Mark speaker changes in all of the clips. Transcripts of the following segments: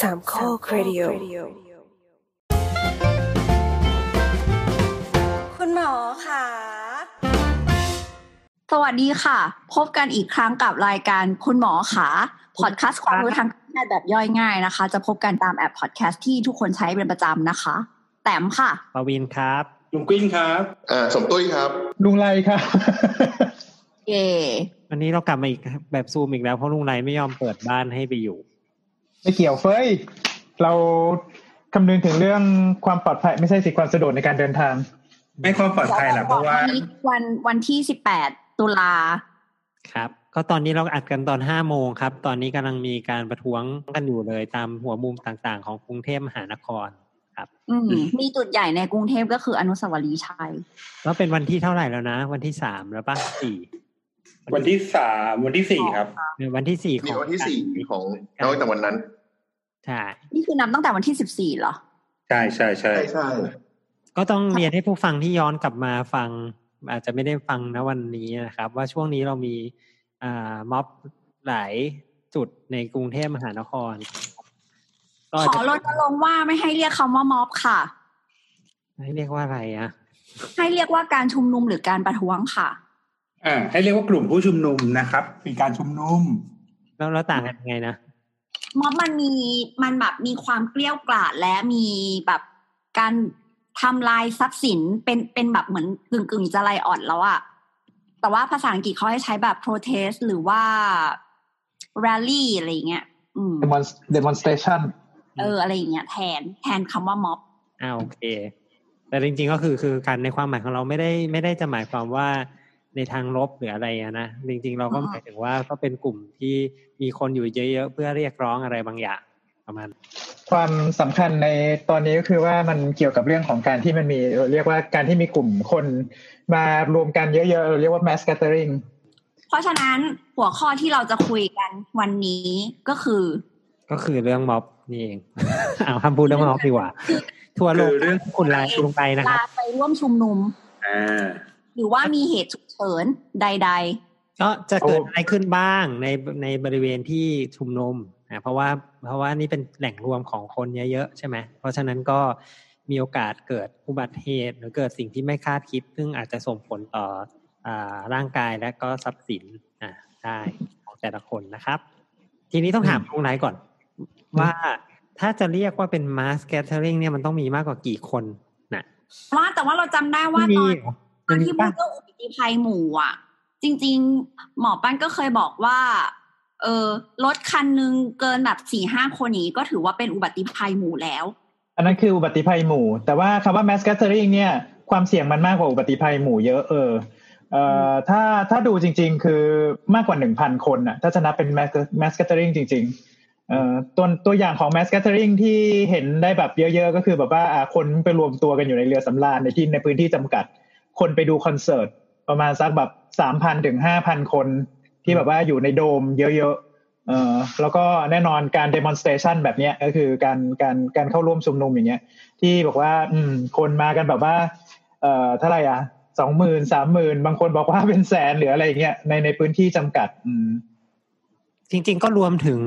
Speaker 1: สามข้อครดิโอ
Speaker 2: คุณหมอค่ะ
Speaker 3: สวัสดีค่ะ พบกันอีกครั้งกับรายการคุณหมอขาพอดแคสต์ความรู้ทางการแพทย์แบบย่อยง่ายนะคะ จะพบกันตามแอปพอดแคสต์ที่ทุกคนใช้เป็นประจำนะคะ แต้มค่ะ
Speaker 4: ปวินครับ
Speaker 5: ลุงกลิ้งครับ
Speaker 6: อ่าสมตุ้ยครับ
Speaker 7: ลุงไรค่ะ
Speaker 3: เย่
Speaker 4: วันนี้เรากลับมาอีกแบบซูมอีกแล้วเพราะลุงไรไม่ยอมเปิดบ้านให้ไปอยู่
Speaker 7: ไม่เกี่ยวเฟ้ย เราคำนึงถึงเรื่องความปลอดภัย ไม่ใช่สิความสะดวกในการเดินทาง
Speaker 5: ไม่ความปลอดภัยแหละเพราะว่า
Speaker 3: นนี้วันวันที่สิบแปดตุลา
Speaker 4: ครับ ก็ตอนนี้เราอัดกันตอนห้าโมงครับ ตอนนี้กำลังมีการประท้วงกันอยู่เลยตามหัวมุมต่างๆ ของกรุงเทพมหานคร
Speaker 3: อืม
Speaker 5: อืม
Speaker 3: มีจุดใหญ่ในกรุงเทพก็คืออนุสาวรีย์ชัย
Speaker 4: แล้วเป็นวันที่เท่าไหร่แล้วนะ วันที่สามแล้วปะสี่
Speaker 5: วันที่สามวันที่สี่ครับ
Speaker 4: เออวันที่สี่ข
Speaker 6: มี
Speaker 4: อง
Speaker 6: วันที่สี่ของเอาแต่วันนั้น
Speaker 4: ใช่
Speaker 3: นี่คือนับตั้งแต่วันที่สิบสี่เหรอ
Speaker 5: ใช่ใช่ใช่
Speaker 6: ใช่ใช่
Speaker 4: ก็ต้องเรียนให้ผู้ฟังที่ย้อนกลับมาฟัง อาจจะไม่ได้ฟังนะวันนี้นะครับ ว่าช่วงนี้เรามีอ่าม็อบหลายจุดในกรุงเทพมหานครก็อาจ
Speaker 3: ขอ
Speaker 4: จะ
Speaker 3: รณรงค์ว่าไม่ให้เรียกคำว่าม็อบค่ะ
Speaker 4: ให้เรียกว่าอะไรอะ
Speaker 3: ให้เรียกว่าการชุมนุมหรือการประท้วงค่ะ
Speaker 5: อ่าให้เรียกว่ากลุ่มผู้ชุมนุมนะครับมีการชุมนุม
Speaker 4: แล้วเราต่างกันยังไงนะ
Speaker 3: ม็อบมันมีมันแบบมีความเกลี้ยวกล่อมและมีแบบการทำลายทรัพย์สินเป็นเป็นแบบเหมือนกึ่งกึ่งๆจะไลออดแล้วอะแต่ว่าภาษาอังกฤษเขาให้ใช้แบบ protest หรือว่า rally อะไรอย่างเงี้ย อืม
Speaker 7: Demon- demonstration
Speaker 3: เอออะไรอย่างเงี้ยแทนแทนคำว่าม็อบ
Speaker 4: อ่าโอเค แต่จริงๆก็คือคือการในความหมายของเราไม่ได้ไม่ได้จะหมายความว่าในทางลบหรืออะไรอะนะ จริง ๆ เราก็
Speaker 3: อ่า
Speaker 4: หมายถึงว่าก็เป็นกลุ่มที่มีคนอยู่เยอะๆเพื่อเรียกร้องอะไรบางอย่าง
Speaker 7: ความสำคัญในตอนนี้ก็คือว่ามันเกี่ยวกับเรื่องของการที่มันมีเรียกว่าการที่มีกลุ่มคนมารวมกันเยอะๆเราเรียกว่า mass gathering
Speaker 3: เพราะฉะนั้นหัวข้อที่เราจะคุยกันวันนี้ก็คือ
Speaker 4: ก็คือเรื่องม็อบนี่เอง เอาคำพูดเรื่องม็อบดีกว่า ทั่วโลก
Speaker 5: คือเรื่อง
Speaker 4: คุณลายลงไปนะครับ
Speaker 3: ลาไปร่วมชุมนุม
Speaker 5: อ่า
Speaker 3: หรือว่ามีเหตุฉุกเฉินใด ๆ
Speaker 4: ก็จะเกิดอะไรขึ้นบ้างในในบริเวณที่ชุมนุมนะเพราะว่าเพราะว่านี่เป็นแหล่งรวมของคนเยอะๆใช่ไหมเพราะฉะนั้นก็มีโอกาสเกิดอุบัติเหตุ หรือเกิดสิ่งที่ไม่คาดคิด ซึ่งอาจจะส่งผลต่ออาร่างกายและก็ทรัพย์สินอ่ะได้ของแต่ละคนนะครับ ทีนี้ต้องถามลุงไหนก่อน ว่าถ้าจะเรียกว่าเป็น mass gathering เนี่ยมันต้องมีมากกว่ากี่คนนะ
Speaker 3: ว่าแต่ว่าเราจำได้ว่าต
Speaker 4: มี
Speaker 3: อน
Speaker 4: เหร
Speaker 3: ตอน
Speaker 4: มี
Speaker 3: ที่พู
Speaker 4: ป่ะ
Speaker 3: ดเรื่องอุบัติภัยหมู่อ่ะ จริง ๆ หมอปั้นก็เคยบอกว่า เออรถคันหนึ่งเกินแบบสี่ห้าคนนี้ก็ถือว่าเป็นอุบัติภัยหมู่แล้ว
Speaker 7: อันนั้นคืออุบัติภัยหมู่ แต่ว่าคำว่า mass gathering เนี่ย ความเสี่ยงมันมากกว่าอุบัติภัยหมู่เยอะเออเอ่อถ้าถ้าดูจริง ๆ คือมากกว่าหนึ่งพันคนน่ะถ้าจะนับเป็น mass mass gathering จริง ๆ เอ่อตัวตัวอย่างของ mass gathering ที่เห็นได้แบบเยอะ ๆ ก็คือแบบว่าอ่าคนไปรวมตัวกันอยู่ในเรือสำราญในที่ในพื้นที่จำกัด คนไปดูคอนเสิร์ตประมาณสักแบบสามพันถึงห้าพันคน ที่แบบว่าอยู่ในโดมเยอะๆ เอ่อแล้วก็แน่นอนการ demonstration แบบเนี้ยก็คือการการการเข้าร่วมชุมนุมอย่างเงี้ย ที่บอกว่า อืม คนมากันแบบว่า เอ่อเท่าไหร่อ่ะสองหมื่นสามหมื่นบางคนบอกว่าเป็นแสนหรืออะไรอย่างเงี้ยในในพื้นที่จำกัด อืม
Speaker 4: จริง ๆ ก็รวมถึง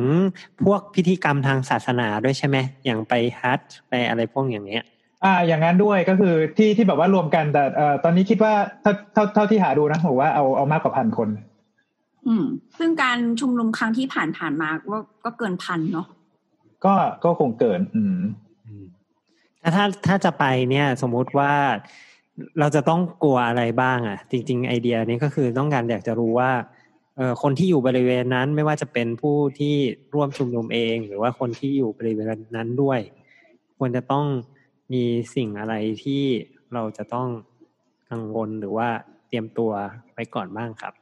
Speaker 4: พวกพิธีกรรมทางศาสนาด้วยใช่ไหมอย่างไปฮัทไปอะไรพวกอย่างเนี้ย
Speaker 7: อ่า อย่างนั้นด้วยก็คือที่ที่แบบว่ารวมกันแต่เอ่อตอนนี้คิดว่าเท่าเท่าเท่าที่หาดูนะผมว่าเอาเอามากกว่าพันคน
Speaker 3: อืม ซึ่งการชุมนุมครั้งที่ผ่านผ่านๆมาก็ก็เกินพันเนาะ
Speaker 7: ก็ก็คงเกิน อืม
Speaker 4: อืมถ้าถ้าถ้าจะไปเนี่ยสมมุติว่าเราจะต้องกลัวอะไรบ้างอะ่ะ จริง ๆ ไอเดียนี้ก็คือต้องการอยากจะรู้ว่าเอ่อคนที่อยู่บริเวณนั้นไม่ว่าจะเป็นผู้ที่ร่วมชุมนุมเอง หรือว่าคนที่อยู่บริเวณนั้นด้วย ควรจะต้องมีสิ่งอะไรที่เราจะต้องกังวลหรือว่าเตรียมตัวไปก่อนบ้างครับ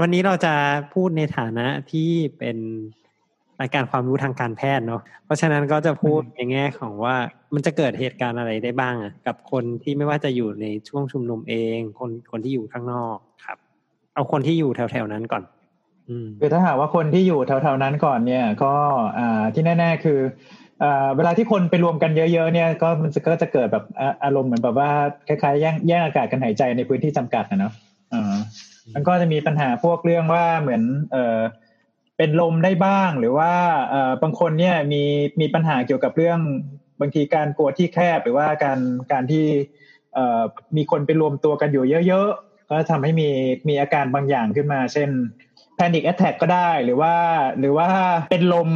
Speaker 4: วันนี้เราจะพูดในฐานะที่เป็นรายการความรู้ทางการแพทย์เนาะ เพราะฉะนั้นก็จะพูดในแง่ของว่ามันจะเกิดเหตุการณ์อะไรได้บ้างอะกับคนที่ไม่ว่าจะอยู่ในช่วงชุมนุมเอง คนคนที่อยู่ข้างนอกครับ เอาคนที่อยู่แถวๆนั้นก่อน อืม
Speaker 7: คือถ้าหากว่าคนที่อยู่แถวๆนั้นก่อนเนี่ยก็อ่าที่แน่ๆคืออ่าเวลาที่คนไปรวมกันเยอะๆเนี่ยก็มันจะก็จะเกิดแบบอ่าอารมณ์เหมือนแบบว่าคล้ายๆแย่งแย่งอากาศกันหายใจในพื้นที่จำกัดนะเนาะอ่ามันก็จะมีปัญหาพวกเรื่องว่าเหมือนเอ่อ เป็นลมได้บ้าง หรือว่าเอ่อบางคนเนี่ยมีมีปัญหาเกี่ยวกับเรื่องบางทีการกลัวที่แคบหรือว่าการการที่เอ่อมีคนไปรวมตัวกันอยู่เยอะๆก็ทำให้มีมีอาการบางอย่างขึ้นมา เช่น panic attack ก็ได้หรือว่าหรือว่าเป็นลม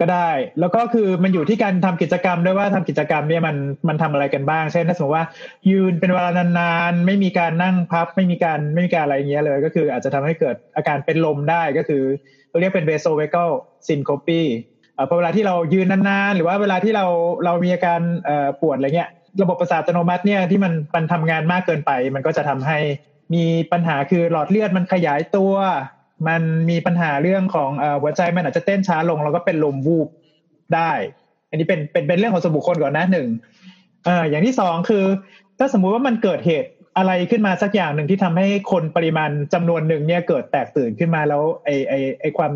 Speaker 7: ก็ได้ แล้วก็คือมันอยู่ที่การทำกิจกรรมด้วยว่าทำกิจกรรมเนี่ยมันมันทำอะไรกันบ้าง เช่นถ้าสมมติว่ายืนเป็นเวลานานๆไม่มีการนั่งพับ ไม่มีการไม่มีการอะไรอย่างเงี้ยเลย ก็คืออาจจะทำให้เกิดอาการเป็นลมได้ก็คือเรียกเป็นเวโซเวก l ลซินโคปีเอ่อพอเวลาที่เรายืนนานๆ หรือว่าเวลาที่เราเรามีอาการเอ่อปวดอะไรเงี้ยระบบประสาทอัตโนมัติเนี่ยที่มันมันทำงานมากเกินไป มันก็จะทำให้มีปัญหาคือหลอดเลือดมันขยายตัว มันมีปัญหาเรื่องของเอ่อหัวใจมันอาจจะเต้นช้าลง แล้วก็เป็นลมวูบได้ อันนี้เป็นเป็นเป็นเรื่องของสวนบุคคลก่อนนะหนึ่งเอ่ออย่างที่สองคือ ถ้าสมมุติว่ามันเกิดเหตุอะไรขึ้นมาสักอย่างหนึ่งที่ทำให้คนปริมาณจำนวนหนึ่งเนี่ยเกิดแตกตื่นขึ้นมาแล้วไอไอไอความ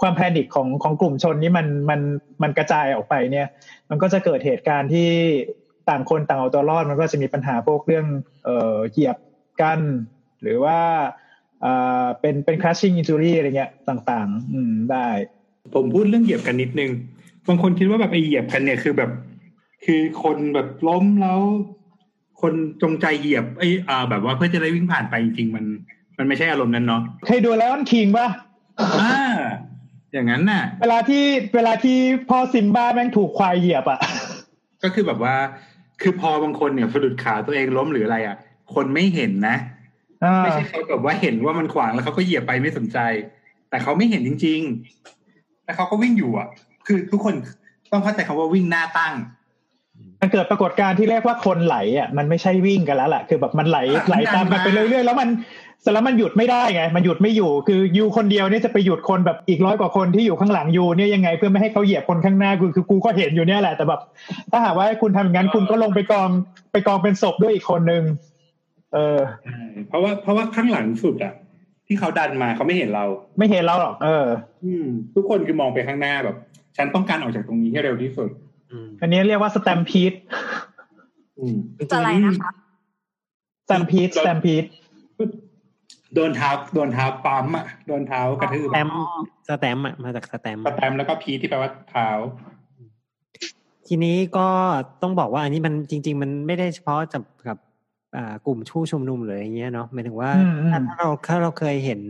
Speaker 7: ความแพนิคของของกลุ่มชนนี้มันมันมันกระจายออกไปเนี่ย มันก็จะเกิดเหตุการณ์ที่ต่างคนต่างเอาตัวรอดมันก็จะมีปัญหาพวกเรื่องเอ่อเหยียบกัน หรือว่าเอ่อเป็นเป็น crashing injury อะไรเงี้ยต่างๆ อืมได้
Speaker 5: ผมพูดเรื่องเหยียบกันนิดนึง บางคนคิดว่าแบบไอเหยียบกันเนี่ยคือแบบ คือคนแบบล้มแล้ว คนจงใจเหยียบไออ่า แบบว่าเพื่อจะได้วิ่งผ่านไปจริงๆมัน มันไม่ใช่อารมณ์นั้นเนาะ
Speaker 7: เคยดูแล้วมันคิงป่ะ
Speaker 5: อ่าอย่างนั้นน่ะ
Speaker 7: เวลาที่เวลาที่พ่อซิมบ้าแม่งถูกควายเหยียบอะ
Speaker 5: ก็คือแบบว่า คือพอบางคนเนี่ยสะดุดขาตัวเองล้มหรืออะไรอ่ะ คนไม่เห็นนะ
Speaker 7: อ่า
Speaker 5: ไม่ใช่เขาแบบว่าเห็นว่ามันขวางแล้วเขาก็เหยียบไปไม่สนใจ แต่เขาไม่เห็นจริงๆแต่เขาก็วิ่งอยู่อ่ะ คือทุกคนต้องเข้าใจคำว่าวิ่งหน้าตั้ง
Speaker 7: มันเกิดปรากฏการณ์ที่เรียกว่าคนไหลอ่ะมันไม่ใช่วิ่งกันแล้วล่ะคือแบบมันไหล
Speaker 5: อ่ะ
Speaker 7: ไหลตาม
Speaker 5: มั
Speaker 7: กัน
Speaker 5: นดันมา
Speaker 7: ไปเรื่อยๆแล้วมันเสร็จแล้วมันหยุดไม่ได้ไง มันหยุดไม่อยู่ คือยูคนเดียวเนี่ยจะไปหยุดคนแบบอีกร้อยกว่าคนที่อยู่ข้างหลังยูเนี่ยยังไงเพื่อไม่ให้เขาเหยียบคนข้างหน้ากูคือกูก็เห็นอยู่เนี่ยแหละแต่แบบถ้าหากว่าคุณทำอย่างนั้นคุณก็ลงไปกองไปกองเป็นศพด้วยอีกคนนึงเออ
Speaker 5: เพราะว่าเพราะว่าข้างหลังสุดอ่ะ ที่เขาดันมาเขาไม่เห็นเรา
Speaker 7: ไม่เห็นเราหรอกเออ
Speaker 5: อืม ทุกคนคือมองไปข้างหน้าแบบ ฉันต้องการออกจากตรงนี้ให้เร็วที่สุด
Speaker 4: อืม
Speaker 7: อันนี้เรียกว่าสแตมพีด
Speaker 5: อืม
Speaker 3: จะอะไรนะคะ
Speaker 7: สแตมพีดสแตมพีด
Speaker 5: โดนเท้าโดนเท้าปั๊มอ่ะโดนเท้ากระทืบ
Speaker 4: แตมป์สแตมป์อะมาจากสแตมป์
Speaker 5: สแตมป์แล้วก็พีทที่แปลว่าเท้า
Speaker 4: ทีนี้ก็ต้องบอกว่าอันนี้มันจริง ๆ มันไม่ได้เฉพาะกับกับอ่ากลุ่มผู้ชุมนุมหรืออย่างเงี้ยเนาะหมายถึงว่า
Speaker 7: อืมอืม
Speaker 4: ถ้าถ้าเราถ้าเราเคยเห็น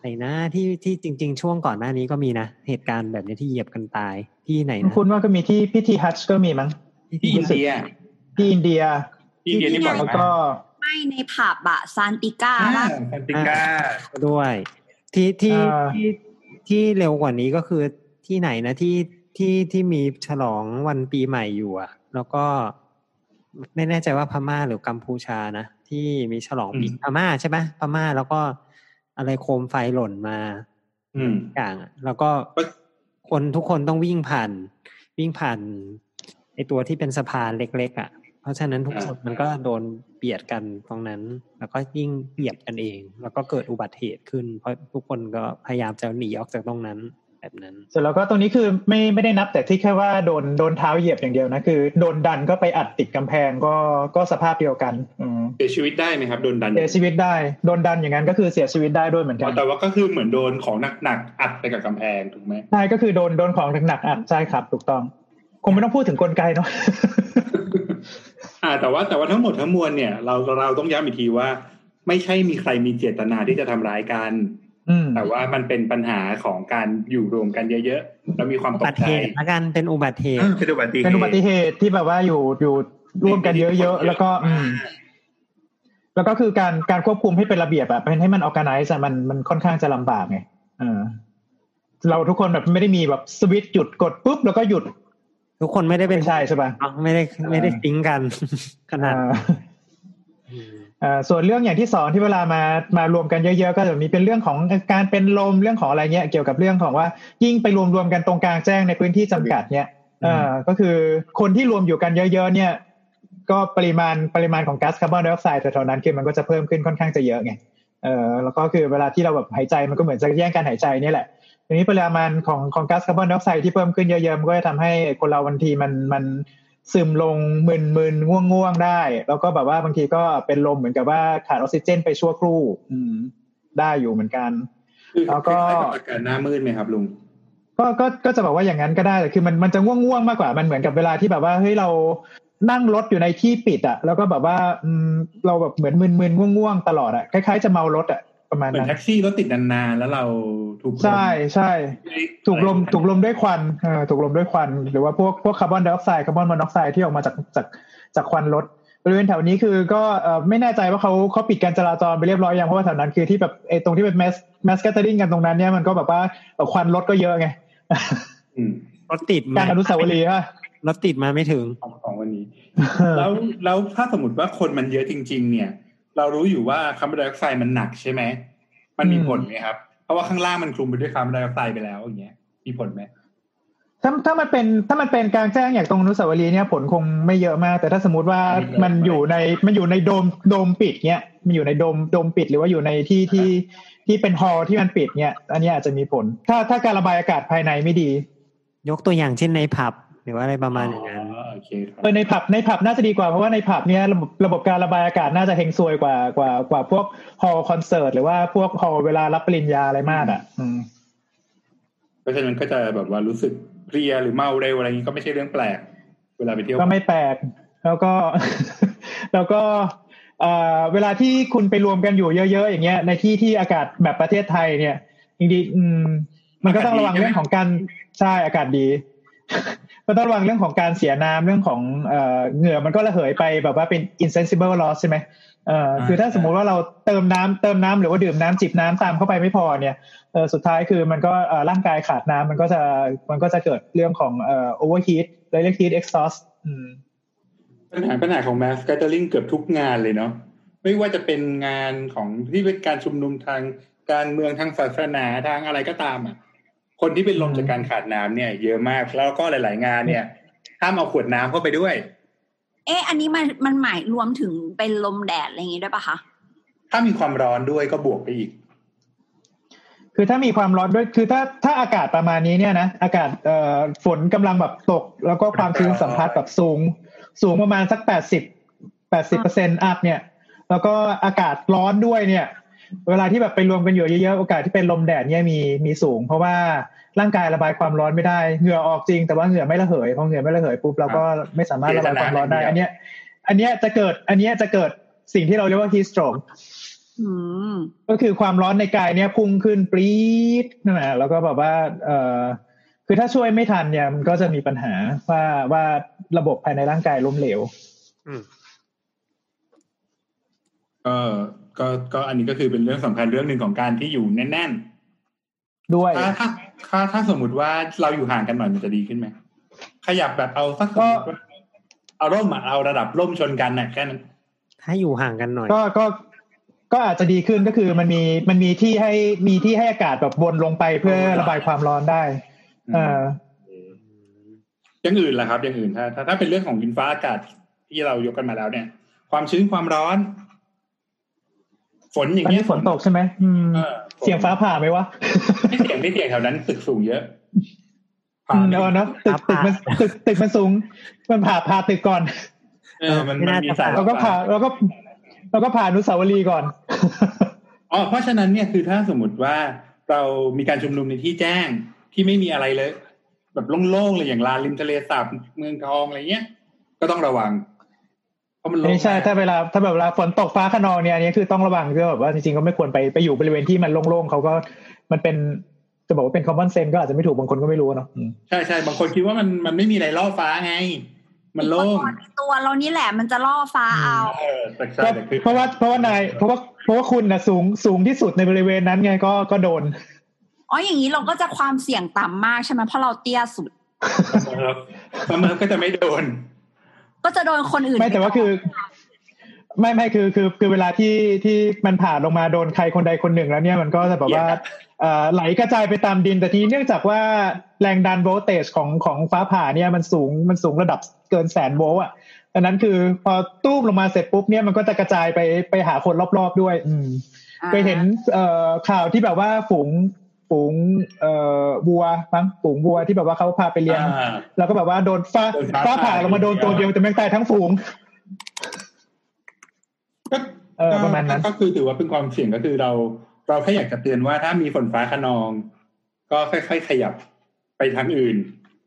Speaker 4: ไหนนะที่ที่จริง ๆ ช่วงก่อนหน้านี้ก็มีนะ เหตุการณ์แบบเนี้ยที่เหยียบกันตายที่ไหนนะ
Speaker 7: คุณว่าก็มีที่พิธีฮัจญ์ก็มีมั้ง
Speaker 5: ที่อินเดีย
Speaker 7: ที่อินเดีย
Speaker 5: ที่อินเดียนี่บ่อย
Speaker 7: แล้ว
Speaker 5: มา
Speaker 7: ก็
Speaker 5: ก
Speaker 3: ไม่ในผับอะซานติก้า
Speaker 5: อ่า
Speaker 3: ว่า
Speaker 5: ซันติก้า
Speaker 4: ด้วย ที่ที่
Speaker 7: อ่า
Speaker 4: ที่ที่เร็วกว่านี้ก็คือที่ไหนนะที่ที่ที่มีฉลองวันปีใหม่อยู่อะแล้วก็ไม่แน่ใจว่าพม่าหรือกัมพูชานะที่มีฉลองปี
Speaker 5: อืม
Speaker 4: พม่าใช่ไหมพม่าแล้วก็อะไรโคมไฟหล่นมา
Speaker 5: อืม
Speaker 4: อย่างอะแล้วก็
Speaker 5: ปึ๊ก
Speaker 4: คนทุกคนต้องวิ่งผ่าน วิ่งผ่านไอตัวที่เป็นสะพานเล็กๆอะ่ะ เพราะฉะนั้นทุกคนมันก็โดนเบียดกันตรงนั้น แล้วก็ยิ่งเบียดกันเอง แล้วก็เกิดอุบัติเหตุขึ้น เพราะทุกคนก็พยายามจะหนีออกจากตรงนั้นแบบนั้น
Speaker 7: เสร็จแล้วก็ตรงนี้คือไม่ไม่ได้นับแต่ที่แค่ว่าโดนโดนเท้าเหยียบอย่างเดียวนะคือโดนดันก็ไปอัดติดกำแพงก็ก็สภาพเดียวกันอืม
Speaker 5: เสียชีวิตได้ไหมครับโดนดัน
Speaker 7: เสียชีวิตได้โดนดันอย่างนั้นก็คือเสียชีวิตได้ด้วยเหมือนกั
Speaker 5: อ๋อน แต่ว่าก็คือเหมือนโดนของหนักๆอัดไปกับกำแพงถูกไหม
Speaker 7: ใช่ก็คือโดนโดนของหนักๆอัดใช่ครับถูกต้อง คงไม่ต้องพูดถึงกลไกเนาะ
Speaker 5: อ่า แต่ว่าแต่ว่าทั้งหมดทั้งมวลเนี่ย เราเราต้องย้ำอีกทีว่า ไม่ใช่มีใครมีเจตนาที่จะทำร้ายกัน
Speaker 7: อืม
Speaker 5: แต่ว่ามันเป็นปัญหาของการอยู่รวมกันเยอะๆแล้วมีความ
Speaker 4: อุ
Speaker 5: ต
Speaker 4: บั
Speaker 5: ก
Speaker 4: ติ
Speaker 5: ใจ
Speaker 4: เหตุละกันเป็นอุบัติเห
Speaker 5: เอ
Speaker 4: ตุ
Speaker 5: อเป็นอุบัติเหตุ
Speaker 7: เป็นอุบัติเหตุที่แบบว่าอยู่อยู่ร่วมกันเยอะๆแล้วก็อืม แล้วก็คือการการควบคุมให้เป็นระเบียบอะเป็นให้มันออกไนซ์มันมันค่อนข้างจะลำบากไงเออเราทุกคนแบบไม่ได้มีแบบสวิตช์หยุดกดปุ๊บแล้วก็หยุด
Speaker 4: ทุกคนไม่ได้เป็น
Speaker 7: ไม่ใช่ใช่ปะ
Speaker 4: เนาะไม่ได้ไม่ได้ปิ้งกัน ขนาด
Speaker 7: เออ
Speaker 4: อืม
Speaker 7: เออส่วนเรื่องอย่างที่สองที่เวลามามารวมกันเยอะๆ ก็จะมีเป็นเรื่องของการเป็นลมเรื่องของอะไรเงี้ยเกี่ยวกับเรื่องของว่ายิ่งไปรวมๆกันตรงกลางแจ้งในพื้นที่จำกัดเนี่ยเออก็คือคนที่รวมอยู่กันเยอะๆ เนี่ย ก็ปริมาณปริมาณของก๊าซคาร์บอนไดออกไซด์แถวๆนั้นคือมันก็จะเพิ่มขึ้นค่อนข้างจะเยอะไง เออแล้วก็คือเวลาที่เราแบบหายใจมันก็เหมือนจะแย่งการหายใจนี่แหละทีนี้ปริมาณของของก๊าซคาร์บอนไดออกไซด์ที่เพิ่มขึ้นเยอะๆมันก็จะทำให้คนเราบางทีมันมันซึมลงมึนมึนง่วงง่วงๆได้ แล้วก็แบบว่าบางทีก็เป็นลมเหมือนกับว่าขาดออกซิเจนไปชั่วครู่ อืม ได้อยู่เหมือนกัน
Speaker 5: คือ
Speaker 7: แล้วก็
Speaker 5: คล้ายๆบอากาศหน้ามืดไหมครับลุง
Speaker 7: ก็ก็ก็จะบอกว่าอย่างนั้นก็ได้แต่คือมันมันจะง่วงๆมากกว่ามันเหมือนกับเวลาที่แบบว่าเฮ้ยเรานั่งรถอยู่ในที่ปิดอะแล้วก็แบบว่าอืมเราแบบเหมือนมึนๆง่วงๆตลอดอะคล้ายๆจะเมารถอะประมาณ
Speaker 5: เหมือ
Speaker 7: นั้น น
Speaker 5: แท็กซี่รถติดนานๆแล้วเราถูกลม
Speaker 7: ใช่ใช่
Speaker 5: ด้วย
Speaker 7: ถูกลมถูกลมด้วยควันเออถูกลมด้วยควัน หรือว่าพวกพวกคาร์บอนไดออกไซด์คาร์บอนมอนอกไซด์ที่ออกมาจากจากจากควันรถบริเวณแถวนี้คือก็เอ่อไม่แน่ใจว่าเขาเขาปิดการจราจรไปเรียบร้อยยังเพราะว่าแถวนั้นคือที่แบบไอ้ตรงที่เป็นแมสแมสแกตเตอริงกันตรงนั้นเนี่ยมันก็แบบว่าเอ่อควันรถก็เยอะไง
Speaker 5: อืม
Speaker 4: รถติด
Speaker 7: การอนุสาวรีย์ฮะ
Speaker 4: รถติดมาไม่ถึง
Speaker 5: ของของวันนี้ แล้วแล้วถ้าสมมติว่าคนมันเยอะจริง ๆ เนี่ย เรารู้อยู่ว่าคาร์บอนไดออกไซด์มันหนักใช่ไหมมันมี
Speaker 7: อืม
Speaker 5: ผลไหมครับ เพราะว่าข้างล่างมันคลุมไปด้วยคาร์บอนไดออกไซด์ไปแล้วอย่างเงี้ยมีผลไหม
Speaker 7: ถ้าถ้ามันเป็นถ้ามันเป็นกลางแจ้งอย่างตรงอนุสาวรีย์เนี่ยผลคงไม่เยอะมาก แต่ถ้าสมมติว่ามันอยู่ในมันอยู่ในโดมโดมปิดเนี่ยมันอยู่ในโดมโดมปิดหรือว่าอยู่ในที่ที่ที่เป็นฮอลล์ที่มันปิดเนี่ย อันนี้อาจจะมีผล ถ้าถ้าการระบายอากาศภายในไม่ดี
Speaker 4: ยกตัวอย่างเช่นในผับ หรือว่าอะไรประมาณอย่างนั้น
Speaker 5: อ๋อโอเคครับ
Speaker 7: เออในผับในผับน่าจะดีกว่าเพราะว่าในผับเนี่ยระบบระบบการระบายอากาศน่าจะเฮงซวยกว่ากว่ากว่าพวกฮอลล์คอนเสิร์ตหรือว่าพวกฮอลล์เวลารับปริญญาอะไรมากอ่ะอืม
Speaker 5: เพราะฉะนั้นก็จะแบบว่ารู้สึกเพลียหรือเมาเร็วอะไรอย่างงี้ก็ไม่ใช่เรื่องแปลก เวลาไปเที่ยว
Speaker 7: ก็ไม่แปลกแล้วก็ แล้วก็เอ่อเวลาที่คุณไปรวมกันอยู่เยอะๆ อย่างเงี้ย ในที่ที่อากาศแบบประเทศไทยเนี่ยจริงๆอืม มันก็ต้องระวังเรื่องของการใช่อากาศดี ก็ต้องระวังเรื่องของการเสียน้ำเรื่องของเอ่อเหงื่อมันก็ระเหยไปแบบว่าเป็น insensible loss ใช่ไหมเอ่อคือถ้าสมมุติว่าเราเติมน้ำเติมน้ำหรือว่าดื่มน้ำจิบน้ำตามเข้าไปไม่พอเนี่ย เออสุดท้ายคือมันก็เอ่อร่างกายขาดน้ำมันก็จะมันก็จะเกิดเรื่องของเอ่อ overheat เลยเรียก heat exhaust อืม
Speaker 5: ปัญหาปัญหาของแมสก a ตเตอริงเกือบทุกงานเลยเนาะไม่ว่าจะเป็นงานของที่เป็นการชุมนุมทางการเมืองทางศาสนาทางอะไรก็ตามอ่ะคนที่เป็นลมจากการขาดน้ำเนี่ย เยอะมากแล้วก็หลาย ๆ งานเนี่ยห้ามเอาขวดน้ำเข้าไปด้วย
Speaker 3: เอ๊ะ อันนี้มันมันหมายรวมถึงเป็นลมแดดอะไรอย่างงี้ด้วยปะคะ
Speaker 5: ถ้ามีความร้อนด้วยก็บวกไปอีก
Speaker 7: คือถ้ามีความร้อนด้วยคือถ้าถ้าอากาศประมาณนี้เนี่ยนะอากาศเอ่อฝนกำลังแบบตก แล้วก็ความชื้นสัมผัสแบบสูง สูงประมาณสักแปดสิบแปดสิบเปอร์เซ็นต์อัพเนี่ย แล้วก็อากาศร้อนด้วยเนี่ย เวลาที่แบบไปรวมกันอยู่เยอะๆโอกาสที่เป็นลมแดดเนี่ยมีมีสูง เพราะว่าร่างกายระบายความร้อนไม่ได้เหงื่อออกจริง แต่ว่าเหงื่อไม่ระเหยพอเหงื่อไม่ระเหยปุ๊บเราก็ไม่สามารถระบายความร้อนได้ อันเนี้ย อันเนี้ยจะเกิดอันเนี้ยจะเกิดสิ่งที่เราเรียกว่า heat stroke
Speaker 3: อืม
Speaker 7: ก็คือความร้อนในกายเนี่ยพุ่งขึ้นปรี๊ดนั่นแหละแล้วก็แบบว่าเออคือถ้าช่วยไม่ทันเนี่ยมันก็จะมีปัญหาว่าว่าระบบภายในร่างกายล้มเหลว
Speaker 5: ก็ก็ก็อันนี้ก็คือเป็นเรื่องสำคัญเรื่องหนึ่งของการที่อยู่แน่น
Speaker 7: ด้วย
Speaker 5: ๆถ้าถ้าถ้าถ้าสมมติว่าเราอยู่ห่างกันหน่อยมันจะดีขึ้นไหมขยับแบบเอาสัก
Speaker 7: ก็
Speaker 5: เอาร่มอะเอาระดับร่มชนกันน่ะแค่นั้น
Speaker 4: ถ้าอยู่ห่างกันหน่อย
Speaker 7: ก็ก็ก็อาจจะดีขึ้นก็คือมันมีมันมีที่ให้มีที่ให้อากาศแบบวนลงไปเพื่อระบายความร้อนได้เออ
Speaker 5: อย่างอื่นล่ะครับ อย่างอื่นถ้าถ้าถ้าเป็นเรื่องของดินฟ้าอากาศที่เรายกกันมาแล้วเนี่ย ความชื้นความร้อน ฝนอย่าง
Speaker 7: อัน
Speaker 5: เงี้ย
Speaker 7: นี้ฝนตกใช่ไหมอืม
Speaker 5: เออฝน
Speaker 7: เสียงฟ้าผ่าไหมวะ
Speaker 5: ไม่เสียงไม่เสียงแถวนั้นตึกสูงเยอะ
Speaker 7: อืมเออเนาะตึกตึกมันตึกตึกมันสูง มันผ่าผ่าตึกก่อน
Speaker 5: เออมันมันมีสย
Speaker 7: เราก็ผ่าเราก็เราก็ผ่าอนุสาวรีย์ก่อน
Speaker 5: อ๋อเพราะฉะนั้นเนี่ยคือถ้าสมมติว่าเรามีการชุมนุมในที่แจ้งที่ไม่มีอะไรเลย แบบโล่งๆเลยอย่างลานริมทะเลสาบเมืองทองอะไรเงี้ย ก็ต้องระวัง เพราะมันโล่ง
Speaker 7: ไม่ใช่
Speaker 5: มาก
Speaker 7: ถ้าเวลาถ้าแบบเวลาฝนตกฟ้าขนองเนี่ยอันนี้คือต้องระวังคือแบบว่าจริงๆก็ไม่ควรไปไปอยู่บริเวณที่มันโล่งๆเขาก็มันเป็นจะบอกว่าเป็น common sense ก็อาจจะไม่ถูกบางคนก็ไม่รู้เนาะอืม
Speaker 5: ใช่ใช่บางคนคิดว่ามันมันไม่มีอะไรล่อฟ้าไง มันโล่ง
Speaker 3: ตัวเรานี่แหละมันจะล่อฟ้าเอา
Speaker 5: เออแต่ใช่
Speaker 7: ก็
Speaker 5: แต่คือ
Speaker 7: เพราะว่าเพราะว่านายเพราะว่าเพราะว่าคุณนะสูงสูงที่สุดในบริเวณนั้นไงก็ก็โดน
Speaker 3: อ๋ออย่างนี้เราก็จะความเสี่ยงต่ำมากใช่ไหมเพราะเราเตี้ยสุด
Speaker 5: เสมอก็จะไม่โดน
Speaker 3: ก็จะโดนคนอื่น
Speaker 7: ไม่แต่ว่าคือ ไม่ไม่คือคือคือเวลาที่ที่มันผ่าลงมาโดนใครคนใดคนหนึ่งแล้วเนี่ยมันก็จะแบบว่า
Speaker 5: เหยียบ
Speaker 7: เอ่อไหลกระจายไปตามดินแต่ทีนี้เนื่องจากว่าแรงดันโวลเตจของของฟ้าผ่าเนี่ยมันสูงมันสูงระดับเกินแสนโวลต์อ่ะดังนั้นคือพอตู้มลงมาเสร็จปุ๊บเนี่ยมันก็จะกระจายไปไปหาคนรอบๆด้วย อืม
Speaker 3: อ่า
Speaker 7: เคยเห็นเอ่อข่าวที่แบบว่าฝูงฝูงเอ่อวัวมั้งฝูงวัวที่แบบว่าเขาพาไปเลี้ยง
Speaker 5: อ่า
Speaker 7: แล้วก็แบบว่าโดนฟ้า
Speaker 5: โดนฟ้า
Speaker 7: ฟ้าผ่า
Speaker 5: ผ่า
Speaker 7: ลงมาโดนตัวเดียวแต่แม่งตายทั้งฝูง
Speaker 5: ก็
Speaker 7: เออประมาณนั้น
Speaker 5: ก็คือถือว่าเป็นความเสี่ยงก็คือเรา เราแค่อยากจะเตือนว่าถ้ามีฝนฟ้าขนอง ก็ค่อยๆขยับไปทางอื่น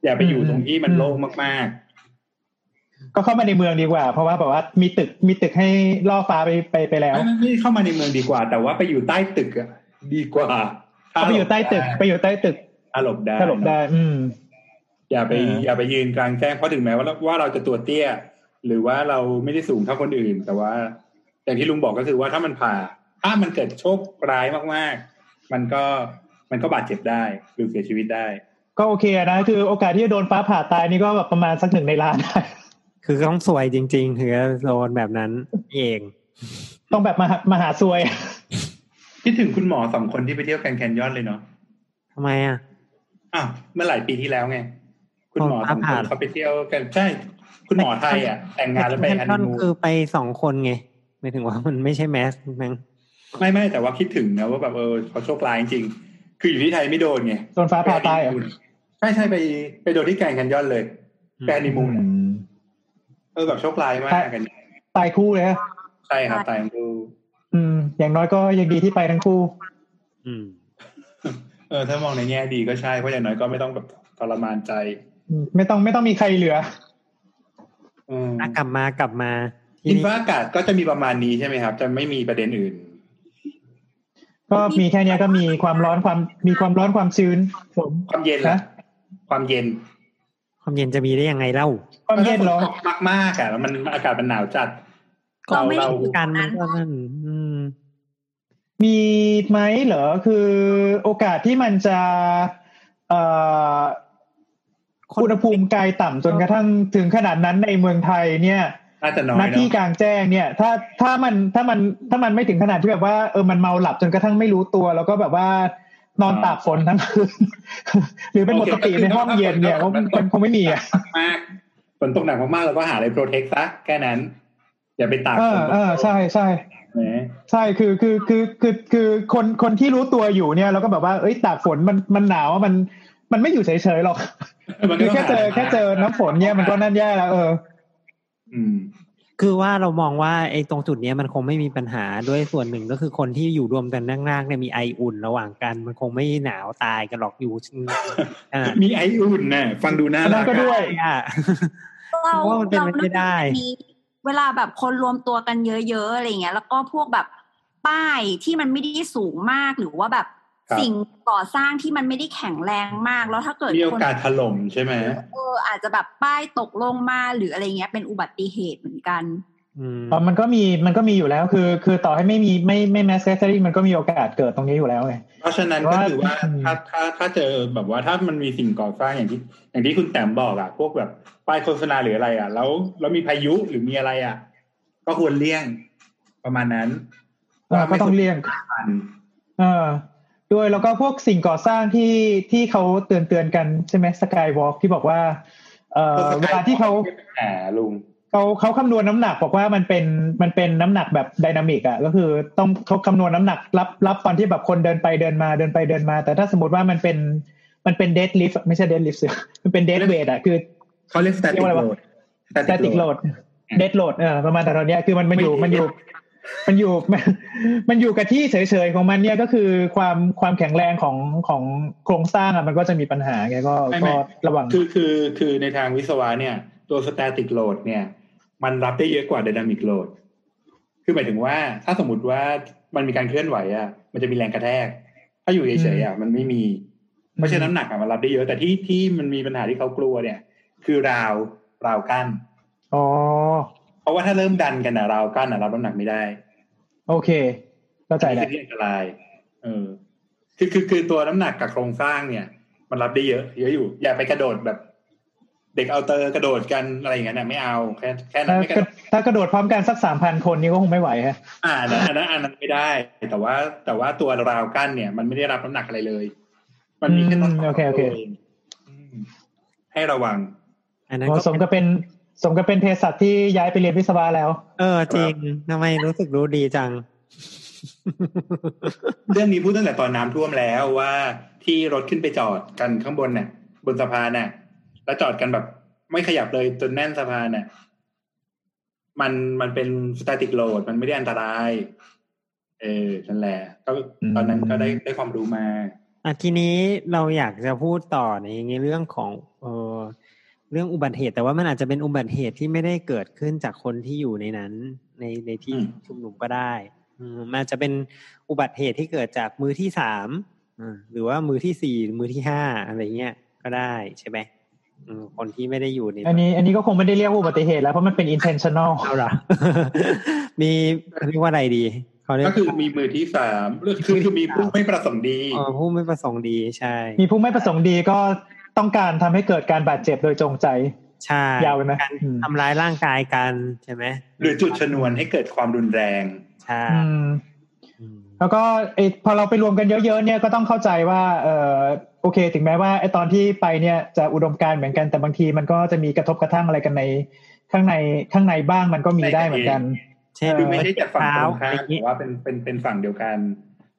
Speaker 5: อย่าไปอยู่ตรงที่มันโล่งมาก
Speaker 7: ก็เข้ามาในเมืองดีกว่า เพราะว่าแบบว่ามีตึกมีตึกให้ล่อฟ้าไปไปไป
Speaker 5: ๆ
Speaker 7: แล้ว
Speaker 5: ไม่ไม่ไม่เข้ามาในเมืองดีกว่า แต่ว่าไปอยู่ใต้ตึกอะดีกว่าถ้า
Speaker 7: ก็ไปอยู่ใต้ตึกไปอยู่ใต้ตึก
Speaker 5: ถ้าหลบได้
Speaker 7: ถล่มได้ อืม
Speaker 5: อย่าไป
Speaker 7: เอออ
Speaker 5: อย่าไปยืนกลางแจ้งเพราะถึงแม้ว่าว่าเราจะตัวเตี้ย หรือว่าเราไม่ได้สูงเท่าคนอื่น แต่ว่า อย่างที่ลุงบอกก็คือว่าถ้ามันผ่า ถ้ามันเกิดโชคร้ายมากๆ มันก็มันก็บาดเจ็บได้หรือเสียชีวิตได้
Speaker 7: ก็โอเคนะ คือโอกาสที่จะโดนฟ้าผ่าตายนี่ก็แบบประมาณสักหนึ่งในล้าน
Speaker 4: คือต้องสวยจริง ๆ ถึงจะโดนแบบนั้นเอง
Speaker 7: ต้องแบบมามาหาซวย
Speaker 5: คิดถึงคุณหมอสองคนที่ไปเที่ยวแกรนด์แคนยอนเลยเนาะ
Speaker 4: ทำไมอ่ะ
Speaker 5: อ้าวเมื่อหลายปีที่แล้วไง คุณหมอสองค
Speaker 4: ผ่าน ผ่าน
Speaker 5: เขาไปเที่ยวกันใช่คุณหมอไทยอ่ะ แต่งงานแล้วไปฮันนีมูน
Speaker 4: คือไปสองคนไงหมายถึงว่ามันไม่ใช่แมสมั้ง
Speaker 5: ไม่ไม่แต่ว่าคิดถึงนะว่าแบบเออเขาโชคร้ายจริงๆคืออยู่ที่ไทยไม่โดนไง
Speaker 7: โดนฟ้าผ่าตายเหรอ
Speaker 5: ใช่ใช่ไปไปโดนที่แกรนด์แคนยอนเลยแกรนด์นิมูนอะเออแบบโชคร้ายมากกัน
Speaker 7: ตายคู่เลยฮะ
Speaker 5: ใช่ครับตายทั้งคู่
Speaker 7: อืม อย่างน้อยก็ยังดีที่ไปทั้งคู่
Speaker 4: อืม
Speaker 5: เออถ้ามองในแง่ดีก็ใช่เพราะอย่างน้อยก็ไม่ต้องแบบทรมานใจ
Speaker 7: อืมไม่ต้องไม่ต้องมีใครเหลือ
Speaker 5: อืม
Speaker 4: อ่ะกลับมากลับมาที่
Speaker 5: คิด
Speaker 4: นี่
Speaker 5: ว่าอากาศก็จะมีประมาณนี้ใช่ไหมครับ จะไม่มีประเด็นอื่น
Speaker 7: ก็มีแค่เนี้ยก็มีความร้อนความมีความร้อนความชื้นผม
Speaker 5: ความเย็นละ
Speaker 7: ฮะ
Speaker 5: ความเย็น
Speaker 4: ความเย็นจะมีได้ยังไงเล่า
Speaker 7: ความเย็นเหรอ
Speaker 5: มัตกมากๆอ่ะแล้วมันอากาศมันหนาวจัด
Speaker 3: เราไม่ได้
Speaker 5: เรา
Speaker 4: การมันก็นั่นอืม
Speaker 7: มีไหมเหรอคือโอกาสที่มันจะเอ่อ
Speaker 4: คน
Speaker 7: อุณหภูมิกายต่ำจนกระทั่งถึงขนาดนั้นในเมืองไทยเนี่ย
Speaker 5: น่าจะน้อย
Speaker 7: หน้า
Speaker 5: เนาะ
Speaker 7: ที่กลางแจ้งเนี่ย ถ้าถ้ามันถ้ามันถ้ามันไม่ถึงขนาดที่แบบว่าเออมันเมาหลับจนกระทั่งไม่รู้ตัว แล้วก็แบบว่านอน
Speaker 5: อ่า
Speaker 7: ตากฝนทั้งคืน หรือเป็นหมดสติในห้องเย็นเนี่ย
Speaker 5: โอ
Speaker 7: ก็
Speaker 5: เคก็คือ
Speaker 7: มันคงไม่มีอ่ะ
Speaker 5: มากฝนตกหนักมากๆเราก็หาอะไรโปรเทคซะแค่นั้น อย่าไปตาก
Speaker 7: เอ
Speaker 5: ฝ
Speaker 7: อน เออใช่ใช่
Speaker 5: นะ
Speaker 7: ใช่คือคือคือคือคือคนคนที่รู้ตัวอยู่เนี่ยเราก็แบบว่าเอ้ยตากฝนมันมันหนาวอะมัน มันไม่อยู่เฉยๆหรอก
Speaker 5: มันก็
Speaker 7: คือ
Speaker 5: ต้ง
Speaker 7: แค่เจอ
Speaker 5: หาะ
Speaker 7: แค่เจอน้ำฝนเนี่ยมันก็นั่นแย่แล้วเออ
Speaker 5: อืม
Speaker 4: คือว่าเรามองว่าไอ้ตรงจุดเนี้ยมันคงไม่มีปัญหาด้วยส่วนหนึ่งก็คือคนที่อยู่รวมกันนั่งๆเนี่ยมีไออุ่นระหว่างกัน มันคงไม่หนาวตายกันหรอกอยู่ อ่า
Speaker 5: มีไออุ่นน่ะฟังดูน่า
Speaker 7: อันนั้
Speaker 5: รั
Speaker 7: น
Speaker 5: ก
Speaker 7: ก็ด้วย
Speaker 4: อ่ะ
Speaker 3: เรา
Speaker 4: เพราะว่ามันเป็น
Speaker 3: เรา
Speaker 4: ไปไม่ได้
Speaker 3: นึกถึงอันนี้เวลาแบบคนรวมตัวกันเยอะๆอะไรอย่างเงี้ย แล้วก็พวกแบบป้ายที่มันไม่ได้สูงมากหรือว่าแบบสิ่งก่อสร้างที่มันไม่ได้แข็งแรงมาก แล้วถ้าเกิด
Speaker 5: มีโอ
Speaker 3: คน
Speaker 5: กาสถล่มใช่ไหม
Speaker 3: เอออาจจะแบบป้ายตกลงมาหรืออะไรเงี้ยเป็นอุบัติเหตุเหมือนกัน
Speaker 4: อืม
Speaker 7: อ๋อมันก็มีมันก็มีอยู่แล้วคือ คือต่อให้ไม่มีไม่ไม่แมสเซอรี่มันก็มีโอกาสเกิดตรงนี้อยู่แล้วไง
Speaker 5: เพราะฉะนั้นก็คือว่า
Speaker 7: อืม
Speaker 5: ถ้าถ้าถ้าเจอแบบว่าถ้ามันมีสิ่งก่อสร้างอย่างที่ อย่างที่คุณแต้มบอกอ่ะพวกแบบป้ายโฆษณาหรืออะไรอ่ะ แล้วแล้วมีพายุหรือมีอะไรอ่ะ ก็ควรเลี่ยงประมาณนั้น
Speaker 7: เออก็ต้องเลี่ยง
Speaker 5: ผ่าน
Speaker 7: เออด้วยแล้วก็พวกสิ่งก่อสร้างที่ที่เขาเตือนเตือนๆกันใช่ไหมสกายวอล์กที่บอกว่า เออเวลาที่เขา
Speaker 5: แหมลุง
Speaker 7: เขาเขาคำนวณน้ำหนักบอกว่ามันเป็นมันเป็นน้ำหนักแบบไดินามิกอ่ะก็คือต้องเขาคำนวณน้ำหนักรับรับตอนที่แบบคนเดินไปเดินมาเดินไปเดินมา แต่ถ้าสมมติว่ามันเป็นมันเป็นเดดลิฟไม่ใช่เดดลิฟต์มันเป็นเดดเวทอ่ะคือ
Speaker 5: เขาเรียก static
Speaker 7: เรียกว่าอะไร
Speaker 5: load
Speaker 7: สติกโหลดเดดโหลดเออประมาณแต่ตอนเนี้ยคือมันมันอยู่มันอยู่ มันอยู่มันมันอยู่ กับที่เฉยๆของมันเนี่ยก็คือความความแข็งแรงของของโครงสร้างอะมันก็จะมีปัญหาไงก็
Speaker 5: ไม่ไม่
Speaker 7: ก็ระวัง
Speaker 5: คือคือคือในทางวิศวะเนี่ย ตัว static load เนี่ย มันรับได้เยอะกว่า dynamic load คือหมายถึงว่าถ้าสมมติว่ามันมีการเคลื่อนไหวอ่ะ มันจะมีแรงกระแทก ถ้าอยู่เฉยๆอ่ะมันไม่มี เพราะฉะนั้นน้ำหนักอ่ะมันรับได้เยอะแต่ที่ที่มันมีปัญหาที่เขากลัวเนี่ย คือราวราวกั้น
Speaker 7: อ๋อ
Speaker 5: เพราะว่าถ้าเริ่มดันกันอ่ะราวกั้นอ่ะรับน้ำหนักไม่ได้
Speaker 7: โอเคเข้าใจแล้
Speaker 5: อั
Speaker 7: วน
Speaker 5: นี้คือที่อันตราย เออ คือคือคือตัวน้ำหนักกับโครงสร้างเนี่ย มันรับได้เยอะ เยอะอยู่ อย่าไปกระโดดแบบ เด็กเอาเตอร์กระโดดกันอะไรอย่างนั้นน่ะไม่เอา แค่แค่นั้
Speaker 7: ถ้าน
Speaker 5: ไม่กระโดด
Speaker 7: ถ้ากระโดดพร้อมกันสักสามพันคนนี่ก็คงไม่ไหวฮะ
Speaker 5: อ่าอันนั้นอันนั้นอันนั้นไม่ได้ แต่ว่า แต่ว่าตัวราวกั้นเนี่ย มันไม่ได้รับน้ำหนักอะไรเลย มันมีแค่ต้น
Speaker 7: อืมโอเคโอเค
Speaker 5: งอืมให้ระวัง
Speaker 4: อันนั้น
Speaker 7: อ๋อ
Speaker 4: ก็
Speaker 7: สมกับเป็นสมกับเป็นเภสัชที่ย้ายไปเรียนวิศวะแล้ว
Speaker 4: เออจริงทำไมรู้สึกรู้ดีจัง
Speaker 5: เรื่องนี้พูดตั้งแต่ตอนน้ำท่วมแล้วว่าที่รถขึ้นไปจอดกันข้างบนน่ะ บนสะพานน่ะ แล้วจอดกันแบบไม่ขยับเลยจนแน่นสะพานน่ะ มันมันเป็นสแตติกโหลดมันไม่ได้อันตราย เออนั่นแหละก็
Speaker 7: อืม
Speaker 5: ตอนนั้นก็ได้ได้ความรู้มา
Speaker 4: อ่ะทีนี้เราอยากจะพูดต่อในเรื่องของเออเรื่องอุบัติเหตุ แต่ว่ามันอาจจะเป็นอุบัติเหตุที่ไม่ได้เกิดขึ้นจากคนที่อยู่ในนั้น ในในที่
Speaker 5: อืม
Speaker 4: ชุมนุมก็ได้อืมมันอาจจะเป็นอุบัติเหตุที่เกิดจากมือที่สามอืมหรือว่ามือที่สี่มือที่ห้าอะไรเงี้ยก็ได้ใช่ไหมอืมคนที่ไม่ได้อยู่ใน
Speaker 7: อันนี้อันนี้ก็คงไม่ได้เรียกว่าอุบัติเหตุแล้ว เพราะมันเป็น intentional
Speaker 4: เอาละ มีเรียกว่าอะไรดีเขาเรียก
Speaker 5: ก็คือมีมือที่สามคือคือมีผู้ไม่ประสงค์ดี
Speaker 4: เอ่อผู้ไม่ประสงค์ดีใช่
Speaker 7: มีผู้ไม่ประสงค์ดีก็ต้องการทำให้เกิดการบาดเจ็บโดยจงใจ
Speaker 4: ใช่
Speaker 7: ยาวไปไหม
Speaker 4: การ
Speaker 7: อืม
Speaker 4: ทำร้ายร่างกายกันใช่ไหม
Speaker 5: หรือจุดชนวนให้เกิดความรุนแรง
Speaker 4: ใช่
Speaker 7: อืม แล้วก็ไอพอเราไปรวมกันเยอะๆเนี่ยก็ต้องเข้าใจว่าเออโอเค ถึงแม้ว่าไอตอนที่ไปเนี่ยจะอุดมการณ์เหมือนกันแต่บางทีมันก็จะมีกระทบกระทั่งอะไรกันในข้างในข้างในบ้างมันก็มีได้เหมือนกัน
Speaker 4: เช่น
Speaker 7: เออ
Speaker 5: คือไม่ใช่จากฝั่งตรงข้าม
Speaker 4: เท้
Speaker 5: แต่ว่าเป็นเป็นเป็นฝั่งเดียวกัน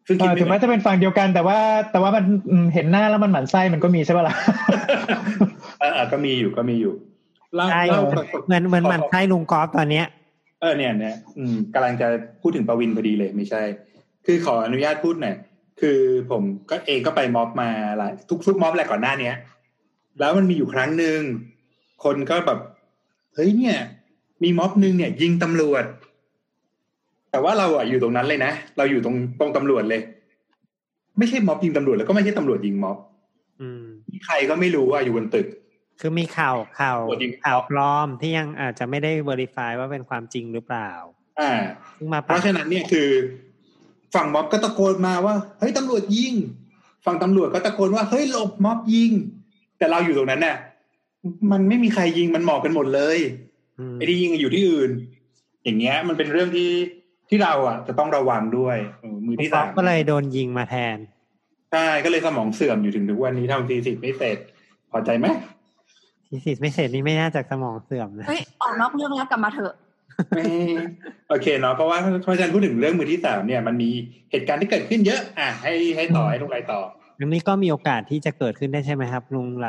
Speaker 5: ซึ่ง
Speaker 7: เอ
Speaker 5: คิด
Speaker 7: อถึง
Speaker 5: ไม่
Speaker 7: แม้จะเป็นฝั่งเดียวกัน แต่ว่าแต่ว่ามันอืมเห็นหน้าแล้วมันหมั่นไส้มันก็มีใช่ปะล่ะ
Speaker 5: เออเออก็มีอยู่ก็มีอยู่เล่า
Speaker 4: ใช่
Speaker 5: เล่าประสบ
Speaker 4: เหมือนเหมือนมันใช่ลุงกอล์ฟตอนเนี้ย
Speaker 5: เออเนี่ยเนี่ยอืมกำลังจะพูดถึงประวินพอดีเลยไม่ใช่ คือขออนุญาตพูดหน่อยคือผมก็เองก็ไปม็อบมาหลายทุกทุกม็อบแหละก่อนหน้าเนี้ย แล้วมันมีอยู่ครั้งหนึ่งคนก็แบบเฮ้ยเนี่ย มีม็อบหนึ่งเนี่ย ยิงตำรวจ แต่ว่าเราอะอยู่ตรงนั้นเลยนะเราอยู่ตรงตรงตำรวจเลย ไม่ใช่ม็อบยิงตำรวจแล้วก็ไม่ใช่ตำรวจยิงม็อบ
Speaker 4: อืม
Speaker 5: ใครก็ไม่รู้ว่าอยู่บนตึก
Speaker 4: คือมีข่าวข่าว
Speaker 5: โอ้จริง
Speaker 4: ข่าวปลอมที่ยังอาจจะไม่ได้ verify ว่าเป็นความจริงหรือเปล่า
Speaker 5: อ่า
Speaker 4: ซึ่งมา
Speaker 5: เพ
Speaker 4: ปัก
Speaker 5: ราะฉะนั้นเนี่ยคือ ฝั่งม็อบก็ตะโกนมาว่าเฮ้ยตำรวจยิง ฝั่งตำรวจก็ตะโกนว่าเฮ้ยหลบม็อบยิง แต่เราอยู่ตรงนั้นน่ะ มันไม่มีใครยิงมันหมอบกันหมดเลย
Speaker 4: อืม
Speaker 5: ไอ้ที่ยิงอยู่ที่อื่น อย่างเงี้ย มันเป็นเรื่องที่ที่เราอ่ะ จะต้องระวังด้วยเออมือ
Speaker 4: ลุง
Speaker 5: ที่
Speaker 4: กอ
Speaker 5: สา
Speaker 4: ล์ฟ
Speaker 5: ม
Speaker 4: ก็เลยโดนยิงมาแทน
Speaker 5: ใช่ก็เลยสมองเสื่อมอยู่ถึงทุกวันนี้ทำทีสิบไม่เสร็จพอใจไหม
Speaker 4: ทีสิทธิ์ไม่เสร็จนี่ไม่น่าจะสมองเสื่อมนะ
Speaker 3: เฮ้ยออกนอกเรื่องแล้วกลับมาเถอะ
Speaker 5: ไม่โอเคเนาะเพราะว่าเพราะอาจารย์พูดถึงเรื่องมือที่สามเนี่ยมันมีเหตุการณ์ที่เกิดขึ้นเยอะ อ่ะให้ให้ต่อให้ลุงไรต่อ
Speaker 4: อันนี้ก็มีโอกาสที่จะเกิดขึ้นได้ใช่ไหมครับ ลุงไร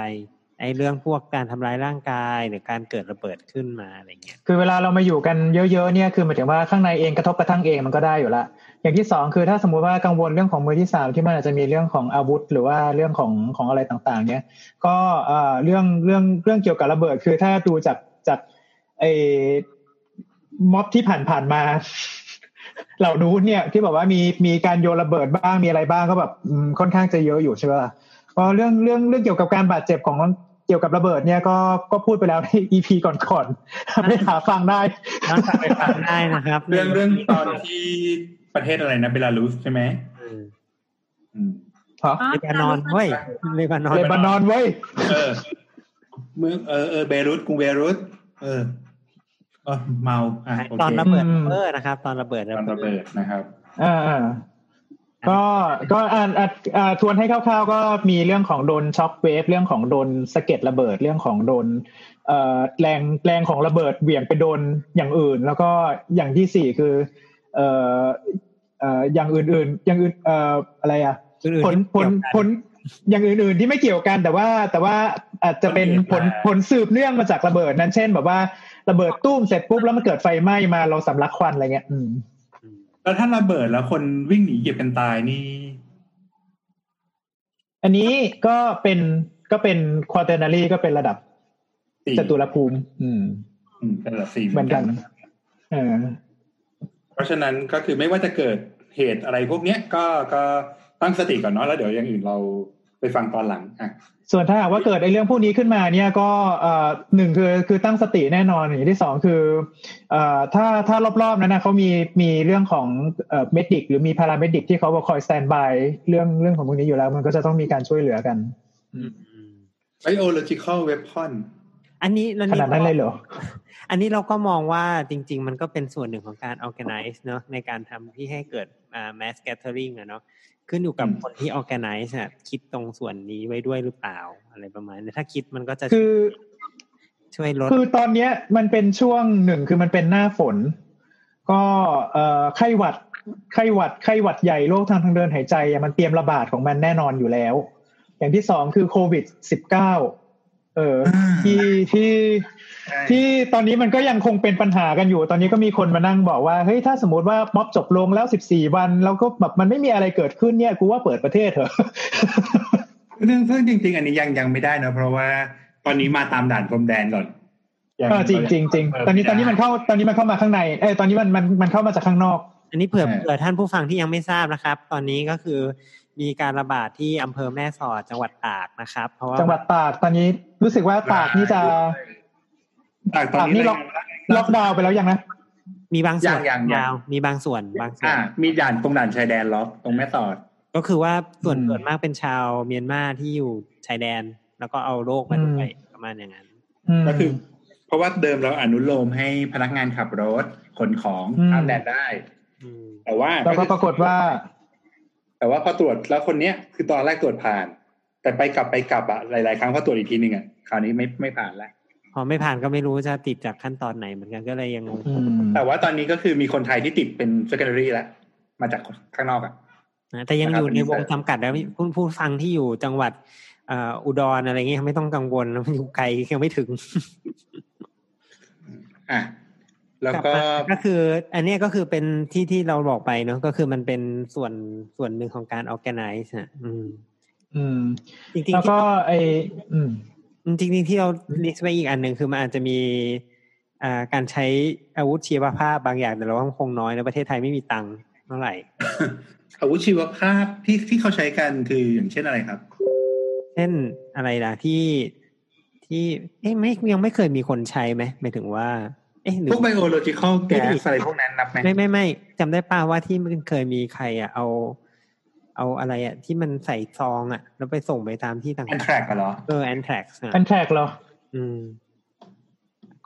Speaker 4: ไอเรื่องพวกการทำร้ายร่างกายหรือการเกิดระเบิดขึ้นมาอะไรเงี้ย
Speaker 7: คือเวลาเรามาอยู่กันเยอะๆเนี่ยคือหมายถึงว่าข้างในเองกระทบกระทั่งเองมันก็ได้อยู่ละอย่างที่สองคือถ้าสมมุติว่ากังวลเรื่องของมือที่สามที่มันอาจจะมีเรื่องของอาวุธ หรือว่าเรื่องของของอะไรต่างๆ เนี่ยก็เอ่อเรื่องเรื่องเรื่องเกี่ยวกับระเบิด คือถ้าดูจากจากไอ้ม็อบที่ผ่านๆมา เหล่านู้นเนี่ยที่บอกว่ามีมีการโยนระเบิดบ้างมีอะไรบ้างก็แบบอืมค่อนข้างจะเยอะอยู่ใช่ปะล่ะเพราะเรื่องเรื่องเรื่องเกี่ยวกับการบาดเจ็บของเกี่ยวกับระเบิดเนี่ยก็ก็พูดไปแล้วใน EP ก่อนๆ ทำให้หาฟังได้
Speaker 4: ย้อนกลับไปฟังได้นะครับ
Speaker 5: เรื่องเรื่องตอนที่ประเทศอะไรนะเบลารุสใช่ไหม
Speaker 4: อืม
Speaker 5: อืม
Speaker 4: เลบานอนเว้ยเลบานอน
Speaker 7: เลบานอนเว้ย
Speaker 5: เออ เมืองเออเออเบรุตกรุงเบรุตเออเออเมาอ่ะโอเค
Speaker 4: ตอนระเบิด
Speaker 7: อืม
Speaker 4: ระเบิดนะครับ ตอนระเบิด
Speaker 5: ตอนระเบิดนะครับ
Speaker 7: อ่าๆก็ก็อ่านอ่านอ่าทวนให้คร่าวๆ ก็มีเรื่องของโดนช็อคเวฟเรื่องของโดนสะเก็ดระเบิดเรื่องของโดนเอ่อแรงแรงของระเบิดเหวี่ยงไปโดนอย่างอื่น แล้วก็อย่างที่สี่คือเอ่อเอ่ออย่างอื่นๆ อย่างอื่นเอ่ออะไรอ่ะ
Speaker 4: อื่นๆ
Speaker 7: ผล
Speaker 4: ที่
Speaker 7: ผล
Speaker 4: เกี่ยว
Speaker 7: ผ
Speaker 4: กัน
Speaker 7: ลอย่างอื่นๆที่ไม่เกี่ยวกันแต่ว่าแต่ว่าอาจจะเป็นผ
Speaker 5: ผ
Speaker 7: ล
Speaker 5: ลเหตุมา
Speaker 7: ผลสืบเนื่องมาจากระเบิดนั้นเช่น แบบว่าระเบิดตุ้มเสร็จปุ๊บแล้วมันเกิดไฟไหม้มาเราสำลักควันอะไรเงี้ยอืม
Speaker 5: แล้วถ้าระเบิดแล้วคนวิ่งหนีเหยียบกันตายนี่
Speaker 7: อันนี้ก็เป็นก็เป็นควอเทนารีก็เป็นระดับ
Speaker 5: สี่
Speaker 7: จตุรภูมิ อืม
Speaker 5: อืมเป็นระดับสี่
Speaker 7: เหมือนกัน เออ
Speaker 5: เพราะฉะนั้นก็คือไม่ว่าจะเกิดเหตุอะไรพวกเนี้ย ก็ก็ตั้งสติก่อนเนาะแล้วเดี๋ยวอย่างอื่นเราไปฟังตอนหลังอ่ะ
Speaker 7: ส่วนถ้าหากว่าเกิดไอ้เรื่องพวกนี้ขึ้นมาเนี่ยก็เอ่อหนึ่งคือคือตั้งสติแน่นอนอย่างที่สองคือเอ่อถ้าถ้ารอบๆนั้นนะเขามีมีเรื่องของเอ่อเมดิกหรือมีพาราเมดิกที่เขาคอยสแตนบายเรื่องเรื่องของพวกนี้อยู่แล้ว มันก็จะต้องมีการช่วยเหลือกัน
Speaker 4: อืม
Speaker 5: biological weapon
Speaker 4: อันนี้เรา
Speaker 7: ขนาดนั้นเลยเหรอ
Speaker 4: อันนี้เราก็มองว่าจริง ๆ มันก็เป็นส่วนหนึ่งของการ organize เนอะในการทำที่ให้เกิดอ่า mass gathering อะเนาะขึ้นอยู่กับ
Speaker 5: อืม
Speaker 4: คนที่ organize อะคิดตรงส่วนนี้ไว้ด้วยหรือเปล่าอะไรประมาณนี้ถ้าคิดมันก็จะ
Speaker 7: คือ
Speaker 4: ช่วยลด
Speaker 7: คือตอนเนี้ยมันเป็นช่วงหนึ่งคือมันเป็นหน้าฝน ก็เอ่อไข้หวัดไข้หวัดไข้หวัดใหญ่โรคทางทางเดินหายใจอะมันเตรียมระบาดของมันแน่นอนอยู่แล้ว อย่างที่สองคือโควิดสิบเก้า เออ
Speaker 5: อ่า
Speaker 7: ที่ที่
Speaker 5: ใช่
Speaker 7: ที่ตอนนี้มันก็ยังคงเป็นปัญหากันอยู่ ตอนนี้ก็มีคนมานั่งบอกว่าเฮ้ยถ้าสมมติว่าม็อบจบลงแล้วสิบสี่วันแล้วก็แบบมันไม่มีอะไรเกิดขึ้นเนี่ยกูว่าเปิดประเทศเถอะ
Speaker 5: เรื่องซึ่งจริง ๆ อันนี้ยังยังไม่ได้นะเพราะว่าตอนนี้มาตามด่านพรมแดนก่อน
Speaker 7: เออจริงจริงจริงตอนนี้ตอนนี้มันเข้าตอนนี้มันเข้ามาข้างในเอยตอนนี้มันมันมันเข้ามาจากข้างนอก
Speaker 4: อันนี้เผื่อ
Speaker 5: ใช่
Speaker 4: เผื่อท่านผู้ฟังที่ยังไม่ทราบนะครับ ตอนนี้ก็คือมีการระบาดที่อำเภอแม่สอดจังหวัดตากนะครับ เพราะว่า
Speaker 7: จังหวัดตากตอนนี้รู้สึกว่าตากนี่จะ
Speaker 5: ตากตอน
Speaker 7: ตากนี่
Speaker 5: นี้
Speaker 7: ล็อก ล็อกดาวน์ไปแล้วยังนะ
Speaker 4: มีบางส่วน
Speaker 5: ยังๆๆ
Speaker 4: ยาวมีบางส่วนบางส่วน
Speaker 5: อ่ามีด่านตรงด่านชายแดนล็อกตรงแม่สอด
Speaker 4: ก็คือว่าส่วน
Speaker 7: อืม
Speaker 4: ส่วนมากเป็นชาวเมียนมาที่อยู่ชายแดน แล้วก็เอาโรคมา
Speaker 7: อืม
Speaker 4: ด้วยประมาณอย่างนั้น
Speaker 7: ม
Speaker 5: ก็คือเพราะว่าเดิมเราอนุโลมให้พนักงานขับรถขนของ
Speaker 7: อืม
Speaker 5: ข้ามแดนได้
Speaker 4: อืม
Speaker 5: แต่ว่า
Speaker 7: แล้วก็ปรากฏว่า
Speaker 5: แต่ว่าพอตรวจแล้วคนเนี้ยคือตอนแรกตรวจผ่าน แต่ไปกลับไปกลับอะหลาย ๆ ครั้งพอตรวจอีกทีหนึ่งอะคราวนี้ไม่ไม่ผ่านแล้ว
Speaker 4: พอไม่ผ่านก็ไม่รู้จะติดจากขั้นตอนไหนเหมือนกันก็เลยยังงง
Speaker 7: อืม
Speaker 5: แต่ว่าตอนนี้ก็คือมีคนไทยที่ติดเป็น secondary แล้ว มาจากข้างนอกอะ
Speaker 4: นะแต่ยัง
Speaker 5: นะค
Speaker 4: อ
Speaker 5: รับ
Speaker 4: ยู่ในวง
Speaker 5: อันนี้ใส่
Speaker 4: จำกัดแล้วคุณผู้ฟังที่อยู่จังหวัดเอ่ออุดรอะไรเงี้ยไม่ต้องกังวลนะมันอยู่ไกลยังไม่ถึง
Speaker 5: อ่ะแล้วก็
Speaker 4: ลับมาก็คือ อันเนี้ยก็คือเป็นที่ที่เราบอกไปเนาะก็คือมันเป็นส่วนส่วนหนึ่งของการ organize นะอืม
Speaker 7: อืม
Speaker 4: จริงๆ
Speaker 7: แล้ว
Speaker 4: ที่
Speaker 7: ก็ไออืม
Speaker 4: จริง ๆ ที่เรา list ไว้อีกอันหนึ่งคือมันอาจจะมีอ่าการใช้อาวุธชีวภาพบางอย่างแต่เราว่ามันคงน้อยในะประเทศไทยไม่มีตังค์เท่าไหร่
Speaker 5: อาวุธชีวภาพที่ที่เขาใช้กันคืออย่างเช่นอะไรครับ
Speaker 4: เช่นอะไรล่ะที่ที่เอ๊ะไม่ยังไม่เคยมีคนใช้ไหมหมายถึงว่า เอ๊ะหรือ
Speaker 5: พวก biological
Speaker 4: ไม่ได้
Speaker 5: gas อะไรพวกนั้นนับไหม
Speaker 4: ไม่ไม่ไม่จำได้ป่าวว่าที่มันเคยมีใครอ่ะเอา เอาอะไรอ่ะที่มันใส่ซองอ่ะ แล้วไปส่งไปตามที่ต่าง
Speaker 5: อันแทรกเหรอ
Speaker 4: ๆเออแอนแทร็กซ์อ่ะ
Speaker 7: อันแทรกเหรอ
Speaker 4: อืม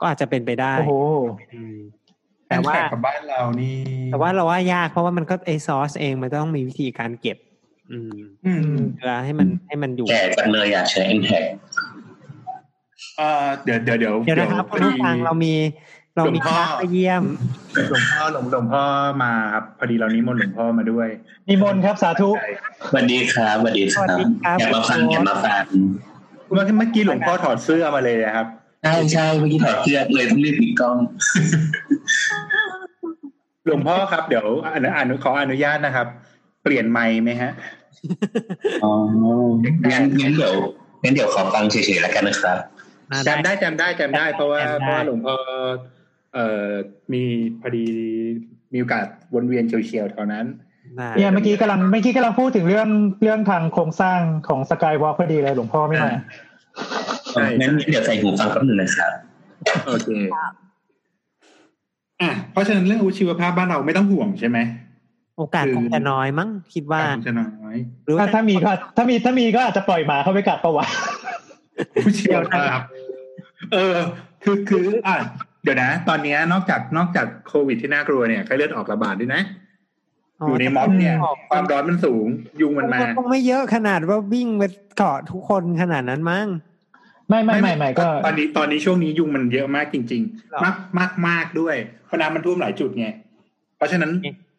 Speaker 4: ก็อาจจะเป็นไปได้
Speaker 7: โอ้โห
Speaker 4: อืม
Speaker 5: แต่
Speaker 4: แต่
Speaker 5: ว่า
Speaker 4: ว่า
Speaker 5: กับบ้านเรานี่
Speaker 4: แต่ว่าเราว่ายากเพราะว่ามันก็ไอซอสเองมันต้องมีวิธีการเก็บ อืม
Speaker 5: อืม
Speaker 4: เวลาให้มันให้มันอยู่
Speaker 1: แก่จังเลยอ่ะใช้แอนแท็ก
Speaker 5: เอ่อเดี๋ยวเดี๋ยวเดี๋ยว
Speaker 4: เดี๋ยวนะครับ
Speaker 5: พ
Speaker 4: คุ
Speaker 5: อ
Speaker 4: ณ
Speaker 5: ดี
Speaker 4: ผู้ฟังเรามีเรามี
Speaker 5: หลวงพ่อ
Speaker 4: พระมาเยี่ยม
Speaker 5: หลวงพ่อหลวงหลวงพ่อมาครับพอดีเรานี้มนต์หลวงพ่อมาด้วย
Speaker 7: นิมนต์ครับสาธุ
Speaker 5: ใช่
Speaker 1: สวัสดีครับสวัสดีครั
Speaker 4: สวัสดีครับ
Speaker 1: บอยากมาฟังอยากมาฟัง
Speaker 5: เมื่อเมื่อกี้หลวงพ่อถอดเสื้อมาเลยนะครับ
Speaker 1: ใช่ใช่เมื่อกี้ถอดเสื้อเลยต้องรีบปิดกล้อง
Speaker 5: หลวงพ่อครับเดี๋ยวอนุอนุขออนุญาตนะครับ เปลี่ยนไมค์ไหมฮะ
Speaker 1: อ๋องั้นงั้นเดี๋ยวงั้นเดี๋ยวขอฟังเฉยๆแล้วกันนะครับ
Speaker 4: มา
Speaker 5: จำได้จำได้จำได้เพราะว่า
Speaker 4: จำได้
Speaker 5: เพราะว่าหลวงพ่อเอ่อมีพอดีมีโอกาสวนเวียนเฉียวๆแถวนั้น
Speaker 4: ได้
Speaker 7: เนี่ยเมื่อกี้กำลังเมื่อกี้กำลังพูดถึงเรื่องเรื่องทางโครงสร้างของสกายวอล์พอดีเลยหลวงพ่อไม่มา
Speaker 5: ใช่
Speaker 1: งั้นงั้นเดี๋ยวใส่หูฟังแป๊บหนึงนะครับ
Speaker 5: โอเคอ่ะเพราะฉะนั้นเรื่องอาวุธชีวภาพบ้านเราไม่ต้องห่วงใช่ไหม
Speaker 4: โอกาส
Speaker 5: คือ
Speaker 4: คงจะน้อยมั้งคิดว่า
Speaker 5: คงจะน้อย
Speaker 4: หรือว่า
Speaker 7: ถ้าถ้ามีก็ถ้ามีถ้ามีก็อาจจะปล่อยหมาเข้าไปกัดปะวะ
Speaker 5: อาวุธชีวภาพเออ คือคืออ่ะเดี๋ยวนะ ตอนเนี้ยนอกจากนอกจากโควิดที่น่ากลัวเนี่ยไข้เลือดออกระบาดด้วยนะ อยู่ในม็อบเนี่ย
Speaker 4: ออก
Speaker 5: ความร้อนมันสูง ยุงมันมา
Speaker 4: คงไม่เยอะขนาดว่าวิ่งไปเกาะทุกคนขนาดนั้นมั้ง
Speaker 7: ไม่ไม่ไม่ไม่ก็
Speaker 5: ตอนนี้ตอนนี้ช่วงนี้ยุงมันเยอะมากจริง
Speaker 4: หรอ
Speaker 5: ๆ มากมากมากด้วยเพราะน้ำมันท่วมหลายจุดไงเพราะฉะนั้น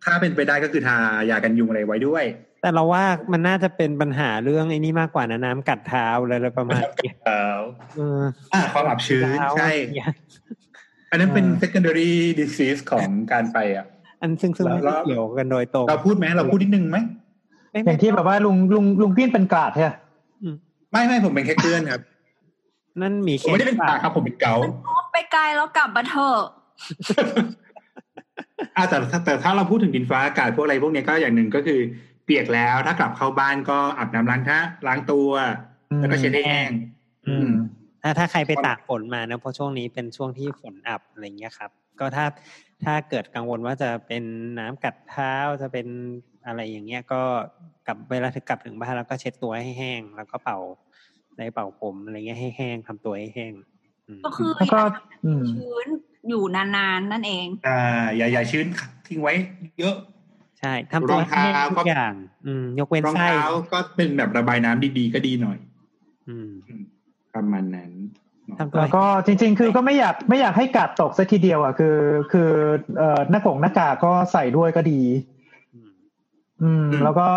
Speaker 5: ถ้าเป็นไปได้ก็คือทายากันยุงอะไรไว้ด้วย
Speaker 4: แต่เราว่ามันน่าจะเป็นปัญหาเรื่องไอ้นี่มากกว่านะน้ำกัดเท้าอะไรประมาณเนี้ย
Speaker 5: เอ่อ
Speaker 4: เออ
Speaker 5: อ่าความอับชื้น
Speaker 4: เท้า
Speaker 5: ใช่ อันนั้นเป็น secondary disease ของการไปอ่ะ
Speaker 4: อันซึ่งซึ่งไม่ได้เกี่ยวกันโดยตรง
Speaker 5: เราพูดไหมเราพูดนิดนึงไหม
Speaker 4: ไม่
Speaker 7: อย่างที่แบบว่าลุงลุงลุงพี่นเป็นกาดใช่ปะ
Speaker 5: ไม่ไม่ผมเป็นแค่เกลื่อนครับ
Speaker 4: นั่นหมี
Speaker 5: ผ
Speaker 4: เค
Speaker 5: มไม่ได้เป็นปากครับ ผมเป็นเกา
Speaker 3: ไปไกลแล้วกลับมาเถอะ
Speaker 5: อ่าแต่แต่แต่ถ้าเราพูดถึงดินฟ้าอากาศพวกอะไรพวกเนี้ยก็อย่างหนึ่งก็คือ เปียกแล้วถ้ากลับเข้าบ้านก็อาบน้ำล้างท่าล้างตัว แล้วก็เช็ดให้แห้ง
Speaker 7: อืม
Speaker 4: ถ้าถ้าใครไปตากฝนมานะเพราะช่วงนี้เป็นช่วงที่ฝนอับอะไรเงี้ยครับ ก็ถ้าถ้าเกิดกังวลว่าจะเป็นน้ำกัดเท้าจะเป็นอะไรอย่างเงี้ยก็กลับเวลาถึงกลับถึงบ้านแล้วก็เช็ดตัวให้แห้ง แล้วก็เป่าในเป่าผมอะไรเงี้ยให้แห้งทำตัวให้แห้งอืม
Speaker 3: ก็คือ
Speaker 7: แล้วก็อืม
Speaker 3: ชื้นอยู่นานๆนั่นเอง
Speaker 5: อ่าอย่าอย่าชื้นทิ้งไว้ เยอะ
Speaker 4: ใช่ทำตัวให้แห้
Speaker 5: รองเท้าง
Speaker 4: ทุ
Speaker 5: ก็
Speaker 4: กอย่าง อืม ยกเว้น
Speaker 5: รอง
Speaker 4: ไส้
Speaker 5: เท้าก็เป็นแบบระบายน้ำดีๆ ก็ดีหน่อย
Speaker 4: อืม
Speaker 5: ประมาณนั้นเนอะ
Speaker 4: ทำตัว
Speaker 7: แล้วก็จริง ๆ คือก็ไม่อยากไม่อยากให้กาดตกซะทีเดียวอ่ะคือ คือเอ่อหน้ากงหน้ากากก็ใส่ด้วยก็ดี
Speaker 4: อืม
Speaker 7: อืม แล้วก็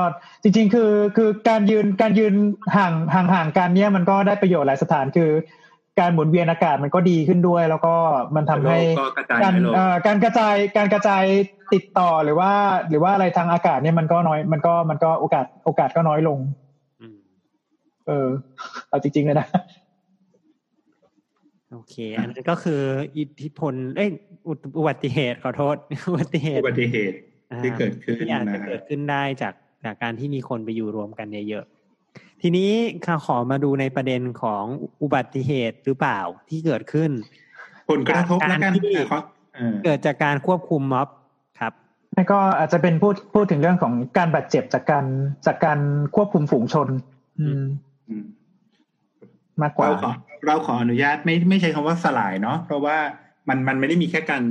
Speaker 7: จริง ๆ คือคือการยืนการยืนห่างห่างห่างกันเนี่ยมันก็ได้ประโยชน์หลายสถานคือ การหมุนเวียนอากาศมันก็ดีขึ้นด้วย แล้วก็มันทำให้
Speaker 5: ก็กระจาย
Speaker 7: การ
Speaker 5: ในโลก
Speaker 7: เอ่อการกระจายการกระจายติดต่อหรือว่าหรือว่าอะไรทางอากาศเนี่ยมันก็น้อยมันก็มันก็โอกาสโอกาสก็น้อยลง
Speaker 4: อืม
Speaker 7: เออ เอาจริงๆเลยนะ
Speaker 4: โอเค อันนั้นก็คืออิทธิพลเอ้ยอุตอุบัติเหตุขอโทษ อุบัติเหตุ
Speaker 5: อุบัติเหตุ ที่เกิดขึ้น
Speaker 4: ที่อาจจะ
Speaker 5: นะ
Speaker 4: เกิดขึ้นได้จากจากการที่มีคนไปอยู่รวมกันเยอะๆทีนี้ข้าขอมาดูในประเด็นของอุบัติเหตุหรือเปล่าที่เกิดขึ้น
Speaker 5: ผลกระทบแล้วกัน
Speaker 4: การที่
Speaker 5: อ่ะครับเออ
Speaker 4: เกิดจากการควบคุมม็อบครับ
Speaker 7: แล้วก็อาจจะเป็นพูดพูดถึงเรื่องของการบาดเจ็บจากการจากการควบคุมฝูงชน อืม
Speaker 5: อืม
Speaker 7: มากกว่า
Speaker 5: เราขอเราขออนุญาตไม่ไม่ใช้คำว่าสลายเนาะเพราะว่ามันมันไม่ได้มีแค่การ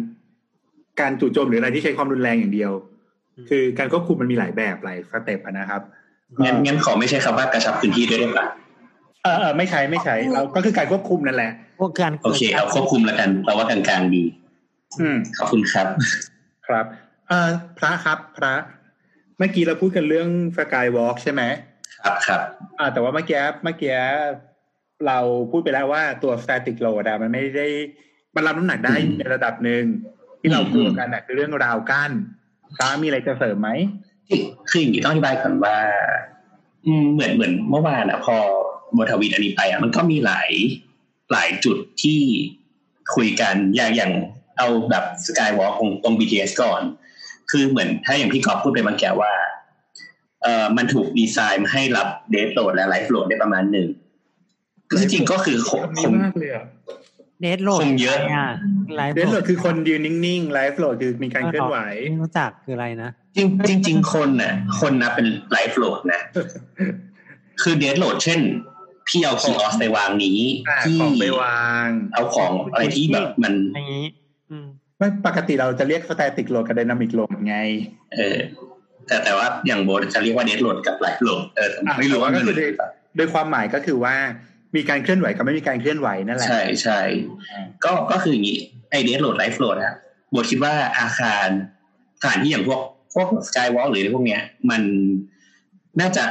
Speaker 5: การจู่โจมหรืออะไรที่ใช้ความรุนแรงอย่างเดียว
Speaker 4: อืม
Speaker 5: คือการควบคุมมันมีหลายแบบหลายสเต็ปอะนะครับ
Speaker 1: งั้นงั้นขอไม่ใช่คำว่ากระชับพื้นที่ด้วยได้ปะ
Speaker 5: เออเออไม่ใช้ไม่ใช้เราก็คือการควบคุมนั่นแหละ
Speaker 4: พวกการ
Speaker 1: โอเคเอาควบคุมแล้วกันเราว่ากลางๆดี
Speaker 5: อืม
Speaker 1: ขอบคุณครับ
Speaker 5: ครับเอ่อพระครับพระเมื่อกี้เราพูดกันเรื่องสกายวอล์กใช่ไหม
Speaker 1: ครับครับ
Speaker 5: อ่าแต่ว่าเมื่อกี้เมื่อกี้เราพูดไปแล้วว่าตัว static load อะมันไม่ได้มันรับน้ำหนักได้ในระดับหนึ่งที่เรากลัวกันอะคือเรื่องราวกั้นพระมีอะไรจะเสริมไหม
Speaker 1: คือคืออย่างนี้ต้องอธิบายก่อนว่า อืมเหมือนเหมือนเมื่อวานอะพอบทวิตอันนี้ไปอะมันก็มีหลายหลายจุดที่คุยกันอย่างอย่างเอาแบบสกายวอล์กตรงตรง BTS ก่อน คือเหมือนถ้าอย่างที่กอฟพูดไปบางแกว่าเออมันถูกดีไซน์มาให้รับเดทโหลดและไลฟ์โหลดได้ประมาณหนึ่งคือจริงๆก็คือคง
Speaker 5: มี
Speaker 1: คง
Speaker 5: มากเลยอ่ะ
Speaker 4: เดทโหลด
Speaker 1: คุมเยอะ
Speaker 4: ไลฟ์
Speaker 5: เดนโหลดคือคนยืนนิ่งๆ ไลฟ์โหลดคือมีการเคลื่อนไหว
Speaker 4: ไม่รู้จักคืออะไรนะ
Speaker 1: จริงจริงจริงคนน่ะ คนนะเป็นไลฟ์โหลดนะ คือเดทโหลดเช่น พี่เอาคีย์ออสไปวางนี้
Speaker 5: อ่า
Speaker 1: พี่
Speaker 5: ของไปวาง
Speaker 1: เอาของอะไรที่แบบมัน
Speaker 4: อย่างนี้ อืม
Speaker 5: ไม่ปกติเราจะเรียกสแตติกโหลดกับไดนามิกโหลดไง
Speaker 1: เออ แต่แต่ว่าอย่างโบทจะเรียกว่าเดทโหลดกับไลฟ์โหลดเออ
Speaker 5: อ่ะ
Speaker 1: ไม่รู้ว่า
Speaker 5: แต่
Speaker 1: มั
Speaker 5: ก็
Speaker 1: น
Speaker 5: คือโดยโดยความหมายก็คือว่ามีการเคลื่อนไหวกับไม่มีการเคลื่อนไหวนั่นแหละ
Speaker 1: ใช่ใช่
Speaker 5: อ่า
Speaker 1: ก็ก็คืออย่างนี้ไอเดทโหลดไลฟ์โหลดอะโบทคิดว่าอาคารสถานที่อย่างพวกพวกสกายวอล์กหรืออะไรพวกเนี้ย มันน่าจะ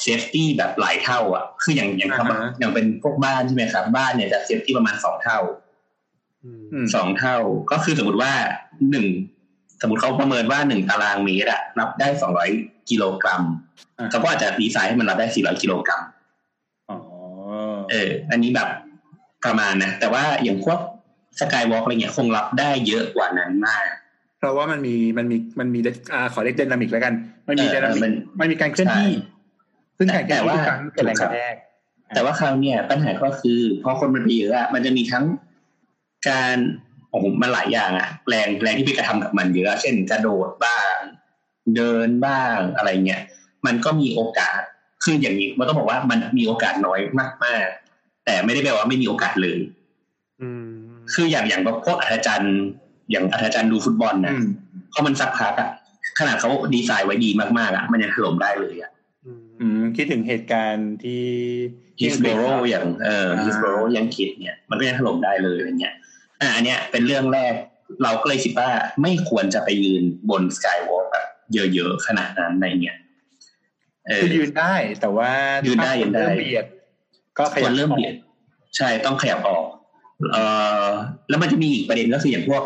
Speaker 1: เซฟตี้แบบหลายเท่าอ่ะ คืออย่างอย่างครับอย่างเป็นพวกบ้านใช่ไหมครับ บ้านเนี่ยจะเซฟตี้ประมาณสองเท่า
Speaker 4: อืม
Speaker 5: อืม
Speaker 1: สองเท่าก็คือสมมติว่าหนึ่งสมมติเขาประเมินว่าหนึ่งตารางเมตรอะรับได้สองร้อยกิโลกรัมเขาก็อาจจะดีไซน์ให้มันรับได้สี่ร้อยกิโลกรัม
Speaker 5: อ๋อ
Speaker 1: เออ อันนี้แบบประมาณนะแต่ว่าอย่างพวกสกายวอล์กอะไรเงี้ยคงรับได้เยอะกว่านั้นมาก
Speaker 5: เพราะว่ามันมีมันมีมันมีอ่าขอเรียกไดนามิกแล้วกัน มันมี
Speaker 1: เออ
Speaker 5: ไดนามิก
Speaker 1: มัน
Speaker 5: มันมีการเคลื่อนที่
Speaker 1: ใช่
Speaker 5: ซึ่งการเคลื่อนที่ทุ
Speaker 1: แต่ว่า
Speaker 5: กครั้งเกิดแรงกระแทก
Speaker 1: แต่ว่าคราวเนี่ยปัญหาก็คือพอคนมันไปเยอะอะมันจะมีทั้งการโอ้โหมันหลายอย่างอะแรงแรงที่ไปกระทำกับมันเยอะเช่นกระโดดบ้าง เดินบ้างอะไรเงี้ยมันก็มีโอกาสคืออย่างนี้มันต้องบอกว่ามันมีโอกาสน้อยมาก ๆ แต่ไม่ได้แปลว่าไม่มีโอกาสเลย
Speaker 4: อืม
Speaker 1: คืออย่างอย่างพวกอาจารย์อย่างอาจารย์ดูฟุตบอล
Speaker 5: อื
Speaker 1: นะ
Speaker 5: ม
Speaker 1: พอมันสักพักอะขนาดเขาดีไซน์ไว้ดีมากๆอะมันยังถล่มได้เลยอะ
Speaker 4: อืม
Speaker 5: อืมคิดถึงเหตุการณ์ที่
Speaker 1: ฮิ
Speaker 5: ที่
Speaker 1: ส
Speaker 5: อัง
Speaker 1: โบ
Speaker 5: กฤษ
Speaker 1: โร
Speaker 5: เนอะ
Speaker 1: อย่างเออ
Speaker 5: อ่า
Speaker 1: ฮิสโบโรยังคิดเนี่ยมันก็ยังถล่มได้เลยอะไรเงี้ย อ่าอันเนี้ยเป็นเรื่องแรกเราก็เลยคิดว่าไม่ควรจะไปยืนบนสกายวอล์กแบบเยอะๆ ขนาดนั้นในเนี้ยเออ
Speaker 5: คือยืนได้แต่ว่า
Speaker 1: ยืนได้ยืนได้
Speaker 5: เริ่มเบียด ก็ข
Speaker 1: ค
Speaker 5: ยั
Speaker 1: น
Speaker 5: บ
Speaker 1: เริ่มเบียดใช่ต้องขยับออกเออแล้วมันจะมีอีกประเด็นก็คืออย่างพวก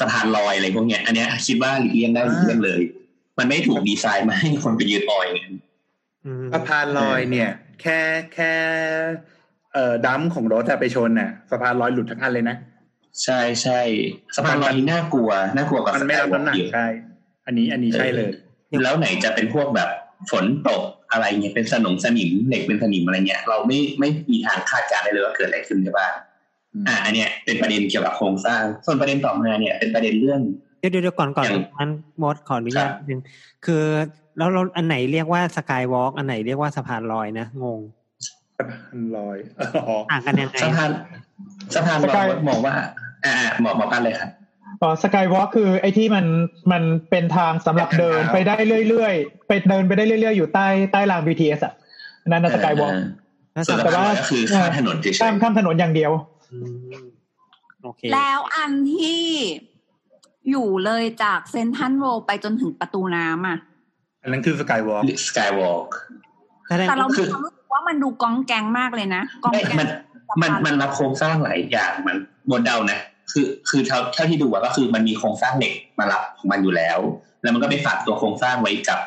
Speaker 1: สะพานลอยอะไรพวกเนี้ย อันเนี้ยคิดว่าหลีกเลี่ยงได้หลีกเลี่ยงเลย มันไม่ได้ถูกดีไซน์มาให้คนไปยืนออยอย่างนั้น
Speaker 4: อืม
Speaker 5: สะพานลอยเนี่ย แค่แค่เอ่อดัมป์ของรถอะไปชนน่ะสะพานลอยหลุดทั้งอันเลยนะ
Speaker 1: ใช่ใช่สะพานลอยนี่น่ากลัวน่ากลัวกว่า
Speaker 5: มันไม่รับน้ำหนัก
Speaker 1: สกายวอล์กเยอะ
Speaker 5: ใช่อันนี้อันนี้ใช่เลย
Speaker 1: แล้วไหนจะเป็นพวกแบบฝนตกอะไรเงี้ยเป็นสนมสนิมเหล็กเป็นสนิมอะไรเงี้ยเราไม่ไม่มีทางคาดการณ์ได้เลยว่าเกิดอะไรขึ้นใช่ป่ะ
Speaker 5: อืม
Speaker 1: อ่าอันเนี้ยเป็นประเด็นเกี่ยวกับโครงสร้าง ส่วนประเด็นต่อมาเนี่ยเป็นประเด็นเรื่อง
Speaker 4: เดี๋ยวเดี๋ยวเดี๋ยวก่อนก่อน
Speaker 1: อย่าง
Speaker 4: นั้นมดขออนุญาต
Speaker 1: ครับ
Speaker 4: นิดนึงคือแล้วเราอันไหนเรียกว่าสกายวอล์กอันไหนเรียกว่าสะพานลอยนะ งง
Speaker 5: สะพานลอย อ๋อ
Speaker 4: ต่างกันยังไง
Speaker 1: สะพานสะพาน
Speaker 7: ส
Speaker 1: ล
Speaker 7: กา
Speaker 1: อย ยมองว่า อ่าอ่าหมอหมอปั้นเลยครับ
Speaker 7: อ๋อสกายวอล์คือไอ้ที่มันมันเป็นทางสำหรับเดินไปได้เรื่อยๆ ไปเดินไปได้เรื่อยๆ อยู่ใต้ใต้ราง BTS อ่ะอันนั่นนะสกายวอล์
Speaker 4: แล้ว
Speaker 1: ส่วน
Speaker 4: สะ
Speaker 1: สะ
Speaker 4: พาน
Speaker 1: พานลอย
Speaker 7: แต่ว่า
Speaker 1: ก็คือข้ามถนนเฉย
Speaker 7: ข้ามข้ามถนนอย่างเดียว
Speaker 4: อืมโอเค
Speaker 3: แล้วอันที่อยู่เลยจากเซนทรันโรไปจนถึงประตูน้ำอ่ะ
Speaker 5: อันนั้นคือสกายวอล์ก
Speaker 1: สกายวอล์ก
Speaker 4: แสดง
Speaker 3: แต่เรา
Speaker 1: คื
Speaker 3: มีค
Speaker 1: อ
Speaker 3: วามรู้สึกว่ามันดูกองแกงมากเลยนะกอง
Speaker 1: ไม่
Speaker 3: แกง
Speaker 1: มัน มันมันรับโครงสร้างหลายอย่างมันบนเดานะ คือคือเท่าเท่าที่ดูอะก็คือมันมีโครงสร้างเหล็กมารับของมันอยู่แล้ว แล้วมันก็ไปฝากตัวโครงสร้างไว้กับ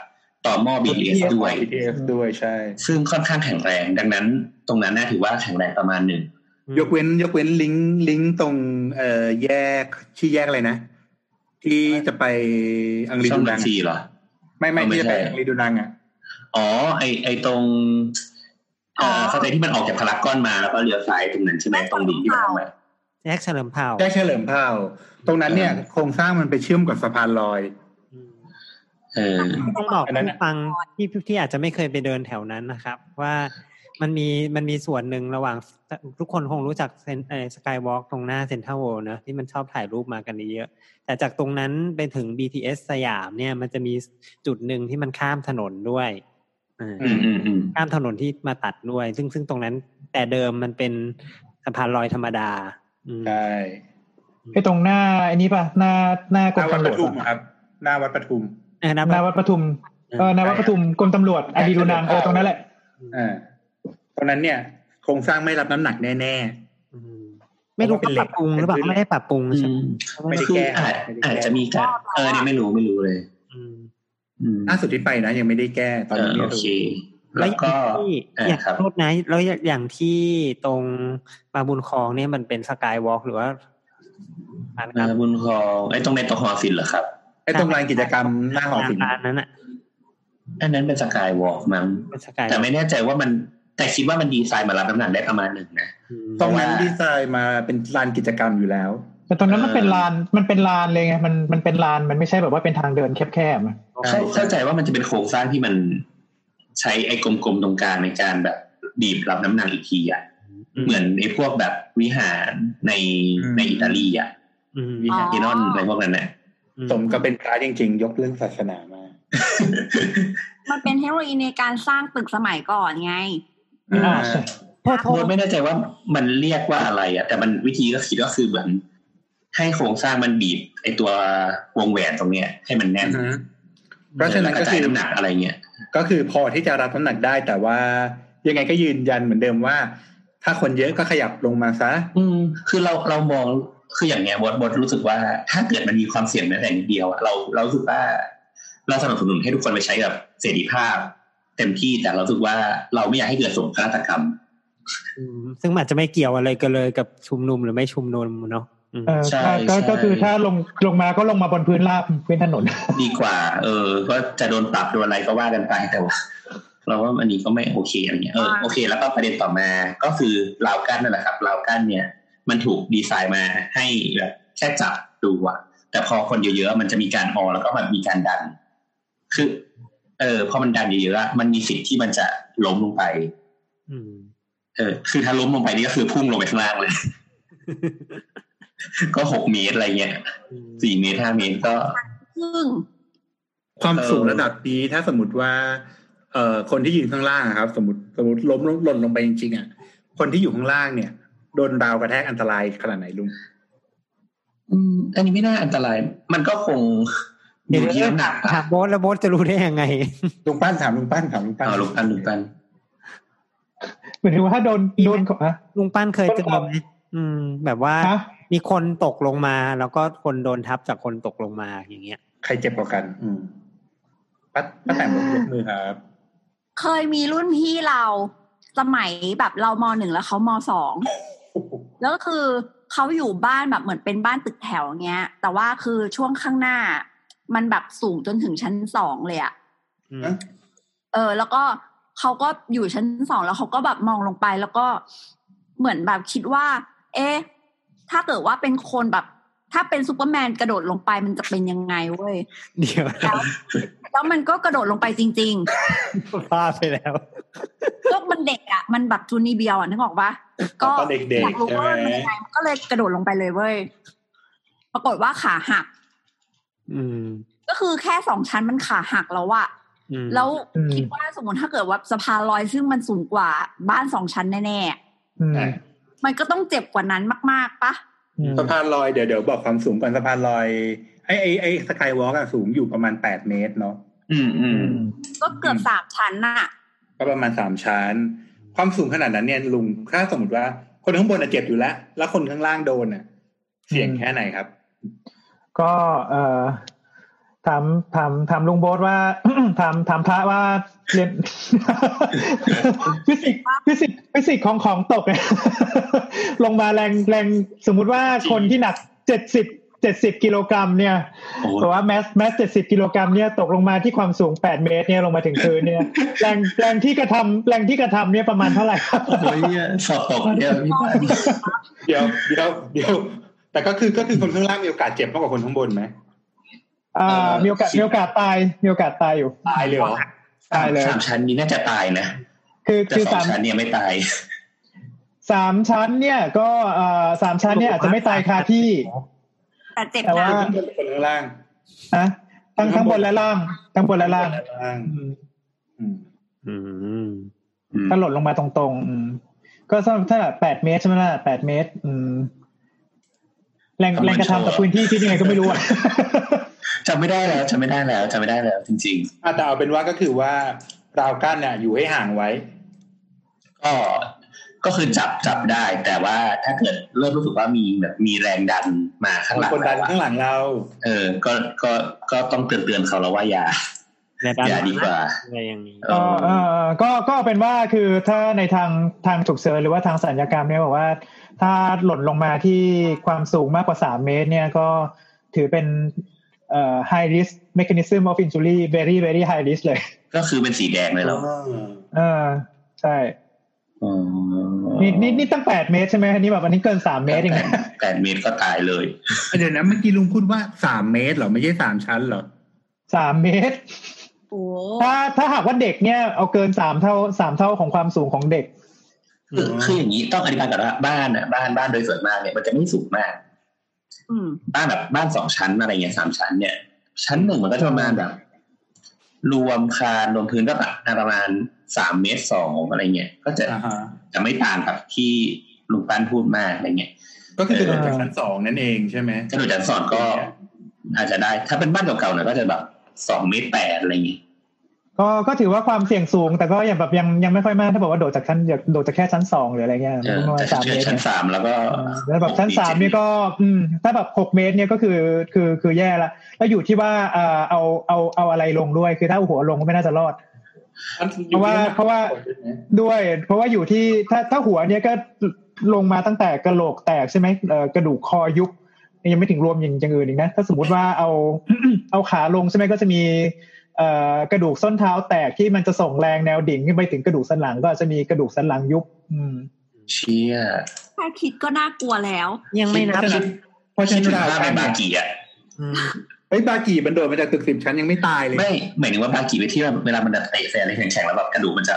Speaker 1: ต่อหม้อบีเอสด้วย
Speaker 5: ฟด้วยใช่
Speaker 1: ซึ่งค่อนข้างแข็งแรงดังนั้น ตรงนั้นน่าถือว่าแข็งแรงประมาณหนึ่ง
Speaker 5: ยกเว้น ยกเว้นลิงก์ลิงก์ตรงเอ่อแยกชื่อแยกอะไรนะ ที่จะไปอังรี
Speaker 1: ช่อง
Speaker 5: ดู
Speaker 1: บั
Speaker 5: ดั
Speaker 1: ญ
Speaker 5: ง
Speaker 1: ชีเหรอ
Speaker 5: ไม่ไม่
Speaker 1: เอาไม่
Speaker 5: ที่จะไป
Speaker 1: ใช่
Speaker 5: อังรีดูดังอ่ะ
Speaker 1: อ๋อ ไอไอตรงเอ่อสเตทที่มันออกจากพารากอนมาแล้วก็เลี้ยวซ้ายตรงนั้นใช่ไหมตรงดิ่งที่มันออกมา
Speaker 4: แจ็คเฉลิมเผ่า
Speaker 5: แยกเฉลิมเผ่าตรงนั้นเนี่ย
Speaker 1: เออ
Speaker 5: โครงสร้างมันไปเชื่อมกับสะพานลอย
Speaker 4: อืม
Speaker 1: เออ
Speaker 4: ต้องบอก
Speaker 5: อันนั้น
Speaker 4: ผู้
Speaker 5: น่ะ
Speaker 4: ฟังที่ที่อาจจะไม่เคยไปเดินแถวนั้นนะครับ ว่ามันมีมันมีส่วนหนึ่งระหว่างทุกคนคงรู้จักสกายวอล์กตรงหน้าเซ็นทรัลเวิลด์นะที่มันชอบถ่ายรูปมากันเยอะๆแต่จากตรงนั้นไปถึง BTS สยามเนี่ยมันจะมีจุดหนึ่งที่มันข้ามถนนด้วยอ่า
Speaker 1: อืมอืมอืม
Speaker 4: ข้ามถนนที่มาตัดด้วย ซึ่งซึ่งตรงนั้นแต่เดิมมันเป็นสะพานลอยธรรมดาอืม
Speaker 5: ใช่
Speaker 7: ไอ้ตรงหน้าไอ้นี้ป่ะหน้าหน้าก
Speaker 5: ห
Speaker 7: รม
Speaker 5: น้าวัด
Speaker 7: ตำ
Speaker 5: ป
Speaker 7: รวจ
Speaker 5: ทุม
Speaker 7: ปะ
Speaker 5: ครับ หน้าวัดปทุม
Speaker 4: เออนะ
Speaker 7: หน้าวัดปทุมเออหน้าวัดปทุมกรมตำรวจอดีรุนางเออตรงนั้นแหละ
Speaker 5: อ่าตรงนั้นเนี่ย โครงสร้างไม่รับน้ำหนักแน่
Speaker 4: อืมไม่รู้
Speaker 5: เพราะ
Speaker 4: เขาปรับปรุงห
Speaker 5: ว่าเป็นเหล็ก
Speaker 4: รือเปล่า
Speaker 5: เป็นพื้น
Speaker 4: ไม่ได้ปรับปรุง
Speaker 1: อื
Speaker 4: ใช่ไหม
Speaker 1: ม
Speaker 5: ไม่ได้
Speaker 1: คือ
Speaker 5: แก้
Speaker 1: อาจอาจจะมีการเออเนี่ยไม่รู้ไม่รู้เลย
Speaker 4: อืม
Speaker 1: อืม
Speaker 5: ๆล่าสุดที่ไปนะยังไม่ได้แก้ตอน
Speaker 1: เอ
Speaker 5: นี้
Speaker 1: อ
Speaker 5: ไม่
Speaker 1: โอ
Speaker 5: รู้
Speaker 1: เค
Speaker 4: แล้
Speaker 1: แล้ว วก็
Speaker 4: อ
Speaker 1: อ่า
Speaker 4: ย่าง
Speaker 1: ครั
Speaker 4: ที่
Speaker 1: บ
Speaker 4: โทษนะแล้วอย่างที่ตรงปาบุญคลองเนี่ยมันเป็นสกายวอล์กหรือว่าอ่านค
Speaker 1: นา
Speaker 4: รับ
Speaker 1: บุญครองไอ้ตรงในตอหอศิลป์เหรอครับ
Speaker 5: ไอ้ตรงลานกิจกรรมหน้าหอศิลป์
Speaker 4: ร้านนั้นอ่ะ
Speaker 1: อันนั้นเป็นสกายวอล์กมั้ง
Speaker 4: เป็นสกาย
Speaker 1: แต่ไม่แน่ใจว่ามันแต่คิดว่ามันดีไซน์มารับน้ำหนักได้ประมาณหนึ่งนะ
Speaker 5: ตรงนั้นดีไซน์มาเป็นลานกิจกรรมอยู่แล้ว
Speaker 7: แต่ตรงนั้นมัน
Speaker 1: เออ
Speaker 7: เป็นลานมันเป็นลานเลยไงมันมันเป็นลานมันไม่ใช่แบบว่าเป็นทางเดินแคบๆอะ
Speaker 1: เข้าเข้าใจว่ามันจะเป็นโครงสร้างที่มันใช้ไอ้กลมๆตรงกลางในการแบบบีบรับน้ำหนักอีกทีอ่ะเหมือนไอ้พวกแบบวิหารใน
Speaker 5: อืม
Speaker 1: ในอิตาลีอ่ะ
Speaker 5: วิหาร
Speaker 1: เทนอนอะไรพวกนั้นน่ะ
Speaker 5: สมกับเป็นพระจริงๆ ยกเรื่องศาสนามา
Speaker 3: มันเป็นเทคโนโลยีในการสร้างตึกสมัยก่อนไง
Speaker 7: อ่าใช่
Speaker 4: โทษโท
Speaker 1: โท
Speaker 4: ษ
Speaker 1: ษไม่แน่ใจว่ามันเรียกว่าอะไรอ่ะแต่มันวิธีก็คิดก็คือเหมือนให้โครงสร้างมันบีบไอ้ตัววงแหวนตรงเนี้ย ให้มันแน่น
Speaker 5: เพราะฉะนั้น
Speaker 1: ก
Speaker 5: ก็
Speaker 1: ระจา
Speaker 5: คื
Speaker 1: ย
Speaker 5: อ
Speaker 1: น้ำหนักอะไรเงี้ย
Speaker 5: ก็คือพอที่จะรับน้ำหนักได้ แต่ว่ายังไงก็ยืนยันเหมือนเดิมว่า ถ้าคนเยอะก็ขยับลงมาซะ
Speaker 1: อืม คือเราเรามองคืออย่างเงี้ยบอสบอสรู้สึกว่าถ้าเกิดมันมีความเสี่ยงแม้แต่นิดเดียวอะเราเรารู้สึกว่า เราสนับสนุนให้ทุกคนไปใช้แบบเสรีภาพ เต็มที่แต่เรารู้สึกว่าเราไม่อยากให้เกิดสงครามฆาตกรรม
Speaker 4: อืมซึ่งมันอาจจะไม่เกี่ยวอะไรกันเลยกับชุมนุมหรือไม่ชุมนุมเนาะอืม
Speaker 7: เออ
Speaker 1: ใช่
Speaker 7: ก็ก็
Speaker 1: ใช่
Speaker 7: ก็คือถ้าลงลงมาก็ลงมาบนพื้นราบพื้นถนน
Speaker 1: ดีกว่า เออ ก็จะโดนปรับโดนอะไรก็ว่ากันไปแต่ว่า เราว่าอันนี้ก็ไม่โอเคอะไรเงี้ยเออ
Speaker 3: อ่า
Speaker 1: โอเค แล้วก็ประเด็นต่อมาก็คือราวกั้นนั่นแหละครับราวกั้นเนี่ย มันถูกดีไซน์มาให้แบบแค่จับดูอะแต่พอคนเยอะๆมันจะมีการออแล้วก็แบบมีการดัน คือ เออพอมันดันเยอะๆอะมันมีสิทธิ์ที่มันจะล้มลงไป
Speaker 4: อืม
Speaker 1: เออ คือถ้าล้มลงไปนี่ก็คือพุ่งลงไปข้างล่างเลย ก็หกเมตรอะไรเงี้ยสี่เมตรห้าเมตรก็
Speaker 3: ซึ่ง
Speaker 5: ความ
Speaker 1: เออ
Speaker 5: สูงระดับนี้ถ้าสมมติว่า เอ่อคนที่ยืนข้างล่างอะครับ สมมติสมมติล้มลงหล่นลงไปจริงๆอ่ะคนที่อยู่ข้างล่างเนี่ยโดนดาวกระแทกอันตรายขนาดไหนลุง
Speaker 1: อืมอันนี้ไม่น่าอันตราย มันก็คงอยู่ที่น้ำหนัก
Speaker 4: ถามโบทแล้วโบทจะรู้ได้ยังไง
Speaker 5: ลุงปั้นถามลุงปั้นถามลุงปั้น
Speaker 1: เอาลูกปันลูกปัน
Speaker 7: เหมือนว่าถ้าโดนโดนของอะ
Speaker 4: ลุงปั้นเคยเจอไหมอืม แบบว่า
Speaker 7: ฮะ
Speaker 4: มีคนตกลงมา แล้วก็คนโดนทับจากคนตกลงมาอย่างเงี้ย
Speaker 5: ใครเจ็บกว่ากัน อืมป้าป้าแตนยกมือครับ
Speaker 3: เคยมีรุ่นพี่เราสมัยแบบเรามหนึ่งแล้วเขามสอง แล้วก็คือเขาอยู่บ้านแบบเหมือนเป็นบ้านตึกแถวเงี้ย แต่ว่าคือช่วงข้างหน้า มันแบบสูงจนถึงชั้นสองเลยอะ
Speaker 4: อืม
Speaker 5: ฮะ
Speaker 3: เออ แล้วก็เขาก็อยู่ชั้นสองแล้วเขาก็แบบมองลงไปแล้วก็เหมือนแบบคิดว่า เอ๊ะ ถ้าเกิดว่าเป็นคนแบบ ถ้าเป็นซูเปอร์แมนกระโดดลงไปมันจะเป็นยังไงเว้ย
Speaker 4: เดี๋ยว
Speaker 3: แล้วแล้วมันก็กระโดดลงไปจริง ๆ
Speaker 4: พลาดไปแล้ว
Speaker 3: ก็มันเด็กอ่ะ มันแบบจูนีเบียวอ่ะนึกออกปะก็
Speaker 5: ตอนเด็กๆ
Speaker 3: อยากรู้ว่ามัน
Speaker 5: ใช่ไหม
Speaker 3: ยังไงมันก็เลยกระโดดลงไปเลยเว้ย ปรากฏว่าขาหัก
Speaker 4: อืม
Speaker 3: ก็คือแค่สองชั้นมันขาหักแล้วอะ
Speaker 4: อืม
Speaker 3: แล้วคิดว่าสมมติถ้าเกิดว่าสะพานลอยซึ่งมันสูงกว่าบ้านสองชั้นแน่
Speaker 7: อืม
Speaker 5: อ่ะ
Speaker 3: ๆ มันก็ต้องเจ็บกว่านั้นมากๆปะ
Speaker 7: อืม
Speaker 5: สะพานลอยเดี๋ยวเดี๋ยวบอกความสูงก่อนสะพานลอยไอไอไอสกายวอล์กอะสูงอยู่ประมาณแปดเมตรเนาะ
Speaker 1: อืมอืม
Speaker 3: ก็เกือบสามชั้นน่ะ
Speaker 5: ก็ประมาณสามชั้น ความสูงขนาดนั้นเนี่ยลุงถ้าสมมติว่า คนข้างบนอะเจ็บอยู่แล้ว แล้วคนข้างล่างโดนอ่ะ เสี่ยงแค่ไหนครับ
Speaker 7: ก็เอ่อถามถามถามลุงโบ๊ทว่า ถามถามพระว่าเรียน ฟิสิกส์ฟิสิกส์ฟิสิกส์ของของตกเนี่ย ลงมาแรงแรงสมมุติว่าคนที่หนักเจ็ดสิบเจ็ดสิบกิโลกรัมเนี่ย
Speaker 1: โอ้โห
Speaker 7: แต่ว่าแมสแมสเจ็ดสิบกิโลกรัมเนี่ยตกลงมาที่ความสูงแปดเมตรเนี่ยลงมาถึงพื้นเนี่ย แรงแรงที่กระทำแรงที่กระทำเนี่ยประมาณเท่าไหร่ครับ
Speaker 1: โอ้ยเนี่ยสอบตกเนี่ยพี่ปาน
Speaker 5: เดี๋ยวเดี๋ยวเดี๋ยว แต่ก็คือก็คือคนข้างล่างมีโอกาสเจ็บมากกว่าคนข้างบนไหม
Speaker 7: อ่า
Speaker 5: เอ่อ
Speaker 7: มีโอกาสมีโอกาสตายมีโอกาสตายอยู่
Speaker 5: ตายเลยเหรอ
Speaker 7: ตายเลย
Speaker 1: สามชั้นนี้น่าจะตายนะ
Speaker 7: คือ
Speaker 1: แต่
Speaker 7: คือ
Speaker 1: สอ
Speaker 7: สาง ม
Speaker 1: ชั้นเนี่ยไม่ตาย
Speaker 7: สามชั้นเนี่ยก็เอ่อสามชั้นเนี่ยอาจจะไม่ตายคาที่
Speaker 3: แต่เจ็บ
Speaker 7: แต่
Speaker 3: หนั
Speaker 7: ว่าก
Speaker 5: คนคนข้างล่าง
Speaker 7: นะทั้งทั้งบนและล่างทั้งบนและล่าง
Speaker 5: ข้างล่าง
Speaker 7: อืม
Speaker 5: อืม
Speaker 4: อืม
Speaker 7: ถ้าหล่นลงมาตรงๆอืมก็ถ้าถ้าแปดเมตรใช่ไหมล่ะแปดเมตร อืมแรง
Speaker 1: ประมาณ
Speaker 7: แรงกระ
Speaker 1: เท่า
Speaker 7: ทำต่อพื้นที่ที่ยังไงก็ไม่รู้อะ
Speaker 1: จำไม่ได้แล้วจำไม่ได้แล้วจำไม่ได้แล้วจริง
Speaker 5: อ่ะแต่เอาเป็นว่าก็คือว่าราวกั้นเนี่ยอยู่ให้ห่างไว้
Speaker 1: ๆ ก็ก็คือจับจับได้ แต่ว่าถ้าเกิดเริ่มรู้สึกว่ามีแบบมีแรงดันมาข้างหลัง
Speaker 5: คนดัน
Speaker 1: แล้วอะ
Speaker 5: ข้างหลังเรา
Speaker 1: เออ ก็ก็ก็ต้องเตือนเตือนเขาแล้วว่าอย่า
Speaker 4: ในด้าน
Speaker 1: อ
Speaker 4: ห
Speaker 1: ย่า
Speaker 4: ลัง
Speaker 1: ดีกว่า
Speaker 4: อะไรอย่างนี้
Speaker 1: เอ
Speaker 7: ก็
Speaker 1: อ
Speaker 7: เออก็ก็เอาเป็นว่าคือถ้าในทางทางฉุกเฉินหรือว่าทางสัญญกรรมเนี่ยบอกว่า ถ้าหล่นลงมาที่ความสูงมากกว่าสามเมตร เนี่ยก็ถือเป็นเอ่อ high risk mechanism of injury very very high risk เลย
Speaker 1: ก็คือเป็นสีแดงเลยแล้ว
Speaker 7: เออใช่
Speaker 1: อ๋อ
Speaker 7: นี่นี่นี่ตั้งแปดเมตรใช่ไหมอันนี้แบบอันนี้เกินสามเมตรเองนะ
Speaker 1: แปดเมตรก็ตายเลย
Speaker 5: เดี๋ยวนะเมื่อกี้ลุงพูดว่าสามเมตรเหรอไม่ใช่สามชั้นเหรอ
Speaker 7: สามเมตร
Speaker 3: โอ้
Speaker 7: ถ้าถ้าหากว่าเด็กเนี่ยเอาเกินสามเท่าสามเท่าของความสูงของเด็ก
Speaker 1: คือคืออย่างนี้ต้องอธิบายก่อนว่าบ้านอ่ะบ้านบ้านโดยส่วนมากเนี่ยมันจะไม่สูงมาก
Speaker 3: อืม
Speaker 1: บ้านแบบบ้านสองชั้นอะไรเงี้ยสามชั้นเนี่ย ชั้นหนึ่งมันก็จะประมาณแบบ รวมคานรวมพื้นก็แบบอ่ะประมาณสามเมตรสองอะไรเงี้ยก็จะ
Speaker 5: อ่าฮะ
Speaker 1: จะไม่ต่างกับที่ลุงปั้นพูดมากอะไรเงี้ย
Speaker 5: ก็คือกระโดดจากชั้นสองนั่นเองใช่ไหม
Speaker 1: กระโดดจากสอนก็ อาจจะได้ ถ้าเป็นบ้านเก่าๆหน่อยก็จะแบบสองเมตรแปดอะไรเงี้ย
Speaker 7: ก็ก็ถือว่าความเสี่ยงสูง แต่ก็ยังแบบยังยังไม่ค่อยมากถ้าบอกว่าโดดจากชั้นอยากโดดจากแค่ชั้นสองหรืออะไรเงี้ย
Speaker 1: เออ
Speaker 7: ประมาณ
Speaker 1: แต่
Speaker 7: สาม
Speaker 1: ถ้าเกิ
Speaker 7: เม
Speaker 1: ด
Speaker 7: ตร
Speaker 1: ชั้
Speaker 7: เนี่
Speaker 1: น
Speaker 7: ย
Speaker 1: สามแล้วก็
Speaker 7: แล้วแบบชั้นสามเนี่ยก็อืมถ้าแบบหกเมตรเนี่ยก็คือคือคือแย่ละแล้วอยู่ที่ว่าเอ่อเอาเอาเอาอะไรลงด้วยคือถ้าเอาหัวลงก็ไม่น่าจะรอด เพราะว่าเพราะว่า ด้วย เพราะว่าอยู่ที่ถ้าถ้าหัวเนี่ยก็ลงมาตั้งแต่กระโหลกแตกใช่ไหมเอ่อกระดูกคอยุบยังไม่ถึงรวมอย่างอย่างอื่นอีกนะถ้าสมมติว่าเอา เอาขาลงใช่ไหมก็จะมีเอ่อกระดูกส้นเท้าแตกที่มันจะส่งแรงแนวดิ่งขึ้นไปถึงกระดูกสันหลังก็อาจจะมีกระดูกสันหลังยุบ อืม
Speaker 1: เชี่ย
Speaker 3: แค่คิดก็น่ากลัวแล้ว
Speaker 4: ยังไม่นับ
Speaker 5: เพราะฉะ
Speaker 1: คิ
Speaker 5: นั้
Speaker 1: ด
Speaker 5: น
Speaker 1: ถึง
Speaker 5: ราว
Speaker 1: ภาพ
Speaker 5: กั้
Speaker 1: ใน
Speaker 5: น
Speaker 1: บา
Speaker 5: เนี่ย
Speaker 1: กีอ่ะ
Speaker 4: อืม
Speaker 5: เฮ้ยบากีมันโดดมาจากตึกสิบชั้นยังไม่ตายเลย
Speaker 1: ไม่หมายถึงว่าบากีไปที่เวลามันแบบเตะแฟนอะไรแข็งๆแล้วแบบกระดูกมันจะ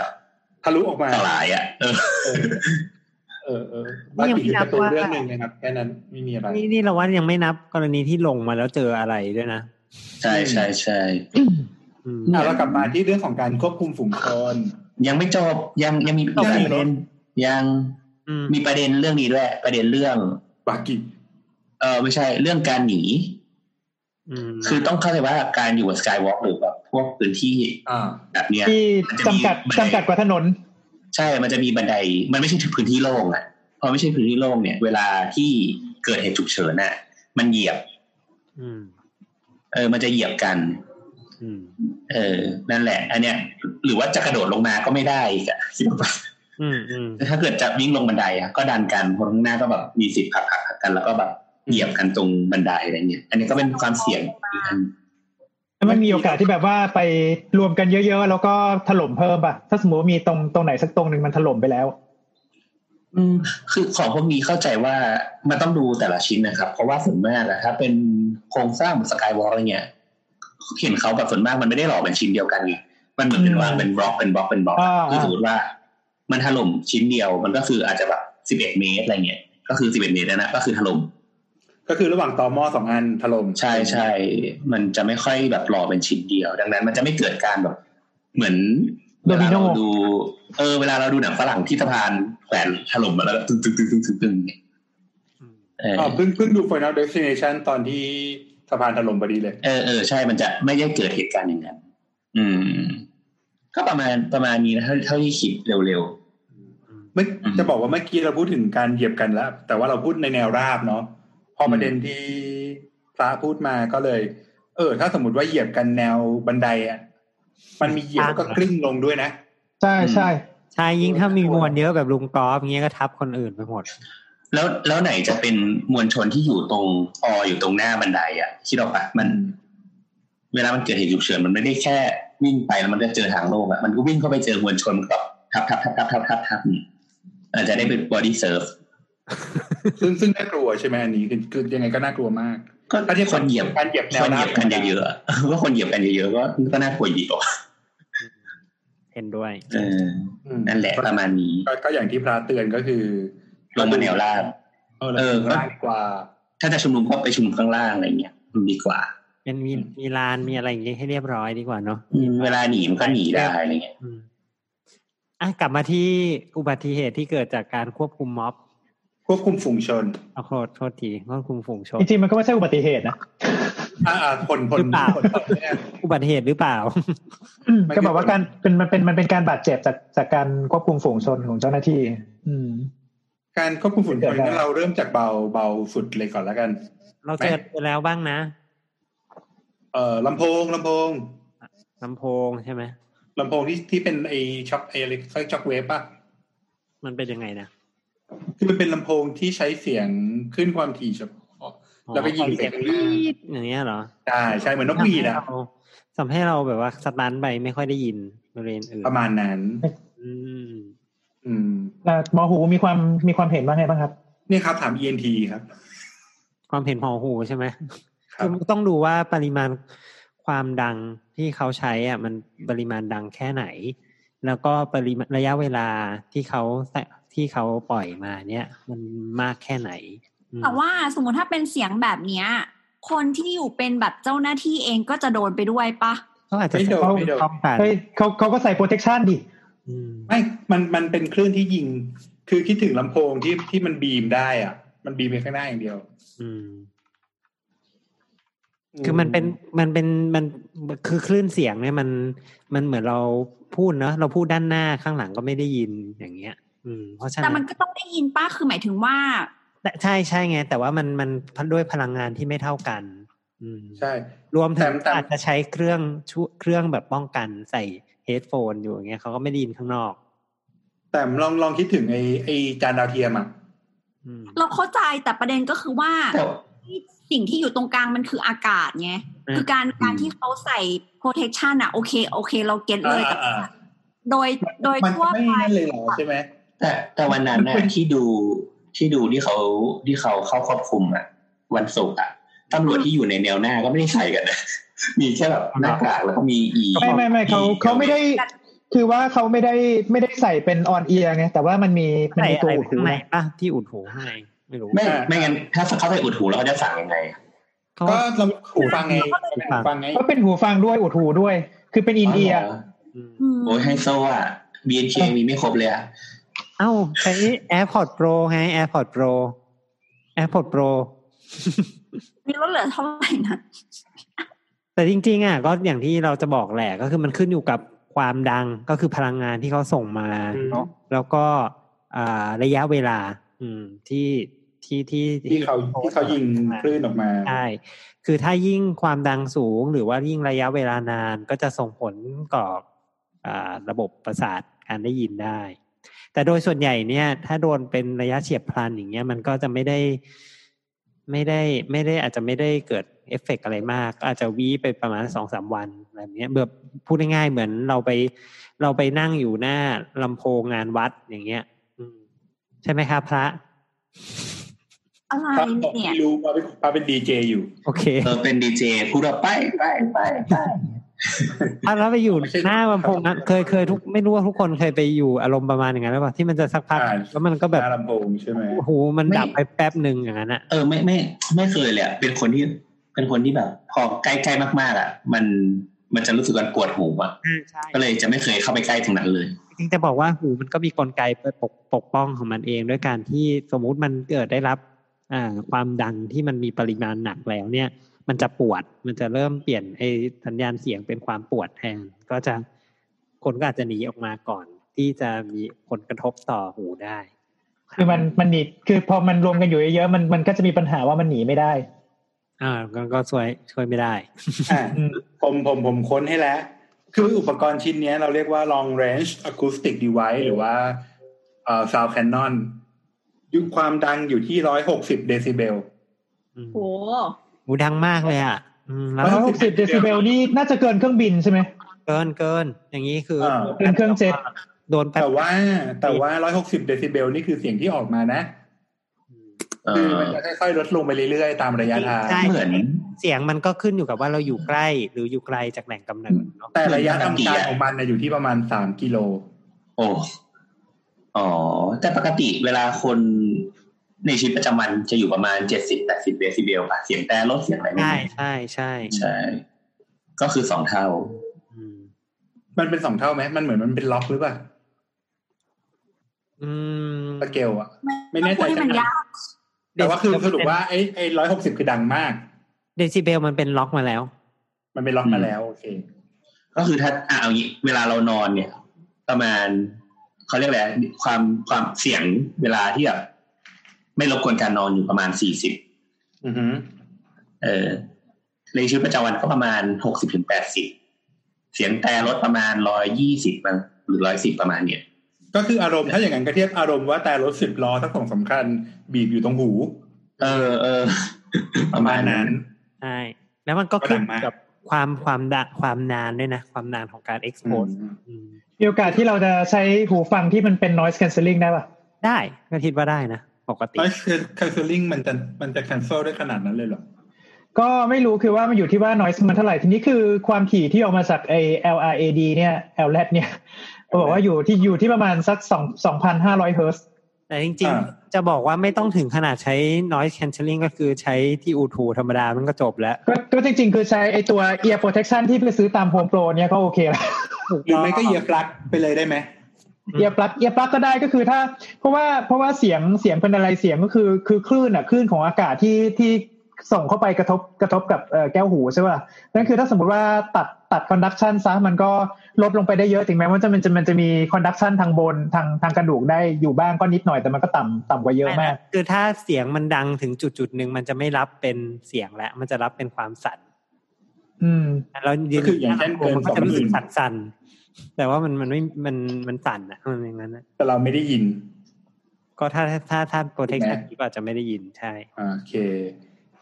Speaker 5: ทะลุออกมา
Speaker 1: สลายอ่ะเออ
Speaker 5: เออเออบากีคือประตูเรื่องหนึ่งนะครับแค่นั้นไม่มีอะไร
Speaker 4: นี่นี่เราว่ายังไม่นับกรณีที่ลงมาแล้วเจออะไรด้วยนะ
Speaker 1: ใช่ใช่ใช่
Speaker 4: อืม
Speaker 5: อ่ะเรากลับมาที่เรื่องของการควบคุมฝูงชน
Speaker 1: ยังไม่จบยังยังมี
Speaker 4: จบ
Speaker 1: ยังมี
Speaker 4: อีก
Speaker 1: ป
Speaker 4: เหรอ
Speaker 1: ระเด็นยัง
Speaker 4: อืม
Speaker 1: มีประเด็นเรื่องนี้ด้วย ประเด็นเรื่อง
Speaker 5: บากี
Speaker 1: เออไม่ใช่เรื่องการหนี
Speaker 4: อืม
Speaker 1: คือต้องเข้าใจว่าการอยู่บนสกายวอล์กหรือแบบพวกพื้นที่
Speaker 5: อ่า
Speaker 1: แบบเนี้ย
Speaker 7: ที่
Speaker 1: มันจะมี
Speaker 7: จำกัด
Speaker 1: บันได
Speaker 7: จำกัดกว่าถนน
Speaker 1: ใช่มันจะมีบันได มันไม่ใช่พื้นที่โล่งอ่ะพอไม่ใช่พื้นที่โล่งเนี่ย เวลาที่เกิดเหตุฉุกเฉินน่ะ มันเหยียบ
Speaker 4: อืม
Speaker 1: เออ มันจะเหยียบกัน
Speaker 4: อืม
Speaker 1: เออ นั่นแหละ อันเนี้ย หรือว่าจะกระโดดลงมาก็ไม่ได้อีกอะ คิดว่า
Speaker 4: อืมอืม
Speaker 1: ถ้าเกิดจะวิ่งลงบันไดอะก็ดันกันคนข้างหน้าก็แบบมีสิทธิ์ผลักผลักผลักกัน แล้วก็แบบเหยียบกันตรงบันไดอะไรเงี้ยอันนี้ก็เป็นความเสี่ยงอีกอัน
Speaker 7: มันมีโอกาสที่แบบว่าไปรวมกันเยอะๆ แล้วก็ถล่มเพิ่มป่ะ ถ้าสมมติว่ามีตรงตรงไหนสักตรงหนึ่งมันถล่มไปแล้ว
Speaker 1: อืมคือของพวกนี้เข้าใจว่ามันต้องดูแต่ละชิ้นนะครับ เพราะว่าส่วนมากอะถ้าเป็นโครงสร้างสกายวอล์กอะไรเงี้ยเห็นเขาแบบส่วนมากมันไม่ได้หล่อเป็นชิ้นเดียวกันไงมันเหมือนเป็นวางเป็นบล็อกเป็นบล็อกเป็นบล็อก
Speaker 7: อ่า
Speaker 1: คือสมมติว่า มันถล่มชิ้นเดียว มันก็คืออาจจะแบบสิบเอ็ดเมตรอะไรเงี้ยก็คือสิบเอ็ดเมตรนะนะก็คือถล่ม
Speaker 5: ก็คือระหว่างตอมอสองอันถล่ม
Speaker 1: ใช่ใช่มันจะไม่ค่อยแบบหล่อเป็นชิ้นเดียว ดังนั้นมันจะไม่เกิดการแบบ เหมือนเวลา
Speaker 7: Domino
Speaker 1: เราดู เออ เวลาเราดูหนังฝรั่งที่สะพานแขวนถล่มมาแล้วตึ้งตึ้งตึ้งตึ้งตึ้งตึ้งเนี่ยเออ
Speaker 5: อ่าเพิ่งเพิ่งดู Final Destination ตอนที่สะพานถล่มพอดีเลย
Speaker 1: เออเออใช่มันจะไม่ได้เกิดเหตุการณ์อย่างนั้น อืม ก็ประมาณประมาณนี้นะเท่าเท่าที่คิดเร็ว
Speaker 5: ไม่
Speaker 1: อืม
Speaker 5: จะบอกว่าเมื่อกี้เราพูดถึงการเหยียบกันแล้ว แต่ว่าเราพูดในแนวราบเนาะพอประเด็นที่พระพูดมาก็เลย เออ ถ้าสมมติว่าเหยียบกันแนวบันไดอ่ะมันมีเหยียบแล้วก็กลิ้งลงด้วยนะ
Speaker 7: ใช่ใช่
Speaker 4: ใช่ยิ่งถ้ามีมวลเยอะแบบลุงกอล์ฟเงี้ยก็ทับคนอื่นไปหมด
Speaker 1: ๆ แล้วแล้วไหนจะเป็นมวลชนที่อยู่ตรงอออยู่ตรงหน้าบันไดอ่ะคิดออกปะมัน เวลามันเกิดเหตุฉุกเฉินมันไม่ได้แค่วิ่งไปแล้วมันจะเจอทางโล่งอะมันก็วิ่งเข้าไปเจอมวลชนมันก็ทับทับทับทับทับทับทับนี่อาจจะได้เป็นบอดี้เซิร์ฟ
Speaker 5: ซึ่งซึ่งน่ากลัวใช่ไหมอันนี้คือคือยังไงก็น่ากลัวมาก
Speaker 1: ก็
Speaker 5: ก็ที่
Speaker 1: คนเหยียบ
Speaker 5: การเหยียบแน
Speaker 1: ค
Speaker 5: วน
Speaker 1: เห
Speaker 5: รา
Speaker 1: ยี
Speaker 5: บ
Speaker 1: ยบกันเยอะๆอะก็คนเหยียบกันเยอะๆก็ก็น่ากลัวอยู่ดีกว่า
Speaker 4: เห็นด้วย
Speaker 1: เออ
Speaker 5: อืม
Speaker 1: นั่นแหละประมาณนี้
Speaker 5: ก็ก็อย่างที่พระเตือนก็คือ
Speaker 1: ลงมาแนวราบ
Speaker 5: เออล
Speaker 1: เออ
Speaker 5: งมาแนวราบดีกว่า
Speaker 1: ถ้าจะชุมนุมก็ไปชุมนุมข้างล่างอะไรเงี้ยมันดีกว่า
Speaker 4: เป็นมีมีลานมีอะไรอย่างเงี้ยให้เรียบร้อยดีกว่าเนาะ
Speaker 1: อืมเวลาหนีมันก็หนีได้อะไรเงี้ย
Speaker 4: อืมอ่ะกลับมาที่อุบัติเหตุที่เกิดจากการควบคุมม็อบ
Speaker 5: ควบคุมฝูงชน
Speaker 4: เอาโทษโทษทีควบคุมฝูงชน
Speaker 7: จริงๆมันก็ไม่ใช่อุบัติเหตุนะ
Speaker 5: อ่าอ่าผลผล
Speaker 4: หรือเปล่า
Speaker 5: ผลตอบเนี่ย
Speaker 4: อุบัติเหตุหรือเปล่า
Speaker 5: มันคือ
Speaker 7: ก็บอกว่าการเป็นมันเป็นมันเป็นการบาดเจ็บจากจากการควบคุมฝูงชนของเจ้าหน้าที่ อืม
Speaker 5: การควบคุมฝูงช
Speaker 7: เกิ
Speaker 5: น
Speaker 7: ดอะไร
Speaker 5: งั้นเราเริ่มจากเบาเบาสุดเลยก่อนแล้วกัน
Speaker 4: เราเจอไปแล้วบ้างนะ
Speaker 5: เอ่อลำโพงลำโพง
Speaker 4: ลำโพงใช่ไหม
Speaker 5: ลำโพงที่ที่เป็นไอช็อคไออะไรเขาเรียกช็อคเวฟป่ะ
Speaker 4: มันเป็นยังไงนะ
Speaker 5: คือมันเป็นลำโพงที่ใช้เสียงขึ้นความถี่เฉพาะ
Speaker 4: อ๋อ
Speaker 5: แล้วไปยิงเสียงลือ
Speaker 4: อย่างเงี้ยเหรอ
Speaker 5: ใช่ใช่เหมือนนกหวีดอะ
Speaker 4: ทำให้เราทำให้เราแบบว่าสตันไปไม่ค่อยได้ยินบริเวณอื่น
Speaker 5: ประมาณนั้น
Speaker 4: อืม
Speaker 5: อืม
Speaker 7: อ่ะหมอหูมีความมีความเห็นว่าไงบ้างครับ
Speaker 5: นี่ครับถาม ENT ครับ
Speaker 4: ความเห็นหอหูใช่ไหม
Speaker 5: ครับ
Speaker 4: คือต้องดูว่าปริมาณความดังที่เขาใช้อ่ะมันปริมาณดังแค่ไหน แล้วก็ปริมาณระยะเวลาที่เขาใส่ที่เขาปล่อยมาเนี่ย มันมากแค่ไหนอืม
Speaker 3: แต่ว่าสมมติถ้าเป็นเสียงแบบเนี้ย คนที่อยู่เป็นแบบเจ้าหน้าที่เองก็จะโดนไปด้วยปะ
Speaker 4: เขาอาจจะ
Speaker 5: ไม่โดน
Speaker 4: ใส่
Speaker 5: ไม่โดน
Speaker 4: ป้องกัน
Speaker 7: เฮ้ยเขาเขาก็ใส่ protection ดิ
Speaker 4: อืม
Speaker 5: ไม่มันมันเป็นคลื่นที่ยิง คือคิดถึงลำโพงที่ที่มันบีมได้อ่ะ มันบีมไปข้างหน้าอย่างเดียว
Speaker 4: อืมคือมันเป็นมันเป็นมันคือคลื่นเสียงเนี่ยมันมันเหมือนเราพูดเนอะเราพูดด้านหน้าข้างหลังก็ไม่ได้ยินอย่างเงี้ย อืมเพราะฉะ
Speaker 3: แต่
Speaker 4: นั้น
Speaker 3: มันก็ต้องได้ยินป้าคือหมายถึงว่า
Speaker 4: แต่ใช่ใช่ไง แต่ว่ามันมันด้วยพลังงานที่ไม่เท่ากัน อืม
Speaker 5: ใช่
Speaker 4: รวมถึง
Speaker 5: แต่แต่
Speaker 4: อาจจะใช้เครื่องชุเครื่องแบบป้องกันใส่เฮดโฟนอยู่อย่างเงี้ยเขาก็ไม่ได้ยินข้างนอก
Speaker 5: แต่ลองลองคิดถึงไอไอจานดาวเทียมอ่ะ
Speaker 4: อืม
Speaker 3: เราเข้าใจแต่ประเด็นก็คือว่า
Speaker 1: แต่
Speaker 3: สิ่งที่อยู่ตรงกลางมันคืออากาศไง
Speaker 4: ะ
Speaker 3: คือการการที่เขาใส่ protection อะโอเค โอเค เราเก็ตเลย
Speaker 5: อ่า
Speaker 3: แต่
Speaker 5: อ่า
Speaker 3: โดยโดย
Speaker 5: มัน
Speaker 3: ทั่ว
Speaker 5: ไม่
Speaker 3: ไป
Speaker 5: นั่นเลยเหรอใช่ไหม
Speaker 1: แต่แต่วันนั้นน่ะ ที่ดูที่ดูที่เขาที่เขาเข้าควบคุมอ่ะ วันศุกร์อ่ะตำรวจที่อยู่ในแนวหน้าก็ไม่ได้ใส่กันนะ มีแค่แบบหน้ากากแล้วก็มีอี
Speaker 7: ไม่ไม่ไม่เขาเขาไม่ได้ คือว่าเขาไม่ได้ไม่ได้ใส่เป็นออนเอียไง แต่ว่ามันมีมัน
Speaker 4: ใส่
Speaker 7: มี
Speaker 4: อะ
Speaker 7: ตัว
Speaker 4: ไร
Speaker 7: อุดหู
Speaker 4: ข้างใน
Speaker 7: นะ
Speaker 4: ปะที่อุดหูข้างในไม่รู้
Speaker 1: ไม่ไม่งั้นถ้าเขาใส่อุดหูแล้วเขาจะสั่งยังไงอะ
Speaker 4: เขา
Speaker 5: ก็เราหูฟังไงก็เป็นหูฟังไง
Speaker 7: ก็เป็นหูฟังด้วยอุดหูด้วย คือเป็นอินเดีย
Speaker 4: อืม
Speaker 3: อืม
Speaker 1: โอ้ยไฮโซอ่ะ BNK มีไม่ครบเลยอ่ะ
Speaker 4: เอ้าใช้ AirPod Pro ไง AirPod Pro AirPod Pro
Speaker 3: มีลดเหลือเท่าไหร่นะ
Speaker 4: แต่จริงๆอ่ะก็อย่างที่เราจะบอกแหละก็คือมันขึ้นอยู่กับความดังก็คือพลังงานที่เขาส่งมา
Speaker 5: อืม
Speaker 4: เนาะแล้วก็อ่าระยะเวลา อืมที่ที่ที่
Speaker 5: ที่เขาที่เขายิงคลื่นออกมา
Speaker 4: ใช่คือถ้ายิ่งความดังสูงหรือว่ายิ่งระยะเวลานานก็จะส่งผลก่ออ่าระบบประสาทการได้ยินได้ แต่โดยส่วนใหญ่เนี่ย ถ้าโดนเป็นระยะเฉียบพลันอย่างเงี้ยมันก็จะไม่ได้ไม่ได้ไม่ได้อาจจะไม่ได้เกิดเอฟเฟกต์อะไรมาก ก็อาจจะวีไปประมาณสองสามวันอะไรแบบเนี้ยแบบพูดง่ายๆเหมือนเราไป เราไปนั่งอยู่หน้าลำโพงงานวัดอย่างเงี้ย อืมใช่ไหมครับพระ
Speaker 3: อะไร
Speaker 5: ครับผม
Speaker 3: เนี่ย
Speaker 5: ไม่รู้มาเป็นมาเป็นดีเจอยู่
Speaker 4: โอเค
Speaker 1: เออเป็นดีเจพูดว่าไปไปไปไป
Speaker 4: ถ้าเราไปอยู่
Speaker 5: ไม่ใช่
Speaker 4: หน้าลำโพงงาน
Speaker 5: ครับ
Speaker 4: เคยเคยทุกไม่รู้ว่าทุกคนเคยไปอยู่อารมณ์ประมาณอย่างนั้นหรือเปล่าที่มันจะสักพัก
Speaker 5: อ่า
Speaker 4: แล้วมันก็แบบ
Speaker 5: หน้าลำโพงใช่ไหม
Speaker 4: โอ้โหมันดับไปแป๊บหนึ่งอย่างนั้นอะ
Speaker 1: เออไม่ไม่ไม่เคยเลยอะเป็นคนที่เป็นคนที่แบบ พอใกล้ๆมากๆอ่ะ มันมันจะรู้สึกการปวดหูอ่ะ ก็เลยจะไม่เคยเข้าไปใกล้ตรงนั้นเลย
Speaker 4: จริงๆจะบอกว่าหูมันก็มีกลไกปกปกป้องของมันเองด้วยการที่สมมุติมันเกิดได้รับอ่าความดังที่มันมีปริมาณหนักแล้วเนี่ย มันจะปวด มันจะเริ่มเปลี่ยนไอ้สัญญาณเสียงเป็นความปวดแทนก็จะคนก็อาจจะหนีออกมาก่อน ที่จะมีผลกระทบต่อหูได้
Speaker 7: คือมันมันหนีคือพอมันรวมกันอยู่เยอะๆมันมันก็จะมีปัญหาว่ามันหนีไม่ได้
Speaker 4: อ่าก็ก็ช่วยช่วยไม่ได้
Speaker 5: อ่ะผมผมผมค้นให้แล้ว คืออุปกรณ์ชิ้นเนี้ยเราเรียกว่า long range acoustic device หรือว่าเอ่อ sound cannon ยุความดังอยู่ที่ร้อยหกสิบเดซิเบล
Speaker 4: อืม
Speaker 3: โห
Speaker 4: หูดังมากเลยอ่ะ อืมแล้ว
Speaker 7: ร้อยหกสิบเดซิเบลนี่น่าจะเกินเครื่องบินใช่ไหม
Speaker 4: เกินเกิน อย่างนี้คือ
Speaker 5: อ่า
Speaker 7: เกินเครื่องเจ็ต
Speaker 4: โดนแป๊บ
Speaker 5: แต่ว่าแต่ว่าร้อยหกสิบเดซิเบลนี่คือเสียงที่ออกมานะ
Speaker 1: เอ
Speaker 5: คือ
Speaker 1: อ
Speaker 5: มันจะค่อยๆลดลงไปเรื่อยๆ ตามระยะทาง
Speaker 4: ใช่
Speaker 1: เหมือน
Speaker 4: เสียงมันก็ขึ้นอยู่กับว่าเราอยู่ใกล้หรืออยู่ไกลจากแหล่งกำเนิดเนาะ
Speaker 5: แต่ระยะทำการของมันนะอยู่ที่ประมาณสามกิโล
Speaker 1: โอ้อ๋อ แต่ปกติเวลาคนในชีวิตประจำวันจะอยู่ประมาณเจ็ดสิบแปดสิบเดซิเบลป่ะเสียงแต่ลดเสียงอะไรไม่
Speaker 4: ใช่
Speaker 1: มี
Speaker 4: ใช่ใช่
Speaker 1: ใช่ ก็คือสองเท่า
Speaker 4: อืม
Speaker 5: มันเป็นสองเท่าไหมมันเหมือนมันเป็นล็อกหรือเปล่า
Speaker 4: อืม
Speaker 5: สเกลอะ ไม่
Speaker 3: ไม่แน่
Speaker 5: แน่ใจ
Speaker 3: ใจมันยาก
Speaker 5: แต่ว่าคือสรุปว่าไอ้ไอ้ร้อยหกสิบคือดังมาก
Speaker 4: เดซิเบลมันเป็นล็อกมาแล้ว
Speaker 5: มันเป็นล็อกมาแล้วโอเค
Speaker 1: ก็คือถ้าอ่ะเอางี้เวลาเรานอนเนี่ย ประมาณเขาเรียกอะไรความความเสียงเวลาที่แบบไม่รบกวนการนอนอยู่ประมาณสี่สิบ
Speaker 5: อือฮึ
Speaker 1: เออในชีวิตประจำวันก็ประมาณหกสิบถึงแปดสิบเสียงแต่ลดประมาณร้อยยี่สิบหรือร้อยสิบประมาณเนี่ย
Speaker 5: ก็คืออารมณ์ถ้าอย่างนั้นก็เทียบอารมณ์ว่าแต่รถสิบล้อทั้งสองสำคัญบีบอยู่ตรงหู
Speaker 1: เออเออ ประมาณนั้น
Speaker 4: ใช่ แล้วมันก็ขึ้น
Speaker 5: ก็ดังมาก
Speaker 4: กับความความดะความนานด้วยนะ ความนานของการเอ็กซ์โพส
Speaker 7: มีโอกาสที่เราจะใช้หูฟังที่มันเป็น noise cancelling ได้ป่ะ
Speaker 4: ได้ก็คิดว่าได้นะ ปกติ
Speaker 5: แล้วคันเซลลิงมันจะมันจะคันเซลได้ขนาดนั้นเลยเหรอ
Speaker 7: ก็ไม่รู้คือว่ามันอยู่ที่ว่า noise มันเท่าไหร่ ทีนี้คือความถี่ที่ออกมาจากไอ LRAD เนี่ย LRAD เนี่ยเขาบอกว่าอยู่ที่อยู่ที่ประมาณสักสองสองพันห้าร้อยเฮิร์ตซ์
Speaker 4: แต่จริง
Speaker 5: อ่า
Speaker 4: ๆ จะบอกว่าไม่ต้องถึงขนาดใช้ noise cancelling ก็คือใช้ที่ u t u ธรรมดามันก็จบแล้ว
Speaker 7: ก็ก็จริง ๆ คือใช้ไอตัว ear protection ที่ไปซื้อตาม Home Pro เนี่ยก็โอเคแล้ว
Speaker 5: หรือไม่ก็เหยียบปลั๊กไปเลยได้ไหม
Speaker 7: เอียปลั๊กเอียปลั๊กก็ได้ก็คือถ้า เพราะว่าเพราะว่าเสียงเสียงเป็นอะไรเสียงก็คือคือคลื่นอ่ะคลื่นของอากาศที่ที่ส่งเข้าไปกระทบกระทบกับเอ่อแก้วหูใช่ป่ะนั่นคือถ้าสมมติว่าตัดตัดคอนดักชันซะมันก็ลดลงไปได้เยอะถึงแม้ว่าจะมันจะมันจะมีคอนดักชันทางบนทางทางกระดูกได้อยู่บ้างก็นิดหน่อยแต่มันก็ต่ำต่ำกว่าเยอะมาก
Speaker 4: คือถ้าเสียงมันดังถึงจุดจุดๆหนึ่งมันจะไม่รับเป็นเสียงแล้ว มันจะรับเป็นความสั่น
Speaker 7: อืม
Speaker 4: แล้วยื
Speaker 5: ก็
Speaker 4: น
Speaker 5: คืออย่างเช่นเกิน
Speaker 4: มัน
Speaker 5: ส
Speaker 4: ก็
Speaker 5: อง
Speaker 4: จะ
Speaker 5: ห
Speaker 4: รู้สึ
Speaker 5: มื่
Speaker 4: ก
Speaker 5: น
Speaker 4: สั่นๆ แต่ว่ามันมันไม่มันมันสั่นนะมันอย่างนั้นนะ
Speaker 5: แต่เราไม่ได้ยิน
Speaker 4: ก็ถ้าถ้าถ้า protection
Speaker 5: ถูกไหม
Speaker 4: ก็อาจจะไม่ได้ยินใช่
Speaker 5: อ่าโอเค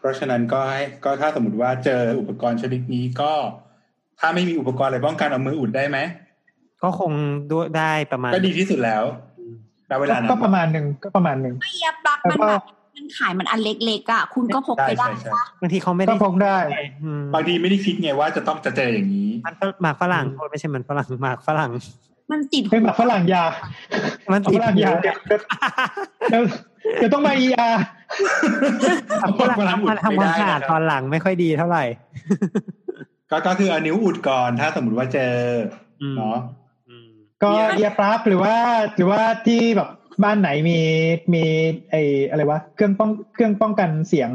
Speaker 5: เพราะฉะนั้นก็ให้ก็ถ้าสมมติว่าเจออุปกรณ์ชนิดนี้ก็ ถ้าไม่มีอุปกรณ์อะไรป้องกันเอามืออุดได้ไหม
Speaker 4: ก็คงด้วยได้ประมาณ
Speaker 5: ก็ดีที่สุดแล้วณเวลานั้น
Speaker 7: ก็ประมาณหนึ่งก็ประมาณหนึ่ง
Speaker 3: เอียปลั๊กมัน
Speaker 7: แล้วก็
Speaker 3: แบบมันขายมันอันเล็กๆอ่ะคุณก็พกไปได้
Speaker 5: ใช่ใช่ใช่
Speaker 4: บางทีเขาไม่ได้
Speaker 7: ก็พกได้
Speaker 4: อืม
Speaker 5: บางทีไม่ได้คิดไงว่าจะต้องจะเจออย่างนี้
Speaker 4: มันฝหมากฝรั่งโทษไม่ใช่มันฝรั่งหมากฝรั่ง
Speaker 3: มันติด
Speaker 7: เป็นแบบฝรั่งยา
Speaker 4: มัน
Speaker 7: ฝ
Speaker 4: ติด
Speaker 7: รั่งยาเดี๋ยวเดี๋ยวเดี๋ยวต้องมา ER
Speaker 4: ทำฝรั่ง
Speaker 5: ฝรั่งอุด
Speaker 4: ทำความ
Speaker 5: ไม่ได้
Speaker 4: สะอาด
Speaker 5: นะครับ
Speaker 4: ตอนหลังไม่ค่อยดีเท่าไหร่
Speaker 5: ก็ก็คือเอานิ้วอุดก่อนถ้าสมมติว่าเจอ
Speaker 4: อืม
Speaker 5: เนาะ
Speaker 4: อืม
Speaker 7: ก็
Speaker 5: เนี่ย
Speaker 7: เอียปลั๊กหรือว่าหรือว่าที่แบบบ้านไหนมีมีไออะไรวะเครื่องป้องเครื่องป้องกันเสียง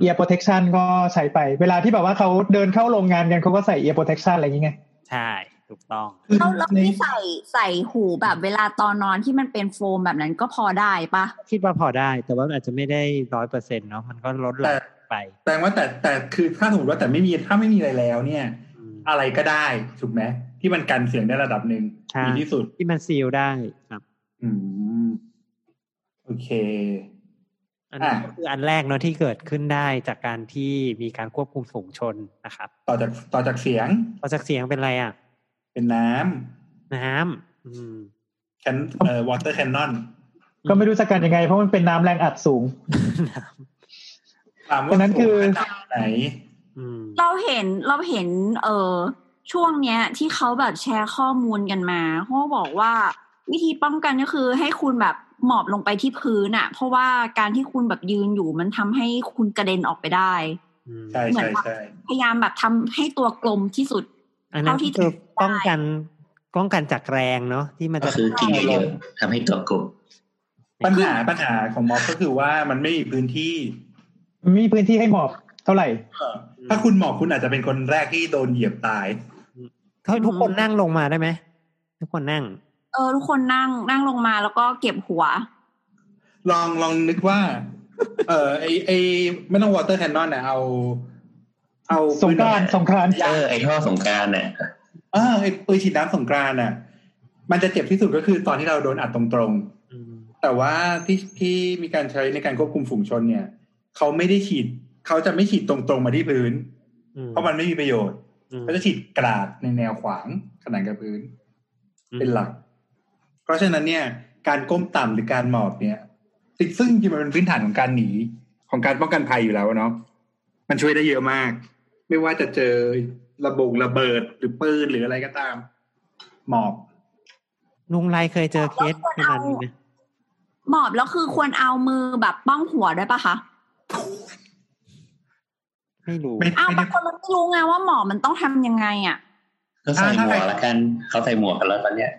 Speaker 7: เอีย protection ก็ใช้ไป เวลาที่แบบว่าเขาเดินเข้าโรงงานกันเขาก็ใส่เอีย protection อะไรอย่างเงี้ย
Speaker 4: ใช่ถูกต้อง
Speaker 3: แล้วแล้วที่ใส่ใส่หูแบบเวลาตอนนอนที่มันเป็นโฟมแบบนั้นก็พอได้ปะ
Speaker 4: คิดว่าพอได้ แต่ว่ามันอาจจะไม่ได้ร้อยเปอร์เซ็นต์เนาะมันก็ลดหลั่นไป
Speaker 5: แต่ว่าแต่แต่คือถ้าสมมติว่าแต่ไม่มีถ้าไม่มีอะไรแล้วเนี่ย
Speaker 4: อืม
Speaker 5: อะไรก็ได้ถูกไหมที่มันกันเสียงได้ระดับหนึ่ง
Speaker 4: ใช่
Speaker 5: ดีที่สุด
Speaker 4: ที่มันซีลได้ครับ
Speaker 5: อืมโอเค
Speaker 4: อันนี้น
Speaker 5: อ่ะ
Speaker 4: ก็คืออันแรกเนาะที่เกิดขึ้นได้จากการที่มีการควบคุมฝูงชนนะครับ
Speaker 5: ต่อจากต่อจากเสียง
Speaker 4: พอจากเสียงเป็นอะไรอ่ะ
Speaker 5: เป็นน้
Speaker 4: น้ำอืม
Speaker 5: ำแคนเอ่อวอเตอร์แคนนอน
Speaker 7: ก็ไม่รู้จะกันยังไงเพราะมันเป็นน้ำแรงอัดสูง
Speaker 5: ถาม
Speaker 7: อั
Speaker 5: ว่าน
Speaker 7: นั้นคือ
Speaker 5: สูงขนาดไหน
Speaker 4: อืม
Speaker 3: เราเห็นเราเห็น เออช่วงเนี้ย ที่เขาแบบแชร์ข้อมูลกันมาเขาบอกว่า วิธีป้องกันก็คือให้คุณแบบหมอบลงไปที่พื้นอะเพราะว่าการที่คุณแบบยืนอยู่มันทำให้คุณกระเด็นออกไปได้
Speaker 4: อืม
Speaker 5: ใช่ใช่ใช่
Speaker 3: พยายามแบบทำให้ตัวกลมที่สุด
Speaker 4: อันนั้น
Speaker 3: เท่าที่
Speaker 4: ก็คือ
Speaker 3: จะได้
Speaker 4: ป้องกันป้องกันจากแรงเนาะที่มัน
Speaker 1: ก็
Speaker 4: จะ
Speaker 1: คือกินเยอะๆทำให้ตัวกลม
Speaker 5: ปัญหาปัญหาของม็อบก็คือว่ามันไม่มีพื้นที่
Speaker 7: มีพื้นที่ให้หมอบ เท่าไหร่
Speaker 5: ถ้าคุณหมอกคุณอาจจะเป็นคนแรกที่โดนเหยียบตาย
Speaker 4: เขาทุกคนนั่งลงมาได้ไหมทุกคนนั่ง
Speaker 3: เออทุกคนนั่งนั่งลงมาแล้วก็เก็บหัว
Speaker 5: ลองลองนึกว่า เออไอไอไม่ต้องวอเตอร์แคนนอนนะเอา เอา
Speaker 7: สงกรานต์สงกรานต์
Speaker 1: เออไอท่อสงกรารเนี่ย
Speaker 5: เออไอปืนฉีดน้ำสงกรานต์น่ะ มันจะเจ็บที่สุดก็คือตอนที่เราโดนอัดตรงๆ แต่ว่าที่ที่มีการใช้ในการควบคุมฝูงชนเนี่ยเขาไม่ได้ฉีดเขาจะไม่ฉีดตรงๆมาที่พื้น เพราะมันไม่มีประโยชน์เขาจะฉีดกราดในแนวขวางขนานกับพื้น เป็นหลัก เพราะฉะนั้นเนี่ย การก้มต่ำหรือการหมอบเนี่ยซึ่งซึ่งจริงๆมันเป็นพื้นฐานของการหนีของการป้องกันภัยอยู่แล้วเนาะมันช่วยได้เยอะมาก ไม่ว่าจะเจอระบงระเบิดหรือปืนหรืออะไรก็ตาม หมอบ
Speaker 4: ลุงไรเคยเจอเคสขนาดนี้ไหม
Speaker 3: หมอบแล้วคือควรเอามือแบบป้องหัวด้วยปะคะ
Speaker 4: ไม่รู้
Speaker 5: ไม่
Speaker 3: อ้าว
Speaker 5: ไม่
Speaker 3: บา
Speaker 5: ได้
Speaker 3: งคนมันไม่รู้ไงว่าหมอบมันต้องทำยังไงอ่ะ
Speaker 1: ก็ใส่
Speaker 5: อ่า
Speaker 1: ห
Speaker 5: ถ้ามใคร
Speaker 1: วกละกันเขาใส่หมวกกันแล้วตอนเนี้ย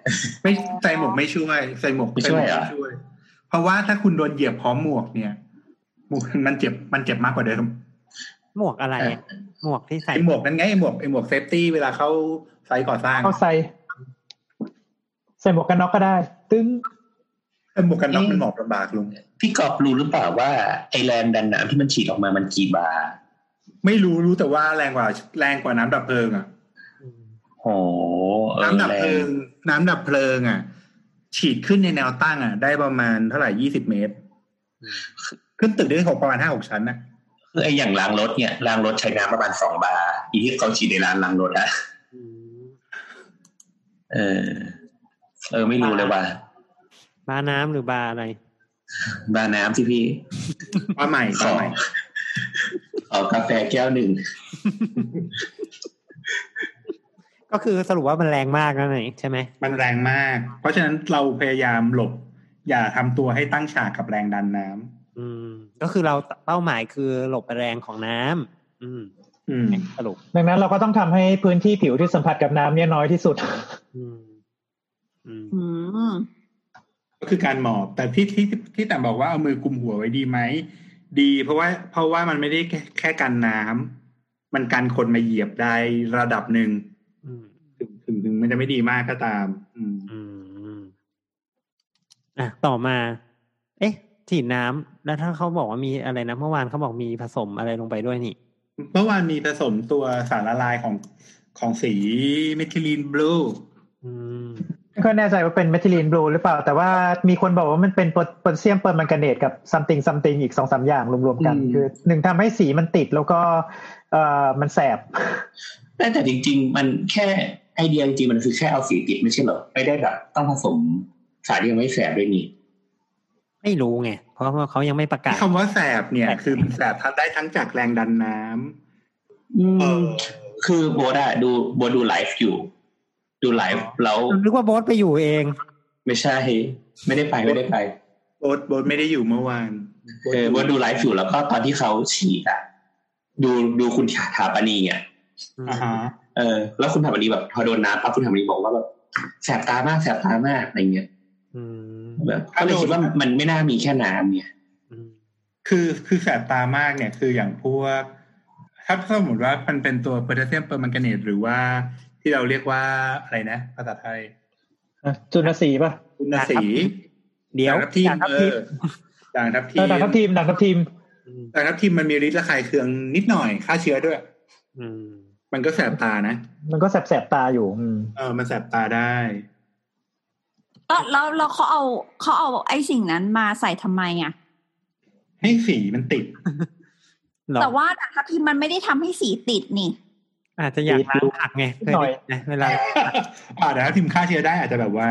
Speaker 5: ไม่ใส่หมวกไม่ช่วยใส่หมวก
Speaker 1: ไม่ช่
Speaker 5: ใส่ห
Speaker 1: วย
Speaker 5: มวก
Speaker 1: เหรอ
Speaker 5: ไม่ช่วย เพราะว่าถ้าคุณโดนเหยียบพร้อมหมวกเนี่ยหมวกมันเจ็บมันเจ็บมากกว่าเดิม
Speaker 4: หมวกอะไรอะหมวกที่ใส่
Speaker 5: ไอหมวกนั้นไงไอหมวกไอหมวกเซฟตี้เวลาเข้าไซต์ก่อสร้าง
Speaker 7: เข้าใส่ใส่หมวกกันน็อกก็ได้ ตึ้ง
Speaker 5: ไอหมวกกันน็อกมันหมอบลำบากลุง
Speaker 1: พี่กอบรู้หรือเปล่าว่าไอแรงดันน้ำที่มันฉีดออกมามันกี่บาร์
Speaker 5: ไม่รู้รู้แต่ว่าแรงกว่าแรงกว่าน้ำดับเพลิงอะ
Speaker 4: อืม
Speaker 1: โอ้โหเออ
Speaker 5: น้ำดับ
Speaker 1: แร
Speaker 5: เพลิ
Speaker 1: ง
Speaker 5: ง น้ำดับเพลิงอะฉีดขึ้นในแนวตั้งอะได้ประมาณเท่าไหร่ยี่สิบเมตร ขึ้นตึกได้หกประมาณห้าหกชั้นนะ
Speaker 1: คือไออย่างล้างรถเนี่ยล้างรถใช้น้ำประมาณสองบาร์อีที่เขาฉีดในร้านล้างรถอะ
Speaker 4: อืม
Speaker 1: เออ เออไม่รู้เลยว่า
Speaker 4: บาร์น้ำหรือบาร์อะไร
Speaker 1: บาร์น้ำที่พี่
Speaker 5: ปลาใหม่ป
Speaker 1: ข
Speaker 5: ลา
Speaker 1: อ
Speaker 5: ใหม่
Speaker 1: ขอกาแฟแก้วหนึ่ง
Speaker 4: ก็คือสรุปว่ามันแรงมากนั่นเองใช่ไหม
Speaker 5: มันแรงมาก เพราะฉะนั้นเราพยายามหลบ อย่าทำตัวให้ตั้งฉากกับแรงดันน้ำ
Speaker 4: อืม ก็คือเราเป้าหมายคือหลบแรงของน้ำอืม
Speaker 5: อืม
Speaker 4: สรุป
Speaker 7: ดังนั้นเราก็ต้องทำให้พื้นที่ผิวที่สัมผัสกับน้ำเนี่ยน้อยที่สุด
Speaker 4: อืม อืม
Speaker 3: อืม
Speaker 5: ก็คือการหมอบ แต่ที่ที่ที่แต่บอกว่าเอามือกุมหัวไว้ดีไหม ดีเพราะว่าเพราะว่ามันไม่ได้แค่แค่กันน้ำมันกันคนมาเหยียบได้ระดับหนึ่ง
Speaker 4: อืม
Speaker 5: ถึงถึงถึงมันจะไม่ดีมากก็ตาม อืม
Speaker 4: อืมอ่ะต่อมา เอ๊ะฉีดน้ำแล้วถ้าเขาบอกว่ามีอะไรนะเมื่อวานเขาบอกมีผสมอะไรลงไปด้วยนี่
Speaker 5: เมื่อวานมีผสมตัวสารละลายของของสีเมทิลีนบลู
Speaker 4: อืม
Speaker 7: ไม่ค่อยแน่ใจว่าเป็นเมทิลีนบลูหรือเปล่า แต่ว่ามีคนบอกว่ามันเป็นโพแทสเซียมเปอร์มันกาเนตกับซัมติงซัมติงอีกสองสามอย่างรวมๆกัน คือหนึ่งทำให้สีมันติดแล้วก็เอ่อมันแสบ
Speaker 1: แต่แต่จริง ๆ มันแค่ไอเดียจริงๆมันคือแค่เอาสีติดไม่ใช่เหรอไม่ได้แบบต้องผสมสารที่ยังไม่แสบด้วยนี่
Speaker 4: ไม่รู้ไง เพราะว่าเขายังไม่ประกาศ
Speaker 5: คำว่าแสบเนี่ย คือมันแสบทัดได้ทั้งจากแรงดันน้ำเออ
Speaker 1: คือโบดอะดูโบดูไลฟ์อยู่ ดูไลฟ์แล้ว
Speaker 4: นึกว่าโบสไปอยู่เอง
Speaker 1: ไม่ใช่ ไม่ได้ไปไม่ได้ไป
Speaker 5: โบ๊ทโบ๊ทไม่ได้อยู่เมื่อวาน
Speaker 1: เออโบดูไลฟ์อยู่แล้วก็ตอนที่เขาฉีดอะดูดูคุณถาถาปณีอ่ะ
Speaker 5: อ่าฮะ
Speaker 1: เออแล้วคุณถาปณีแบบพอโดนน้ำปั๊บคุณถาปณีบอกว่าแบบแสบตามากแสบตามากอะไรเงี้ย
Speaker 4: อืม
Speaker 1: แบบก็เลยคิดว่ามันไม่น่ามีแค่น้ำเนี่ย
Speaker 4: อืม
Speaker 5: คือคือแสบตามากเนี่ยคืออย่างพวกถ้าสมมติว่ามันเป็นตัวโพแทสเซียมเปอร์มังกาเนตหรือว่าที่เราเรียกว่าอะไรนะ ภาษาไทย
Speaker 7: จุลสีป่ะ
Speaker 5: อุณสี
Speaker 4: เดี๋ยว
Speaker 5: ด่างทับทิม
Speaker 4: จากทัพ
Speaker 5: เอ
Speaker 4: ทิม
Speaker 5: อด่างทับทิ
Speaker 7: เอ
Speaker 5: ม
Speaker 7: อดังทัพทีมดังทัพทีม
Speaker 4: ม
Speaker 5: ด่างทับทิมมันมีฤทธิ์ระคายเคืองนิดหน่อยฆ่าเชื้อด้วย
Speaker 4: อืม
Speaker 5: มันก็แสบตานะ
Speaker 7: มันก็แสบๆตาอยู่อืม
Speaker 5: เออมันแสบตาได้
Speaker 3: แล้วแล้วแล้วเขาเอาเขาเอาไอ้สิ่งนั้นมาใส่ทำไมอ่ะ
Speaker 5: ให้สีมันติด
Speaker 4: หรอ
Speaker 3: แต่ว่าดาบทับทิมมันไม่ได้ทำให้สีติดนี่
Speaker 4: อาจจะอยากล้างผักไงเคยได้ยินนะเวลา
Speaker 5: อ่าแต่ถ้าทิมฆ่าเชื้อได้อาจจะแบบว่า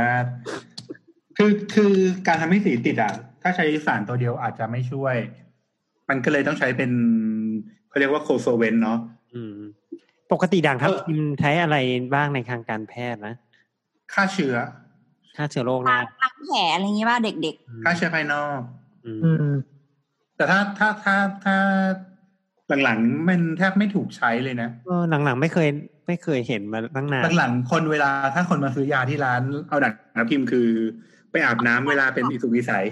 Speaker 5: คือคือการทำให้สีติดอ่ะ ถ้าใช้สารตัวเดียวอาจจะไม่ช่วย มันก็เลยต้องใช้เป็นเขาเรียกว่าโคโซเวนเนาะ
Speaker 4: อืม ปกติด่างทับ
Speaker 5: เออ
Speaker 4: ทิมใช้อะไรบ้างในทางการแพทย์นะ
Speaker 5: ฆ่าเชื้อ
Speaker 4: ฆ่าเชื้อโรคนะ
Speaker 3: ล้างล้างแผลอะไรอย่างงี้ว่าเด็ก
Speaker 5: ฆ่าเชื้อภายนอก
Speaker 4: อืม
Speaker 7: อืม
Speaker 5: แต่ถ้าถ้าถ้าถ้าหลังๆมันแทบไม่ถูกใช้เลยนะ
Speaker 4: เออหลังๆไม่เคย ไม่เคยเห็นมาตั้งนาน
Speaker 5: หลังๆคนเวลาถ้าคนมาซื้อยาที่ร้านเอาดักน้ำพิมพ์คือ ไปอาบน้ำเวลาเป็นอิสุกอิสัย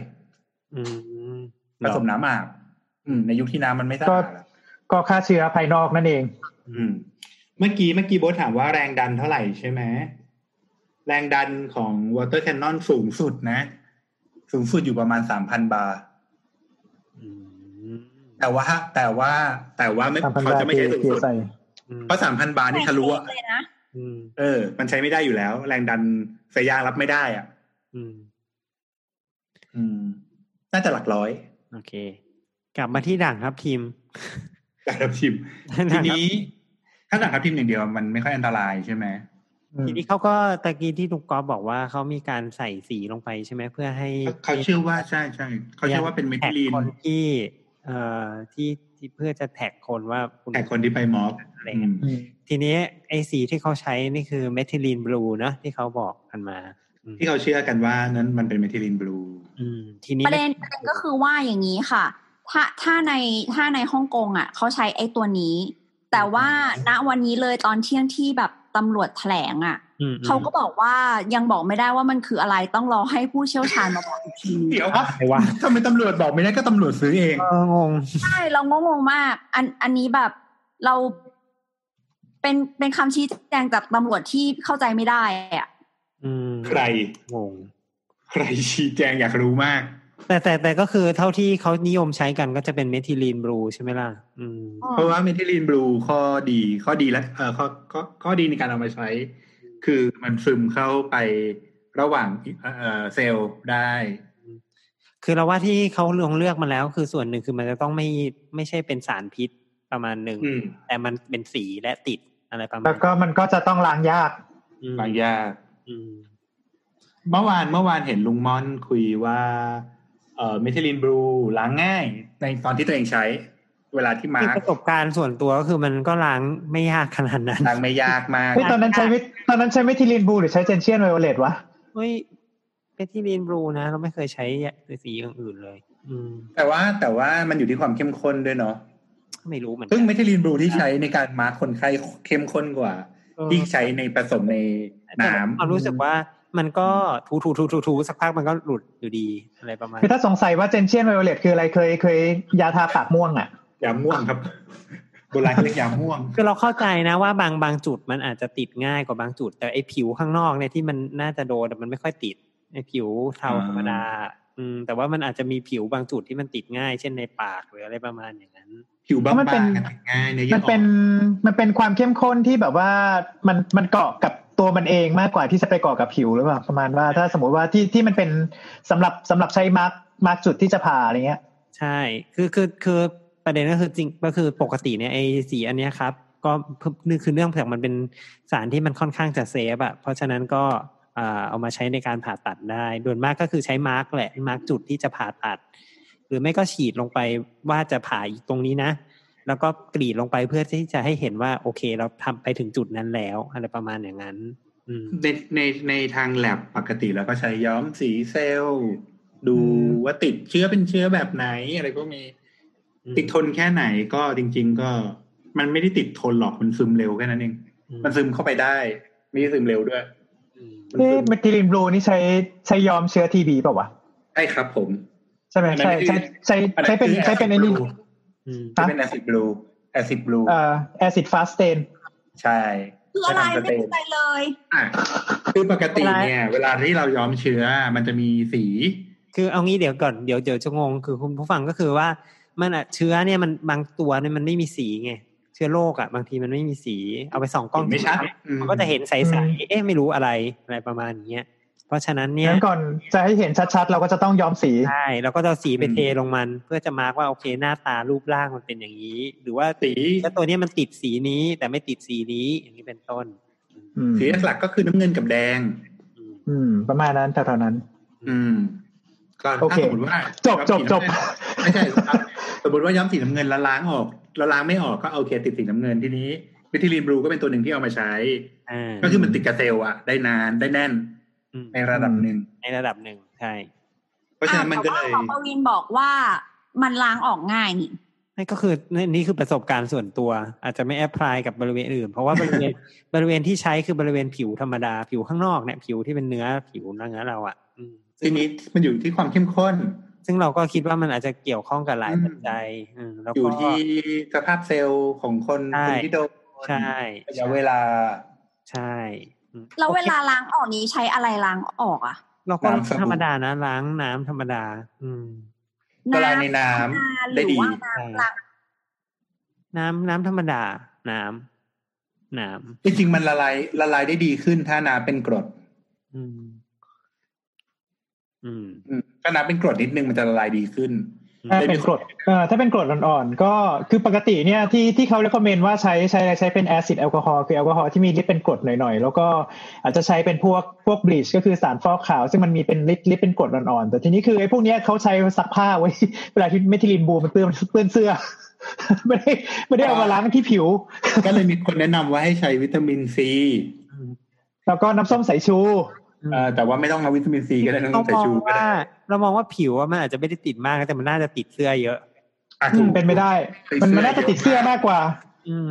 Speaker 4: อืม
Speaker 5: ผสมน้ำอาบ อืม ในยุคที่น้ำมันไม่สะ
Speaker 7: ก็
Speaker 5: อาดอะ
Speaker 7: ก็ฆ่าเชื้อภายนอกนั่นเอง
Speaker 5: อืม เมื่อกี้เมื่อกี้โบทถามว่าแรงดันเท่าไหร่ใช่ไหมแรงดันของวอเตอร์แคนนอนสูงสุดนะ สูงสุดอยู่ประมาณสามพันบาร์
Speaker 4: อืม
Speaker 5: แต่ว่าแต่ว่าแต่ว่าไม่
Speaker 7: ตามพัน
Speaker 5: เขา
Speaker 7: บา
Speaker 5: จะ
Speaker 7: ท
Speaker 5: ไม่ใช้สูง
Speaker 7: เท
Speaker 5: สุด
Speaker 7: ใส่
Speaker 4: อืม
Speaker 5: เพราะสามพันบาร์นี่ทะลุอะ
Speaker 3: เลยนะ
Speaker 4: อืม
Speaker 5: เออ มันใช้ไม่ได้อยู่แล้ว แรงดันสายยางรับไม่ได้อ่ะ
Speaker 4: อืม
Speaker 5: อืม น่าจะหลักร้อย
Speaker 4: โอเค กลับมาที่ด่างครับทีม
Speaker 5: แต่ครับทีม ทีนี้ถ้าหลังครับทีมอย่างเดียวมันไม่ค่อยอันตรายใช่ไหม
Speaker 7: อืม
Speaker 4: ทีนี้เขาก็ตะกี้ที่ลุงก๊อฟบอกว่าเขามีการใส่สีลงไปใช่ไหมเพื่อให้
Speaker 5: เขาเขาเชื่อว่าใช่ใช่เขาเชื่อว่าเป็นเมทิลีน
Speaker 4: แท็กคนที่ เอ่อที่ที่เพื่อจะแท็กคนว่าคุณ
Speaker 5: แต่คนที่ไปม็อบ
Speaker 4: อะไรเงี้ย
Speaker 5: อืม
Speaker 7: อืม
Speaker 4: ทีนี้ไอ้สีที่เขาใช้นี่คือเมทิลีนบลูนะที่เขาบอกกันมาอืม
Speaker 5: ที่เขาเชื่อกันว่านั้นมันเป็นเมทิลีนบลู
Speaker 4: อืม ทีนี้
Speaker 3: ประเด็นประเด็นก็คือว่าอย่างนี้ค่ะ ถ้าถ้าในถ้าในฮ่องกงอ่ะเขาใช้ไอ้ตัวนี้ แต่ว่าณวันนี้เลยตอนเที่ยงที่แบบตำรวจแถลงอ่ะ
Speaker 4: อืมอืม
Speaker 3: เขาก็บอกว่ายังบอกไม่ได้ว่ามันคืออะไรต้องรอให้ผู้เชี่ยวชาญมาบอกอีกที
Speaker 5: เดี๋ยว
Speaker 4: อะไรวะ
Speaker 5: ทำไมตำรวจบอกไม่ได้ก็ตำรวจซื้อเอง
Speaker 4: เอองง
Speaker 3: ใช่เรางงๆมาก อันอันนี้แบบเราเป็นเป็นคำชี้แจงจากตำรวจที่เข้าใจไม่ได้อะ
Speaker 4: อืม
Speaker 5: ใคร
Speaker 4: งง
Speaker 5: ใครชี้แจงอยากรู้มาก
Speaker 4: แต่แต่แต่ก็คือเท่าที่เขานิยมใช้กันก็จะเป็นเมทิลีนบลูใช่ไหมล่ะ อืม
Speaker 5: เพราะว่าเมทิลีนบลูข้อดีข้อดีและเออข้อข้อข้อดีในการเอามาใช้ คือมันซึมเข้าไประหว่างเอ่อเอ่อเซลล์ได้
Speaker 4: คือเราว่าที่เขาลงเลือกมาแล้ว คือส่วนหนึ่งคือมันจะต้องไม่ไม่ใช่เป็นสารพิษประมาณหนึ่ง
Speaker 5: อืม
Speaker 4: แต่มันเป็นสีและติดอะไรประมาณ
Speaker 7: แล้วก็มันก็จะต้องล้างยาก
Speaker 4: อืม
Speaker 5: บางยาก
Speaker 4: อืม
Speaker 5: เมื่อวานเมื่อวานเห็นลุงม่อนคุยว่าเอ่อเมทิลีนบลูล้างง่าย ในตอนที่ตัวเองใช้ เวลาที่มา
Speaker 4: คือประสบการณ์ส่วนตัวก็คือมันก็ล้างไม่ยากขนาดนั้น
Speaker 5: ล้างไม่ยากมาก
Speaker 7: เฮ้ยตอนนั้นใช้วิตอนนั้นใช้เมทิลีนบลูหรือใช้เจนเชียนไวโอเลตวะ
Speaker 4: เฮ้ยเมทิลีนบลูนะ เราไม่เคยใช้สีอย่างอื่นเลย อืม
Speaker 5: แต่ว่าแต่ว่ามันอยู่ที่ความเข้มข้นด้วยเนาะ
Speaker 4: ไม่รู้เหมือนกั
Speaker 5: ซึ่ง
Speaker 4: น
Speaker 5: เมทิลีนบลูที่ใช้ในการมาร์คคนไข้เข้มข้นกว่า ที่ใช้ในผสมใน
Speaker 4: แต่
Speaker 5: น้ำ
Speaker 4: ความรู้สึกว่ามันก็ถูถูถูถูถูสักพักมันก็หลุดอยู่ดีอะไรประมาณ
Speaker 7: คือถ้าสงสัยว่าเจนเชียนไวโอเลตคืออะไรเคยเคยยาทาปากม่วงอ่ะ
Speaker 5: ยาม่วงครับ โบราณเรียกยาม่วง
Speaker 4: คือเราเข้าใจนะว่าบางบางจุดมันอาจจะติดง่ายกว่าบางจุด แต่ไอ้ผิวข้างนอกเนี่ยที่มันน่าจะโดนแต่มันไม่ค่อยติดไอ้ผิวเทา
Speaker 5: อ่า
Speaker 4: ธรรมดา อืม แต่ว่ามันอาจจะมีผิวบางจุดที่มันติดง่าย เช่นในปากหรืออะไรประมาณอย่างนั้น
Speaker 5: ผิวบาง
Speaker 7: เพราะมันเป็น
Speaker 5: ๆกันง่ายเนื้อเยื่
Speaker 7: มั
Speaker 5: อน
Speaker 7: เป็นมันเป็นความเข้มข้นที่แบบว่ามันมันเกาะกับตัวมันเองมากกว่าที่จะไปเกาะกับผิวหรือเปล่าประมาณว่าถ้าสมมติว่าที่ที่มันเป็นสำหรับสำหรับใช้มาร์กมาร์กจุดที่จะผ่าอะไรเงี้ย
Speaker 4: ใช่ คือคือคือประเด็นก็คือจริงก็คือปกติเนี่ยไอ้สีอันเนี้ยครับ ก็เพิ่มนี่คือเนื่องจากมันเป็นสารที่มันค่อนข้างจะเซฟอะเพราะฉะนั้นก็อ่าเอามาใช้ในการผ่าตัดได้โดยมากก็คือใช้มาร์กแหละมาร์กจุดที่จะผ่าตัด หรือไม่ก็ฉีดลงไปว่าจะผ่าอีกตรงนี้นะ แล้วก็กรีดลงไปเพื่อที่จะให้เห็นว่าโอเค เราทำไปถึงจุดนั้นแล้วอะไรประมาณอย่างนั้น อืม
Speaker 5: ในในในทางแลบปกติแล้วก็ใช้ย้อมสีเซลล์ ดู
Speaker 7: อืม
Speaker 5: ว่าติดเชื้อเป็นเชื้อแบบไหน อะไรพวกนี้
Speaker 4: อืม
Speaker 5: ติดทนแค่ไหนก็จริง ๆ ก็มันไม่ได้ติดทนหรอกมันซึมเร็วแค่นั้นเอง มันซึมเข้าไปได้ไม่ได้ซึมเร็วด้วย
Speaker 4: อืม
Speaker 5: มัน
Speaker 7: เอ๊ะ
Speaker 5: ซึม
Speaker 7: เมทิลีนบลูนี่ใช้ใช้ยอมเชื้อทีบีเปล่าวะ
Speaker 5: ใช่ครับผม
Speaker 7: ใช่ไหมใช่ใช้ใช้ใช้เป็นใช้เป็นไอ้นี่
Speaker 4: อืม
Speaker 5: ใช้
Speaker 7: ฮะ
Speaker 5: เป็นแอซิดบลูแอซิดบลู
Speaker 7: เอ่อแอซิดฟาสเตน
Speaker 5: ใช่
Speaker 3: คืออะไร
Speaker 5: ใช้ทำส
Speaker 3: ไม่
Speaker 5: เต
Speaker 3: เข้า
Speaker 5: ท
Speaker 3: ใจเลย
Speaker 5: อ่ะคือปกติ
Speaker 4: อะไร
Speaker 5: เนี่ย เวลาที่เราย้อมเชื้อมันจะมีสี
Speaker 4: คือเอางี้เดี๋ยวก่อนเดี๋ยวเดี๋ยวจะงงคือคุณผู้ฟังก็คือว่ามันอะเชื้อเนี่ยมันบางตัวเนี่ยมันไม่มีสีไงเชื้อโรคอะบางทีมันไม่มีสีเอาไปส่องกล้อง
Speaker 5: ไม่ชัดอืม
Speaker 4: มันก็จะเห็นใสๆเอ๊ะไม่รู้อะไรอะไรประมาณเนี้ยเพราะฉะนั้นเนี่ย
Speaker 7: งั้นก่อนจะให้เห็นชัดๆ เราก็จะต้องย้อมสี
Speaker 4: ใช่เราก็จะเอาสีไปเทลงมัน เพื่อจะมาร์กว่าโอเคหน้าตารูปร่างมันเป็นอย่างนี้ หรือว่า
Speaker 5: สี
Speaker 4: แล้วตัวเนี้ยมันติดสีนี้แต่ไม่ติดสีนี้อย่างนี้เป็นต้น
Speaker 7: อืม
Speaker 5: สีหลักๆก็คือน้ำเงินกับแดง
Speaker 4: อืม
Speaker 7: อืม ประมาณนั้นแถวๆนั้น
Speaker 5: อืม ก็
Speaker 7: โอเค
Speaker 5: ถ้าสมมติว่า
Speaker 7: จบจบจบ
Speaker 5: ไม่ใช่ครับสมมติว่าย้อมสีน้ำเงินแล้วล้างออกแล้วล้างไม่ออกก็โอเค ติดสีน้ำเงินทีนี้วิทิลีนบลูก็เป็นตัวหนึ่งที่เอามาใช้
Speaker 4: อ่า
Speaker 5: ก็คือมันติดกระเซลล์อะได้นานได้แน่น
Speaker 4: อืม
Speaker 5: ในระดับหนึ่ง
Speaker 4: ในระดับหนึ่งใช่
Speaker 5: เพราะฉะนั้นมันก็
Speaker 3: แต่
Speaker 5: เล
Speaker 3: ว่าย หมอประวินบอกว่ามันล้างออกง่ายนี่
Speaker 4: นี่นก็คือนี่นี่คือประสบการณ์ส่วนตัว อาจจะไม่แอพพลายกับบริเวณอื่น เพราะว่าบ ริเวณ บริเวณที่ใช้คือบริเวณผิวธรรมดาผิวข้างนอกเนี่ยผิวที่เป็นเนื้อผิวเนื้อเราอ่ะอืม
Speaker 5: ทีนี้มันอยู่ที่ความเข้มข้น
Speaker 4: ซึ่งเราก็คิดว่ามันอาจจะเกี่ยวข้องกับหลายปัจจัยอืมแล้ว
Speaker 5: อยู่
Speaker 4: ก็
Speaker 5: ที่สภาพเซลล์ของคน
Speaker 4: ใช่
Speaker 5: คนที่โดน
Speaker 4: ใช่
Speaker 5: ระยะเวลา
Speaker 4: ใช่อืม
Speaker 3: แล้วเวลา
Speaker 4: โอ
Speaker 3: ล้างออกนี้ใช้อะไรล้างออกอะ
Speaker 4: เคเราก็
Speaker 5: น้ำสบู่
Speaker 4: ธรรมดานะล้างน้ำธรรมดา อืม
Speaker 5: ละลายในน้
Speaker 3: น้ำ
Speaker 5: ำ
Speaker 3: ห
Speaker 5: ได้
Speaker 3: รือ
Speaker 5: ดี
Speaker 3: ว่าน้ำล้าง
Speaker 4: น้ำน้ำธรรมดา น้ำน้ำ
Speaker 5: จริงๆมันละลายละลายได้ดีขึ้นถ้าน้ำเป็นกรด
Speaker 4: อืม อืม
Speaker 5: อืมถ้าน้ำเป็นกรดนิดนึงมันจะละลายดีขึ้น
Speaker 7: ถ้าเป็นกรดเอ่อถ้าเป็นกรดอ่อนๆ ก็คือปกติเนี่ยที่ที่เขา recommend ว่าใช้ใช้อะไรใช้เป็นแอซิดแอลกอฮอล์คือแอลกอฮอล์ที่มีฤทธิ์เป็นกรดหน่อยๆ แล้วก็อาจจะใช้เป็นพวกพวกบลีชก็คือสารฟอกขาว ซึ่งมันมีเป็นฤทธิ์ฤทธิ์เป็นกรดอ่อนๆ แต่ทีนี้คือไอ้พวกเนี้ยเขาใช้ซักผ้าไว้ เวลาที่เมทิลีนบูมมันเปื้อนเปื้อนเสื้อ ไม่ได้ไม่ได้เอามาล้างที่ผิว
Speaker 5: ก็เลยมีคนแนะนำว่าให้ใช้วิตามินซี
Speaker 4: อืม
Speaker 7: แล้วก็น้ำส้มสายชู
Speaker 4: อืม
Speaker 5: เอ่อแต่ว่าไม่ต้องเอาวิตามินซีก็ได้น้ำ
Speaker 4: เรา
Speaker 5: ส้มสาม ย
Speaker 4: อง
Speaker 5: ชูก็
Speaker 4: ว่า
Speaker 5: ได้
Speaker 4: เรามองว่าผิวอะมันอาจจะไม่ได้ติดมากนะแต่มันน่าจะติดเสื้อเยอะ
Speaker 5: อ่ะ
Speaker 7: อื
Speaker 5: ถู
Speaker 7: ม
Speaker 5: ก
Speaker 7: เป็นไม่ได้
Speaker 5: ติด
Speaker 7: มัน
Speaker 5: เสื้อ
Speaker 7: มันน่าจะติดเสื้อมากกว่า
Speaker 4: อืม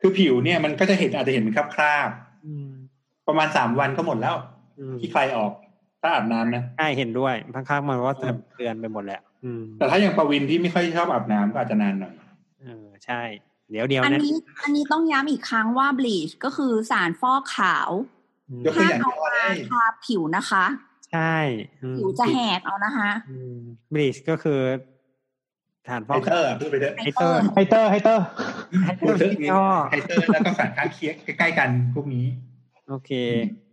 Speaker 5: คือผิวเนี่ยมันก็จะเห็นอาจจะเห็นเป็นคราบ
Speaker 4: อืม
Speaker 5: ๆประมาณสามวันก็หมดแล้ว
Speaker 4: อืม
Speaker 5: ที่ใครออกถ้าอาบน้ำนะ
Speaker 4: ใช่เห็นด้วยข้างๆมันก็
Speaker 5: อืม
Speaker 4: เตือนไปหมดแหละอืม
Speaker 5: แต่ถ้าอย่างประวินที่ไม่ค่อยชอบอาบน้ำก็อาจจะนานหน่อย
Speaker 4: เออใช่ เดี๋ยวเดียว
Speaker 3: อัน
Speaker 4: นะ
Speaker 3: นี้ อันนี้ต้องย้ำอีกครั้งว่าบลีชก็คือสารฟอกขาว
Speaker 4: อืม
Speaker 5: ยกตัว
Speaker 3: ห้าม
Speaker 5: อย่าง
Speaker 3: เอา
Speaker 5: ก็
Speaker 3: มา
Speaker 5: ได้
Speaker 3: ทาผิวนะคะ
Speaker 4: ใช่อืม
Speaker 3: ผิวจะแหกเอานะคะ
Speaker 4: อืมบลีชก็คือฐานฟ
Speaker 5: ไฮ
Speaker 4: อก
Speaker 5: เตอร์พูดไปเถอะ
Speaker 4: ไฮเตอร์
Speaker 7: ไฮเตอร์ไฮเตอร์
Speaker 4: ไฮเตอร์ที่ย่อ
Speaker 5: ไฮเตอร์แล้วก็สารค้างเคียงใกล้ๆกันพวกนี้
Speaker 4: โอเค
Speaker 5: อืม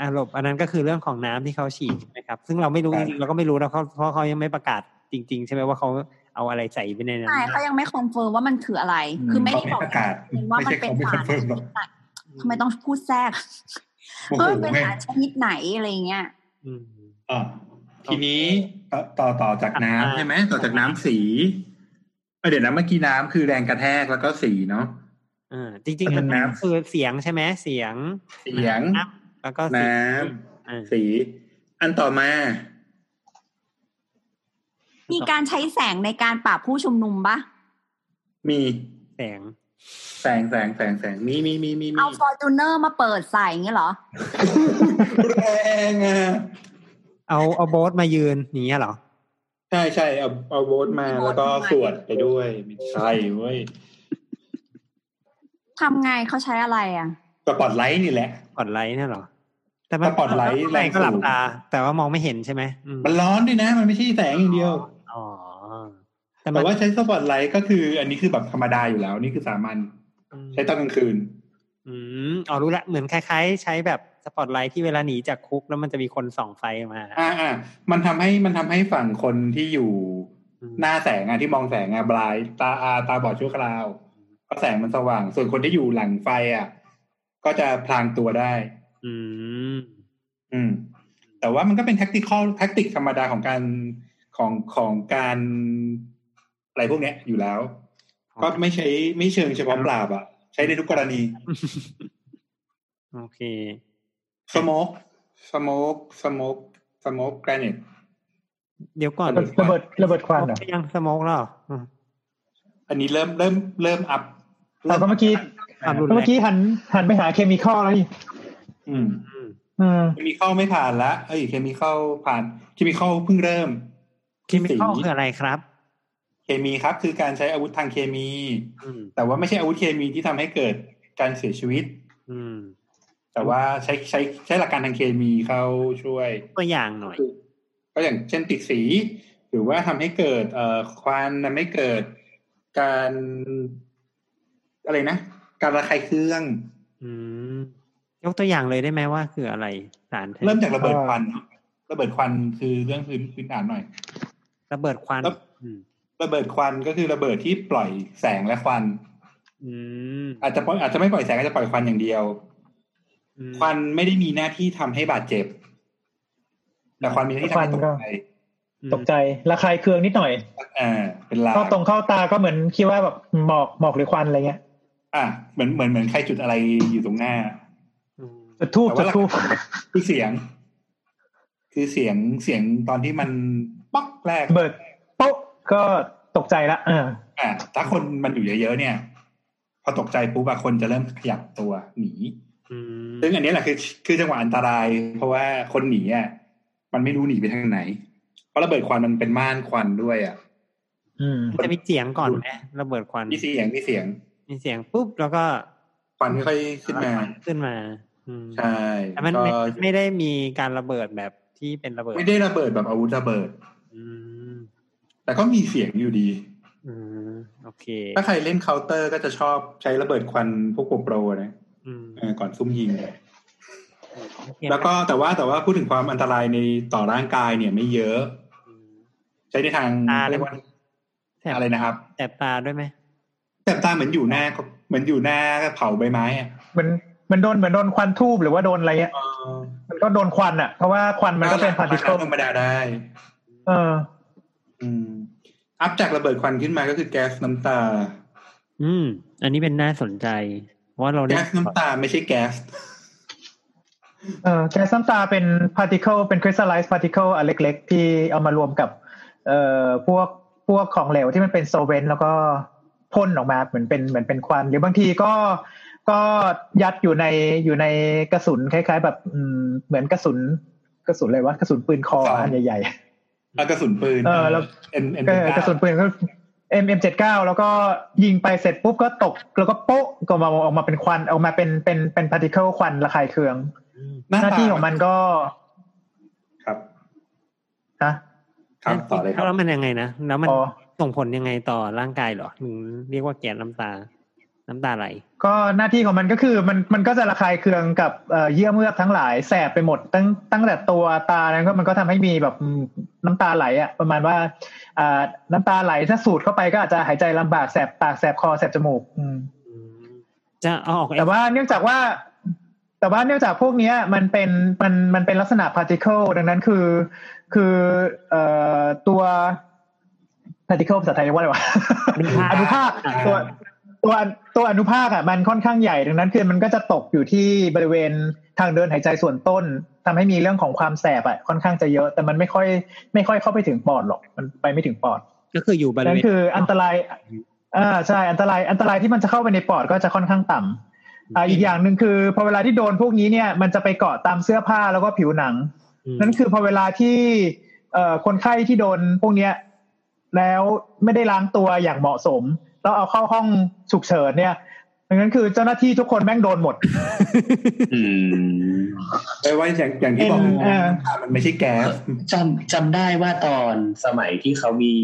Speaker 4: อารมณ์อันนั้นก็คือเรื่องของน้ำที่เขาฉีดใช่ไหมครับ ซึ่งเราไม่รู้
Speaker 5: ค
Speaker 4: จ
Speaker 5: รับ
Speaker 4: ริงๆเราก็ไม่รู้นะเขาเพราะเขายังไม่ประกาศจริง ๆ ใช่ไหมว่าเขาเอาอะไรใส่ไปในนั้น
Speaker 3: ใช่เขายังไม่คอนเฟิร์มว่ามันคืออะไร
Speaker 7: อืม
Speaker 3: คือไม่
Speaker 5: เขา
Speaker 3: ได้
Speaker 5: ไม่
Speaker 3: บอก
Speaker 5: ประกาศ
Speaker 3: ว่า
Speaker 5: ไม่
Speaker 3: มัน
Speaker 5: ใช่
Speaker 3: เป็น
Speaker 5: เขาไม่ค
Speaker 3: สา
Speaker 5: อน
Speaker 3: ร
Speaker 5: เฟิร์มหรอก
Speaker 3: ทำไมต้องพูดแทรก
Speaker 5: โอ้
Speaker 3: เออ
Speaker 5: โห
Speaker 3: เป็น
Speaker 5: แม่ง
Speaker 3: สารชนิดไหนอะไรเงี้ย
Speaker 4: อืม
Speaker 5: อ่ะทีนี้ต่อต่อต่อจากน้ำใช่ไหมต่อจากน้ำสีเอ้ยเดี๋ยวนะเมื่อกี้น้ำคือแรงกระแทกแล้วก็สีเนาะ
Speaker 4: อ่าจริงๆ
Speaker 5: เป็
Speaker 4: มัน
Speaker 5: นน้ำ
Speaker 4: คือเสียงใช่ไหมเสียง
Speaker 5: เสียง
Speaker 4: น้ำแล้วก็สี
Speaker 5: น้
Speaker 4: อ่า
Speaker 5: ำสี อันต่อมา
Speaker 3: มีการใช้แสงในการปราบผู้ชุมนุมปะ
Speaker 5: มี
Speaker 4: แสง
Speaker 5: แสงแสงแสงแสงมีมีมีมีมี
Speaker 3: เอาฟอร์จูเนอร์มาเปิดใส่เงี้ยเหรอ
Speaker 5: แรงอ่ะ
Speaker 4: เอาเอาโบสมายืนอย่างเงี้ยเหรอ
Speaker 5: ใช่ใช่เอาเอาโบสมาแล้วก็สวดไปด้วยไม่ใช่เว้ย
Speaker 3: ทำไงเขาใช้อะไรอ่ะ
Speaker 5: สปอตไลท์นี่แหละ
Speaker 4: ปอดไลท์เนี่ยเหรอ
Speaker 5: สปอตไลท์แรงสูง
Speaker 4: ก็หลับตา แต่ว่ามองไม่เห็นใช่ไหมอืม
Speaker 5: มันร้อนด้วยนะ มันไม่ใช่แสงอย่างเดียว
Speaker 4: อ๋อแต่มั
Speaker 5: แต่
Speaker 4: น
Speaker 5: ว่าใช้สปอตไลท์ก็คือ อันนี้คือแบบธรรมดาอยู่แล้ว นี่คือสามัญ
Speaker 4: อืม
Speaker 5: ใช้ตอนกลางคืน
Speaker 4: อืมอ๋อรู้ละเหมือนคล้ายๆ ใช้แบบสปอตไลท์ที่เวลาหนีจากคุกแล้วมันจะมีคนส่องไฟมา
Speaker 5: อ่าอ่ามันทำให้มันทำให้ฝั่งคนที่อยู่
Speaker 4: อืม
Speaker 5: หน้าแสงอ่ะที่มองแสงอ่ะบลายตาอาตาบอดชั่วคราวก็แสงมันสว่าง ส่วนคนที่อยู่หลังไฟอ่ะก็จะพลางตัวได้
Speaker 4: อืม
Speaker 5: อืม แต่ว่ามันก็เป็นแท็กติคอลแท็กติกธรรมดาของการของของการอะไรพวกเนี้ยอยู่แล้ว ก็ไม่ใช้ไม่เชิงเฉพาะปราบอ่ะ ใช้ในทุกกรณี
Speaker 4: โอเค
Speaker 5: สโมกสโมกสโมกสโมกแกรนิต
Speaker 4: เดี๋ยวก่อน
Speaker 7: ระเบิดระเบิดควันเหรอ
Speaker 4: ยังสโมกแล้วเหรออืม
Speaker 5: อันนี้เริ่มเริ่มเริ่มอัพ
Speaker 7: แต่ก็เมื่อกี้
Speaker 4: อ่ะ
Speaker 7: เมื่อกี้หันหันไปหาเคมีคอลแล้วนี่
Speaker 5: อืม
Speaker 4: อืม
Speaker 7: อืม
Speaker 5: เคมีเข้าไม่ผ่านละเอ้ยเคมีเข้าผ่านเคมีเข้าเพิ่งเริ่ม
Speaker 4: เคมีคอลคืออะไรครับ
Speaker 5: เคมีครับ คือการใช้อาวุธทางเคมี
Speaker 4: อืม
Speaker 5: แต่ว่าไม่ใช่อาวุธเคมีที่ทำให้เกิดการเสียชีวิต
Speaker 4: อืม
Speaker 5: แต่ว่าใช้ใช้ใช้หลักการทางเคมีเข้าช่วย
Speaker 4: ตัวอย่างหน่อย
Speaker 5: ก็อย่างเช่นติดสี หรือว่าทำให้เกิดเอ่อควันทำให้เกิดการอะไรนะ การระคายเคือง
Speaker 4: อืม ยกตัวอย่างเลยได้ไหมว่าคืออะไรสาร
Speaker 5: เริ่มจากระเบิดควันเนอะระเบิดควันคือเรื่องพื้นพื้นฐานหน่อย
Speaker 4: ระเบิดควัน
Speaker 5: แล้ว
Speaker 4: อืม
Speaker 5: ระเบิดควันก็คือระเบิดที่ปล่อยแสงและควัน
Speaker 4: อืม
Speaker 5: อาจจะปล่อยอาจจะไม่ปล่อยแสงอาจจะปล่อยควันอย่างเดียว
Speaker 4: อืม
Speaker 5: ควันไม่ได้มีหน้าที่ทำให้บาดเจ็บ แต่ควันมีหน้าที่ทำให้ตก
Speaker 7: ควันก็
Speaker 5: ใจ
Speaker 7: ตกใจระคายเคืองนิดหน่อย
Speaker 5: อ่าเป็นลา
Speaker 7: เข้าตรงเข้าตาก็เหมือนคิดว่าแบบหมอกหมอกหรือควันอะไรเงี้ย
Speaker 5: อ่ะเหมือนเหมือนเหมือนใครจุดอะไรอยู่ตรงหน้า
Speaker 4: อืม
Speaker 7: จุดทูบ
Speaker 5: แต่
Speaker 7: จุ
Speaker 5: ว่า
Speaker 7: ดทูบ
Speaker 5: หลักๆคือเสียง คือเสียงเสียงตอนที่มันป๊อกแรก
Speaker 7: เบิดโป๊ะก็ตกใจละเออ
Speaker 5: อ่ะถ้าคนมันอยู่เยอะๆเนี่ย พอตกใจปุ๊บอะคนจะเริ่มขยับตัวหนี
Speaker 4: อืม
Speaker 5: ซึ่งอันนี้แหละคือ คือจังหวะอันตราย เพราะว่าคนหนีอะมันไม่รู้หนีไปทางไหน เพราะระเบิดควันมันเป็นม่านควันด้วยอ่ะ
Speaker 7: อืม
Speaker 4: มันจะมีเสียงก่อนไหมระเบิดควัน
Speaker 5: มีเสียงมีเสียง
Speaker 4: มีเสียงปุ๊บแล้วก็
Speaker 5: ควันค่อยๆขึ้นมา
Speaker 4: ขึ้นมา อืม
Speaker 5: ใช่
Speaker 4: แต่มัน
Speaker 5: ก็
Speaker 4: ไม่ไม่ได้มีการระเบิดแบบที่เป็นระเบิด
Speaker 5: ไม่ได้ระเบิดแบบอาวุธระเบิด
Speaker 4: อืม
Speaker 5: แต่ก็มีเสียงอยู่ดี
Speaker 4: อืมโอเค
Speaker 5: ถ้าใครเล่นเคาน์เตอร์ก็จะชอบใช้ระเบิดควันพวกโปรโปรนะ
Speaker 4: อืม
Speaker 5: เออก่อนซุ่มยิง
Speaker 4: โอเค
Speaker 5: แล้วก็แต่ว่าแต่ว่าพูดถึงความอันตรายในต่อร่างกายเนี่ยไม่เยอะ
Speaker 4: อืม
Speaker 5: ใช้ในทาง
Speaker 4: อ่า
Speaker 5: เรียกว่า
Speaker 4: แสบ
Speaker 5: อะไรนะครับ
Speaker 4: แสบตาด้วยไหม
Speaker 5: แต่ตาเหมือนอยู่หน้าเหมือนอยู่หน้าเผาใบไม้อะ
Speaker 7: เหมือนเหมือนโดนเหมือนโดนควันทูบหรือว่าโดนอะไรอ่ะมันก็โดนควันอ่ะ เพราะว่าควันมันก็เป็นพาร์ติเคิล
Speaker 5: ธรรมดาได้
Speaker 7: เออ
Speaker 5: อืม อัพจากระเบิดควันขึ้นมาก็คือแก๊สน้ำตา
Speaker 4: อืม อันนี้เป็นน่าสนใจ เพราะว่าเราเล่
Speaker 5: แก๊สน้ำตาไม่ใช่แก๊ส
Speaker 7: เออแก๊สน้ำตาเป็นพาร์ติเคิลเป็นคริสตัลไลซ์พาร์ติเคิลอันเล็ก ๆ ที่เอามารวมกับ เอ่อพวกพวกของเหลวที่มันเป็นโซเวนแล้วก็พ่นออกมาเหมือนเป็นเหมือนเป็นควัน หรือบางทีก็ก็ยัดอยู่ในอยู่ในกระสุนคล้าย ๆ แบบอืมเหมือนกระสุนกระสุนอะไรวะกระสุนปืนคออันใหญ่
Speaker 5: แล้วกระสุนปืน
Speaker 7: เออแล้ว
Speaker 5: เอ็นเอ็น
Speaker 7: ๆเออกระสุนปืนก็ M M เจ็ดเก้าแล้วก็ยิงไปเสร็จปุ๊บก็ตกแล้วก็โป๊ะก็มาออกมาเป็นควันออกมาเป็นเป็นเป็นพาร์ติเคิลควันระคายเคือง
Speaker 5: หน้า
Speaker 7: หน้า
Speaker 5: ตา
Speaker 7: ที่ของมันก็
Speaker 5: ครับ
Speaker 7: ฮะ
Speaker 5: ครับต่อเลยครับ
Speaker 4: แล้วมันยังไงนะแล้วมัน
Speaker 7: อ๋อ
Speaker 4: ส่งผลยังไงต่อร่างกายเหรอถึงเรียกว่าแก๊สน้ำตา น้ำตาไหล
Speaker 7: ก็หน้าที่ของมันก็คือมันมันก็จะระคายเคืองกับเอ่อเยื่อเมือกทั้งหลายแสบไปหมดตั้งตั้งแต่ตัวตานั้นก็มันก็ทำให้มีแบบอืมน้ำตาไหลอะประมาณว่าอ่าน้ำตาไหลถ้าสูดเข้าไปก็อาจจะหายใจลำบากแสบปากแสบคอแสบจมูกอืม
Speaker 4: จะเอาออก
Speaker 7: แต่ว่าเนื่องจากว่า แต่ว่าเนื่องจากพวกเนี้ยมันเป็นมันมันเป็นลักษณะ particle ดังนั้นคือ คือเอ่อตัว particle ภาษาไทยเรียกว่าอะไรวะ อนุภาคตัวตัวตัวอนุภาคอ่ะมันค่อนข้างใหญ่ดังนั้นคือมันก็จะตกอยู่ที่บริเวณทางเดินหายใจส่วนต้นทำให้มีเรื่องของความแสบอ่ะค่อนข้างจะเยอะ แต่มันไม่ค่อยไม่ค่อยเข้าไปถึงปอดหรอกมันไปไม่ถึงปอด
Speaker 4: ก็คืออยู่บริ
Speaker 7: นั่
Speaker 4: เวน ณ
Speaker 7: คืออันตรายอ่าใช่ อันตราย อันตรายที่มันจะเข้าไปในปอดก็จะค่อนข้างต่ำอ่าอีกอย่างหนึ่งคือพอเวลาที่โดนพวกนี้เนี่ย มันจะไปเกาะตามเสื้อผ้าแล้วก็ผิวหนัง
Speaker 4: ม
Speaker 7: นั่นคือพอเวลาที่เอ่อคนไข้ที่โดนพวกเนี้ย แล้วไม่ได้ล้างตัวอย่างเหมาะสม แล้วเอาเข้าห้องฉุกเฉินเนี่ยดังนั้นคือเจ้าหน้าที่ทุกคนแม่งโดนหมด
Speaker 1: อืม
Speaker 5: แต่ว่าอย่างอย่างที่บอก
Speaker 7: เอ็นเออ
Speaker 5: มันไม่ใช่แก๊ส
Speaker 1: จำจำได้ว่าตอนสมัยที่เขามี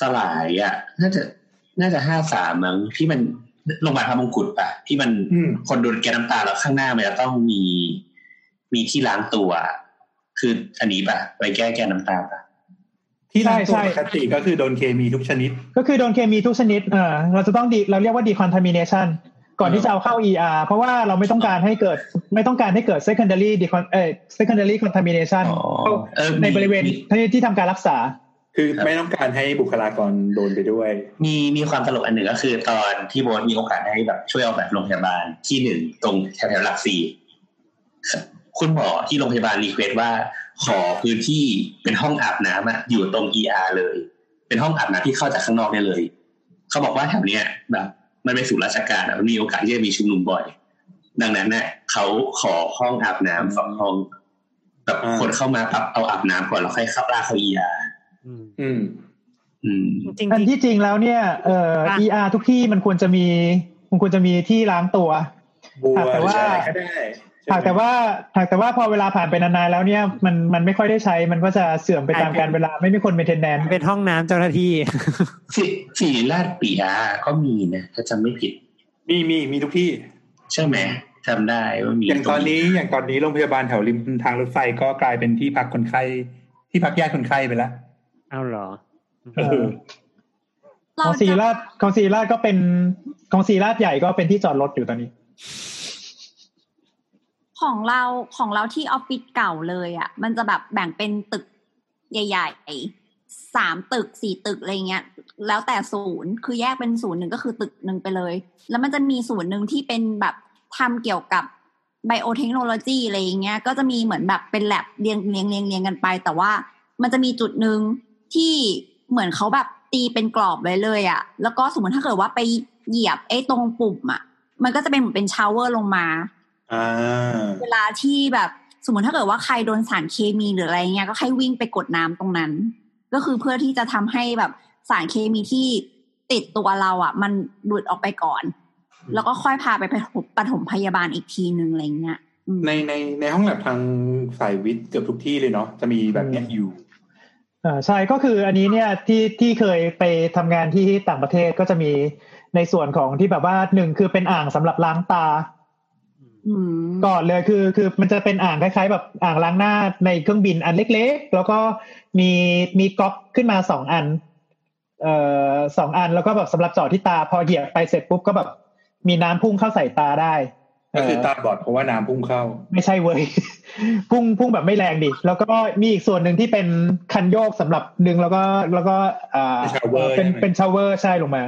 Speaker 1: สลายอ่ะ น่าจะน่าจะห้าสามมั้งที่มันโรงพยาบาลพระมงกุฎป่ะ ที่มัน
Speaker 5: อืม
Speaker 1: คนโดนแก๊สน้ำตาแล้วข้างหน้ามันจะต้องมีมีที่ล้างตัว คืออันนี้ป่ะไปแก้แก้น้ำตาป่ะ
Speaker 5: ที่ร่าง
Speaker 7: ใช่
Speaker 5: ตัว
Speaker 7: ใช่
Speaker 5: ปกติก็คือโดนเคมีทุกชนิด
Speaker 7: ก็คือโดนเคมีทุกชนิดเออเราจะต้องดีเราเรียกว่า decontamination ก่อนที่จะเอาเข้า ER เพราะว่าเราไม่ต้องการให้เกิดไม่ต้องการให้เกิด secondary decon เอ่อ secondary contamination
Speaker 1: อ๋อเออมี
Speaker 7: ในบริเวณที่ที่ทำการรักษา
Speaker 5: คือ
Speaker 1: ครับ
Speaker 5: ไม่ต้องการให้บุคลากรโดนไปด้วย
Speaker 1: มีมีความตลกอันหนึ่งก็คือ ตอนที่โบทมีโอกาสได้แบบช่วยออกแบบโรงพยาบาลที่หนึ่งตรงแถวๆหลักสี่คุณหมอที่โรงพยาบาลรีเควสต์ว่า ขอพื้นที่เป็นห้องอาบน้ำอะอยู่ตรง ER เลย เป็นห้องอาบน้ำที่เข้าจากข้างนอกได้เลย เขาบอกว่าแถวเนี้ยแบบ มันเป็นศูนย์ราชการอะมันมีโอกาสที่จะมีชุมนุมบ่อย ดังนั้นเนี่ยเขาขอห้องอาบน้ำสองห้องแบบ
Speaker 5: อ่า
Speaker 1: คนเข้ามาปั๊บเอาอาบน้ำก่อนแล้วค่อยเข้าลากเข้า ER
Speaker 4: อืม
Speaker 5: อืม
Speaker 1: อืม
Speaker 4: จริง
Speaker 7: อัน
Speaker 4: ๆ
Speaker 7: ที่จริงแล้วเนี่ยเอ่อ
Speaker 4: อ่ะ
Speaker 7: ER ทุกที่มันควรจะมีมันควรจะมีที่ล้างตัว
Speaker 5: บัว
Speaker 7: หากแต่ว่า
Speaker 5: หรืออะไรก็ได้ใช่ไหม
Speaker 7: หากแต่ว่าหากแต่ว่าพอเวลาผ่านไปนานๆแล้วเนี่ยมันมันไม่ค่อยได้ใช้มันก็จะเสื่อมไปตามการเวลาไม่มีคนเมนเทนแนน
Speaker 4: เป็นห้องน้ำเจ้าหน้าที่
Speaker 1: สิสิริราชปิยาก็มีนะ ถ้าจำไม่ผิด
Speaker 5: มีมีมีทุกที่
Speaker 1: ใช่ไหมจำได้ว่ามี
Speaker 5: อย่างตอนนี้อย่างตอนนี้โรงพยาบาลแถวริมทางรถไฟก็กลายเป็นที่พักคนไข้ที่พักญาติคนไข้ไปแล้ว
Speaker 4: เอาเหรอ
Speaker 7: เออ ข
Speaker 3: เรา
Speaker 7: องซี
Speaker 3: จะ
Speaker 7: ราชของซีราชก็เป็นของซีราชใหญ่ก็เป็นที่จอดรถอยู่ตอนนี้
Speaker 3: ของเราของเราที่ออฟฟิศเก่าเลยอ่ะ มันจะแบบแบ่งเป็นตึกใหญ่ๆสามตึกสี่ตึกอะไรเงี้ย แล้วแต่ศูนย์คือแยกเป็นศูนย์หนึ่งก็คือตึกหนึ่งไปเลย แล้วมันจะมีศูนย์หนึ่งที่เป็นแบบทำเกี่ยวกับไบโอเทคโนโลยีอะไรอย่างเงี้ย ก็จะมีเหมือนแบบเป็นแลบเรียงเรียงเรียงเรียงกันไป แต่ว่ามันจะมีจุดหนึ่งที่เหมือนเขาแบบตีเป็นกรอบไว้เลยอะแล้วก็สมมติถ้าเกิดว่าไปเหยียบไอ้ตรงปุ่มอะมันก็จะเป็นเหมือนเป็นชาวเวอร์ลงมา
Speaker 5: อ่า
Speaker 3: เวลาที่แบบ สมมติถ้าเกิดว่าใครโดนสารเคมีหรืออะไรเงี้ยก็ให้วิ่งไปกดน้ำตรงนั้น ก็คือเพื่อที่จะทำให้แบบสารเคมีที่ติดตัวเราอ่ะ มันหลุดออกไปก่อน แล้วก็ค่อยพาไปปฐมพยาบาลอีกทีนึงอะไรเงี้ยอืม
Speaker 5: ในในในห้องแลบทางสายวิทย์เกือบทุกที่เลยเนาะจะมีแบบเนี้ยอยู่
Speaker 7: เอ่อใช่ก็คืออันนี้เนี่ยที่ที่เคยไปทำงานที่ต่างประเทศก็จะมีในส่วนของที่แบบว่าหนึ่งคือเป็นอ่างสำหรับล้างตา
Speaker 3: อืม
Speaker 7: ก่อนเลยคือคือมันจะเป็นอ่างคล้ายๆ แบบอ่างล้างหน้าในเครื่องบินอันเล็กๆ แล้วก็มีมีก๊อกขึ้นมาสองอันเอ่อสองอันแล้วก็แบบสำหรับเจาะที่ตาพอเหยียบไปเสร็จปุ๊บก็แบบมีน้ำพุ่งเข้าใส่ตาได้
Speaker 5: ก็คือ
Speaker 7: เ
Speaker 5: ตาบอดเพราะว่าน้ำพุ่งเข้า
Speaker 7: ไม่ใช่เว้ย พุ่งพุ่งแบบไม่แรงดิ แล้วก็มีอีกส่วนหนึ่งที่เป็นคันโยกสำหรับดึงแล้วก็แล้วก็อ่า
Speaker 5: เป็น shower
Speaker 7: เป็น
Speaker 5: ใช่ไหม
Speaker 7: เป็นชาวเวอร์ใช่ลงมา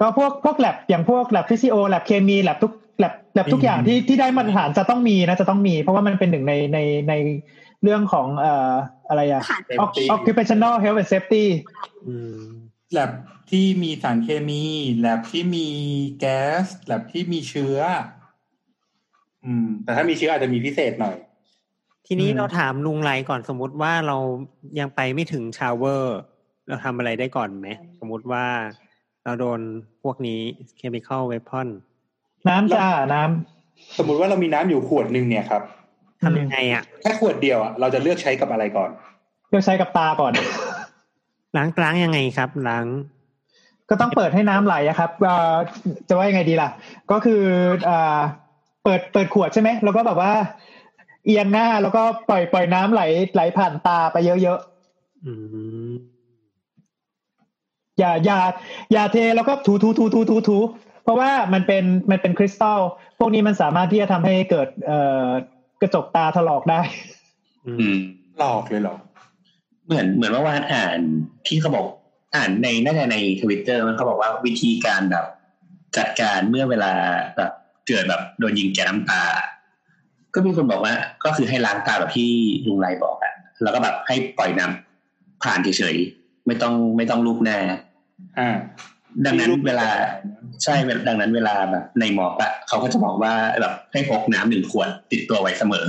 Speaker 7: ก็พวกพวกแลบอย่างพวกแลบฟิสิโอแลบเคมีแลบทุกแลบแลบทุกอย่างที่ที่ได้มาตรฐานจะต้องมีนะจะต้องมี เพราะว่ามันเป็นหนึ่งในในในเรื่องของเอ่ออะไรอะ
Speaker 3: ค่ะ
Speaker 5: Safety
Speaker 7: occupational health and safety
Speaker 4: อืม
Speaker 5: แลบที่มีสารเคมีแลบที่มีแก๊สแลบที่มีเชื้อ อืม แต่ถ้ามีเชื้ออาจจะมีพิเศษหน่อย
Speaker 4: ทีนี้
Speaker 7: อืม
Speaker 4: เราถามลุงไรก่อนสมมุติว่าเรายังไปไม่ถึงชาวเวอร์ เราทำอะไรได้ก่อนไหม สมมุติว่าเราโดนพวกนี้เคมีคอลเวพอน
Speaker 7: น้ำจ้าน้
Speaker 5: สมมุติว่าเรามีน้ำอยู่ขวดหนึ่งเนี่ยครับ
Speaker 7: ำ
Speaker 4: ทำยังไงอะ
Speaker 5: แค่ขวดเดียวอะเราจะเลือกใช้กับอะไรก่อน
Speaker 7: เลือกใช้กับตาก่อน
Speaker 4: ล้างล้างยังไงครับล้าง
Speaker 7: ก็ต้องเปิดให้น้ำไหลอะครับเอ่อจะว่ายังไงดีล่ะ ก็คือเอ่อเปิดเปิดขวดใช่ไหม แล้วก็แบบว่า เอียงหน้าแล้วก็ปล่อยปล่อยน้ำไหลไหลผ่านตาไปเยอะ
Speaker 4: อืม
Speaker 7: ๆ อย่าอย่าอย่าเทแล้วก็ถูถูถูถูถูถูเพราะว่ามันเป็นมันเป็นคริสตัลพวกนี้มันสามารถที่จะทำให้เกิดเอ่อกระจกตาถลอกได้
Speaker 4: อื
Speaker 1: อื
Speaker 4: ม
Speaker 1: ม
Speaker 5: หลอกเลยเหรอ
Speaker 1: เหมือนเหมือนเมื่อวานอ่านที่เขาบอกอ่านในน่าจะในทวิตเตอร์มันเขาบอกว่าวิธีการแบบ จัดการเมื่อเวลาแบบเกิดแบบโดนยิงแก๊สน้ำตา ก็มีคนบอกว่า ก็คือให้ล้างตาแบบที่ลุงไรบอกอะแล้วก็แบบให้ปล่อยน้ำผ่านเฉยๆไม่ต้องไม่ต้องลูบหน้า
Speaker 5: อ่า
Speaker 1: ดังนั้นเวลา ใช่เวลาดังนั้นเวลาแบบในหมอกอะเขาก็จะบอกว่าแบบให้พกน้ำหนึ่งขวดติดตัวไว้เสมอ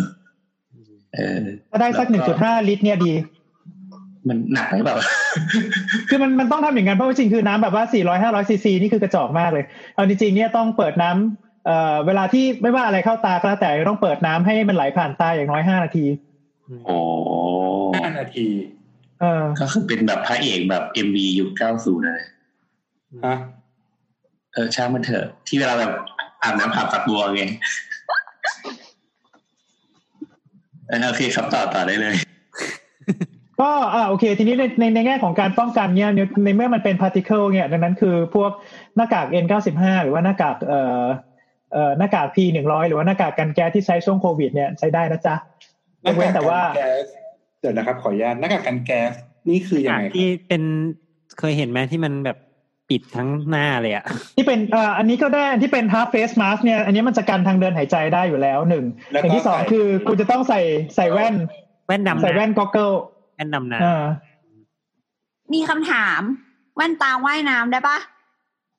Speaker 1: เออ
Speaker 7: ถ้าได้สักหนึ่งจุดห้าลิตรเนี่ยดี
Speaker 1: มันหนักหรือเปล่า
Speaker 7: คือมันมันต้องทำอย่างนั้นเพราะว่าจริงคือน้ำแบบว่า 400 500ซีซีนี่คือกระจอกมากเลย เอาจริงๆเนี่ยต้องเปิดน้ำเอ่อเวลาที่ไม่ว่าอะไรเข้าตาก็แล้วแต่ต้องเปิดน้ำให้มันไหลผ่านตาอย่างน้อย 5 นาที
Speaker 1: โอ้
Speaker 5: ห้านาที
Speaker 7: เออ
Speaker 1: ก็คือเป็นแบบพระเอกแบบเอ็มวียุคเก้าศูนย์นะ
Speaker 5: ฮะ
Speaker 1: เออช่างมันเถอะที่เวลาแบบอาบน้ำผับฝักบัว ไงเออโอเคครับต่อต่อได้เลย
Speaker 7: ก็อ่าโอเค ทีนี้ในในในแง่ของการป้องกันเนี่ยในในเมื่อมันเป็นพาร์ติเคิลเนี่ยดังนั้นคือพวกหน้ากาก N95 หรือว่าหน้ากากเอ่อเอ่อหน้ากาก P100 หรือว่าหน้ากากกันแก๊สที่ใช้ช่วงโควิดเนี่ยใช้ได้นะจ๊ะยกเว้นแต่ว่า
Speaker 5: หกกกันก๊สเดี๋ยวนะครับ ขออนุญาตหน้ากากกันแก๊สนี่คือยังไงครับ
Speaker 4: ที่เป็นเคยเห็นไหมที่มันแบบปิดทั้งหน้าเลยอะ
Speaker 7: ที่เป็นเอ่ออันนี้ก็ได้อันที่เป็น half face mask เนี่ย อันนี้มันจะกันทางเดินหายใจได้อยู่แล้วหนึ่ง
Speaker 5: แล้ว
Speaker 7: อย่าง
Speaker 5: ก็
Speaker 7: ที่สอง
Speaker 5: ใส่
Speaker 7: คือกูจะต้องใส่ใส่แว่น
Speaker 4: แว่นดำ
Speaker 7: ใส่
Speaker 4: น้ำ
Speaker 7: แว่นก็เกิล
Speaker 4: แว่นดำน้
Speaker 7: อ่า
Speaker 3: มีคำถาม แว่นตาว่ายน้ำได้ปะ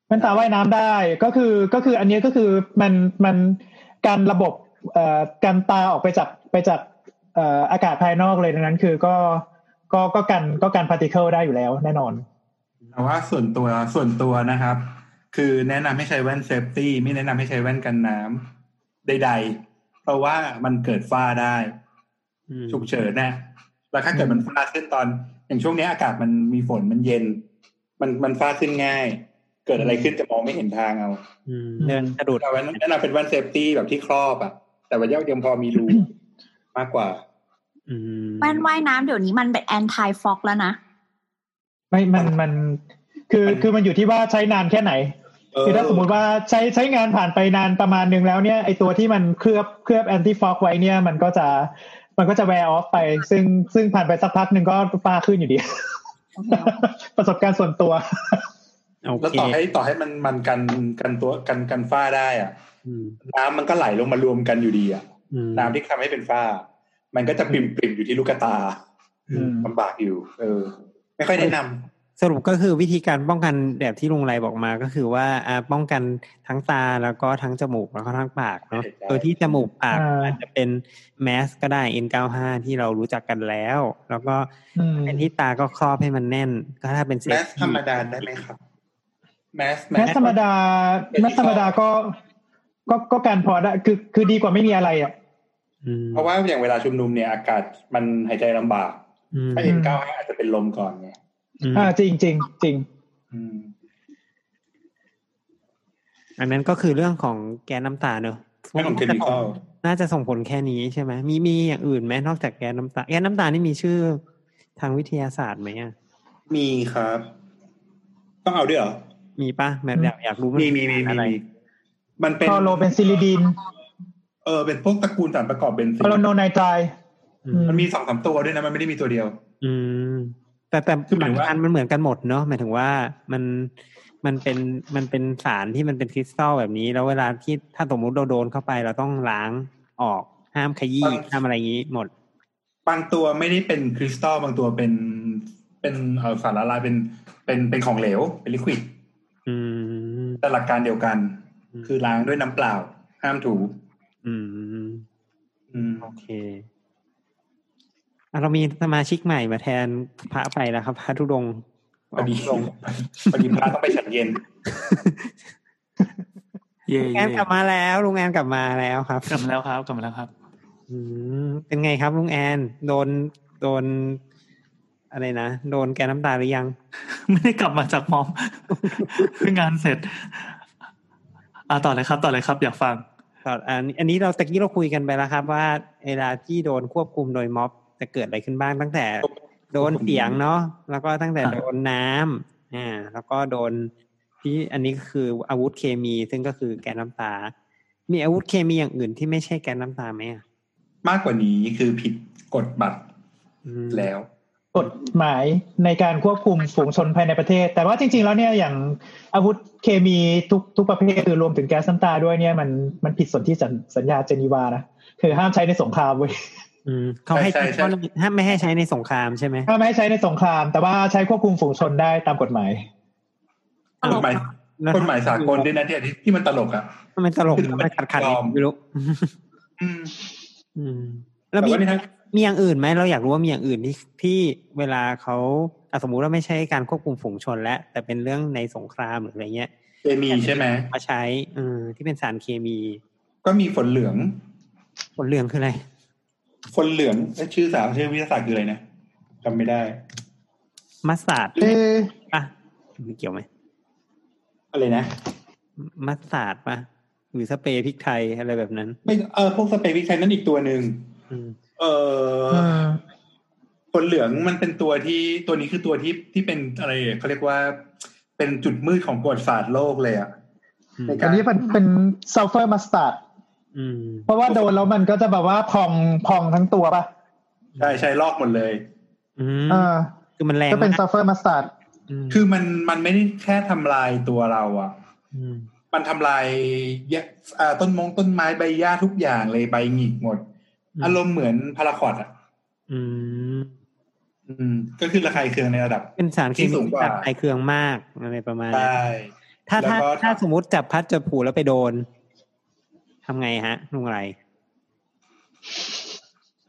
Speaker 7: แว่นตาว่ายน้ำได้ก็คือก็คืออันนี้ก็คือมันมันการระบบเอ่อการตาออกไปจากไปจากเอ่ออากาศภายนอกเลยดังนั้นคือก็ก็ก็กันก็กันพาร์ติเคิลได้อยู่แล้วแน่นอน
Speaker 5: แต่ว่าส่วนตัวส่วนตัวนะครับ คือแนะนำให้ใช้แว่นเซฟตี้ไม่แนะนำให้ใช้แว่นกันน้ำใด ๆ เพราะว่ามันเกิดฝ้าได้
Speaker 4: ำอืม
Speaker 5: ฉุกเฉินนะแล้วถ้าเกิดมันฟ้าขึ้นตอน อย่างช่วงนี้อากาศมันมีฝนมันเย็น มันมันฟ้าขึ้นง่าย เกิดอะไรขึ้นจะมองไม่เห็นทางเอา
Speaker 4: อืมเดินสะดุด
Speaker 5: แต่วันนั้นนะเป็นวันเซฟตี้แบบที่ครอบอ่ะ แต่ว่ายังยังพอมี รู มากกว่า
Speaker 4: อืม
Speaker 3: แว่นว่ายน้ำเดี๋ยวนี้มันเป็นแอนตี้ฟอกแล้วนะ
Speaker 7: ไม่มันมันคือ
Speaker 5: มัน
Speaker 7: คือมันอยู่ที่ว่าใช้นานแค่ไหน คือถ้าสมมติว่าใช้ใช้งานผ่านไปนานประมาณหนึ่งแล้วเนี่ยไอตัวที่มันเคลือบเคลือบแอนตี้ฟอกไว้เนี่ย มันก็จะมันก็จะแวร์ออฟไป ซึ่งซึ่งผ่านไปสักพักหนึ่งก็ฟ้าขึ้นอยู่ดี ประสบการณ์ส่วนตัว
Speaker 4: โอ
Speaker 5: แล้ว
Speaker 4: เค
Speaker 5: ต่อให้ต่อให้มันมันกันกันตัวกันกันฝ้าได้อ่ะ
Speaker 4: อืม
Speaker 5: น้ำมันก็ไหลลงมารวมกันอยู่ดีอ่ะ
Speaker 4: อืม
Speaker 5: น้ำที่ทำให้เป็นฝ้า มันก็จะปริมปริมๆอยู่ที่ลูกตา
Speaker 7: อืม
Speaker 5: ลำบากอยู่ เออ ไม่ค่อยแนะนำ
Speaker 4: สรุปก็คือวิธีการป้องกันแบบที่ลุงไรบอกมาก็คือว่าอ่าป้องกันทั้งตาแล้วก็ทั้งจมูกแล้วก็ทั้งปากเนาะ
Speaker 5: ใช่
Speaker 4: โดยที่จมูกปาก
Speaker 7: อ่า
Speaker 4: อาจจะเป็นแมสก็ได้ N95 ที่เรารู้จักกันแล้ว แล้วก็
Speaker 7: อืม
Speaker 4: เป็นที่ตาก็ครอบให้มันแน่น ก็ถ้าเป็นเซ
Speaker 5: แม
Speaker 4: ฟ
Speaker 5: สธรรมดาได้ไหมครับแมส
Speaker 7: แมสธรรมดาแมสธรรมดาก็ก็ก็การพอได้คือคือดีกว่าไม่มีอะไรอ่ะ
Speaker 4: อืม
Speaker 5: เพราะว่าอย่างเวลาชุมนุมเนี่ยอากาศมันหายใจลำบาก
Speaker 4: อืม
Speaker 5: ถ้าเอ็นเก้าอาจจะเป็นลมก่อนไง
Speaker 4: อืม
Speaker 7: อ่าจริงจริงจริง
Speaker 5: อืม
Speaker 4: อันนั้นก็คือเรื่องของแก๊สน้ำตาเนอะ
Speaker 5: ไม่ของเทคนิคอล
Speaker 4: น่าจะส่งผลแค่นี้ใช่ไหมมีมีอย่างอื่นไหมนอกจากแก๊สน้ำตา แก๊สน้ำตานี่มีชื่อทางวิทยาศาสตร์ไหมอ่ะ
Speaker 5: มีครับ ต้องเอาด้วยเหรอ
Speaker 4: มีปะแบบอยากอยากรู้น
Speaker 5: มีมีมี
Speaker 4: อะ
Speaker 5: มี
Speaker 4: ไร
Speaker 5: มีมันเป็น
Speaker 7: คลอโรเป็นซิลิดีน
Speaker 5: เออเป็นพวกตระกูลสารประกอบเบนซิ
Speaker 7: คลอโร
Speaker 5: น
Speaker 7: โนไนไตรด์
Speaker 4: อื
Speaker 7: อืม
Speaker 5: มันมีสองสามตัวด้วยนะมันไม่ได้มีตัวเดียว
Speaker 4: อืม แต่แต่
Speaker 5: คือหมายถึง
Speaker 4: หลั
Speaker 5: ว่า
Speaker 4: กการมันเหมือนกันหมดเนาะหมายถึงว่ามันมันเป็นมันเป็นสารที่มันเป็นคริสตัลแบบนี้ แล้วเวลาที่ถ้าสมมติเราโดนเข้าไปเราต้องล้างออกห้ามขยี้ห้ามอะไรอย่างนี้หมด
Speaker 5: บางตัวไม่ได้เป็นคริสตัลบางตัวเป็น เป็นเอ่อสารละลายเป็นเป็นเป็นของเหลวเป็นลิควิด
Speaker 4: อืม
Speaker 5: แต่หลักการเดียวกัน
Speaker 4: อืม
Speaker 5: คือล้างด้วยน้ำเปล่า ห้ามถู
Speaker 4: อืม
Speaker 5: อืม
Speaker 4: โอเคอ่ะเรามีสมาชิกใหม่มาแทนพระไปแล้วครับ พระธุดงค์
Speaker 5: พอดี
Speaker 4: กลง
Speaker 5: พอดีพระต้องไปฉันเย็น
Speaker 8: เย่
Speaker 4: ลุงแอ
Speaker 8: เย่
Speaker 4: นกลับมาแล้วลุงแอนกลับมาแล้วครับ
Speaker 8: กลับมาแล้วครับกลับมาแล้วครับ
Speaker 4: อืมเป็นไงครับลุงแอน โดนโดน อะไรนะโดนแกน้ำตาหรือยัง
Speaker 8: ไม่ได้กลับมาจากมอ ม เพิ่งงานเสร็จอ่าต่อเลยครับ ต่อเลยครับ อยากฟัง
Speaker 4: ตอนอันอันนี้เราตะกี้เราคุยกันไปแล้วครับ ว่าเวลาที่โดนควบคุมโดยม็อบจะเกิดอะไรขึ้นบ้างตั้งแต่ โดนเสียงเนาะแล้วก็ตั้งแต่
Speaker 8: ครับ
Speaker 4: โดนน้ำอ่า แล้วก็โดนที่อันนี้ก็คืออาวุธเคมี ซึ่งก็คือแก๊สน้ำตา มีอาวุธเคมีอย่างอื่นที่ไม่ใช่แก๊สน้ำตาไหมอ่ะ
Speaker 5: มากกว่านี้คือผิดกฎบัตร
Speaker 4: อืม
Speaker 5: แล้ว
Speaker 7: กฎหมายในการควบคุมฝูงชนภายในประเทศ แต่ว่าจริง ๆ แล้วเนี่ยอย่างอาวุธเคมีทุกทุกประเภทคือรวมถึงแก๊สน้ำตาด้วยเนี่ยมันมันผิดสนธิสัญสัญญาเจนีวานะคือห้ามใช้ในสงครามเว้ย
Speaker 4: อืมเขาให้
Speaker 5: ใช่ใช่ใช่
Speaker 4: เขาห้ามไม่ให้ใช้ในสงครามใช่ไหม
Speaker 7: ห้ามไม่ให้ใช้ในสงคราม แต่ว่าใช้ควบคุมฝูงชนได้ตามกฎหมาย
Speaker 3: ตล
Speaker 5: กฎ
Speaker 3: ก
Speaker 5: หมาย
Speaker 3: เนอะ
Speaker 4: แล้ว
Speaker 5: กฎหมายสากลด้วยนะที่ที่มันตลกอ่ะ
Speaker 4: มันตลก
Speaker 5: คือ
Speaker 4: มันขัดขัด
Speaker 5: ยอม
Speaker 4: ไม่รู้
Speaker 5: อืม
Speaker 4: อืมแล้ว
Speaker 5: แต่
Speaker 4: มี
Speaker 5: ว่าในทาง
Speaker 4: มีอย่างอื่นไหมเราอยากรู้ว่ามีอย่างอื่นที่ที่เวลาเขาอ่ะสมมุติว่าไม่ใช่การควบคุมฝูงชนแล้วแต่เป็นเรื่องในสงครามหรืออะไรเงี้ย
Speaker 5: เคมีใช่ไหม
Speaker 4: มาใช้เออที่เป็นสารเคมี
Speaker 5: ก็มีฝนเหลือง
Speaker 4: ผลเรื่องคืออะไร
Speaker 5: ฝนเหลืองเอ้ยชื่อสามชื่อวิทยาศาสตร์คืออะไรนะจำไม่ได้
Speaker 4: มัสตาร์ด
Speaker 7: เอะ
Speaker 4: ปะมันเกี่ยวไหม
Speaker 5: อะไรนะ
Speaker 4: มัสตาร์ดปะหรือสเปรย์พริกไทยอะไรแบบนั้น
Speaker 5: ไม่เออพวกสเปรย์วิชัยนั่นอีกตัวหนึ่ง
Speaker 4: อืม
Speaker 5: เออ
Speaker 7: เออ
Speaker 5: ฝนเหลืองมันเป็นตัวที่ตัวนี้คือตัวที่ที่เป็นอะไรเขาเรียกว่าเป็นจุดมืดของประวัติศาสตร์โลกเลยอ่ะ
Speaker 4: อืม
Speaker 5: ใน
Speaker 7: อั
Speaker 5: กาน ร
Speaker 7: นี้เป็นเป็นซัลเฟอร์มัสตาร์ด
Speaker 4: อืม
Speaker 7: เพราะว่าโดนแล้วมันก็จะแบบว่าพองพองทั้งตัวป่ะ
Speaker 5: ใช่ใช่ลอกหมดเลย
Speaker 4: อืม
Speaker 7: เออ
Speaker 4: คือมันแรง
Speaker 7: ก็เป็น
Speaker 4: มา
Speaker 7: ซัลเฟอร์มัสตาร์ด
Speaker 4: ม
Speaker 5: คือมันมันไม่ได้แค่ทำลายตัวเราอ่ะ
Speaker 4: ม
Speaker 5: มันทำลายแยกอ่าต้นมงต้นไม้ใบหญ้าทุกอย่างเลยใบหงิกหมด อารมณ์เหมือนพาราคอตอ่ะ
Speaker 4: อืม
Speaker 5: อืม ก็คือระคายเคืองในระดับ
Speaker 4: เป็นสารเค
Speaker 5: ที่
Speaker 4: มี
Speaker 5: สูง
Speaker 4: ที่
Speaker 5: กว่า
Speaker 4: ดับไอเครื่องมากอะไรประมาณ
Speaker 5: ใช
Speaker 4: นั้น
Speaker 5: ่
Speaker 4: ถ้าถ้า
Speaker 5: แล้วก็
Speaker 4: ถ้าสมมติจับพัดจับผูแล้วไปโดนทำไงฮะลุงอะไร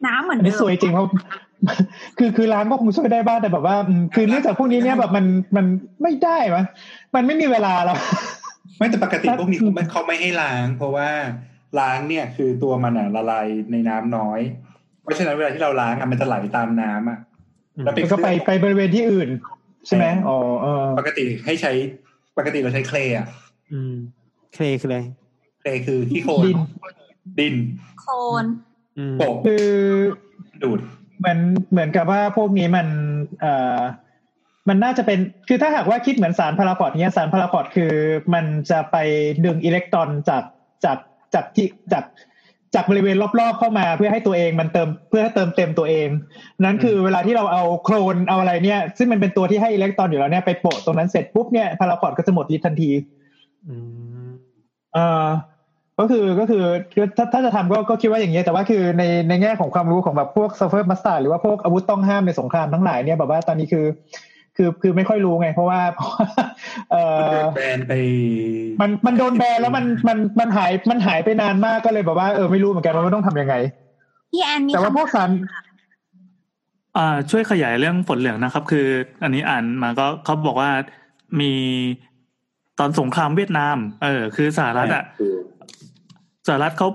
Speaker 3: น้ำเหมือน
Speaker 7: อัน
Speaker 3: เดิ
Speaker 7: นี้
Speaker 3: ม
Speaker 7: สวยจริงเพราะ คือคือร้านก็คงช่วยได้บ้างแต่แบบว่าอืมคือเนื่องจากพวกนี้เนี่ยแบบมันมันไม่ได้มั้ยมันไม่มีเวลาแล้ว
Speaker 5: ไม่แต่ปกติ
Speaker 7: แล้ว
Speaker 5: พวกนี้เขาไม่เขาไม่ให้ล้าง เพราะว่าล้างเนี่ยคือตัวมันอ่ะละลายในน้ำน้อย เพราะฉะนั้นเวลาที่เราล้างอ่ะมันจะไหลตามน้ำอ่ะ แล้ว
Speaker 7: มันก็ไปไปบริเวณที่อื่น ใช่ไหมอ๋อเออ
Speaker 5: ปกติให้ใช้ปกติเราใช้เคลย์อ่ะ
Speaker 4: อืมเคลยคือเลย
Speaker 5: เคลย์คือขี้โคลน
Speaker 7: ดิน
Speaker 5: ดิน
Speaker 3: โคลน
Speaker 4: อืม
Speaker 5: โปะ
Speaker 7: คือ
Speaker 5: ดูด
Speaker 7: เหมือนเหมือนกับว่าพวกนี้มันเอ่อมันน่าจะเป็นคือถ้าหากว่าคิดเหมือนสารพาราพอดเนี่ยสารพาราพอดคือมันจะไปดึงอิเล็กตรอนจากจากจากที่จากจากบริเวณรอบๆเข้ามาเพื่อให้ตัวเองมันเติมเพื่อให้เติมเต็มตัวเอง นั้นคือเวลาที่เราเอาโครนเอาอะไรเนี่ย ซึ่งมันเป็นตัวที่ให้อิเล็กตรอนอยู่แล้วเนี่ยไปโปะตรงนั้นเสร็จปุ๊บเนี่ยพาราพอดก็จะหมดฤทธิ์ทันที
Speaker 4: อืม
Speaker 7: เออก็คือก็คือคือถ้าถ้าจะทำก็ก็คิดว่าอย่างนี้ยแต่ว่าคือในในแง่ของความรู้ของแบบพวกซัฟเฟอร์มาสตาหรือว่าพวกอาวุธต้องห้ามในสงครามทั้งหลายเนี่ยแบบว่าตอนนี้คือ คือคือไม่ค่อยรู้ไง เพราะ ว่าเพราะว่าเอ
Speaker 2: โด
Speaker 7: อน
Speaker 2: แบนไป
Speaker 7: มันมันโดนแบนแล้วมันมันมันหายมันหายไปนานมากก็เลยแบบว่าเออไม่รู้เหมือนกันว่ามันต้องทำยังไง
Speaker 3: พี่แอนมี
Speaker 7: แต่ว่าพวกสาร
Speaker 8: อ่าช่วยขยายเรื่องฝนเหลืองนะครับ คือ อันนี้อ่านมาก็เขาบอกว่ามีตอนสงครามเวียดนาม เออ คือสหรัฐอ่ะสหรัฐเขา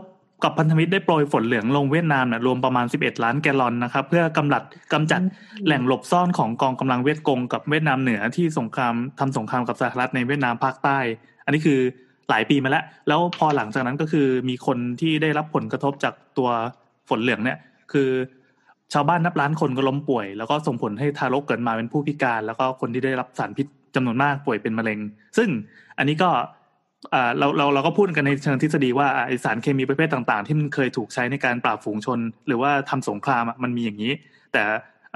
Speaker 8: กับพันธมิตรได้โปรยฝนเหลืองลงเวียดนามเนี่ยรวมประมาณ 11 ล้านแกลลอนนะครับ เพื่อกำลัดกำจัดแหล่งหลบซ่อนของกองกำลังเวียดกงกับเวียดนามเหนือที่สงครามทำสงครามกับสหรัฐในเวียดนามภาคใต้ อันนี้คือหลายปีมาแล้ว แล้วพอหลังจากนั้นก็คือมีคนที่ได้รับผลกระทบจากตัวฝนเหลืองเนี่ย คือชาวบ้านนับล้านคนก็ล้มป่วย แล้วก็ส่งผลให้ทารกเกิดมาเป็นผู้พิการ แล้วก็คนที่ได้รับสารพิษจำนวนมากป่วยเป็นมะเร็ง ซึ่งอันนี้ก็เอ่อเราเราเราก็พูดกันในเชิงทฤษฎีว่าไอสารเคมีประเภทต่างๆ ที่มันเคยถูกใช้ในการปราบฝูงชน หรือว่าทำสงครามอะมันมีอย่างนี้ แต่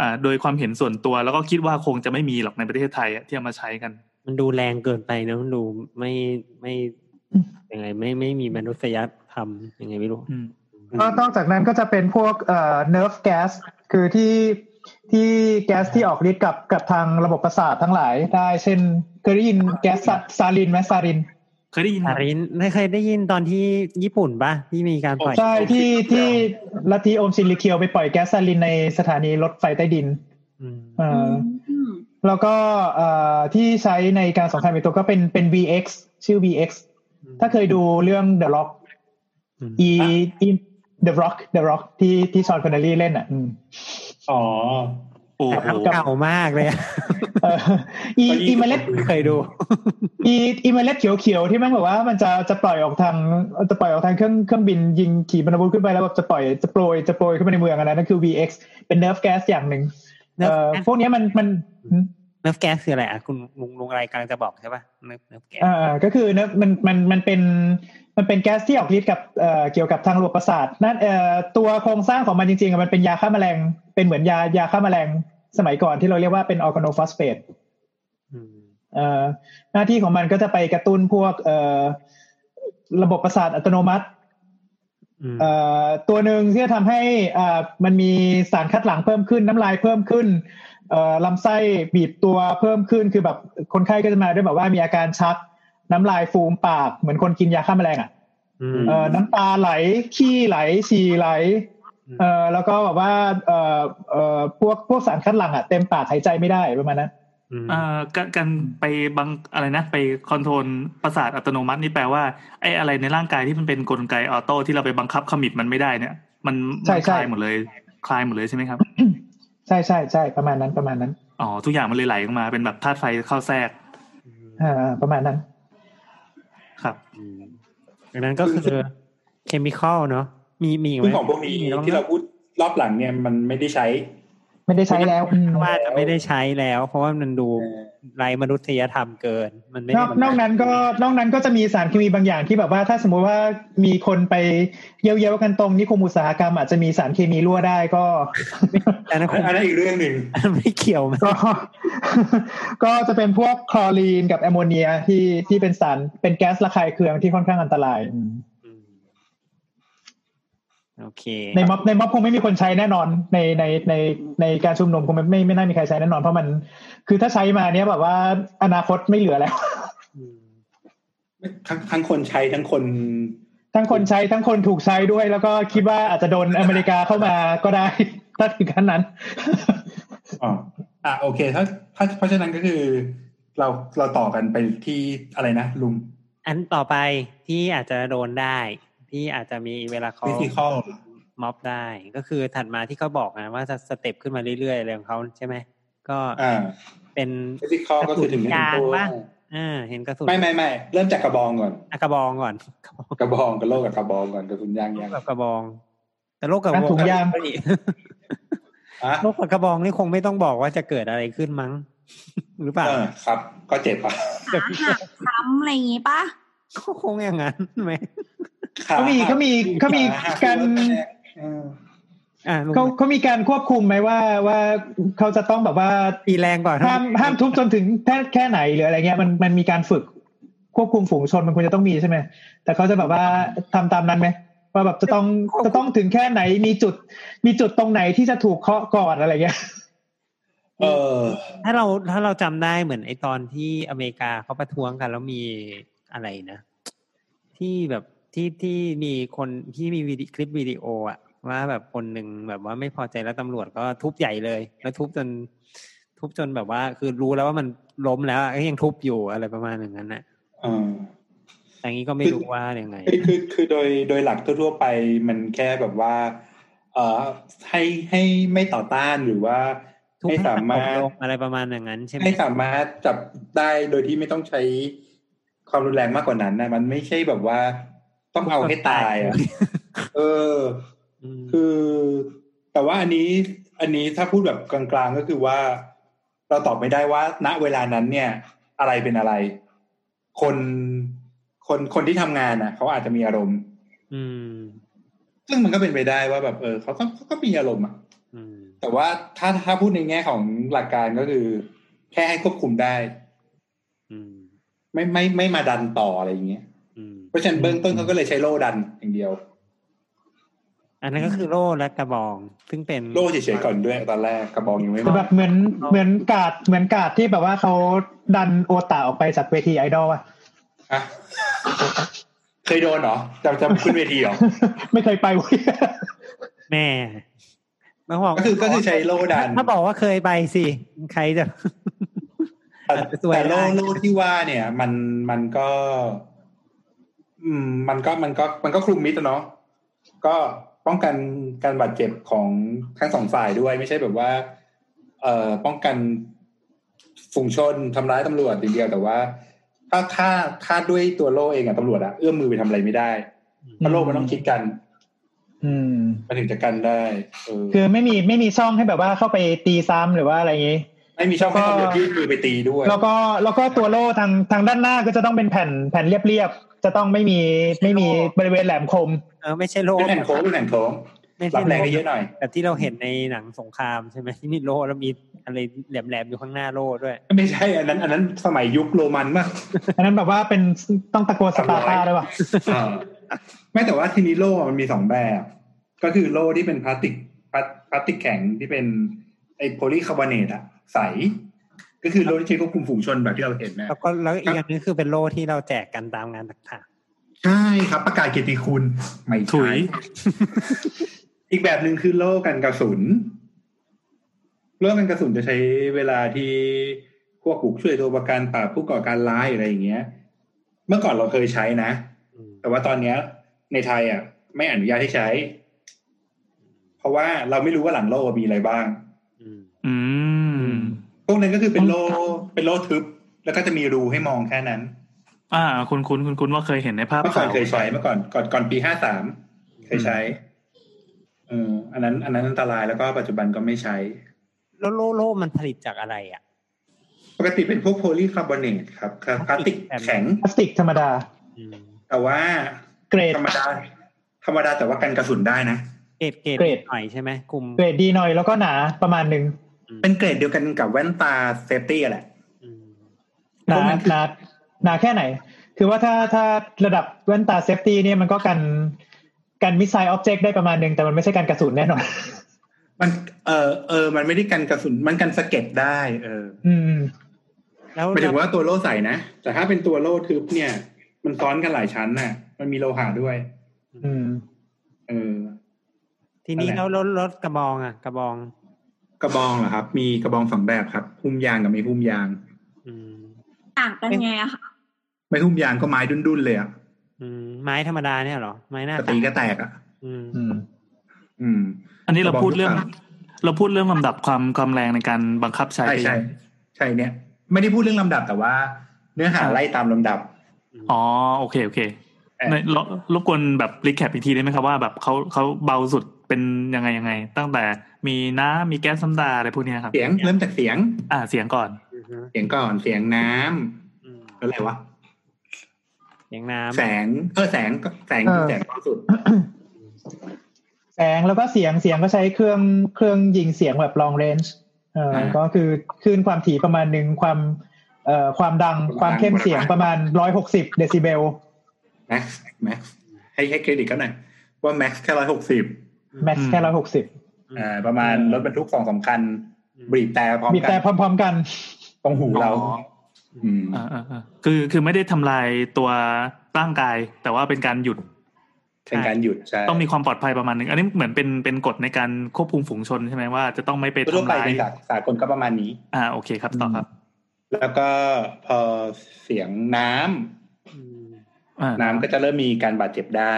Speaker 8: อ่าโดยความเห็นส่วนตัวแล้วก็คิดว่าคงจะไม่มีหรอกในประเทศไทยอะที่เอามาใช้กัน
Speaker 4: มันดูแรงเกินไปนะมันดูไม่ไม่
Speaker 7: อืม
Speaker 4: ยังไงไม่ไม่มีมนุษยธรรมยังไงไม่รู้
Speaker 8: อืม
Speaker 7: ก็นอกจากนั้นก็จะเป็นพวกเอ่อ nerve gas คือที่ที่แก๊สที่ออกฤทธิ์กับกับทางระบบประสาททั้งหลายได้ เช่นเคยได้ยินแก๊สซาซาลินไหมซาลิน
Speaker 8: เคยได้ยินไหม
Speaker 4: อารินไม่เคยได้ยินตอนที่ญี่ปุ่นปะที่มีการปล่อย
Speaker 7: ใช่ที่ที่ลัทธิโอมชินลิเคียวไปปล่อยแก๊สซาลินในสถานีรถไฟใต้ดิน
Speaker 4: อืม
Speaker 7: เออ
Speaker 3: อืม
Speaker 7: แล้วก็เอ่อที่ใช้ในการสงครามอีกตัวก็เป็นเป็น VX ชื่อ VX ถ้าเคยดูเรื่อง The Rock
Speaker 4: อืม
Speaker 7: E E The Rock The Rock ที่ที่ชอนคอนเนลลี่เล่นอ่ะอืม
Speaker 2: อ๋อ
Speaker 8: โอ้โห
Speaker 4: ครับเก่ามากเลยอะ
Speaker 7: เอ่อ อี
Speaker 2: ตอนนี้
Speaker 7: อีเมล็ดเคยดู อีอีเมล็ดเขียวๆที่มันแบบว่ามันจะจะปล่อยออกทางจะปล่อยออกทางเครื่องเครื่องบินยิงขี่บรรทุกขึ้นไปแล้วแบบจะปล่อยจะโปรยจะโปรยขึ้นไปในเมืองอันนั้นนั่นคือ VX เป็น nerve gas อย่างหนึ่ง
Speaker 4: เนิ
Speaker 7: เอ่อพวกเนี้ยมันมันอืม
Speaker 4: ร์ฟแก๊สคืออะไรอ่ะคุณลุงลุงอะไรกำลังจะบอกใช่ป่ะเนิร์ฟเนิร์ฟแก๊ส
Speaker 7: อ่าก็คือ nerve มันมันมันเป็นมันเป็นแก๊สที่ออกฤทธิ์กับเอ่อเกี่ยวกับทางระบบประสาทนั่นเอ่อตัวโครงสร้างของมันจริงๆอะมันเป็นยาฆ่าแมลง เป็นเหมือนยายาฆ่าแมลงสมัยก่อนที่เราเรียกว่าเป็นออร์แกโนฟอสเฟต
Speaker 4: อืม
Speaker 7: เอ่อหน้าที่ของมันก็จะไปกระตุ้นพวกเอ่อระบบประสาทอัตโนมัติ
Speaker 4: อืม
Speaker 7: เอ่อตัวหนึ่งที่จะทำให้อ่ามันมีสารคัดหลั่งเพิ่มขึ้น น้ำลายเพิ่มขึ้นเอ่อลำไส้บีบตัวเพิ่มขึ้นคือแบบคนไข้ก็จะมาด้วยแบบว่ามีอาการชัก น้ำลายฟูมปากเหมือนคนกินยาฆ่าแมลงอ่ะ
Speaker 4: อืม
Speaker 7: เอ่อน้ำตาไหลขี้ไหลฉี่ไหลเอ่อแล้วก็แบบว่าเอ่อเอ่อพวกพวกสารคัดหลั่งอ่ะเต็มปากหายใจไม่ได้ประมาณนั้น
Speaker 4: อืม
Speaker 8: เอ่อการการไปบังอะไรนะ ไปคอนโทรลประสาทอัตโนมัตินี่แปลว่าไอ้อะไรในร่างกายที่มันเป็นกลไกออโต้ที่เราไปบังคับขมิบมันไม่ได้เนี่ย มัน
Speaker 7: ใช่
Speaker 8: มันค
Speaker 7: ใช่
Speaker 8: ลายหมดเลยคลายหมดเลยใช่ไหมครับ
Speaker 7: ใช่ใช่ใช่ประมาณนั้นประมาณนั้น
Speaker 8: อ๋อทุกอย่างมันเลยไหลออกมาเป็นแบบธาตุไฟเข้าแทรก
Speaker 7: อ่าประมาณนั้น
Speaker 8: ครับ
Speaker 4: อืมดังนั้นก็คือเคมีคอลเนาะมีมีไหม
Speaker 2: ซึ่งของพวกนี้
Speaker 4: มีบ้างไหม
Speaker 2: ที่เราพูดรอบหลังเนี่ยมันไม่ได้ใช้
Speaker 7: ไม่ได้ใช้แล้วอืม
Speaker 4: ว่าจะไม่ได้ใช้แล้ว เพราะว่ามันดูไรมนุษยธรรมเกิน มันไม่
Speaker 7: น
Speaker 4: ได้
Speaker 7: อกนอกนั้นก็นอกนั้นก็จะมีสารเคมีบางอย่างที่แบบว่า ถ้าสมมุติว่ามีคนไปเย้ยวๆกันตรงนิคมอุตสาหกรรมอาจจะมีสารเคมีรั่วได้ก็
Speaker 4: แต่นั้นคง
Speaker 2: อันนั้นอีกเรื่องหนึ่ง
Speaker 4: ไม่เกี่ยวมั้ย
Speaker 7: ก็ ก็จะเป็นพวกคลอรีนกับแอมโมเนียที่ที่เป็นสารเป็นแก๊สระคายเคืองที่ค่อนข้างอันตรายอืม
Speaker 4: อืมโอเค
Speaker 7: ในม็อบในม็อบคงไม่มีคนใช้แน่นอน ในในในในการชุมนุมคงไม่ไม่ไม่น่ามีใครใช้แน่นอนเพราะมัน คือถ้าใช้มาเนี้ยแบบว่าอนาคตไม่เหลือแล้ว
Speaker 2: ทั้งทั้งคนใช้ทั้งคน
Speaker 7: ทั้งคนใช้ทั้งคนถูกใช้ด้วย แล้วก็คิดว่าอาจจะโดนอเมริกาเข้ามาก็ได้ ถ้าถึงขั้น นั้น
Speaker 2: อ๋ออ่ะโอเคถ้าถ้าเพราะฉะนั้นก็คือ เราเราต่อกันไปที่อะไรนะลุง
Speaker 4: อันต่อไปที่อาจจะโดนได้ ที่อาจจะมีเวลาเขา
Speaker 2: ฟิสิคอล
Speaker 4: ม็อบได้ ก็คือถัดมาที่เขาบอกนะว่าจะสเต็ปขึ้นมาเรื่อยๆอะไรของเขาใช่ไหม ก็
Speaker 2: อ่า
Speaker 4: เป็น
Speaker 2: ฟิสิคอลก็คือถึง
Speaker 4: กระสุนยาง
Speaker 2: ตัว
Speaker 4: ปะ อ่าเห็นกระสุน
Speaker 2: ไม่ไม่ไม่เริ่มจากกระบองก่อน
Speaker 4: อ่ะกระบองก่อน
Speaker 2: กระบองกับโลกกับกระบองก่อนกระสุนยางยาง
Speaker 4: แบบกระบอง แต่โลกกระ
Speaker 7: ก
Speaker 4: บ
Speaker 7: ระ
Speaker 4: อ
Speaker 7: สุ
Speaker 4: ง
Speaker 7: นยาง
Speaker 4: ก็ดี
Speaker 2: อ่ะ
Speaker 4: โลกกับกระบองนี่คงไม่ต้องบอกว่าจะเกิดอะไรขึ้นมั้ง หรือเปล่า
Speaker 2: เออครับ ก็เจ็บปะ
Speaker 3: ขาหักซ้ำอะไรอย่างงี้ปะ
Speaker 4: ก็คงอย่างนั้นไหม
Speaker 7: เขามีเขามีเขามีการ
Speaker 2: เออ
Speaker 4: อ่าลุง
Speaker 7: เขาเขามีการควบคุมไหมว่าว่าเขาจะต้องแบบว่า
Speaker 4: ตีแรงก่อน
Speaker 7: ห้ามห้ามทุบจนถึงแค่แค่ไหนหรืออะไรเงี้ยมันมันมีการฝึกควบคุมฝูงชนมันควรจะต้องมีใช่ไหมแต่เขาจะแบบว่าทำตามนั้นไหมว่าแบบจะต้องจะต้องถึงแค่ไหนมีจุด มีจุดตรงไหนที่จะถูกเคาะก่อนอะไรเงี้ย
Speaker 5: เออ
Speaker 4: ถ้าเราถ้าเราจำได้เหมือนไอตอนที่อเมริกาเขาประท้วงกันแล้วมีอะไรนะ ที่แบบที่ที่มีคนที่มีวิดีคลิปวิดีโออะว่าแบบคนหนึ่งแบบว่าไม่พอใจแล้วตำรวจก็ทุบใหญ่เลย แล้วทุบจน ทุบจนแบบว่า คือรู้แล้วว่ามันล้มแล้วอะก็ยังทุบอยู่อะไรประมาณอย่างนั้นน่ะ
Speaker 5: เออ
Speaker 4: อย่างนี้ก็ไม่รู้ว่าอย่างไง
Speaker 5: คือคือคือโดยโดยหลักทั่วๆไปมันแค่แบบว่า เอ่อให้ให้ไม่ต่อต้านหรือว่า
Speaker 4: ทุบ
Speaker 5: ให้
Speaker 4: ให้
Speaker 5: สา
Speaker 4: สา
Speaker 5: า
Speaker 4: มา
Speaker 5: ม
Speaker 4: ร ร
Speaker 5: ถ
Speaker 4: ถอะไรประมาณอย่างนั้น ใช่ไหม
Speaker 5: ให้สามารถจับได้โดยที่ไม่ต้องใช้ความรุนแรงมากกว่านั้นนะมันไม่ใช่แบบว่าต้องเอาให้ตายอ่ะเออ
Speaker 4: อืม
Speaker 5: คือ แต่ว่าอันนี้อันนี้ถ้าพูดแบบกลางๆก็คือว่า เราตอบไม่ได้ว่า ณเวลานั้นเนี่ย อะไรเป็นอะไร คนคนคนที่ทำงานอ่ะ เขาอาจจะมีอารมณ์
Speaker 4: อืม
Speaker 5: ซึ่งมันก็เป็นไปได้ว่าแบบเออเขาก็เขาก็มีอารมณ์อ่ะ
Speaker 4: อืม
Speaker 5: แต่ว่าถ้าถ้าพูดในแง่ของหลักการก็คือ แค่ให้ควบคุมได้
Speaker 4: อืม
Speaker 5: ไม่ไม่ไม่มาดันต่ออะไรอย่างเงี้ย
Speaker 4: อืม
Speaker 5: เพราะฉะนั้นเบื้องต้นเขาก็เลยใช้โล่ดันอย่างเดียว
Speaker 4: อันนั้นก็คือโล่และกระบอง ซึ่งเป็น
Speaker 5: โล่เฉยๆก่อนด้วยตอนแรกกระบองยังไม่
Speaker 7: แต่
Speaker 5: มา
Speaker 7: แบบเหมือนเหมือนกาดเหมือนกาดที่แบบว่าเขาดันโอตาออกไปจากเวทีไอดอลอะ
Speaker 5: อะเคยโดนเหรอจำจำขึ้นเวทีเหรอ
Speaker 7: ไม่เคยไปเว้ย
Speaker 4: แม่มาบอก
Speaker 5: ก็คือก็คือใช้โล่ดัน
Speaker 4: ถ้าบอกว่าเคยไปสิ ใครจะ
Speaker 5: แต่
Speaker 4: อาจจะสวย
Speaker 5: แต่โล่
Speaker 4: ได้
Speaker 5: โล่ที่ว่าเนี่ย มันมันก็ อืม มันก็มันก็มันก็คลุมมิดอะเนาะก็ป้องกันการบาดเจ็บของทั้งสองฝ่ายด้วย ไม่ใช่แบบว่า เอ่อป้องกันฝูงชนทำร้ายตำรวจอย่างเดียวแต่ว่า ถ้าถ้าถ้าด้วยตัวโล่เองอะตำรวจอะเอื้อมมือไปทำอะไรไม่ได้เพราะโล่มันต้องคิดกัน
Speaker 7: อืม
Speaker 5: มันถึงจะกันได้เออ
Speaker 7: คือไม่มีไม่มีช่องให้แบบว่าเข้าไปตีซ้ำหรือว่าอะไรอย่างงี้
Speaker 5: ไม่มีช่องให้ตำรวจยื่นมือไปตีด้วย
Speaker 7: แล้วก็แล้วก็ตัวโล่ทางทางด้านหน้าก็จะต้องเป็นแผ่นแผ่นเรียบๆ จะต้องไม่มีไม่มีบริเวณแหลมคม
Speaker 4: เออไม่ใช่โล่
Speaker 5: เป็นแผ่นโค้งเป็นแผ่นโค้ง
Speaker 4: ไม่
Speaker 5: รั
Speaker 4: ใช่
Speaker 5: บแรง
Speaker 4: โล่
Speaker 5: ได้เยอะหน่อย
Speaker 4: แบบที่เราเห็นในหนังสงครามใช่ไหมที่มีโล่แล้วมีอะไรแหลมๆอยู่ข้างหน้าโล่ด้วย
Speaker 5: ไม่ใช่อันนั้น อันนั้นสมัยยุคโรมันมาก
Speaker 7: อันนั้นแบบว่าเป็นต้องตะโกนสปาร์ตาด้วยป่ะ
Speaker 5: ไม่แต่ว่าทีนี้โล่มันมีสองแบบ ก็คือโล่ที่เป็นพลาสติกพลาสพลาสติกแข็งที่เป็นไอโพลีคาร์บอเนตอะใส ก็คือโล่ที่ใช้ควบคุมฝูงชนแบบที่เราเห็นนะ
Speaker 4: แล้วก็แล้วอีกอย่างหนึงคือเป็นโล่ที่เราแจกกันตามงานต่าง
Speaker 5: ใช่ครับ ประกาศเกียรติคุณไม่
Speaker 8: ถุ
Speaker 5: ใช่
Speaker 8: ย
Speaker 5: อีกแบบหนึ่งคือโล่กันกระสุนโล่กันกระสุนจะใช้เวลาที่พวกบุกช่วยตัวประกันปราบผู้ก่อการร้ายอะไรอย่างเงี้ย เมื่อก่อนเราเคยใช้นะ
Speaker 4: ๆอืม
Speaker 5: แต่ว่าตอนเนี้ยในไทยอ่ะ ไม่อนุญาตให้ใช้ เพราะว่าเราไม่รู้ว่าหลังโล่มีอะไรบ้าง
Speaker 4: อืม
Speaker 8: อืม
Speaker 5: พวกนั้นก็คือเป็นโล่เป็นโล่ทึบ แล้วก็จะมีรูให้มองแค่นั้น
Speaker 8: อ่า คุณคุณคุณคุณว่าเคยเห็นในภาพ
Speaker 5: เมื่อก่อ
Speaker 8: ข่าน ว
Speaker 5: เคยใช้เมื่อก่อนก่อนก่อนปีห้าสามเคยใช้เอออันนั้น อันนั้นอันตรายแล้วก็ปัจจุบันก็ไม่ใช้
Speaker 4: แล้วโล่โล่มันผลิตจากอะไร อ่ะ
Speaker 5: ปกติเป็นพวกโพลีคาร์บอเนตครับครับพลาสติกแข็ง
Speaker 7: พลาสติกธรรมดา
Speaker 4: อืม
Speaker 5: แต่ว่า
Speaker 7: เกรด
Speaker 5: ธรรมดาธรรมดาแต่ว่ากันกระสุนได้นะ
Speaker 4: เกรดเกรด
Speaker 7: เกรด
Speaker 4: หน่อยใช่ไหมกลุ่ม
Speaker 7: เกรดดีหน่อยแล้วก็หนาประมาณหนึ่ง
Speaker 5: เป็นเกรดเดียวกันกับแว่นตาเซฟตี้อะแหละ
Speaker 4: อืม
Speaker 7: หนา
Speaker 5: ประมาณ
Speaker 7: หนาหนาแค่ไหน คือว่าถ้าถ้าระดับแว่นตาเซฟตี้เนี่ยมันก็กันกันมิสไซล์ออบเจกต์ได้ประมาณหนึ่งแต่มันไม่ใช่การกระสุนแน่นอน
Speaker 5: มันเออเออ มันไม่ได้กันกระสุน มันกันสะเก็ดได้ เออ
Speaker 7: อืม
Speaker 4: แล้ว
Speaker 5: หมายถึงว่าตัวโล่ใส่นะ แต่ถ้าเป็นตัวโล่ทึบเนี่ย มันซ้อนกันหลายชั้นน่ะ มันมีโลหะด้วย
Speaker 7: อืม
Speaker 5: เออ
Speaker 4: ทีนี้แล้วรถรถกระบองอ่ะ กระบอง
Speaker 5: กระบองเหรอครับ มีกระบองสองแบบครับ หุ้มยางกับไม่หุ้มยาง
Speaker 4: อืม
Speaker 3: ต่างกันไงอะคะ
Speaker 5: ไม่หุ้มยางก็ไม้ดุนๆเลยอะ
Speaker 4: อืมไม้ธรรมดาเนี่ยเหรอ ไม้หน้า
Speaker 5: แต่
Speaker 4: ตั
Speaker 5: ตี
Speaker 4: ด
Speaker 5: ก็แตกอะ
Speaker 4: อืม
Speaker 7: อืม
Speaker 5: อืม
Speaker 8: อันนี้เราพูดเรื่อง
Speaker 5: กระบอก
Speaker 8: เราพูดเรื่องลำดับความความแรงในการบังคับใช้
Speaker 5: ใช่
Speaker 8: ไป
Speaker 5: ใช่
Speaker 8: ยัง
Speaker 5: ใช่เนี่ย ไม่ได้พูดเรื่องลำดับแต่ว่า เนื้อหาไล่ตามลำดับ
Speaker 8: อ๋อโอเคโอเค
Speaker 5: เอ่อ
Speaker 8: ในรบรบกวนแบบรีแคปอีกทีได้ไหมครับว่าแบบเขาเขาเบาสุดเป็นยังไงยังไง ตั้งแต่มีน้ำมีแก๊สซ้ำตาอะไรพวกเนี้ยครับ
Speaker 5: เสียงเริ่มจากเสียง
Speaker 8: อ่าเสียงก่อน
Speaker 4: อือฮึ
Speaker 5: เสียงก่อน เสียงน้ำ
Speaker 4: อืม
Speaker 5: แล้วอะไรวะ
Speaker 4: เสียงน้
Speaker 5: แสง เออ แสงก็แสง
Speaker 7: เออ
Speaker 5: แสงเบาสุด
Speaker 7: แสงแล้วก็เสียงเสียงก็ใช้เครื่องเครื่องยิงเสียงแบบ long range เอ่อ
Speaker 5: อ่า
Speaker 7: ก็คือคลื่นความถี่ประมาณหนึ่งความเอ่อความดัง
Speaker 5: ค
Speaker 7: ค
Speaker 5: าว
Speaker 7: วาม ม
Speaker 5: ดัง
Speaker 7: เข้มเสียงประมาณร้อยหกสิบเดซิเบล
Speaker 5: Max Max ให้ให้เครดิตเขาหน่อยว่า Max แค่ร้อยหกสิบ
Speaker 7: แม็กซ์แค่ร้อยหกสิบ
Speaker 5: อ่าประมาณ
Speaker 7: อืม
Speaker 5: รถบรรทุกสองสามคัน บีบแต่พร้อม
Speaker 7: บีบ
Speaker 5: กั
Speaker 7: แต่
Speaker 5: น
Speaker 7: พร้อม ๆ กัน
Speaker 5: ตรงหูเรา
Speaker 8: อ๋อ
Speaker 5: อืม
Speaker 8: อ่าอ่าอ่าคือคือไม่ได้ทำลายตัวร่างกาย แต่ว่าเป็นการหยุด
Speaker 5: เป็นการหยุดใช่
Speaker 8: ต้องมีความปลอดภัยประมาณหนึงอันนี้เหมือนเป็นเป็นกฎในการควบคุมฝูงชนใช่ไหมว่าจะต้องไม่ไป
Speaker 5: ทั่ว
Speaker 8: ทำ
Speaker 5: ไป
Speaker 8: ลาย
Speaker 5: ในหลักสากลก็ประมาณนี้
Speaker 8: อ่าโอเคครับต่อครับ
Speaker 5: แล้วก็พอเสียงน้ำ
Speaker 8: อ่า
Speaker 5: น้ำก็จะเริ่มมีการบาดเจ็บได้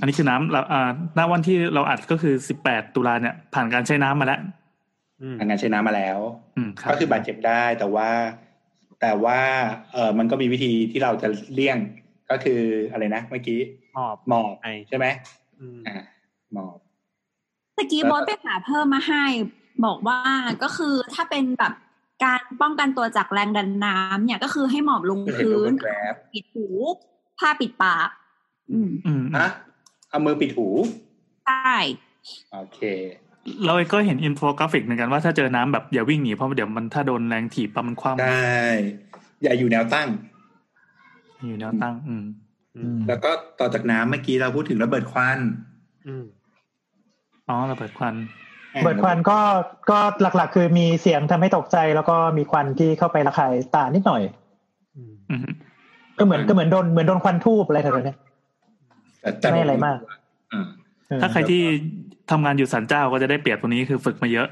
Speaker 8: อันนี้คือน้ำเราอ่าหน้าวันที่เราอัดก็คือสิบแปดตุลาเนี่ยผ่านการใช้น้ำมาแล้ว
Speaker 5: ทางงานใช้น้ำมาแล้ว
Speaker 8: อืมครับ
Speaker 5: ก็คือบาดเจ็บได้แต่ว่า แต่ว่าเออมันก็มีวิธีที่เราจะเลี่ยงก็คืออะไรนะเมื่อกี้
Speaker 4: หอบ
Speaker 5: หมอบ
Speaker 4: ไอ
Speaker 5: ใช่ไหม
Speaker 4: อืม
Speaker 5: อ่าหมอบ
Speaker 3: ตะกี้
Speaker 5: แล้ว
Speaker 3: โบอสไปหาเพิ่มมาให้ บอกว่าก็คือถ้าเป็นแบบการป้องกันตัวจากแรงดันน้ำเนี่ยก็คือให้หมอบลง
Speaker 5: เห็นรู
Speaker 3: พื้
Speaker 5: ป
Speaker 3: น
Speaker 5: แกร็บ
Speaker 3: ปิดหูผ้าปิดปาก อืม
Speaker 8: อืมอืม
Speaker 5: นะเอามือปิดหู
Speaker 3: ใช่
Speaker 5: โอเค
Speaker 8: เราก็เห็นอินโฟกราฟิกเหมือนกันว่าถ้าเจอน้ำแบบอย่าวิ่งหนีเพราะเดี๋ยวมันถ้าโดนแรงถีบปั๊บมันคว่ำ
Speaker 5: ได้ อย่าอยู่แนวตั้ง
Speaker 8: อยู่แนวตั้งอืม
Speaker 5: แล้วก็ต่อจากน้ำเมื่อกี้เราพูดถึงระเบิดควัน
Speaker 4: อืม
Speaker 8: อ๋อระเบิดควัน
Speaker 7: เปิดควันก็ก็หลักๆ คือมีเสียงทำให้ตกใจแล้วก็มีควันที่เข้าไประคายตานิดหน่อย
Speaker 4: อืม
Speaker 8: อืม
Speaker 7: ก็เหมือนก็เหมือนโดนเหมือนโดนควันทูบอะไรแถวๆเนี้ย
Speaker 5: แต่แต่
Speaker 7: ไม่อะไรมาก
Speaker 5: อ่า
Speaker 7: เออ
Speaker 8: ถ้าใครที่ทำงานอยู่สันเจ้าก็จะได้เปรียบตรงนี้คือฝึกมาเยอะ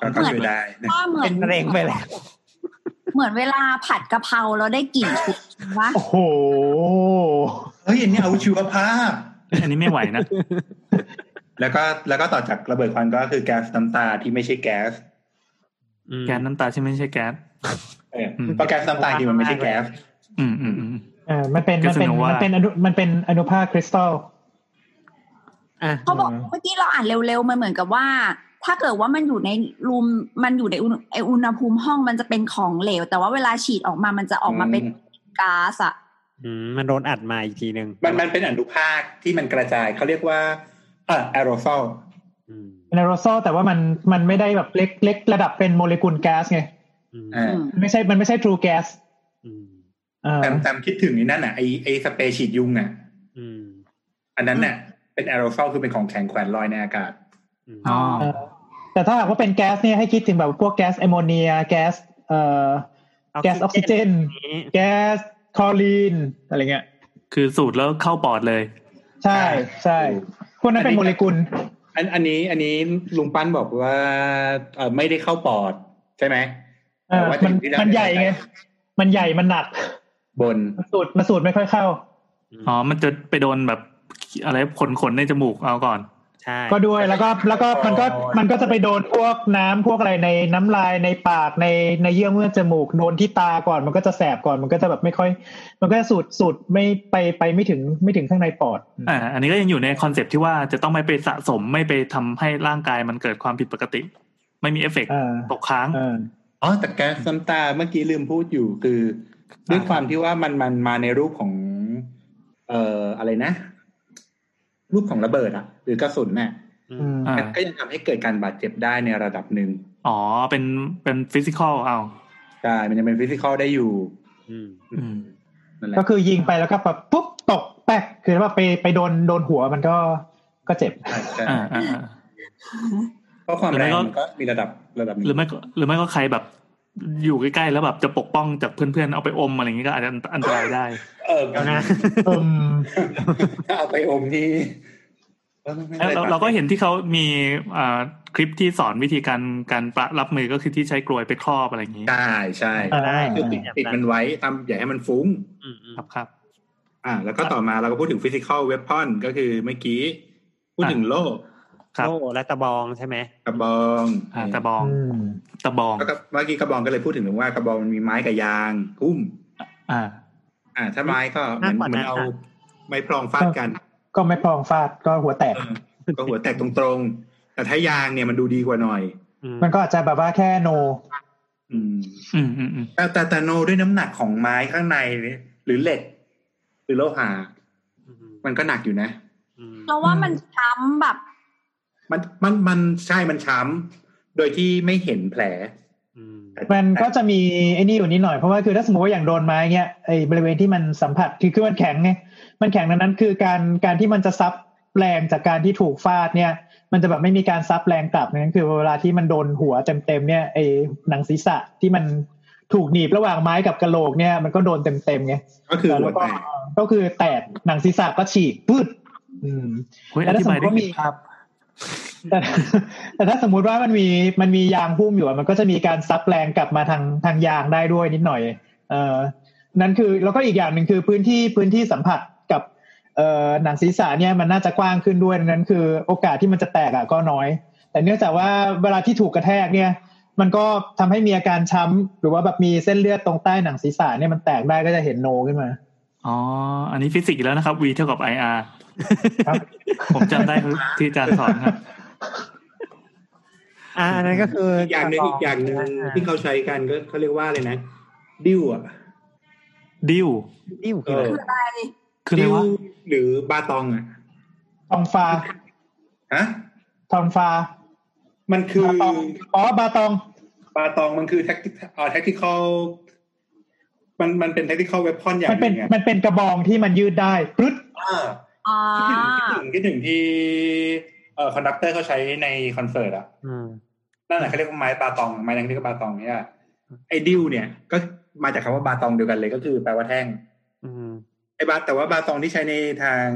Speaker 5: ก็ช่วยได้นะ
Speaker 3: ว่าเหมือ
Speaker 4: เป็น นมะเร็งไปแล้ว
Speaker 3: เหมือนเวลาผัดกะเพราแล้วได้กลิ่นฉุกว่า
Speaker 7: โอ้โห
Speaker 5: เฮ้ยอันนี้เอาชีวภาพ
Speaker 8: อันนี้ไม่ไหวนะ
Speaker 5: แล้วก็แล้วก็ต่อจากระเบิดควันก็คือแก๊สน้ำตาที่ไม่ใช่แก๊ส
Speaker 4: อืม
Speaker 8: แก๊สน้ำตาใช่ไหมไม่ใช่แก๊ส
Speaker 5: เออ
Speaker 8: อืม
Speaker 5: เพราะแก๊สน้ำตาที่มันไม่ใช่แก๊ส
Speaker 8: อืมอืมอืม
Speaker 7: เออมันเป็นมันเป็น
Speaker 8: Casanova
Speaker 7: มันเป็นอนุมันเป็นอนุภาคคริสตัล
Speaker 4: อ่ะ
Speaker 3: เขาบอก
Speaker 7: อืม
Speaker 3: เมื่อกี้เราอ่านเร็วๆมันเหมือนกับว่า ถ้าเกิดว่ามันอยู่ในรูมมันอยู่ในอุณไออุณหภูมิห้องมันจะเป็นของเหลว แต่ว่าเวลาฉีดออกมามันจะออกมาเป็นก๊าซอะ
Speaker 4: อืมมันโดนอัดมาอีกทีหนึ่ง
Speaker 5: มันมันเป็นอนุภาคที่มันกระจายเขาเรียกว่าเอ่อแอโรซอล
Speaker 4: อืม
Speaker 7: เป็นอโรซอลแต่ว่ามันมันไม่ได้แบบเล็กเล็กระดับเป็นโมเลกุลแก๊สไง
Speaker 4: อืม
Speaker 5: อ่า
Speaker 7: มันไม่ใช่มันไม่ใช่ทรูแก๊ส
Speaker 4: อืม
Speaker 7: อ่า
Speaker 5: แต่แต่คิดถึงไอ้นั่นน่ะไอไอสเปรย์ฉีดยุงอ่ะ
Speaker 4: อืม
Speaker 5: อันนั้นน่ะเป็นแอโรซอลคือเป็นของแข็งแขวนลอยในอากาศ
Speaker 4: อืม
Speaker 8: อ๋อ
Speaker 7: เออแต่ถ้าหากว่าเป็นแก๊สเนี่ยให้คิดถึงแบบพวกแก๊สแอมโมเนียแก๊สเอ่อแก๊สออกซิเจน
Speaker 4: นี้
Speaker 7: แก๊สคลอรีนอะไรเงี้ย
Speaker 8: คือสูดแล้วเข้าปอดเลย
Speaker 7: ใช่ใช่
Speaker 5: ถูก
Speaker 7: พวกนั้นเป็นโมเลกุล
Speaker 5: อันอันนี้อันนี้ลุงปั้นบอกว่าเออไม่ได้เข้าปอดใช่ไหม
Speaker 7: เออ
Speaker 5: แต่ว่า
Speaker 7: มั
Speaker 5: สิ่
Speaker 7: น
Speaker 5: งที่ได้
Speaker 7: มันใหญ่ไง มันใหญ่มันหนัก
Speaker 5: บน
Speaker 7: มันสูดมันสูดไม่ค่อยเข้า
Speaker 8: อ๋อ มันจะไปโดนแบบอะไรขนขนๆในจมูกเอาก่อน
Speaker 4: ใช่
Speaker 7: ก็ด้วยแล้วก็แล้วก็มันก็มันก็จะไปโดนพวกน้ำพวกอะไรในน้ำลายในปากในในเยื่อเมื่อจมูกโดนที่ตาก่อน มันก็จะแสบก่อนมันก็จะแบบไม่ค่อย มันก็จะสูดสูดไม่ไปไปไม่ถึงไม่ถึงข้างในปอด
Speaker 8: อ่า อันนี้ก็ยังอยู่ในคอนเซปต์ที่ว่าจะต้องไม่ไปสะสมไม่ไปทำให้ร่างกายมันเกิดความผิดปกติ ไม่มีเอฟเฟกต์
Speaker 7: เออ
Speaker 8: ตกค้าง
Speaker 7: เออ
Speaker 5: อ๋อแต่แก๊สน้ำตาเมื่อกี้ลืมพูดอยู่คือด้วยความที่ว่ามันมันมาในรูปของ เอ่ออะไรนะ รูปของระเบิดอะหรือกระสุนน่ะ
Speaker 4: อื
Speaker 7: อื
Speaker 4: ม
Speaker 7: ม
Speaker 8: อ่า
Speaker 5: มันก็ยังทำให้เกิดการบาดเจ็บได้ในระดับหนึ่ง
Speaker 8: อ๋อ เป็นเป็นฟิสิกอลเอา
Speaker 5: ใช่มันยังเป็นฟิสิกอลได้อยู่
Speaker 4: อืม
Speaker 8: อืม
Speaker 5: นั่นแหละ
Speaker 7: ก็คือยิงไปแล้วก็แบบปุ๊บตกแป๊กคือว่าไปไปโดนโดนหัวมันก็ก็เจ็บ
Speaker 5: ใช่ใช่
Speaker 8: อ่าอ่าอ่า
Speaker 5: เพราะความ
Speaker 8: หรือ
Speaker 5: แร
Speaker 8: ไม่
Speaker 5: ง
Speaker 8: ก็
Speaker 5: มันก็มีระดับระดับหนึ่
Speaker 8: ห
Speaker 5: ง
Speaker 8: รือไม่ก็หรือไม่ก็ใครแบบอยู่ใกล้ๆแล้วแบบจะปกป้องจากเพื่อนๆเอาไปอมอะไรอย่างนี้ก็อาจจะอันตรายได้
Speaker 5: เออ
Speaker 4: เดี๋ยวนะ
Speaker 7: อืม
Speaker 5: ถ้าเอาไปอมนี่เออไม่ไม่
Speaker 8: เอ้ย
Speaker 5: ไม่
Speaker 8: เราเราก็เห็นที่เขามีอ่าคลิปที่สอนวิธีการการประรับมือก็คือที่ใช้กลวยไปครอบอะไรอย่างนี้
Speaker 5: ใช่ใช่
Speaker 7: อ่า
Speaker 4: ได้
Speaker 5: คือติดติดมันไว้ทำอย่าให้มันฟุ้ง
Speaker 4: อืมอืม
Speaker 8: ครับครับ
Speaker 5: อ่า แล้วก็ต่อมาเราก็พูดถึงฟิสิกอลเวพอนก็คือเมื่อกี้พูดถึงโล่
Speaker 8: ครับ
Speaker 4: โล่และตะบองใช่ไหม
Speaker 5: กระบอง
Speaker 8: อ่าตะบอง
Speaker 7: อืม
Speaker 8: ตะบอง
Speaker 5: แล้วก็เมื่อกี้กระบองก็เลยพูดถึงว่ากระบองมันมีไม้กับยางหุ้ม
Speaker 8: อ่า
Speaker 5: อ่า ถ้าไม้ก็เหมือนเหมือนเอาไม้พลองฟาดกัน
Speaker 7: ก็ไม่พองฟาดก็หัวแตก
Speaker 5: เออก็หัวแตกตรงๆ แต่ถ้ายางเนี่ยมันดูดีกว่าหน่อย
Speaker 4: อืม
Speaker 7: มันก็อาจจะแบบว่าแค่โน
Speaker 5: อืม
Speaker 8: อืมอืมอืม
Speaker 5: แต่แต่แต่โนด้วยน้ำหนักของไม้ข้างในเนี่ยหรือเหล็ก หรือโลหะ
Speaker 4: อืม
Speaker 5: มันก็หนักอยู่นะ
Speaker 4: อืม
Speaker 3: เราว่ามันช้ำแบบ
Speaker 5: มันมันมันใช่มันช้ำโดยที่ไม่เห็นแผล
Speaker 4: อืม
Speaker 7: มันก็จะมีไอ้นี่อยู่นิดหน่อยเพราะว่าคือถ้าสมมติว่าอย่างโดนไม้เงี้ยไอ้บริเวณที่มันสัมผัสคือคือมันแข็งไงมันแข็งดังนั้นคือการการที่มันจะซับแรงจากการที่ถูกฟาดเนี่ย มันจะแบบไม่มีการซับแรงกลับนั่นคือเวลาที่มันโดนหัวเต็มๆเนี่ยไอ้หนังศีรษะที่มันถูกหนีบระหว่างไม้กับกระโหลกเนี่ยมันก็โดนเต็มๆไง
Speaker 2: ก็คือหั
Speaker 7: แล้ววก็
Speaker 2: แตก
Speaker 7: ก็คือแตกหนังศีรษะก็ฉีกปึ๊ดอืม
Speaker 8: เฮ้ย
Speaker 7: แล้
Speaker 8: อ
Speaker 7: วถ้า
Speaker 8: ธิบายได้
Speaker 7: สมมุติว่ามี
Speaker 8: เห็นภาพ
Speaker 7: แต่ แต่ถ้าสมมุติว่ามันมีมันมียางหุ้มอยู่อะมันก็จะมีการซับแรงกลับมาทางทางยางได้ด้วยนิดหน่อย เออนั่นคือแล้วก็อีกอย่างหนึ่งคือพื้นที่พื้นที่สัมผัสกับเอ่อหนังศีรษะเนี่ยมันน่าจะกว้างขึ้นด้วยดังนั้นคือโอกาสที่มันจะแตกอะก็น้อย แต่เนื่องจากว่าเวลาที่ถูกกระแทกเนี่ย มันก็ทำให้มีอาการช้ำหรือว่าแบบมีเส้นเลือดตรงใต้หนังศีรษะเนี่ยมันแตกได้ก็จะเห็นโนขึ้นมา
Speaker 8: อ๋อ อันนี้ฟิสิกส์อีกแล้วนะครับ V เท่ากับ IR
Speaker 7: ครับ
Speaker 8: ผมจำได้ที่อาจารย์สอนครับ
Speaker 4: อ่าอันนั้นก็คือ
Speaker 5: อีกอย่างหนึ่งอีกอย่างหนึ่งที่เขาใช้กันก็เขาเรียกว่าอะไรนะ ดิวอะ
Speaker 8: ดิว
Speaker 4: ดิ้ว
Speaker 5: เอ
Speaker 4: คืออะไร
Speaker 5: อ
Speaker 3: คือ
Speaker 8: คืออะ
Speaker 3: อะไร
Speaker 8: ไร
Speaker 5: ดิว
Speaker 8: วะ
Speaker 5: หรือบาตองอะ
Speaker 7: ทองฟ้า
Speaker 5: ฮะ
Speaker 7: ทองฟ้า
Speaker 5: มันคือบ
Speaker 7: าตองอ๋อบาตอง
Speaker 5: บาตองมันคือแท็กติเอ่อแท็กติคอลมันมันเป็นแท็กติคอลเว็บพอนอย่าง
Speaker 7: มัน
Speaker 5: ห
Speaker 7: เป็น
Speaker 5: นึ่งอะ
Speaker 7: มันเป็นกระบองที่มันยืดได้ปรึ๊ด
Speaker 5: อ่า
Speaker 3: อ๋อ
Speaker 5: คิดถึงคิดถึงคิดถึงที่เอ่อคอนดักเตอร์เขาใช้ในคอนเสิร์ตอ่ะ
Speaker 4: อืม
Speaker 5: นั่นแหละเขาเรียกว่าไม้ปาตองไม้นังที่ก็ปาตองเนี่ยไอ้ดิวเนี่ยก็มาจากคำว่าบาตองเดียวกันเลยก็คือแปลว่าแท่ง
Speaker 4: อืม
Speaker 5: ไอ้บาแต่ว่าบาตองที่ใช้ในทาง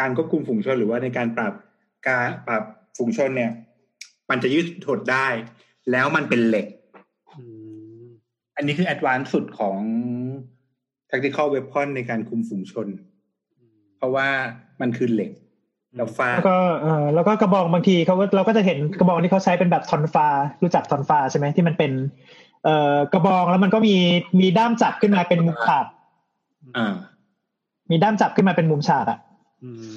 Speaker 5: การควบคุมฝูงชนหรือว่าในการปรับการปรับฝูงชนเนี่ย มันจะยืดหดได้ แล้วมันเป็นเหล็ก
Speaker 4: อืม
Speaker 5: อันนี้คือแอดวานซ์สุดของ tactical weapon ในการคุมฝูงชน เพราะว่ามันคือเหล็กแล้วฟาด
Speaker 7: แล้วก็เออแล้วก็กระบองบางทีเขาก็เราก็จะเห็นกระบองที่เขาใช้เป็นแบบทอนฟ้ารู้จักทอนฟ้าใช่ไหมที่มันเป็นเอ่อกระบองแล้วมันก็มีมีด้ามจับขึ้นมาเป็นมุมฉาก
Speaker 5: อ่า
Speaker 7: มีด้ามจับขึ้นมาเป็นมุมฉากอะ
Speaker 4: อืม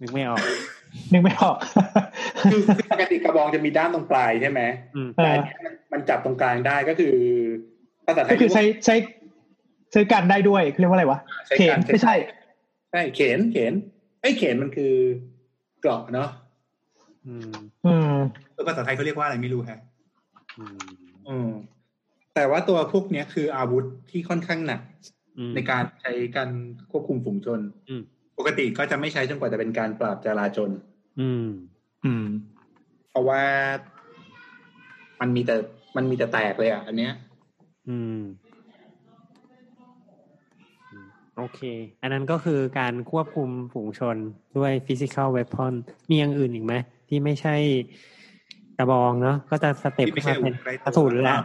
Speaker 4: นึกไม่ออก
Speaker 7: นึกไม่อ อก
Speaker 5: คือคือปกติกระบองจะมีด้ามตรงปลายใช่ไหม
Speaker 4: อืม
Speaker 5: แต่อันเนี้ยมันมันจับตรงกลางได้ก็คือภาษาไท
Speaker 7: ก็
Speaker 5: ย
Speaker 7: คือใช้ใช้ใช้กันได้ด้วยเรียกว่าอะไรวะ
Speaker 5: ใช้
Speaker 7: เข
Speaker 5: การ
Speaker 7: นไม่ใช่
Speaker 5: ใช่เขนเขนไอ้ยเขนมันคือเกราะเนาะ
Speaker 4: อืม
Speaker 7: อืม
Speaker 5: เออภาษาไทยเขาเรียกว่าอะไรไม่รู้ฮะ
Speaker 4: อืม
Speaker 5: อืมแต่ว่าตัวพวกเนี้ยคืออาวุธที่ค่อนข้างหนัก
Speaker 4: อืม
Speaker 5: ในการใช้การควบคุมฝูงชน
Speaker 4: อืม
Speaker 5: ปกติก็จะไม่ใช้จนกว่าจะเป็นการปราบจราจน
Speaker 4: อืม
Speaker 8: อืม
Speaker 5: เพราะว่ามันมีแต่มันมีแต่แตกเลยอ่ะ อันเนี้ย
Speaker 4: อืมอืม โอเค อันนั้นก็คือการควบคุมฝูงชนด้วย physical weapon มีอย่างอื่นอีกไหม ที่ไม่ใช่กระบองเนาะก็จะสเต็ป
Speaker 5: ที่ไม่
Speaker 4: ขึ้นมา
Speaker 5: ใช่
Speaker 4: เป็นก
Speaker 5: อาวุธไร้ตัว
Speaker 4: ระสุนละ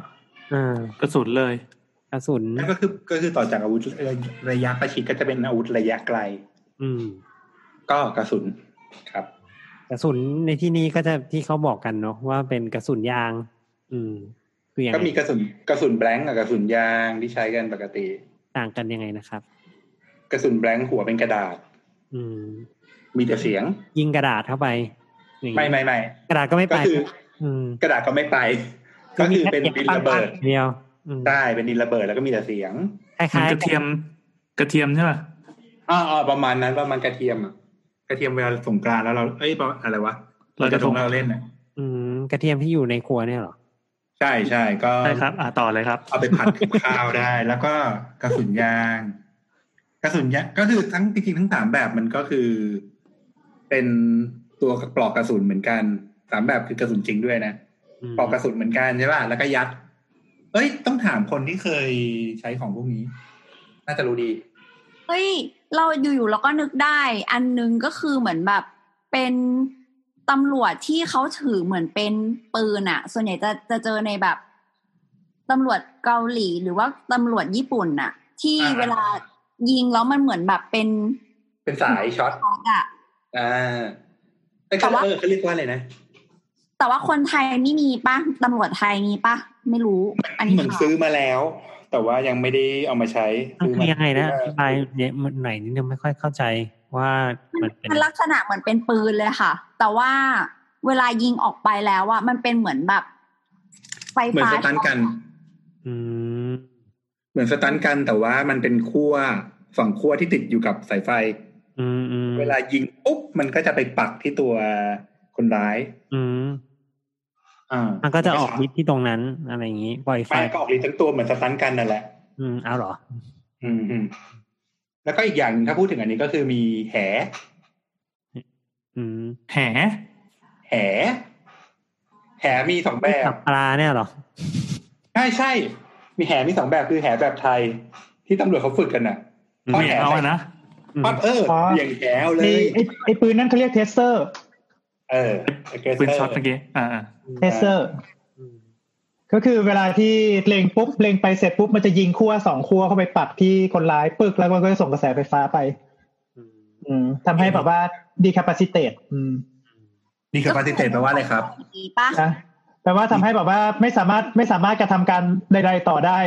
Speaker 4: อ่าก
Speaker 8: ระสุนเลย
Speaker 4: กระสุน
Speaker 5: นั่นก็คือก็คือต่อจากอาวุธระยะประชิดก็จะเป็นอาวุธระยะไกล
Speaker 4: อืม
Speaker 5: ก็กระสุนครับ
Speaker 4: กระสุนในที่นี้ก็จะที่เขาบอกกันเนาะว่าเป็นกระสุนยาง อืม คือยัง
Speaker 5: ก็
Speaker 4: ไง
Speaker 5: มีกระสุนกระสุนแบล็งก์กับกระสุนยางที่ใช้กันปกติ
Speaker 4: ต่างกันยังไงนะครับ
Speaker 5: กระสุนแบล็งก์หัวเป็นกระดาษ
Speaker 4: อืม
Speaker 5: มีแต่เสียง
Speaker 4: ยิงกระดาษเข้าไปอย่างงี้
Speaker 5: ไม่ไม่ไม่
Speaker 4: กระดาษก็ไม่ไป
Speaker 5: ก็คือ
Speaker 4: อืม
Speaker 5: กระดาษก็ไม่ไป ก็คือเป็น
Speaker 4: มีแค่สียง
Speaker 5: ดินระเบิ
Speaker 4: ปั
Speaker 5: ด
Speaker 4: งๆเดียว อืม
Speaker 5: ใช่เป็นดินระเบิดแล้วก็มีแต่เสียง
Speaker 4: คล้ายๆ
Speaker 8: มันกระ
Speaker 4: กัน
Speaker 8: เทียมกระเทียมใช่ป่ะ
Speaker 5: อ่าอ่าประมาณนั้นประมาณกระเทียมอ่ะกระเทียมเวลาสงกรานต์แล้วเราเอ้ยประมาณอะไรวะเราจะทงเราเล่นอ่ะ
Speaker 4: อืมกระเทียมที่อยู่ในครัวเนี่ยเหรอ
Speaker 5: ใช่ใช่ก็
Speaker 8: ใช่ครับ อ่าต่อเลยครับ
Speaker 5: เอาไปผัดกับข้าวได้ แล้วก็กระสุนยาง กระสุนยางก็คือทั้งจริงๆทั้งสามแบบมันก็คือ เป็นตัวปลอกกระสุนเหมือนกันสามแบบคือกระสุนจริงด้วยนะ
Speaker 4: อืม
Speaker 5: ปลอกกระสุนเหมือนกันใช่ป่ะแล้วก็ยัด เอ้ย ต้องถามคนที่เคยใช้ของพวกนี้ น่าจะรู้ดี
Speaker 3: เฮ้ยเราอยู่ๆเราก็นึกได้ อันหนึงก็คือเหมือนแบบเป็นตำรวจที่เขาถือเหมือนเป็นปืนอะส่วนใหญ่จะจะเจอในแบบตำรวจเกาหลีหรือว่าตำรวจญี่ปุ่นอะที่
Speaker 5: อ่า
Speaker 3: เวลายิงแล้วมันเหมือนแบบเป็น
Speaker 5: เป็นสายช็อต
Speaker 3: ช็อตอะ
Speaker 5: อ่า
Speaker 3: แต่
Speaker 5: แต่ว่า
Speaker 3: ว่า
Speaker 5: เขาเรียกว่าอะไรนะ
Speaker 3: แต่ว่าคนไทยไม่มีปะตำรวจไทยมีปะไม่รู้ อันนี้
Speaker 5: เหมือน
Speaker 3: ค่ะ
Speaker 5: ซื้อมาแล้ว แต่ว่ายังไม่ได้เอามาใช้
Speaker 4: มันคื
Speaker 5: ซื้อ
Speaker 4: อ
Speaker 5: มา
Speaker 4: ยังไงนะอ
Speaker 5: ซื้
Speaker 4: ธิ
Speaker 5: ม
Speaker 4: บายเนี่ยมันหน่อยนิดนึงไม่ค่อยเข้าใจว่ามันเป็น
Speaker 3: มันลักษณะเหมือนเป็นปืนเลยค่ะ แต่ว่าเวลายิงออกไปแล้วอะมันเป็นเหมือนแบบ ไฟ
Speaker 5: เหมือน
Speaker 3: ฟ้า
Speaker 5: สตันกัน
Speaker 4: อืม
Speaker 5: เหมือนสตันกัน แต่ว่ามันเป็นขั้วฝั่งขั้วที่ติดอยู่กับสายไฟ
Speaker 4: อืมอืม
Speaker 5: เวลายิงปุ๊บมันก็จะไปปักที่ตัวคนร้าย
Speaker 4: อืม
Speaker 5: อ่า
Speaker 4: มันก็จะออกฤทธิ์ที่ตรงนั้นอะไรอย่างนี้ปล่อยไฟ
Speaker 5: ไฟก็ออกฤทธิ์ทั้งตัวเหมือนสตันกันนั่นแหละ
Speaker 4: อืมเอาเหรอ
Speaker 5: อืมอืมแล้วก็อีกอย่างหนึ่งถ้าพูดถึงอันนี้ก็คือมีแห
Speaker 4: อืม
Speaker 8: แห
Speaker 5: แหแหมีสองแบบ
Speaker 4: จับปลาเนี่ยเหรอ
Speaker 5: ใช่ใช่ มีแหมีสองแบบคือแหแบบไทย ที่ตำรวจเขาฝึกกันน่ะ
Speaker 8: เหวี่ยงเอาอะนะ
Speaker 4: อืม
Speaker 5: ปั๊บเออ
Speaker 7: อ๋อ
Speaker 5: เหวี่ยงแหวเล
Speaker 7: ไอ้
Speaker 5: ย
Speaker 7: ไอ้ไอ้ปืนนั่นเขาเรียกเทสเซอร์
Speaker 5: เออ aggressor
Speaker 8: ปืนช็อตเมื่อกี้อ่าอ่า
Speaker 7: เทสเซอร์ ก็คือเวลาที่เล็งปุ๊บเล็งไปเสร็จปุ๊บมันจะยิงขั้วสองขั้วเข้าไปปักที่คนร้ายปึกแล้วมันก็จะส่งกระแสไฟฟ้าไป
Speaker 4: อืม
Speaker 7: อืมทำให้แบบว่าดีคาปาซิเตตอืม
Speaker 3: นี่คือปฏิเสธแปลว่าอะไรครับ
Speaker 2: ดีปะ
Speaker 7: นะแปลว่าทำให้แบบว่าไม่สามารถไม่สามารถกระทำการใด ๆต่อได้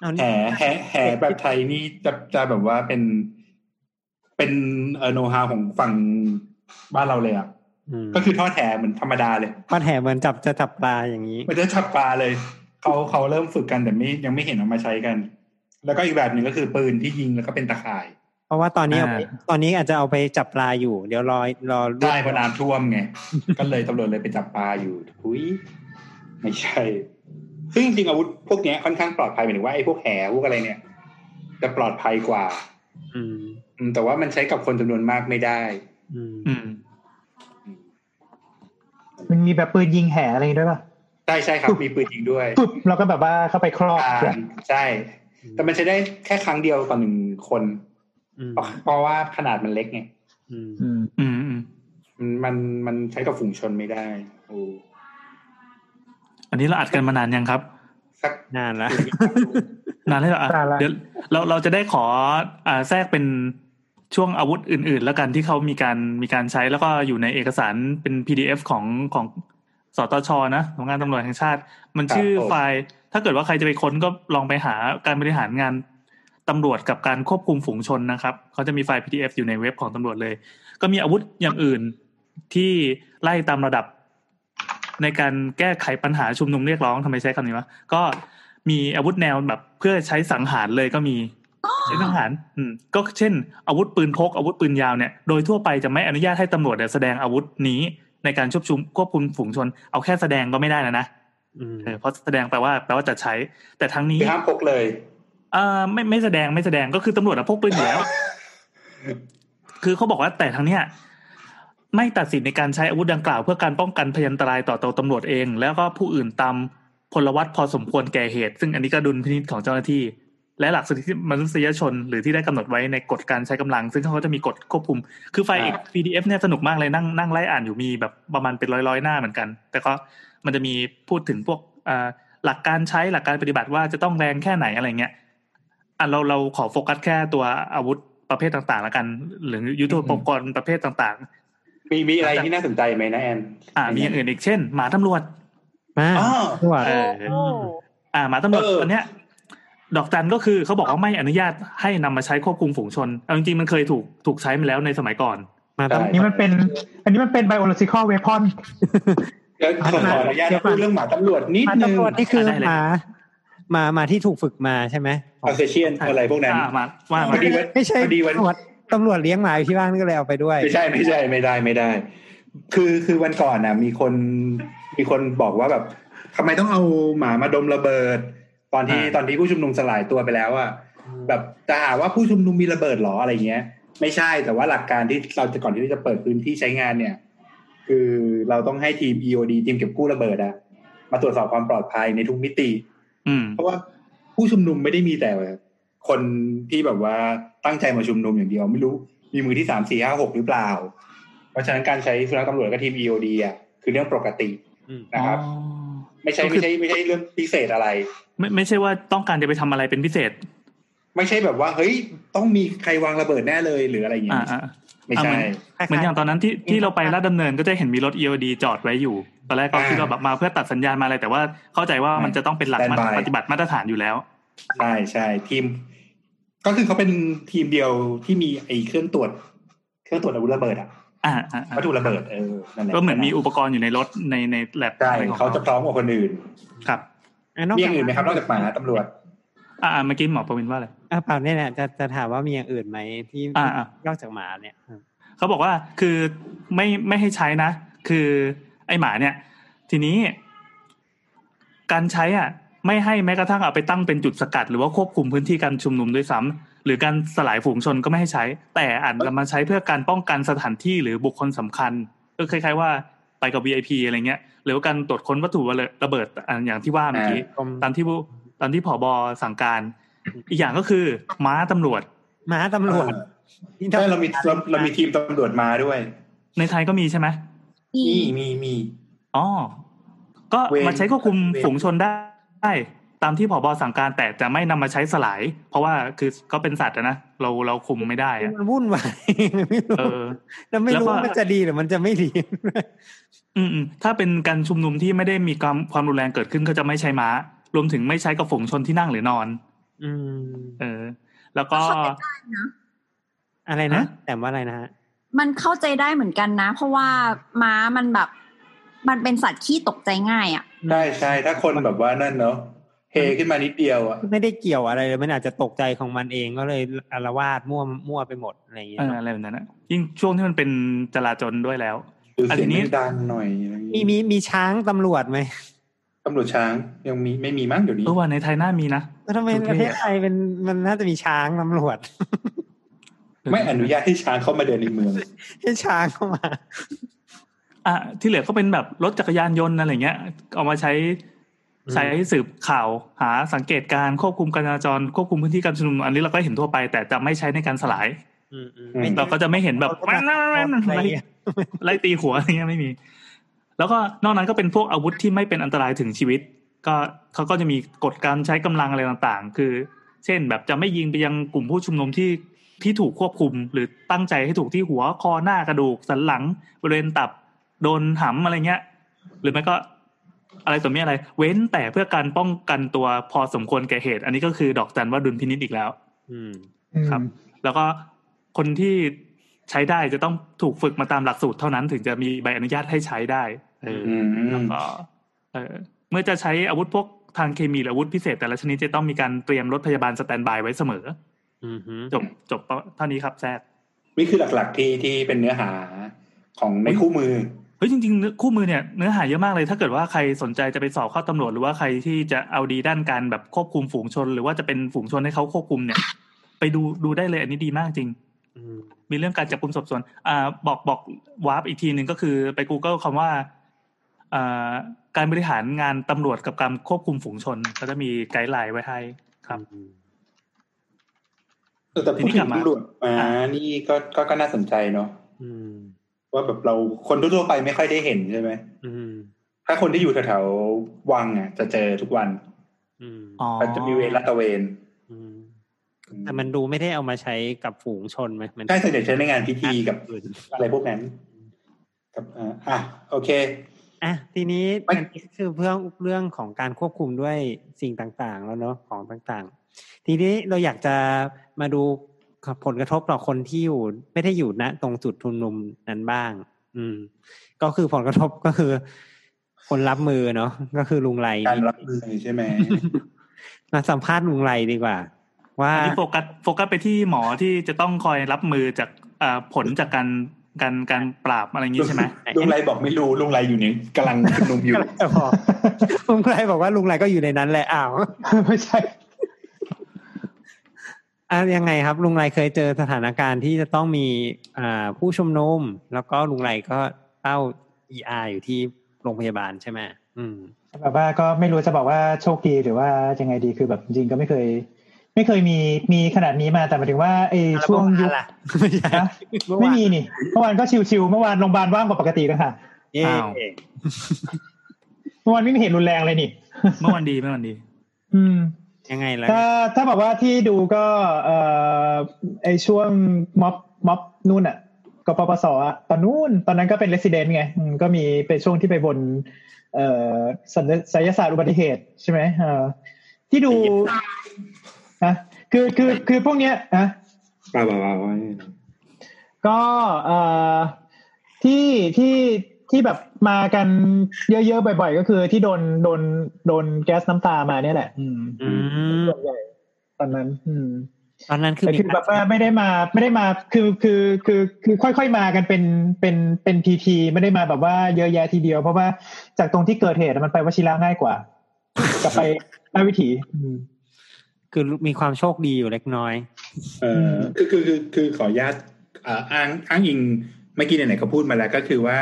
Speaker 4: เอา
Speaker 5: แห
Speaker 4: นี่
Speaker 5: แหแหแบบไทยนี่จะจะแบบว่าเป็น เป็นเออโนฮาของฝั่งบ้านเราเลยอ่ะ
Speaker 4: อืม
Speaker 5: ก็คือทอดแหเหมือนธรรมดาเลย
Speaker 4: ทอดแหเหมือนจับจะจับปลาอย่างนี้
Speaker 5: มันจะจับปลาเลยเขาเขาเริ่มฝึกกันแต่ไม่ยังไม่เห็นเอามาใช้กัน แล้วก็อีกแบบหนึ่งก็คือปืนที่ยิงแล้วก็เป็นตะข่าย
Speaker 4: เพราะว่าตอนนี้เอาไปตอนนี้อาจจะเอาไปจับปลาอยู่ เดี๋ยวรอรอ
Speaker 5: ได้เพราะน้ำท่วมไง ก็เลยตำรวจเลยไปจับปลาอยู่ทุยไม่ใช่ ซึ่งจริงๆอาวุธพวกเนี้ยค่อนข้างปลอดภัยหมายถึงว่าไอ้พวกแหพวกอะไรเนี่ย จะปลอดภัยกว่า
Speaker 4: อืม
Speaker 5: อืมแต่ว่ามันใช้กับคนจำนวนมากไม่ได้
Speaker 4: อืม
Speaker 8: อืม
Speaker 7: มันมีแบบปืนยิงแห่อะไรอย่างงี้ด้วยป่ะ
Speaker 5: ใช่ใช่ครับ มีปืนยิงด้วย
Speaker 7: ปุ๊บแล้วก็แบบว่าเข้าไปครอบ
Speaker 5: อ่าใช่ แต่มันใช้ได้แค่ครั้งเดียวต่อหนึ่งคน
Speaker 4: อืม
Speaker 5: เพราะเพราะว่าขนาดมันเล็กไง
Speaker 4: อืม
Speaker 7: อืม
Speaker 8: อืมอืม
Speaker 5: มันมันใช้กับฝูงชนไม่ได้โอ้
Speaker 8: อันนี้เราอัดกันมานานยังครับ
Speaker 5: สัก
Speaker 4: นานละ
Speaker 8: นานแล้วเหรออ่ะเดี๋ยวเราเราจะได้ขออ่าแทรกเป็นช่วงอาวุธอื่น ๆ แล้วกันที่เขามีการมีการใช้แล้วก็อยู่ในเอกสารเป็น PDF ของของสตชนะของงานตำรวจแห่งชาติ มันชื่อ
Speaker 5: ครับผม
Speaker 8: ไฟล์ ถ้าเกิดว่าใครจะไปค้นก็ลองไปหาการบริหารงานตำรวจกับการควบคุมฝูงชนนะครับเขาจะมีไฟล์ PDF อยู่ในเว็บของตำรวจเลย ก็มีอาวุธอย่างอื่นที่ไล่ตามระดับ ในการแก้ไขปัญหาชุมนุมเรียกร้องทำไมใช้คำนี้วะก็มีอาวุธแนวแบบเพื่อใช้สังหารเลยก็มีใช้สังหารอืมก็เช่น อาวุธปืนพกอาวุธปืนยาวเนี่ยโดยทั่วไปจะไม่อนุญาตให้ตำรวจเนี่ยแสดงอาวุธนี้ในการชุบชุมควบคุมฝูงชน เอาแค่แสดงก็ไม่ได้นะนะ
Speaker 4: อืม
Speaker 8: เออเพราะแสดงแปลว่าแปลว่าจะใช้ แต่ทั้งนี้
Speaker 5: คือห้ามพกเลย
Speaker 8: เอ่อไม่ไม่แสดงไม่แสดงก็คือตำรวจอะพกปืนอยู่แล้ว คือเขาบอกว่าแต่ทั้งเนี้ยไม่ตัดสินในการใช้อาวุธดังกล่าว เพื่อการป้องกันพยันตรายต่อตัวตำรวจเอง แล้วก็ผู้อื่นตามพลวัตพอสมควรแก่เหตุ ซึ่งอันนี้ก็ดุลพินิจของเจ้าหน้าที่ และหลักสิทธิมนุษยชน หรือที่ได้กำหนดไว้ในกฎการใช้กำลัง ซึ่งเขาก็จะมีกฎควบคุม คือไฟล์
Speaker 5: อ่า
Speaker 8: PDF เนี่ยสนุกมากเลยนั่งนั่งไล่อ่านอยู่มีแบบประมาณเป็นร้อยๆหน้าเหมือนกัน แต่ก็มันจะมีพูดถึงพวกอ่าหลักการใช้หลักการปฏิบัติว่าจะต้องแรงแค่ไหนอะไรเงี้ยอ่ะเราเราขอโฟกัสแค่ตัวอาวุธประเภทต่างๆแล้วกัน หรือยุทโธปกรณ์ประเภทต่าง
Speaker 5: มีมีอะไรที่น่าสนใจไหมนะแอน
Speaker 8: ๆ อ่ามีอย่างอื่นอีกเช่น หมาตำรวจ
Speaker 4: มา
Speaker 5: อ๋อ
Speaker 4: ตรวจ
Speaker 8: เออ
Speaker 2: โอ้
Speaker 8: อ่าหมาตำรวจ
Speaker 5: เออ
Speaker 8: ตอนเนี้ย ดอกจันก็คือเขาบอกว่าไม่อนุญาตให้นำมาใช้ควบคุมฝูงชนเอาจริงๆมันเคยถูกถูกใช้มาแล้วในสมัยก่อน
Speaker 4: มาต้อง
Speaker 7: อันนี้มันเป็น อันนี้มันเป็นไบโอโลจิคอลเวพอน
Speaker 5: เดี๋ยวขอขออนุญาต
Speaker 4: เดี๋ยวก่อน
Speaker 5: พูดเรื่องหมาตำรวจนิด
Speaker 4: หมา
Speaker 5: นึง
Speaker 4: ตำรวจนี่คือ
Speaker 8: ได้เลย
Speaker 4: หมาหมาหมาที่ถูกฝึกมาใช่ไหม
Speaker 5: อาเซเชียนอะไรพวกนั้น
Speaker 8: อ่ามาว่า
Speaker 5: พ
Speaker 8: มา
Speaker 5: อดีวัน
Speaker 4: ไม่ใช่
Speaker 5: พอดีวัน
Speaker 4: ตำรวจตำรวจเลี้ยงหมาอยู่ที่บ้านก็เลยเอาไปด้วย
Speaker 5: ไม่ใช่ไม่ใช่ไม่ได้ไม่ได้ คือคือวันก่อนน่ะ มีคนมีคนบอกว่าแบบทำไมต้องเอาหมามาดมระเบิด ตอนที่ตอนที่ผู้ชุมนุมสลายตัวไปแล้วอ่ะแบบจะหาว่าผู้ชุมนุมมีระเบิดเหรออะไรเงี้ย ไม่ใช่แต่ว่าหลักการที่เราจะก่อนที่จะเปิดพื้นที่ใช้งานเนี่ย คือเราต้องให้ทีม EOD ทีมเก็บกู้ระเบิดอะมาตรวจสอบความปลอดภัยในทุกมิติ
Speaker 8: อืม
Speaker 5: เพราะว่าผู้ชุมนุมไม่ได้มีแต่คนที่แบบว่าตั้งใจมาชุมนุมอย่างเดียว ไม่รู้มีมือที่สามสี่ห้าหกหรือเปล่า เพราะฉะนั้นการใช้สุนัขตำรวจกับทีม EOD อ่ะคือเรื่องปกติ
Speaker 4: อืม
Speaker 5: นะครับ
Speaker 8: อ๋อ
Speaker 5: ไม่ใช่
Speaker 8: ก็คื
Speaker 5: ไม่
Speaker 8: อ
Speaker 5: ใช่ไม่ใช่เรื่องพิเศษอะไร
Speaker 8: ไม่ไม่ใช่ว่าต้องการจะไปทำอะไรเป็นพิเศษ
Speaker 5: ไม่ใช่แบบว่าเฮ้ยต้องมีใครวางระเบิดแน่เลยหรืออะไรอย่าง
Speaker 8: อ่า
Speaker 5: เงี้ย
Speaker 8: อ่า
Speaker 5: ไม่
Speaker 8: อ่ะ
Speaker 5: ใช่
Speaker 8: มัน เหมือนอย่างตอนนั้นที่ที่เราไปลาดดำเนินก็จะเห็นมีรถ EOD จอดไว้อยู่ตอนแรกก็
Speaker 5: อ่า
Speaker 8: คิดว่าแบบมาเพื่อตัดสัญญาณมาอะไรแต่ว่าเข้าใจว่ามันจะต้องเป็นหลักมาตร
Speaker 5: Standby
Speaker 8: ปฏิบัติมาตรฐานอยู่แล้ว
Speaker 5: ใช่ใช่ทีม ก็คือเขาเป็นทีมเดียวที่มีไอ้เครื่องตรวจ เครื่องตรวจอาวุธระเบิดอ่ะ
Speaker 8: อ่าอ่าอ่า
Speaker 5: วัตถุระเบิดเออนั่นแหละ
Speaker 8: ก็เหมือนมีอุปกรณ์อยู่ในรถในในแลบ
Speaker 5: ใช่
Speaker 8: อะไรของ
Speaker 5: เขา
Speaker 8: เขา
Speaker 5: จะพร้อมกว่าคนอื่น
Speaker 8: ครับ
Speaker 4: อ่ะนอก
Speaker 5: มีอ
Speaker 4: จา
Speaker 5: ย่ากงอื่นไหมครับนอกจากหมาตำรวจ
Speaker 8: อ่าอ่าเมื่อกี้หมอประวินว่าอะไร
Speaker 4: อ่ะเปล่าเนี่ยแหละจะจะถามว่ามีอย่างอื่นไหมที่
Speaker 8: อ่าอ่า
Speaker 4: นอกจากหมาเนี่ยอืม
Speaker 8: เขาบอกว่าคือไม่ไม่ให้ใช้นะ คือไอหมาเนี่ย ทีนี้ การใช้อ่ะ ไม่ให้แม้กระทั่งเอาไปตั้งเป็นจุดสกัด หรือว่าควบคุมพื้นที่การชุมนุมด้วยซ้ำหรือการสลายฝูงชนก็ไม่ให้ใช้ แต่อาจนำมาใช้เพื่อการป้องกันสถานที่หรือบุคคลสำคัญ ก็คล้ายๆว่าไปกับ VIP อะไรเงี้ยหรือว่าการตรวจค้นวัตถุระเบิดอ่ะอย่างที่ว่าเมื่อกี้
Speaker 4: กรม
Speaker 8: ตามที่ผู้ตามที่ผอบอสั่งการ อีกอย่างก็คือม้าตำรวจ
Speaker 4: หมาตำรวจนี่ถ้า
Speaker 2: ใช่เรามีเราเรามีทีมตำรวจมาด้วย
Speaker 8: ในไทยก็มีใช่ไหม
Speaker 3: มี
Speaker 2: มีมีมี
Speaker 8: อ๋อก็
Speaker 2: เวร
Speaker 8: มาใช้ควบคุม
Speaker 2: เวร
Speaker 8: ฝูงชนได้ ตามที่ผอบอสั่งการแต่จะไม่นำมาใช้สลาย เพราะว่าคือก็เป็นสัตว์อะนะเราเราคุมไม่ได้อะ
Speaker 4: มันวุ่นวายไม่รู้
Speaker 8: เออ
Speaker 4: แล้วไม่รู้
Speaker 8: แล้วก็
Speaker 4: ว่ามันจะดีหรือมันจะไม่ดี
Speaker 8: อืมอืมถ้าเป็นการชุมนุมที่ไม่ได้มีความความรุนแรงเกิดขึ้นก็จะไม่ใช้ม้า รวมถึงไม่ใช้กับฝูงชนที่นั่งหรือนอน
Speaker 4: อืม
Speaker 8: เออ แล้วก็
Speaker 3: เข้าใจได้นะ
Speaker 4: อะไรนะ
Speaker 8: ฮะ
Speaker 4: แต่ว่าอะไรนะฮะ
Speaker 3: มันเข้าใจได้เหมือนกันนะ เพราะว่าม้ามันแบบ มันเป็นสัตว์ขี้ตกใจง่ายอ่ะ
Speaker 2: ใช่ใช่ถ้าคนแบบว่านั่นเนาะเฮขึ้นมานิดเดียวอ่ะ
Speaker 4: ไม่ได้เกี่ยวอะไรเลยมันอาจจะตกใจของมันเองก็เลยอารวาสมั่วมั่วไปหมดอะไรอย่างเงี้
Speaker 8: เอย อ
Speaker 4: เนอะ
Speaker 8: อะไรแบบนั้นนะยิ่งช่วงที่มันเป็นจราจรด้วยแล้ว
Speaker 2: หรือ
Speaker 8: อัน
Speaker 2: เสียง
Speaker 8: นี้
Speaker 2: ดังๆหน่อยอะไรอย่าง
Speaker 4: มี
Speaker 2: งี้
Speaker 4: มีมีช้างตำรวจไหม
Speaker 2: ตำรวจช้างยังมีไม่มีมั้งเดี๋ยวนี้
Speaker 8: เออว่าในไทยน่ามีนะ
Speaker 4: แล้วทำไมประเทศไทยเป็นมันน่าจะมีช้างตำรวจ
Speaker 2: ไม่อนุญาตให้ช้างเข้ามาเดินในเมือง
Speaker 4: ให้ช้างเข้ามา
Speaker 8: อ่ะที่เหลือก็เป็นแบบรถจักรยานยนต์อะไรเงี้ย เอามาใช้
Speaker 4: อืม
Speaker 8: ใช้สืบข่าวหาสังเกตการณ์ควบคุมการจราจรควบคุมพื้นที่การชุมนุมอันนี้เราก็เห็นทั่วไป แต่จะไม่ใช้ในการสลาย
Speaker 4: อืมอืม
Speaker 2: อืม
Speaker 4: ไม่
Speaker 8: เราก็จะไม่เห็นแบบ
Speaker 4: เขาก็แบบอะไรเงี้ย
Speaker 8: ไล่ตีหัวอะไรเงี้ยไม่มี แล้วก็นอกนั้นก็เป็นพวกอาวุธที่ไม่เป็นอันตรายถึงชีวิต ก็เขาก็จะมีกฎการใช้กำลังอะไรต่างๆ คือ เช่นแบบจะไม่ยิงไปยังกลุ่มผู้ชุมนุมที่ที่ถูกควบคุม หรือตั้งใจให้ถูกที่หัวคอหน้ากระดูกสันหลังบริเวณตับโดนหำอะไรเงี้ย หรือไม่ก็ อะไรตัวนี้อะไร เว้นแต่เพื่อการป้องกันตัวพอสมควรแก่เหตุ อันนี้ก็คือดอกจันว่าดุลพินิจอีกแล้ว
Speaker 4: อืม
Speaker 8: ครับ แล้วก็คนที่ใช้ได้จะต้องถูกฝึกมาตามหลักสูตรเท่านั้นถึงจะมีใบอนุญาตให้ใช้ได้เออ
Speaker 2: อืม
Speaker 8: แล้วก็เออเมื่อจะใช้อาวุธพวกทางเคมีหรืออาวุธพิเศษแต่ละชนิดจะต้องมีการเตรียมรถพยาบาลสแตนบายไว้เสมอ
Speaker 4: อืมฮึ
Speaker 8: จบจบเท่านี้ครับแซด
Speaker 2: นี่คือหลักๆที่ที่เป็นเนื้อหาของในคู่มือ
Speaker 8: เฮ้ยจริงๆ คู่มือเนี่ยเนื้อหาเยอะมากเลย ถ้าเกิดว่าใครสนใจจะไปสอบเข้าตำรวจหรือว่าใครที่จะเอาดีด้านการแบบควบคุมฝูงชน หรือว่าจะเป็นฝูงชนให้เขาควบคุมเนี่ย ไปดูดูได้เลยอันนี้ดีมากจริง
Speaker 4: อืม
Speaker 8: มีเรื่องการจับกลุ่มสอบสวนอ่าบอกบอกวาร์ปอีกทีหนึ่งก็คือไป Google คำว่าอ่าการบริหารงานตำรวจกับการควบคุมฝูงชนก็จะมีไกด์ไลน์ไว้ให้ครับ
Speaker 4: อืม
Speaker 2: เออแต่พูด
Speaker 8: ทีนี้
Speaker 2: ถึ
Speaker 8: กลับ
Speaker 2: ง
Speaker 8: มา
Speaker 2: ตำรวจมานี่ก็ก็ก็น่าสนใจเนาะ
Speaker 4: อืม
Speaker 2: ว่าแบบเราคนทั่วๆไปไม่ค่อยได้เห็นใช่ไหม
Speaker 4: อืม
Speaker 2: ถ้าคนที่อยู่แถวๆวังอ่ะ จะเจอทุกวัน
Speaker 4: อืม
Speaker 8: อ๋อ
Speaker 2: มันจะมีเวรลาดตระเวน
Speaker 4: อืมแต่มันดูไม่ได้เอามาใช้กับฝูงชนไหมมัน
Speaker 2: ใช่ส่วนใหญ่ใช้ในงานพิธีกับ
Speaker 4: อื่น
Speaker 2: อะไรพวกนั้น กับอ่าอ่ะโอเค
Speaker 4: อ่ะทีนี้
Speaker 2: ไม่
Speaker 4: อันนี้คือเรื่องเรื่องของการควบคุมด้วยสิ่งต่างๆ แล้วเนาะของต่างๆ ทีนี้เราอยากจะมาดูผลกระทบต่อคนที่อยู่ ไม่ได้อยู่ณตรงจุดทุมนุมนั้นบ้าง อืม ก็คือผลกระทบ ก็คือ คนรับมือเนาะก็คือลุงไร
Speaker 2: การรับมือใช่ไหม
Speaker 4: มาสัมภาษณ์ลุงไรดีกว่า ว่า
Speaker 8: อันนี้โฟกัสโฟกัสไปที่หมอที่จะต้องคอยรับมือจากอ่าผลจากการการการปราบอะไรอย่างนี้ใช่ไหม
Speaker 2: ลุงไรบอกไม่รู้ลุงไรอยู่เนี่ยกำลังชุมนุมอยู่
Speaker 4: แต่พอลุงไรบอกว่าลุงไรก็อยู่ในนั้นแหละอ้าว
Speaker 7: ไม่ใช่
Speaker 4: อ่ะยังไงครับ ลุงไรเคยเจอสถานการณ์ที่จะต้องมีอ่าผู้ชุมนุมแล้วก็ลุงไรก็เต้า ER อยู่ที่โรงพยาบาลใช่ไหมอืม
Speaker 7: แบบว่าก็ไม่รู้จะบอกว่าโชคดีหรือว่ายังไงดีคือแบบจริงๆก็ไม่เคย ไม่เคยมีมีขนาดนี้มาแต่หมายถึงว่าไอ้
Speaker 4: แล้ว
Speaker 7: ช่วง
Speaker 4: เมื่
Speaker 7: ยุ
Speaker 4: อา
Speaker 7: คว
Speaker 4: นล่ะไม่ใช่
Speaker 7: นะ
Speaker 4: เอวาน
Speaker 7: ไม่มีนี่เมื่อวานก็ชิวๆเมื่อวานโรงพยาบาลว่างกว่าปกตินะคะ
Speaker 4: เย่
Speaker 8: อ้าว
Speaker 7: เมื่อวานไม่มีเหตุรุนแรงเลยนี่
Speaker 8: เมื่อวันดีเมื่อวันดี
Speaker 7: อืม
Speaker 4: ยังไงล่ะ
Speaker 7: ถ้าถ้าบอกว่าที่ดูก็เอ่อไอช่วงม็อบม็อบนู่นอ่ะกปปสอ่ะตอนนู่นตอนนั้นก็เป็นเลสซิเดนไงอืมก็มีเป็นช่วงที่ไปบน เอ่อศัลยศัลยศาสตร์อุบัติเหตุใช่ไหมเออที่ดูนะคือคือคือพวกเนี้ยนะ
Speaker 2: ป่าวป่าวป่าว
Speaker 7: ก็เอ่อที่ที่ที่แบบมากันเยอะๆบ่อย ๆ ก็คือที่โดนโดนโดนแก๊สน้ำตามาเนี่ยแหละ อืม
Speaker 4: อืม
Speaker 7: ส่วนใหญ่ตอนนั้น อืม
Speaker 4: ตอนนั้นคือ
Speaker 7: แต่
Speaker 4: มี
Speaker 7: คือแบบว่าไม่ได้มาไม่ได้มาคือคือคือคือค่อย ๆ มากันเป็นเป็นเป็นทีทีไม่ได้มาแบบว่าเยอะแยะทีเดียว เพราะว่าจากตรงที่เกิดเหตุอะมันไปวชิระง่ายกว่า กลับไป ได้วิถีอืม
Speaker 4: คือมีความโชคดีอยู่เล็กน้อย
Speaker 2: เออคือคือคือคือขออนุญาตอ่าอ้างอ้างอิงเมื่อกี้ไหนๆก็พูดมาแล้วก็คือว่า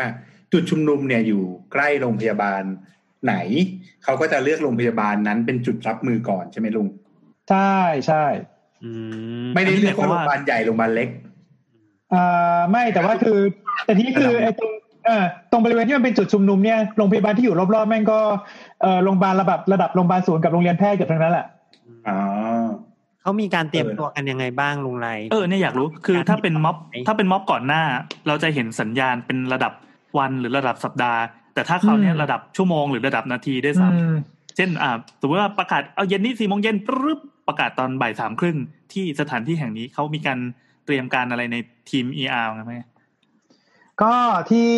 Speaker 2: จุดชุมนุมเนี่ยอยู่ใกล้โรงพยาบาลไหน เขาก็จะเลือกโรงพยาบาลนั้นเป็นจุดรับมือก่อนใช่ไหมลุง
Speaker 7: ใช่ใช่
Speaker 4: อืม
Speaker 2: ไม่ได้เลือกว่าโรงพยาบาลใหญ่โรงพยาบาลเล็ก
Speaker 7: เอ่อไม่แต่ว่าคือ แต่ทีนี้คือไอ้ตรงเอ่อตรงบริเวณที่มันเป็นจุดชุมนุมเนี่ยโรงพยาบาลที่อยู่รอบๆแม่งก็เอ่อโรงพยาบาลระดับระดับโรงพยาบาลศูนย์กับโรงเรียนแพทย์เกือบทั้งนั้นแหละ
Speaker 2: อ๋อ
Speaker 4: เขามีการเตรียมตัวกันยังไงบ้างลุงไร
Speaker 8: เออเนี่ยอยากรู้คือถ้าเป็นม็อบ
Speaker 4: การติดต่อไหม
Speaker 8: ถ้าเป็นม็อบก่อนหน้า เราจะเห็นสัญญาณเป็นระดับวันหรือระดับสัปดาห์ แต่ถ้าคราวเนี้ยระดับชั่วโมงหรือระดับนาทีได้วยซ้
Speaker 7: อืม
Speaker 8: ำเช่นอ่าสมมติว่าประกาศเอาเย็นนี้สี่โมงเย็นปึ๊บประกาศตอนบ่ายสามครึ่งที่สถานที่แห่งนี้เขามีการเตรียมการอะไรในทีม ER ไหม
Speaker 7: ก็ที่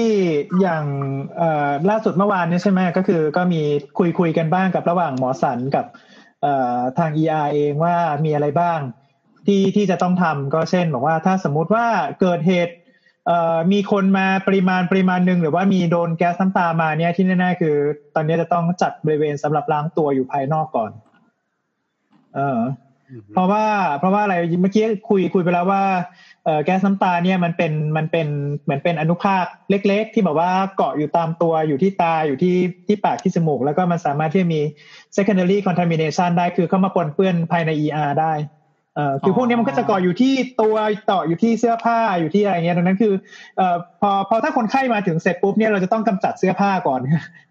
Speaker 7: อย่างเอ่อล่าสุดเมื่อวานเนี่ยใช่ไหมก็คือก็มีคุยคุยกันบ้างกับระหว่างหมอสันกับเอ่อทาง ER เองว่ามีอะไรบ้าง ที่ที่จะต้องทำก็เช่นบอกว่าถ้าสมมุติว่าเกิดเหตุเอ่อมีคนมาปริมาณปริมาณหนึ่งหรือว่ามีโดนแก๊สน้ำตามาเนี่ยที่แน่ๆคือ ตอนนี้จะต้องจัดบริเวณสำหรับล้างตัวอยู่ภายนอกก่อน เออ เพราะว่าเพราะว่าอะไรเมื่อกี้คุยคุยไปแล้วว่าเอ่อแก๊สน้ำตาเนี่ยมันเป็นมันเป็นเหมือนเป็นอนุภาคเล็ก ๆ ที่แบบว่าเกาะอยู่ตามตัวอยู่ที่ตาอยู่ที่ที่ปากที่จมูก แล้วก็มันสามารถที่จะมี secondary contamination ได้คือเข้ามาปนเปื้อนภายใน ER ได้เอ่อคือพวกเนี้ยมันก็จะเกาะอยู่ที่ตัวต่ออยู่ที่เสื้อผ้าอยู่ที่อะไรเงี้ยดังนั้นคือเอ่อพอพอถ้าคนไข้มาถึงเสร็จปุ๊บเนี่ยเราจะต้องกำจัดเสื้อผ้าก่อน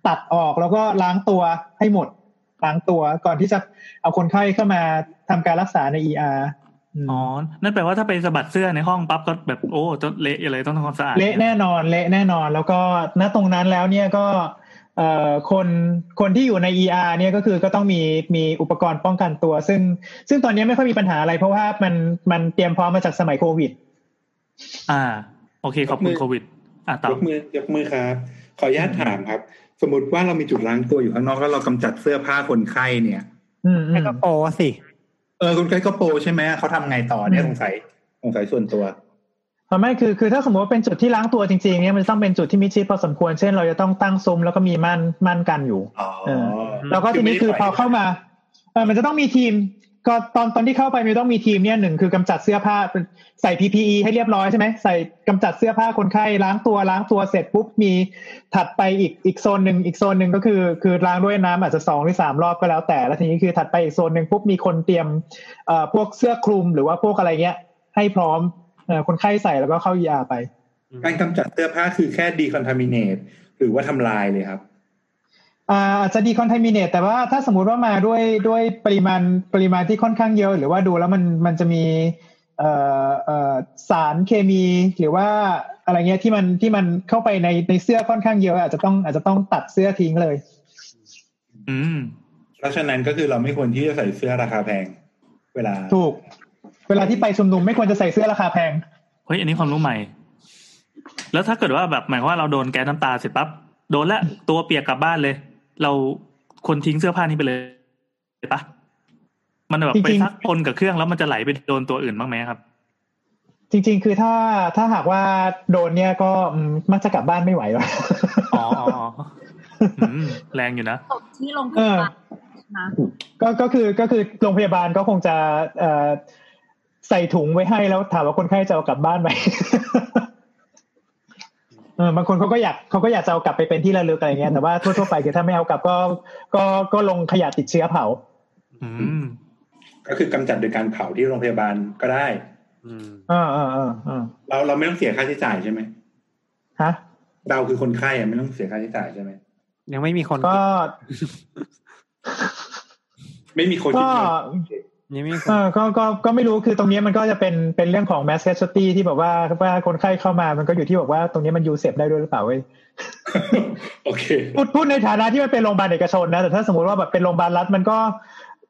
Speaker 7: ตัดออกแล้วก็ล้างตัวให้หมดล้างตัวก่อนที่จะเอาคนไข้เข้ามาทำการรักษาใน ER อืม
Speaker 8: อ๋อ นั่นแปลว่าถ้าไปสะบัดเสื้อในห้องปั๊บก็แบบโอ้ต้องเละอะไรต้องทำความสะอาด
Speaker 7: เละแน่นอนเละแน่นอน แล้วก็ณตรงนั้นแล้วเนี่ยก็เอ่อคนคนที่อยู่ใน ER เนี่ยก็คือก็ต้องมีมีอุปกรณ์ป้องกันตัว ซึ่ง ซึ่งตอนนี้ไม่ค่อยมีปัญหาอะไร เพราะว่ามันมันเตรียมพร้อมมาจากสมัยโควิด
Speaker 8: อ่า โอเคขอบคุณโควิด อ่ะต่อย
Speaker 2: กมือยกมือครับ ขออนุญาตถามครับ สมมติว่าเรามีจุดล้างตัวอยู่ข้างนอกแล้วเรากำจัดเสื้อผ้าคนไข้เนี่ย
Speaker 7: อืมอื
Speaker 4: ไม่
Speaker 7: ม
Speaker 4: ก็โปสิ
Speaker 2: เออคนไข้ก็โปรใช่ไหมเขาทำไงต่อเนี่ยสงสัยสงสัยส่วนตัว
Speaker 7: ทำไมคือคือถ้าสมมติว่าเป็นจุดที่ล้างตัวจริงๆเนี่ยมันจะต้องเป็นจุดที่มิดชิดพอสมควรเช่นเราจะต้องตั้งซุ้มแล้วก็มีม่านม่านกันอยู่
Speaker 2: อ๋อ
Speaker 7: แล้วก็ทีนี้คือพอเข้ามาเออมันจะต้องมีทีม ก็ตอนตอนที่เข้าไปมันต้องมีทีมเนี่ยหนึ่งคือกำจัดเสื้อผ้าใส่ PPE ให้เรียบร้อยใช่ไหมใส่กำจัดเสื้อผ้าคนไข้ล้างตัวล้างตัวเสร็จปุ๊บมีถัดไปอีกอีกโซนหนึ่งอีกโซนหนึ่งก็คือคือล้างด้วยน้ำอาจจะสองหรือสามรอบก็แล้วแต่ แล้วทีนี้คือถัดไปอีกโซนหนึ่งปุ๊บมีคนเตรียมเอ่อพวกเสื้อคลุมหรือว่าพวกอะไรเงี้ย ให้พร้อมเอ่อคนไข้ใส่แล้วก็เข้ายาไป
Speaker 2: การกำจัดเสื้อผ้าคือแค่ดีคอนทามิเนตหรือว่าทำลายเลยครับ
Speaker 7: อาอาจจะดีคอน a m มิเนตแต่ว่าถ้าสมมุติว่ามาด้วยด้วยปริมาณปริมาณที่ค่อนข้างเยอะ หรือว่าดูแล้วมันมันจะมีเอ่อเอ่อสารเคมีหรือว่าอะไรเงี้ยที่มันที่มันเข้าไปในในเสื้อค่อนข้างเยอะ อาจจะต้องอาจจะต้องตัดเสื้อทิ้งเลย
Speaker 8: อืม
Speaker 2: เพราะฉะนั้นก็คือเราไม่ควรที่จะใส่เสื้อราคาแพง เวลา
Speaker 7: ถูก เวลาที่ไปชุมนุมไม่ควรจะใส่เสื้อราคาแพง
Speaker 8: เฮ้ย อันนี้ความรู้ใหม่ แล้วถ้าเกิดว่าแบบหมายความว่าเราโดนแก๊สน้ำตาเสร็จปั๊บ โดนละตัวเปียกกลับบ้านเลย เราควรทิ้งเสื้อผ้านี้ไปเลยปะมันแบบไป
Speaker 7: จริงๆ
Speaker 8: ซักปนกับเครื่องแล้วมันจะไหลไปโดนตัวอื่นบ้างไหมครับ
Speaker 7: จริง ๆ คือถ้าถ้าหากว่าโดนเนี่ยก็อืมมักจะกลับบ้านไม่ไหวหรอก
Speaker 8: อ๋ออ๋ออ๋ออืมแรงอยู่นะ
Speaker 3: ตกที่โรงพยาบาลนะ
Speaker 7: ก็ก็คือก็คือโรงพยาบาลก็คงจะเอ่อใส่ถุงไว้ให้แล้วถามว่าคนไข้จะเอากลับบ้านไหม เออบางคนเขาก็อยากเขาก็อยากจะเอากลับไปเป็นที่ระลึกอะไรเงี้ยแต่ว่าทั่วๆไปคือถ้าไม่เอากลับก็ก็ก็ลงขยะติดเชื้อเผา
Speaker 8: อืม
Speaker 2: ก็คือกำจัดโดยการเผาที่โรงพยาบาลก็ได้
Speaker 4: อืม
Speaker 7: เอ่าอ่าอ่าอ่า
Speaker 2: เราเราไม่ต้องเสียค่าใช้จ่ายใช่ไหม
Speaker 7: ฮะ
Speaker 2: เราคือคนไข้อะไม่ต้องเสียค่าใช้จ่ายใช่ไหม
Speaker 4: ยังไม่มีคน
Speaker 7: ก็
Speaker 2: ไม่มีคนคิด
Speaker 7: ก็
Speaker 2: เงิน
Speaker 4: ยังไม่มีคน
Speaker 7: เออก็ก็ก็ไม่รู้คือตรงเนี้ยมันก็จะเป็นเป็นเรื่องของ mass casualty ที่แบบว่าว่าคนไข้เข้ามามันก็อยู่ที่บอกว่าตรงเนี้ยมันยูเซฟได้ด้วยหรือเปล่าเว้ย
Speaker 2: โอเค
Speaker 7: พูดพูดในฐานะที่มันเป็นโรงพยาบาลเอกชนนะแต่ถ้าสมมติว่าแบบเป็นโรงพยาบาลรัฐมันก็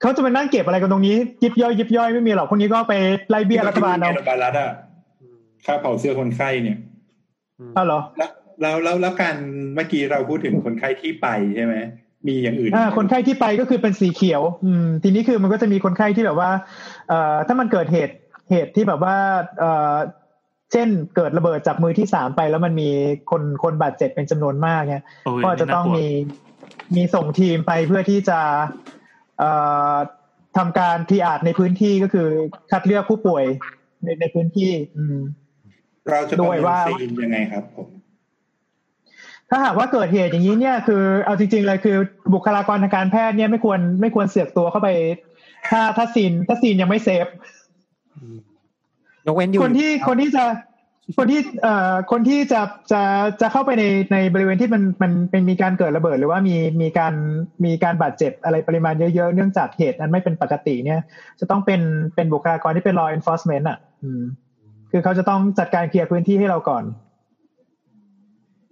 Speaker 7: เขาจะมานั่งเก็บอะไรกันตรงนี้ยิบย่อยยิบย่อยไม่มีหรอกพวกนี้ก็ไปไล่เบี้ยรัฐบาลเอา
Speaker 2: โรงพยาบาลรัฐอะค่าเผาเสื้อคนไข้เนี่ย
Speaker 7: เอาเหรอ
Speaker 2: แล้วแล้วแล้วการเมื่อกี้เราพูดถึงคนไข้ที่ไปใช่ไหมมีอย่างอื่น
Speaker 7: อ่าคนไข้ที่ไปก็คือเป็นสีเขียวอืมทีนี้คือมันก็จะมีคนไข้ที่แบบว่าเอ่อถ้ามันเกิดเหตุเหตุที่แบบว่าเอ่อเช่นเกิดระเบิดจากมือที่สามไป แล้วมันมีคนคนบาดเจ็บเป็นจำนวนมากเนี่ย
Speaker 8: โอ้ย
Speaker 7: ก็จะต้องมี มีส่งทีมไปเพื่อที่จะเอ่อทำการทีอาดในพื้นที่ก็คือคัดเลือกผู้ป่วยในในพื้นที่ อืม
Speaker 2: เราจะประ
Speaker 7: โด
Speaker 2: เมิ
Speaker 7: ย
Speaker 2: น
Speaker 7: ว่า
Speaker 2: ซีนยังไงครับผม
Speaker 7: ถ้าหากว่าเกิดเหตุอย่างนี้เนี่ยคือเอาจริงๆเลยคือบุคลากรทางการแพทย์เนี่ยไม่ควรไม่ควรเสือกตัวเข้าไป ถ้าถ้าซีนถ้าซีนยังไม่เซฟ
Speaker 4: ยกเว้นอยู่
Speaker 7: คนที่คนที่จะคนที่เอ่อคนที่จะจะจะเข้าไปในในบริเวณที่มันมันเป็นมีการเกิดระเบิด หรือว่ามีมีการมีการบาดเจ็บอะไรปริมาณเยอะๆ เนื่องจากเหตุอันไม่เป็นปกติเนี่ย จะต้องเป็นเป็นบุคลากรที่เป็น law enforcement อ่ะ อืม คือเขาจะต้องจัดการเคลียร์พื้นที่ให้เราก่อน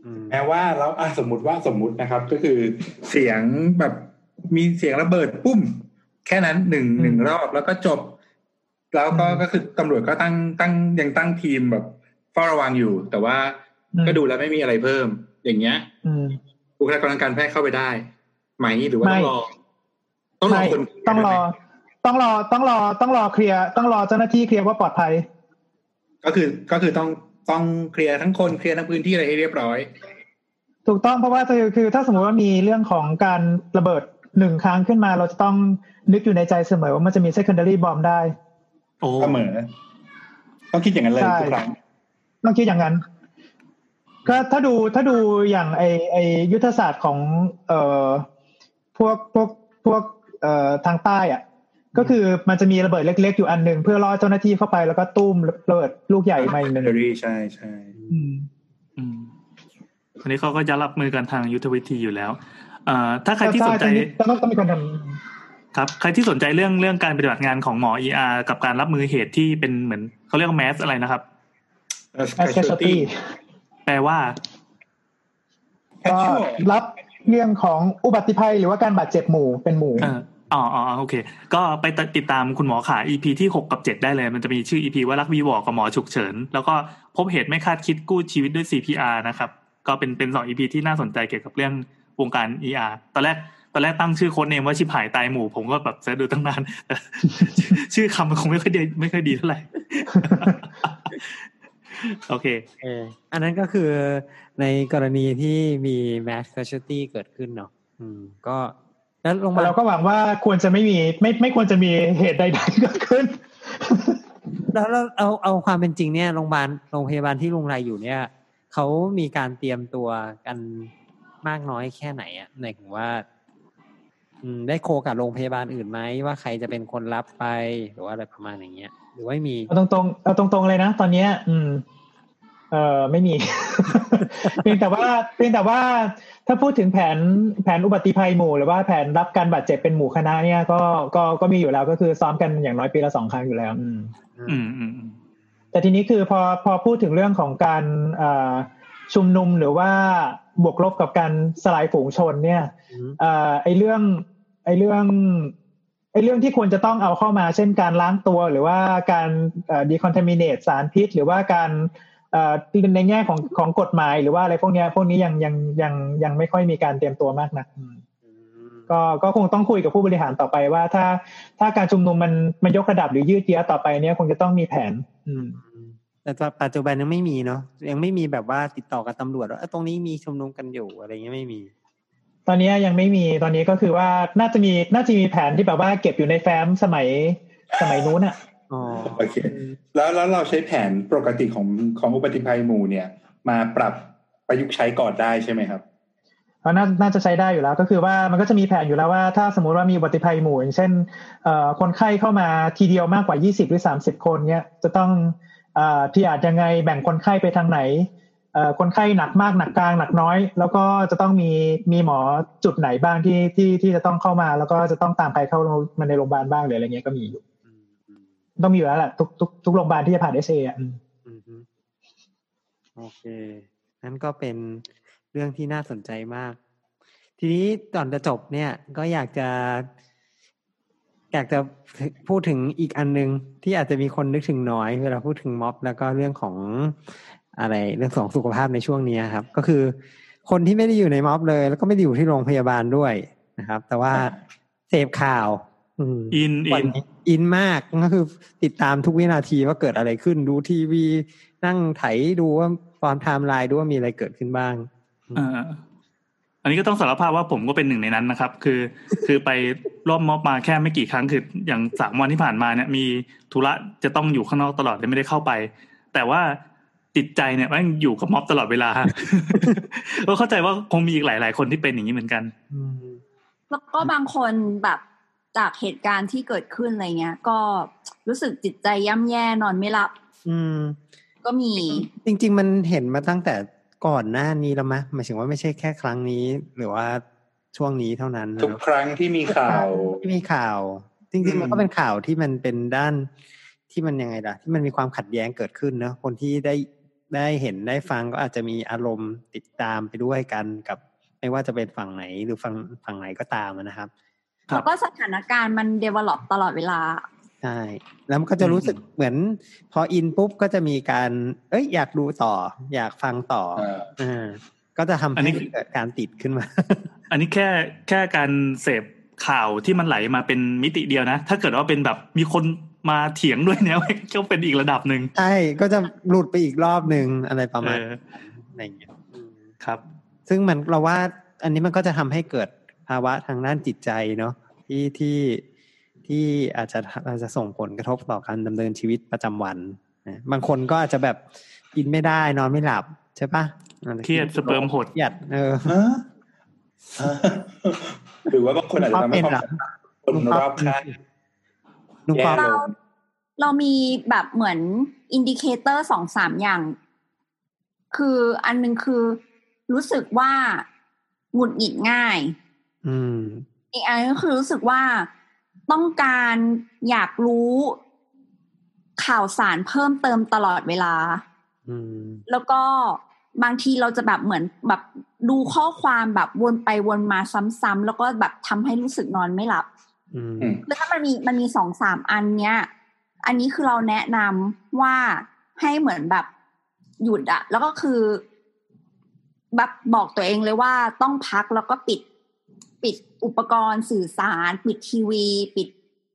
Speaker 4: อืม
Speaker 2: แม้ว่าเราอ่ะสมมติว่าสมมุตินะครับ ก็คือเสียงแบบมีเสียงระเบิดปุ้ม แค่นั้นหนึ่งหนึ่งรอบแล้วก็จบ แล้วก็
Speaker 7: อืม
Speaker 2: ก็คือตำรวจก็ตั้งตั้งยังตั้งทีมแบบเฝ้าระวังอยู่ แต่ว่า
Speaker 7: อืม
Speaker 2: ก็ดูแล้วไม่มีอะไรเพิ่ม อย่างเงี้ย
Speaker 7: อืม
Speaker 2: บุคลากรทางการแพทย์เข้าไปได้ไหมหรือว่า
Speaker 7: ไม่
Speaker 2: ต้องรอต้องรอ
Speaker 7: ไม่
Speaker 2: คน
Speaker 7: ต้องรอ ต้องรอต้องรอต้องรอเคลียร์ต้องรอเจ้าหน้าที่เคลียร์ว่าปลอดภัย
Speaker 2: ก็คือก็คือต้องต้องเคลียร์ทั้งคนเคลียร์ทั้งพื้นที่อะไรให้เรียบร้อย
Speaker 7: ถูกต้องเพราะว่าคือคือถ้าสมมติว่ามีเรื่องของการระเบิดหนึ่งครั้งขึ้นมา เราจะต้องนึกอยู่ในใจเสมอว่ามันจะมี secondary bomb ได้
Speaker 8: โอ้
Speaker 2: เสมอต้องคิดอย่างนั้นเลย
Speaker 7: ใช่
Speaker 2: ทุกครั้ง
Speaker 7: ต้องคิดอย่างนั้น ก็ถ้าดูถ้าดูอย่างไอไอยุทธศาสตร์ของ เอ่อพวกพวกพวกเอ่อทางใต้อ่ะ ก็คือมันจะมีระเบิดเล็ก ๆ อยู่อันหนึ่งเพื่อล่อเจ้าหน้าที่เข้าไปแล้วก็ตุ้มระเบิดลูกใหญ่มาอีกหนึ่ง
Speaker 2: เดอรี่ใช่ใช่
Speaker 7: อืม
Speaker 8: อืมวันนี้เขาก็จะรับมือกันทางยุทธวิธีอยู่แล้วเอ่อถ้าใครที่สนใจ
Speaker 7: ก็ต้องต้องมีการท
Speaker 8: ครับใครที่สนใจเรื่องเรื่องการปฏิบัติงานของหมอ ER กับการรับมือเหตุที่เป็นเหมือนเขาเรียกแมสอะไรนะครับ
Speaker 7: ำ casualty
Speaker 8: แปลว่า
Speaker 2: แคช
Speaker 7: ก็
Speaker 2: ชัว
Speaker 7: รับเรื่องของอุบัติภัยหรือว่าการบาดเจ็บหมู่เป็นหมู่
Speaker 8: เอออ๋ออ๋อโอเค ก็ไปติดตามคุณหมอขา EP ที่ 6 กับ 7 ได้เลย มันจะมีชื่อ EP ว่ารักวีวอกับหมอฉุกเฉิน แล้วก็พบเหตุไม่คาดคิดกู้ชีวิตด้วย CPR นะครับ ก็เป็นเป็นสอง EP ที่น่าสนใจเกี่ยวกับเรื่องวงการ ER ตอนแรกตอนแรกตั้งชื่อโค้ดเนมว่าชิบหายตายหมู่ ผมก็แบบเสิร์ชดูตั้งน านแต่ ชื่อคำมันคงไม่ค่อยดีไม่ค่อยดีเท่าไหร่ โอเค
Speaker 4: เอออันนั้นก็คือในกรณีที่มี mass casualty เกิดขึ้นเนาะอืม ก็แล้วโรงพยาบาล
Speaker 7: แต่เราก็หวังว่าควรจะไม่มีไม่ไม่ควรจะมีเหตุใดๆเกิดขึ้น
Speaker 4: แล้วเราเอาเอาความเป็นจริงเนี่ยโรงพยาบาลโรงพยาบาลที่ลุงไรอยู่เนี่ยเขามีการเตรียมตัวกันมากน้อยแค่ไหนอะในถึงว่า อืมได้โคกับโรงพยาบาลอื่นไหมว่าใครจะเป็นคนรับไปหรือว่าอะไรประมาณอย่างเงี้ย หรือว่ามี
Speaker 7: เอาตรงๆเอาตรงๆเลยนะ ตอนเนี้ย อืม เออไม่มี เพียงแต่ว่าเพียงแต่ว่าถ้าพูดถึงแผนแผนอุบัติภัยหมู่ หรือว่าแผนรับการบาดเจ็บเป็นหมู่คณะเนี่ยก็ก็ก็มีอยู่แล้วก็คือซ้อมกันอย่างน้อยปีละสองครั้งอยู่แล้ว อืม
Speaker 8: อืมอืมอืม
Speaker 7: แต่ทีนี้คือพอพอพูดถึงเรื่องของการเอ่อชุมนุมหรือว่าบวกลบกับการสลายฝูงชนเนี่ย
Speaker 4: อืม
Speaker 7: เอ่อไอเรื่องไอเรื่องไอเรื่องที่ควรจะต้องเอาเข้ามา เช่นการล้างตัวหรือว่าการดีคอนท m i ิเนตสารพิษ หรือว่าการเอ่อในแง่ของของกฎหมายหรือว่าอะไรพวกเนี้ยพวกนี้ยังยังยังยังไม่ค่อยมีการเตรียมตัวมากนักอืม ก็ก็คงต้องคุยกับผู้บริหารต่อไปว่าถ้าถ้าการชุมนุมมันมันยกระดับหรือยืดเยื้อต่อไปเนี่ยคงจะต้องมีแผน อืม
Speaker 4: แต่ปัจจุบันยังไม่มีเนาะยังไม่มีแบบว่าติดต่อกับตำรวจว่าเอ้ยตรงนี้มีชุมนุมกันอยู่อะไรเงี้ยไม่มี
Speaker 7: ตอนนี้ยังไม่มีตอนนี้ก็คือว่าน่าจะมีน่าจะมีแผนที่แบบว่าเก็บอยู่ในแฟ้มสมัยสมัยนู้นอะ
Speaker 4: อ๋อ
Speaker 2: โอเค แล้วแล้วเราใช้แผนปกติของของอุบัติภัยหมู่เนี่ย มาปรับประยุกต์ใช้ก่อนได้ใช่ไหมครับ
Speaker 7: ก็น่าน่าจะใช้ได้อยู่แล้ว ก็คือว่ามันก็จะมีแผนอยู่แล้วว่า ถ้าสมมุติว่ามีอุบัติภัยหมู่อย่างเช่นเอ่อคนไข้เข้ามาทีเดียวมากกว่า 20 หรือ 30 คนเนี่ยจะต้องเอ่อที่อาจยังไงแบ่งคนไข้ไปทางไหนเอ่อคนไข้หนักมากหนักกลางหนักน้อย แล้วก็จะต้องมีมีหมอจุดไหนบ้างที่ที่ที่จะต้องเข้ามา แล้วก็จะต้องตามไปเข้ามาในโรงพยาบาลบ้างหรืออะไรเงี้ยก็มีอยู่
Speaker 4: อืมอืม
Speaker 7: ต้องมีอยู่แล้วแหละทุกทุกทุกโรงพยาบาลที่จะผ่านเอชเอะอืม
Speaker 4: อืมอืมโอเคนั่นก็เป็นเรื่องที่น่าสนใจมาก ทีนี้ก่อนจะจบเนี่ย ก็อยากจะ อยากจะพูดถึงอีกอันหนึง ที่อาจจะมีคนนึกถึงน้อยเวลาพูดถึงม็อบ แล้วก็เรื่องของอะไรเรื่องของสุขภาพในช่วงนี้ครับ ก็คือ คนที่ไม่ได้อยู่ในม็อบเลย แล้วก็ไม่ได้อยู่ที่โรงพยาบาลด้วยนะครับ แต่ว่าเสพข่าว อืม
Speaker 8: อิน
Speaker 4: วั
Speaker 8: อิ
Speaker 4: น
Speaker 8: น
Speaker 4: นี้อินมากก็คือติดตามทุกวินาทีว่าเกิดอะไรขึ้น ดูทีวีนั่งไถดูว่าตอนไทม์ไลน์ดูว่ามีอะไรเกิดขึ้นบ้าง
Speaker 8: เออ อันนี้ก็ต้องสารภาพว่าผมก็เป็นหนึ่งในนั้นนะครับ คือ คือไปร่วมม็อบมาแค่ไม่กี่ครั้งคืออย่างสามวันที่ผ่านมาเนี่ยมีธุระจะต้องอยู่ข้างนอกตลอดเลยไม่ได้เข้าไป แต่ว่าจิตใจเนี่ยแมันอยู่กับม็อบตลอดเวลา ก็เข้าใจว่าคงมีอีกหลาย ๆ คนที่เป็นอย่างนี้เหมือนกัน
Speaker 4: อืม
Speaker 3: แล้วก็บางคนแบบจากเหตุการณ์ที่เกิดขึ้นอะไรเงี้ย ก็รู้สึกจิตใจย่ำแย่นอนไม่หลับ
Speaker 4: อืม
Speaker 3: ก็มี
Speaker 4: จริง ๆ มันเห็นมาตั้งแต่ก่อนหน้านี้แล้วมะหมายถึงว่าไม่ใช่แค่ครั้งนี้ หรือว่าช่วงนี้เท่านั้นนะ
Speaker 2: ทุกครั้งที่มีข่าว
Speaker 4: ที่มีข่าว จริง ๆ มันก็เป็นข่าวที่มันเป็นด้านที่มันยังไงล่ะ ที่มันมีความขัดแย้งเกิดขึ้นเนอะคนที่ได้ได้เห็นได้ฟังก็อาจจะมีอารมณ์ติดตามไปด้วยกันกับ ไม่ว่าจะเป็นฝั่งไหนหรือฝั่งฝั่งไหนก็ตามอะนะครับ
Speaker 8: ครับ
Speaker 3: แล้วก็สถานการณ์มันเดเวล็อปตลอดเวลา
Speaker 4: ใช่แล้วมันก็จะรู้สึกเหมือน พออินปุ๊บก็จะมีการ เอ้ยอยากดูต่อ อยากฟังต่อ
Speaker 2: เออ
Speaker 4: อ่าก็จะทำ
Speaker 8: อันนี้
Speaker 4: ให้เกิดการติดขึ้นมา
Speaker 8: อันนี้แค่แค่การเสพข่าวที่มันไหลมาเป็นมิติเดียวนะ ถ้าเกิดว่าเป็นแบบมีคนมาเถียงด้วยเนี่ย ก็เป็นอีกระดับหนึ่ง
Speaker 4: ใช่ก็จะหลุดไปอีกรอบหนึ่งอะไรประมาณ
Speaker 8: เออ
Speaker 4: อะไรอย่างเงี้ยอืม
Speaker 8: ครับ
Speaker 4: ซึ่งมันเราว่า อันนี้มันก็จะทำให้เกิดภาวะทางด้านจิตใจเนาะที่ที่ที่อาจจะอาจจะส่งผลกระทบต่อการดำเนินชีวิตประจำวันนะบางคนก็อาจจะแบบกินไม่ได้นอนไม่หลับใช่ปะ
Speaker 8: เครียดสเปิร์มหด
Speaker 4: เครียดเออ
Speaker 2: ฮะ หรือว่าบางคนอาจจะทำให้
Speaker 4: เป็
Speaker 2: ค
Speaker 4: นเหร
Speaker 2: วา
Speaker 4: อ
Speaker 2: มคนรอบข้าง
Speaker 4: นุ่ง
Speaker 2: แย่
Speaker 4: ความ
Speaker 2: ลง
Speaker 3: เรามีแบบเหมือนอินดิเคเตอร์สองสามอย่าง คืออันหนึงคือรู้สึกว่าหงุดหงิดง่าย
Speaker 4: อืม
Speaker 3: อีกอันก็คือรู้สึกว่าต้องการอยากรู้ข่าวสารเพิ่มเติมตลอดเวลา
Speaker 4: อืม
Speaker 3: แล้วก็บางทีเราจะแบบเหมือนแบบดูข้อความแบบวนไปวนมาซ้ำๆแล้วก็แบบทำให้รู้สึกนอนไม่หลับ
Speaker 4: อืม
Speaker 3: คือถ้ามันมีมันมีสองสามอันเนี้ย อันนี้คือเราแนะนำว่าให้เหมือนแบบหยุดอะแล้วก็คือ แบบบอกตัวเองเลยว่าต้องพักแล้วก็ปิด ปิดอุปกรณ์สื่อสาร ปิดทีวี ปิด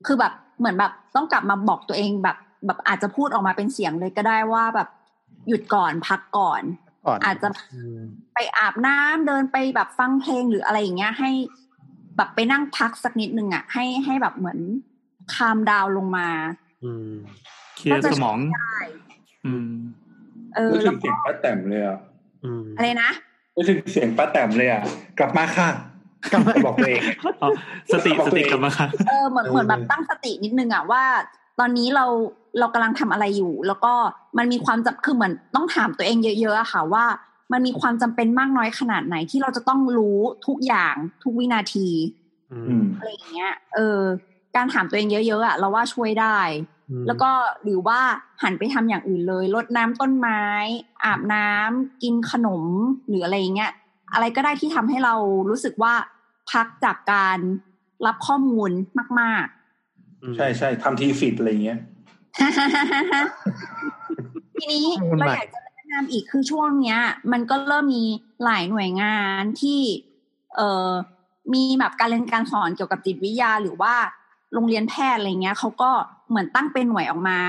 Speaker 3: คือแบบเหมือนแบบต้องกลับมาบอกตัวเองแบบ แบบอาจจะพูดออกมาเป็นเสียงเลยก็ได้ว่าแบบหยุดก่อนพักก่อน
Speaker 4: ก่อน
Speaker 3: อาจจะ
Speaker 4: อืม
Speaker 3: ไปอาบน้ำเดินไปแบบฟังเพลงหรืออะไรอย่างเงี้ย ให้แบบไปนั่งพักสักนิดนึงอ่ะให้ให้แบบเหมือนคามดาวลงมา
Speaker 4: อืม
Speaker 8: เคลียร์สมอง อืม
Speaker 3: เออ
Speaker 2: นึกถึ
Speaker 3: แล้ว
Speaker 2: งเสียงป้าแตมเลยอ่ะ
Speaker 4: อืม
Speaker 3: อะไรนะ
Speaker 2: นึกถึงเสียงป้าแตมเลยอ่ะ กลับมาค่ะ
Speaker 4: กลับมา
Speaker 2: บอกตัวเอง
Speaker 8: อ๋อสติ
Speaker 2: บอก
Speaker 8: ส
Speaker 2: ตัวเอง
Speaker 8: ติกลับมาค่ะ
Speaker 3: เออเหมือน
Speaker 4: เออ
Speaker 3: เหมือนแบบตั้งสตินิดนึงอ่ะว่า ตอนนี้เราเรากำลังทำอะไรอยู่ แล้วก็มันมีความจำคือเหมือนต้องถามตัวเองเยอะๆอะค่ะว่า มันมีความจำเป็นมากน้อยขนาดไหนที่เราจะต้องรู้ทุกอย่างทุกวินาที
Speaker 4: อื
Speaker 2: อื
Speaker 4: ม
Speaker 2: ม
Speaker 3: อะไรอย่างเงี้ย เออ การถามตัวเองเยอะๆอ่ะเราว่าช่วยได้
Speaker 4: อืม
Speaker 3: แล้วก็หรือว่าหันไปทำอย่างอื่นเลยรดน้ำต้นไม้ อาบน้ำกินขนมหรืออะไรอย่างเงี้ยอะไรก็ได้ที่ทำให้เรารู้สึกว่าพักจากการรับข้อมูลมาก
Speaker 4: อืม
Speaker 2: ใช่ใช่ทำทีฟิตอะไรอย่างเงี้ย
Speaker 3: ๆ ทีนี้
Speaker 4: ข้อมูลใหม่
Speaker 3: เราอยากจะแนะนำอีกคือช่วงเนี้ย มันก็เริ่มมีหลายหน่วยงานที่ เอ่อมีแบบการเรียนการสอนเกี่ยวกับจิตวิทยาหรือว่าโรงเรียนแพทย์อะไรเงี้ยเขาก็เหมือนตั้งเป็นหน่วยออกมา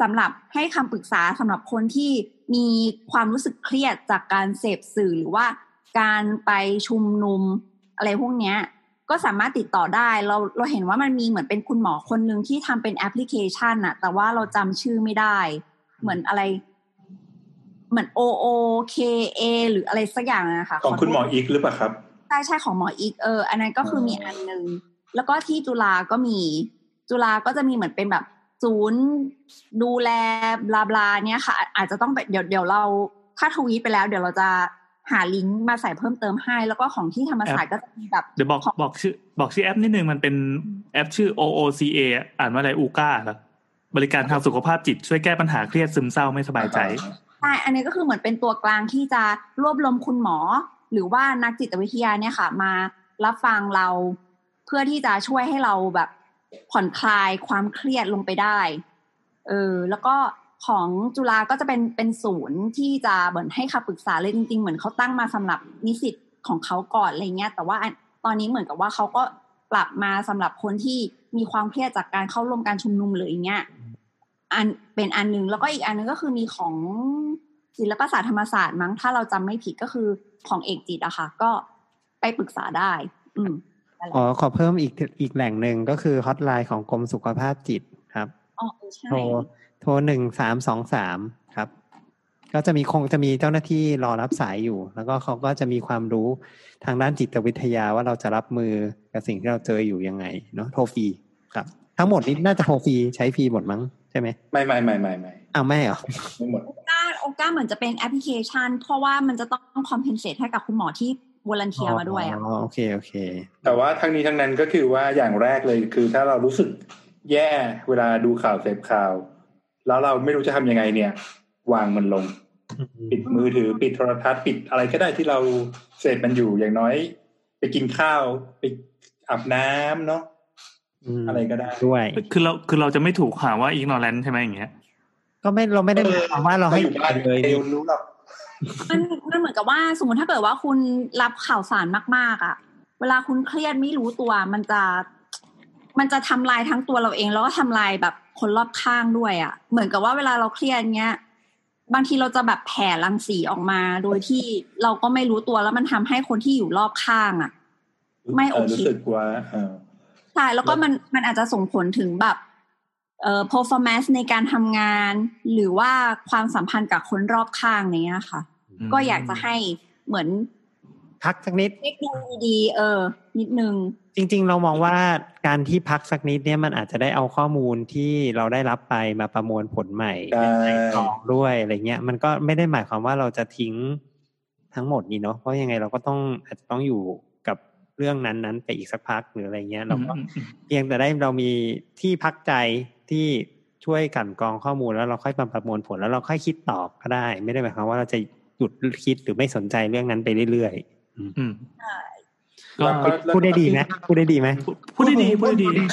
Speaker 3: สำหรับให้คำปรึกษาสำหรับคนที่มีความรู้สึกเครียดจากการเสพสื่อหรือว่าการไปชุมนุมอะไรพวกเนี้ย ก็สามารถติดต่อได้ เราเราเห็นว่ามันมีเหมือนเป็นคุณหมอคนหนึ่งที่ทำเป็นแอปพลิเคชันอะแต่ว่าเราจำชื่อไม่ได้ เหมือนอะไร เหมือน O O K A หรืออะไรสักอย่างนะคะ
Speaker 2: ของคุณ
Speaker 3: โท
Speaker 2: หมอ
Speaker 3: ษ
Speaker 2: อีกหรือเปล่าครับ
Speaker 3: ใช่ใช่ของหมออีกเออ อันนั้นก็คือมีอันหนึ่งแล้วก็ที่จุฬาก็มี จุฬาก็จะมีเหมือนเป็นแบบศูนย์ดูแลบลาบลาเนี่ยค่ะอาอาจจะต้องไปเดี๋ยวเดี๋ยวเราถ้าทวีตไปแล้ว เดี๋ยวเราจะหาลิงก์มาใส่เพิ่มเติมให้ แล้วก็ของที่ธรรมศาสตร์ก็จะมีแบบ
Speaker 8: เดี๋ยวบอก
Speaker 3: ของ
Speaker 8: บอกชื่อบอกชื่อแอปนิดนึงมันเป็นแอปชื่อ OOCA อ่านว่าอะไรอูก้าเหรอบริการทางสุขภาพจิตช่วยแก้ปัญหาเครียดซึมเศร้าไม่สบายใจ
Speaker 3: ใช่อันนี้ก็คือเหมือนเป็นตัวกลางที่จะรวบรวมคุณหมอ หรือว่านักจิตวิทยาเนี่ยค่ะ มารับฟังเรา เพื่อที่จะช่วยให้เราแบบผ่อนคลายความเครียดลงไปได้เออแล้วก็ของจุฬาก็จะเป็นเป็นศูนย์ที่จะเหมือนให้คำปรึกษาเลยจริงๆ เหมือนเขาตั้งมาสำหรับนิสิตของเขาก่อนอะไรเงี้ยแต่ว่าอันตอนนี้เหมือนกับว่าเขาก็ปรับมาสำหรับคนที่มีความเครียดจากการเข้าร่วมการชุมนุมหรืออย่างเงี้ย อันเป็นอันหนึ่งแล้วก็อีกอันหนึงก็คือมีของศิลปศาสตร์ธรรมศาสตร์มั้งถ้าเราจำไม่ผิดก็คือของเอกจิตอะค่ะ ก็ ไปปรึกษาได้ อืม
Speaker 4: อ๋อขอเพิ่มอีกอีกแหล่งหนึ่งก็คือฮอตไลน์ของกรมสุขภาพจิตครับ
Speaker 3: อ๋อเออใช่
Speaker 4: โทรโทรหนึ่งสามสองสามครับ ก็จะมีคงจะมีเจ้าหน้าที่รอรับสายอยู่ แล้วก็เขาก็จะมีความรู้ทางด้านจิตวิทยาว่าเราจะรับมือกับสิ่งที่เราเจออยู่ยังไงเนาะโทรฟรีครับ ทั้งหมดนี้น่าจะโทรฟรีใช้ฟรีหมดมั้งใช่ไหม
Speaker 5: ไม่ไม่ไม่ไม่ไม่
Speaker 4: อ้าวไม่เหรอ
Speaker 5: ไม่หมด
Speaker 3: โอก้าโอก้าเหมือนจะเป็นแอปพลิเคชัน เพราะว่ามันจะต้องคอมเพนเซตให้กับคุณหมอที่วอลันเทียมาด้วยอ่ะ
Speaker 4: อ๋อโอเคโอเค
Speaker 5: แต่ว่าทั้งนี้ทั้งนั้นก็คือว่าอย่างแรกเลยคือถ้าเรารู้สึกแย่เวลาดูข่าวเสพข่าว แล้วเราไม่รู้จะทำยังไงเนี่ย วางมันลง ปิดมือถือปิดโทรทัศน์ปิดอะไรก็ได้ที่เราเสพมันอยู่อย่างน้อย ไปกินข้าวไปอาบน้ำเนาะ
Speaker 4: ม
Speaker 5: อะไรก็ได้
Speaker 4: ด้วย
Speaker 8: คือเราคือเราจะไม่ถูกหาว่าอีกนอแลนใช่ไหมอย่างเงี้ย
Speaker 4: ก็ไม่เราไม่ได้หมายความว่าเราให้
Speaker 5: อยู่บ้าน
Speaker 4: เล
Speaker 5: เลย ยรู้หรอก
Speaker 3: มันมันเหมือนกับว่าสมมติถ้าเกิดว่าคุณรับข่าวสารมาก ๆ อ่ะ เวลาคุณเครียดไม่รู้ตัว มันจะ มันจะทำลายทั้งตัวเราเอง แล้วก็ทำลายแบบคนรอบข้างด้วย อ่ะ เหมือนกับว่าเวลาเราเครียดเงี้ย บางทีเราจะแบบแผ่รังสีออกมา โดยที่เราก็ไม่รู้ตัวแล้วมันทำให้คนที่อยู่รอบข้างอ่ะ ไม่โอเค
Speaker 5: รู้สึกว่าเออ
Speaker 3: ใช่แล้วก็
Speaker 5: แล้ว
Speaker 3: มันมันอาจจะส่งผลถึงแบบเอ่อ performance ในการทำงาน หรือว่าความสัมพันธ์กับคนรอบข้างเนี้ยค่ะ ก็อยากจะให้เหมือน
Speaker 4: พักสักนิด
Speaker 3: เทคโนโลยีเออ นิดนึง
Speaker 4: จริงๆ เรามองว่าการที่พักสักนิดเนี่ยมันอาจจะได้เอาข้อมูลที่เราได้รับไปมาประมวลผลใหม่
Speaker 5: ใช่
Speaker 4: ไตรตรองด้วยอะไรเงี้ย มันก็ไม่ได้หมายความว่าเราจะทิ้งทั้งหมดนี่เนาะเพราะยังไงเราก็ต้องอาจจะต้องอยู่กับเรื่องนั้นๆ ไปอีกสักพักหรืออะไรเงี้ยเราก็
Speaker 8: อืมอืมอืม
Speaker 4: เพียงแต่ได้เรามีที่พักใจที่ช่วยกลันกรองข้อมูลแล้วเราค่อยมาประมวลผลแล้วเราค่อยคิดต่อก็ได้ ไม่ได้หมายความว่าเราจะหยุดคิดหรือไม่สนใจเรื่องนั้นไปเรื่อย
Speaker 8: อืม
Speaker 5: แล้
Speaker 8: ก็
Speaker 5: วก็
Speaker 4: ๆพูดได้ดีไหมพูดได้ดีไหม
Speaker 8: พูดได้ดีพูดได้ดี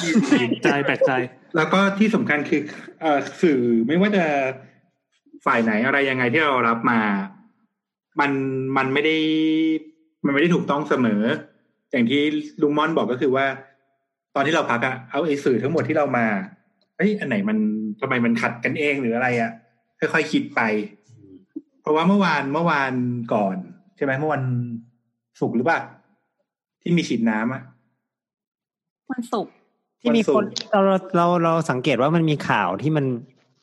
Speaker 8: แปลกใจแปลกใจ
Speaker 5: แล้วก็ที่สำคัญคือเอ่อสื่อไม่ว่าจะฝ่ายไหนอะไรยังไงที่เรารับมา มันมันไม่ได้ มันไม่ได้ถูกต้องเสมอ อย่างที่ลุงม่อนบอกก็คือว่า ตอนที่เราพักอะเอาไอ้สื่อทั้งหมดที่เรามาเฮ้ยอันไหนมันทำไมมันขัดกันเองหรืออะไรอะค่อยๆคิดไป เพราะว่าเมื่อวานเมื่อวานก่อน ใช่ไหมเมื่อวันศุกร์หรือเปล่าที่มีฉีดน้ำอะ
Speaker 3: วันศุกร์
Speaker 4: ที่มีคน
Speaker 5: วันศุกร์
Speaker 4: เราเราเราสังเกตว่ามันมีข่าวที่มัน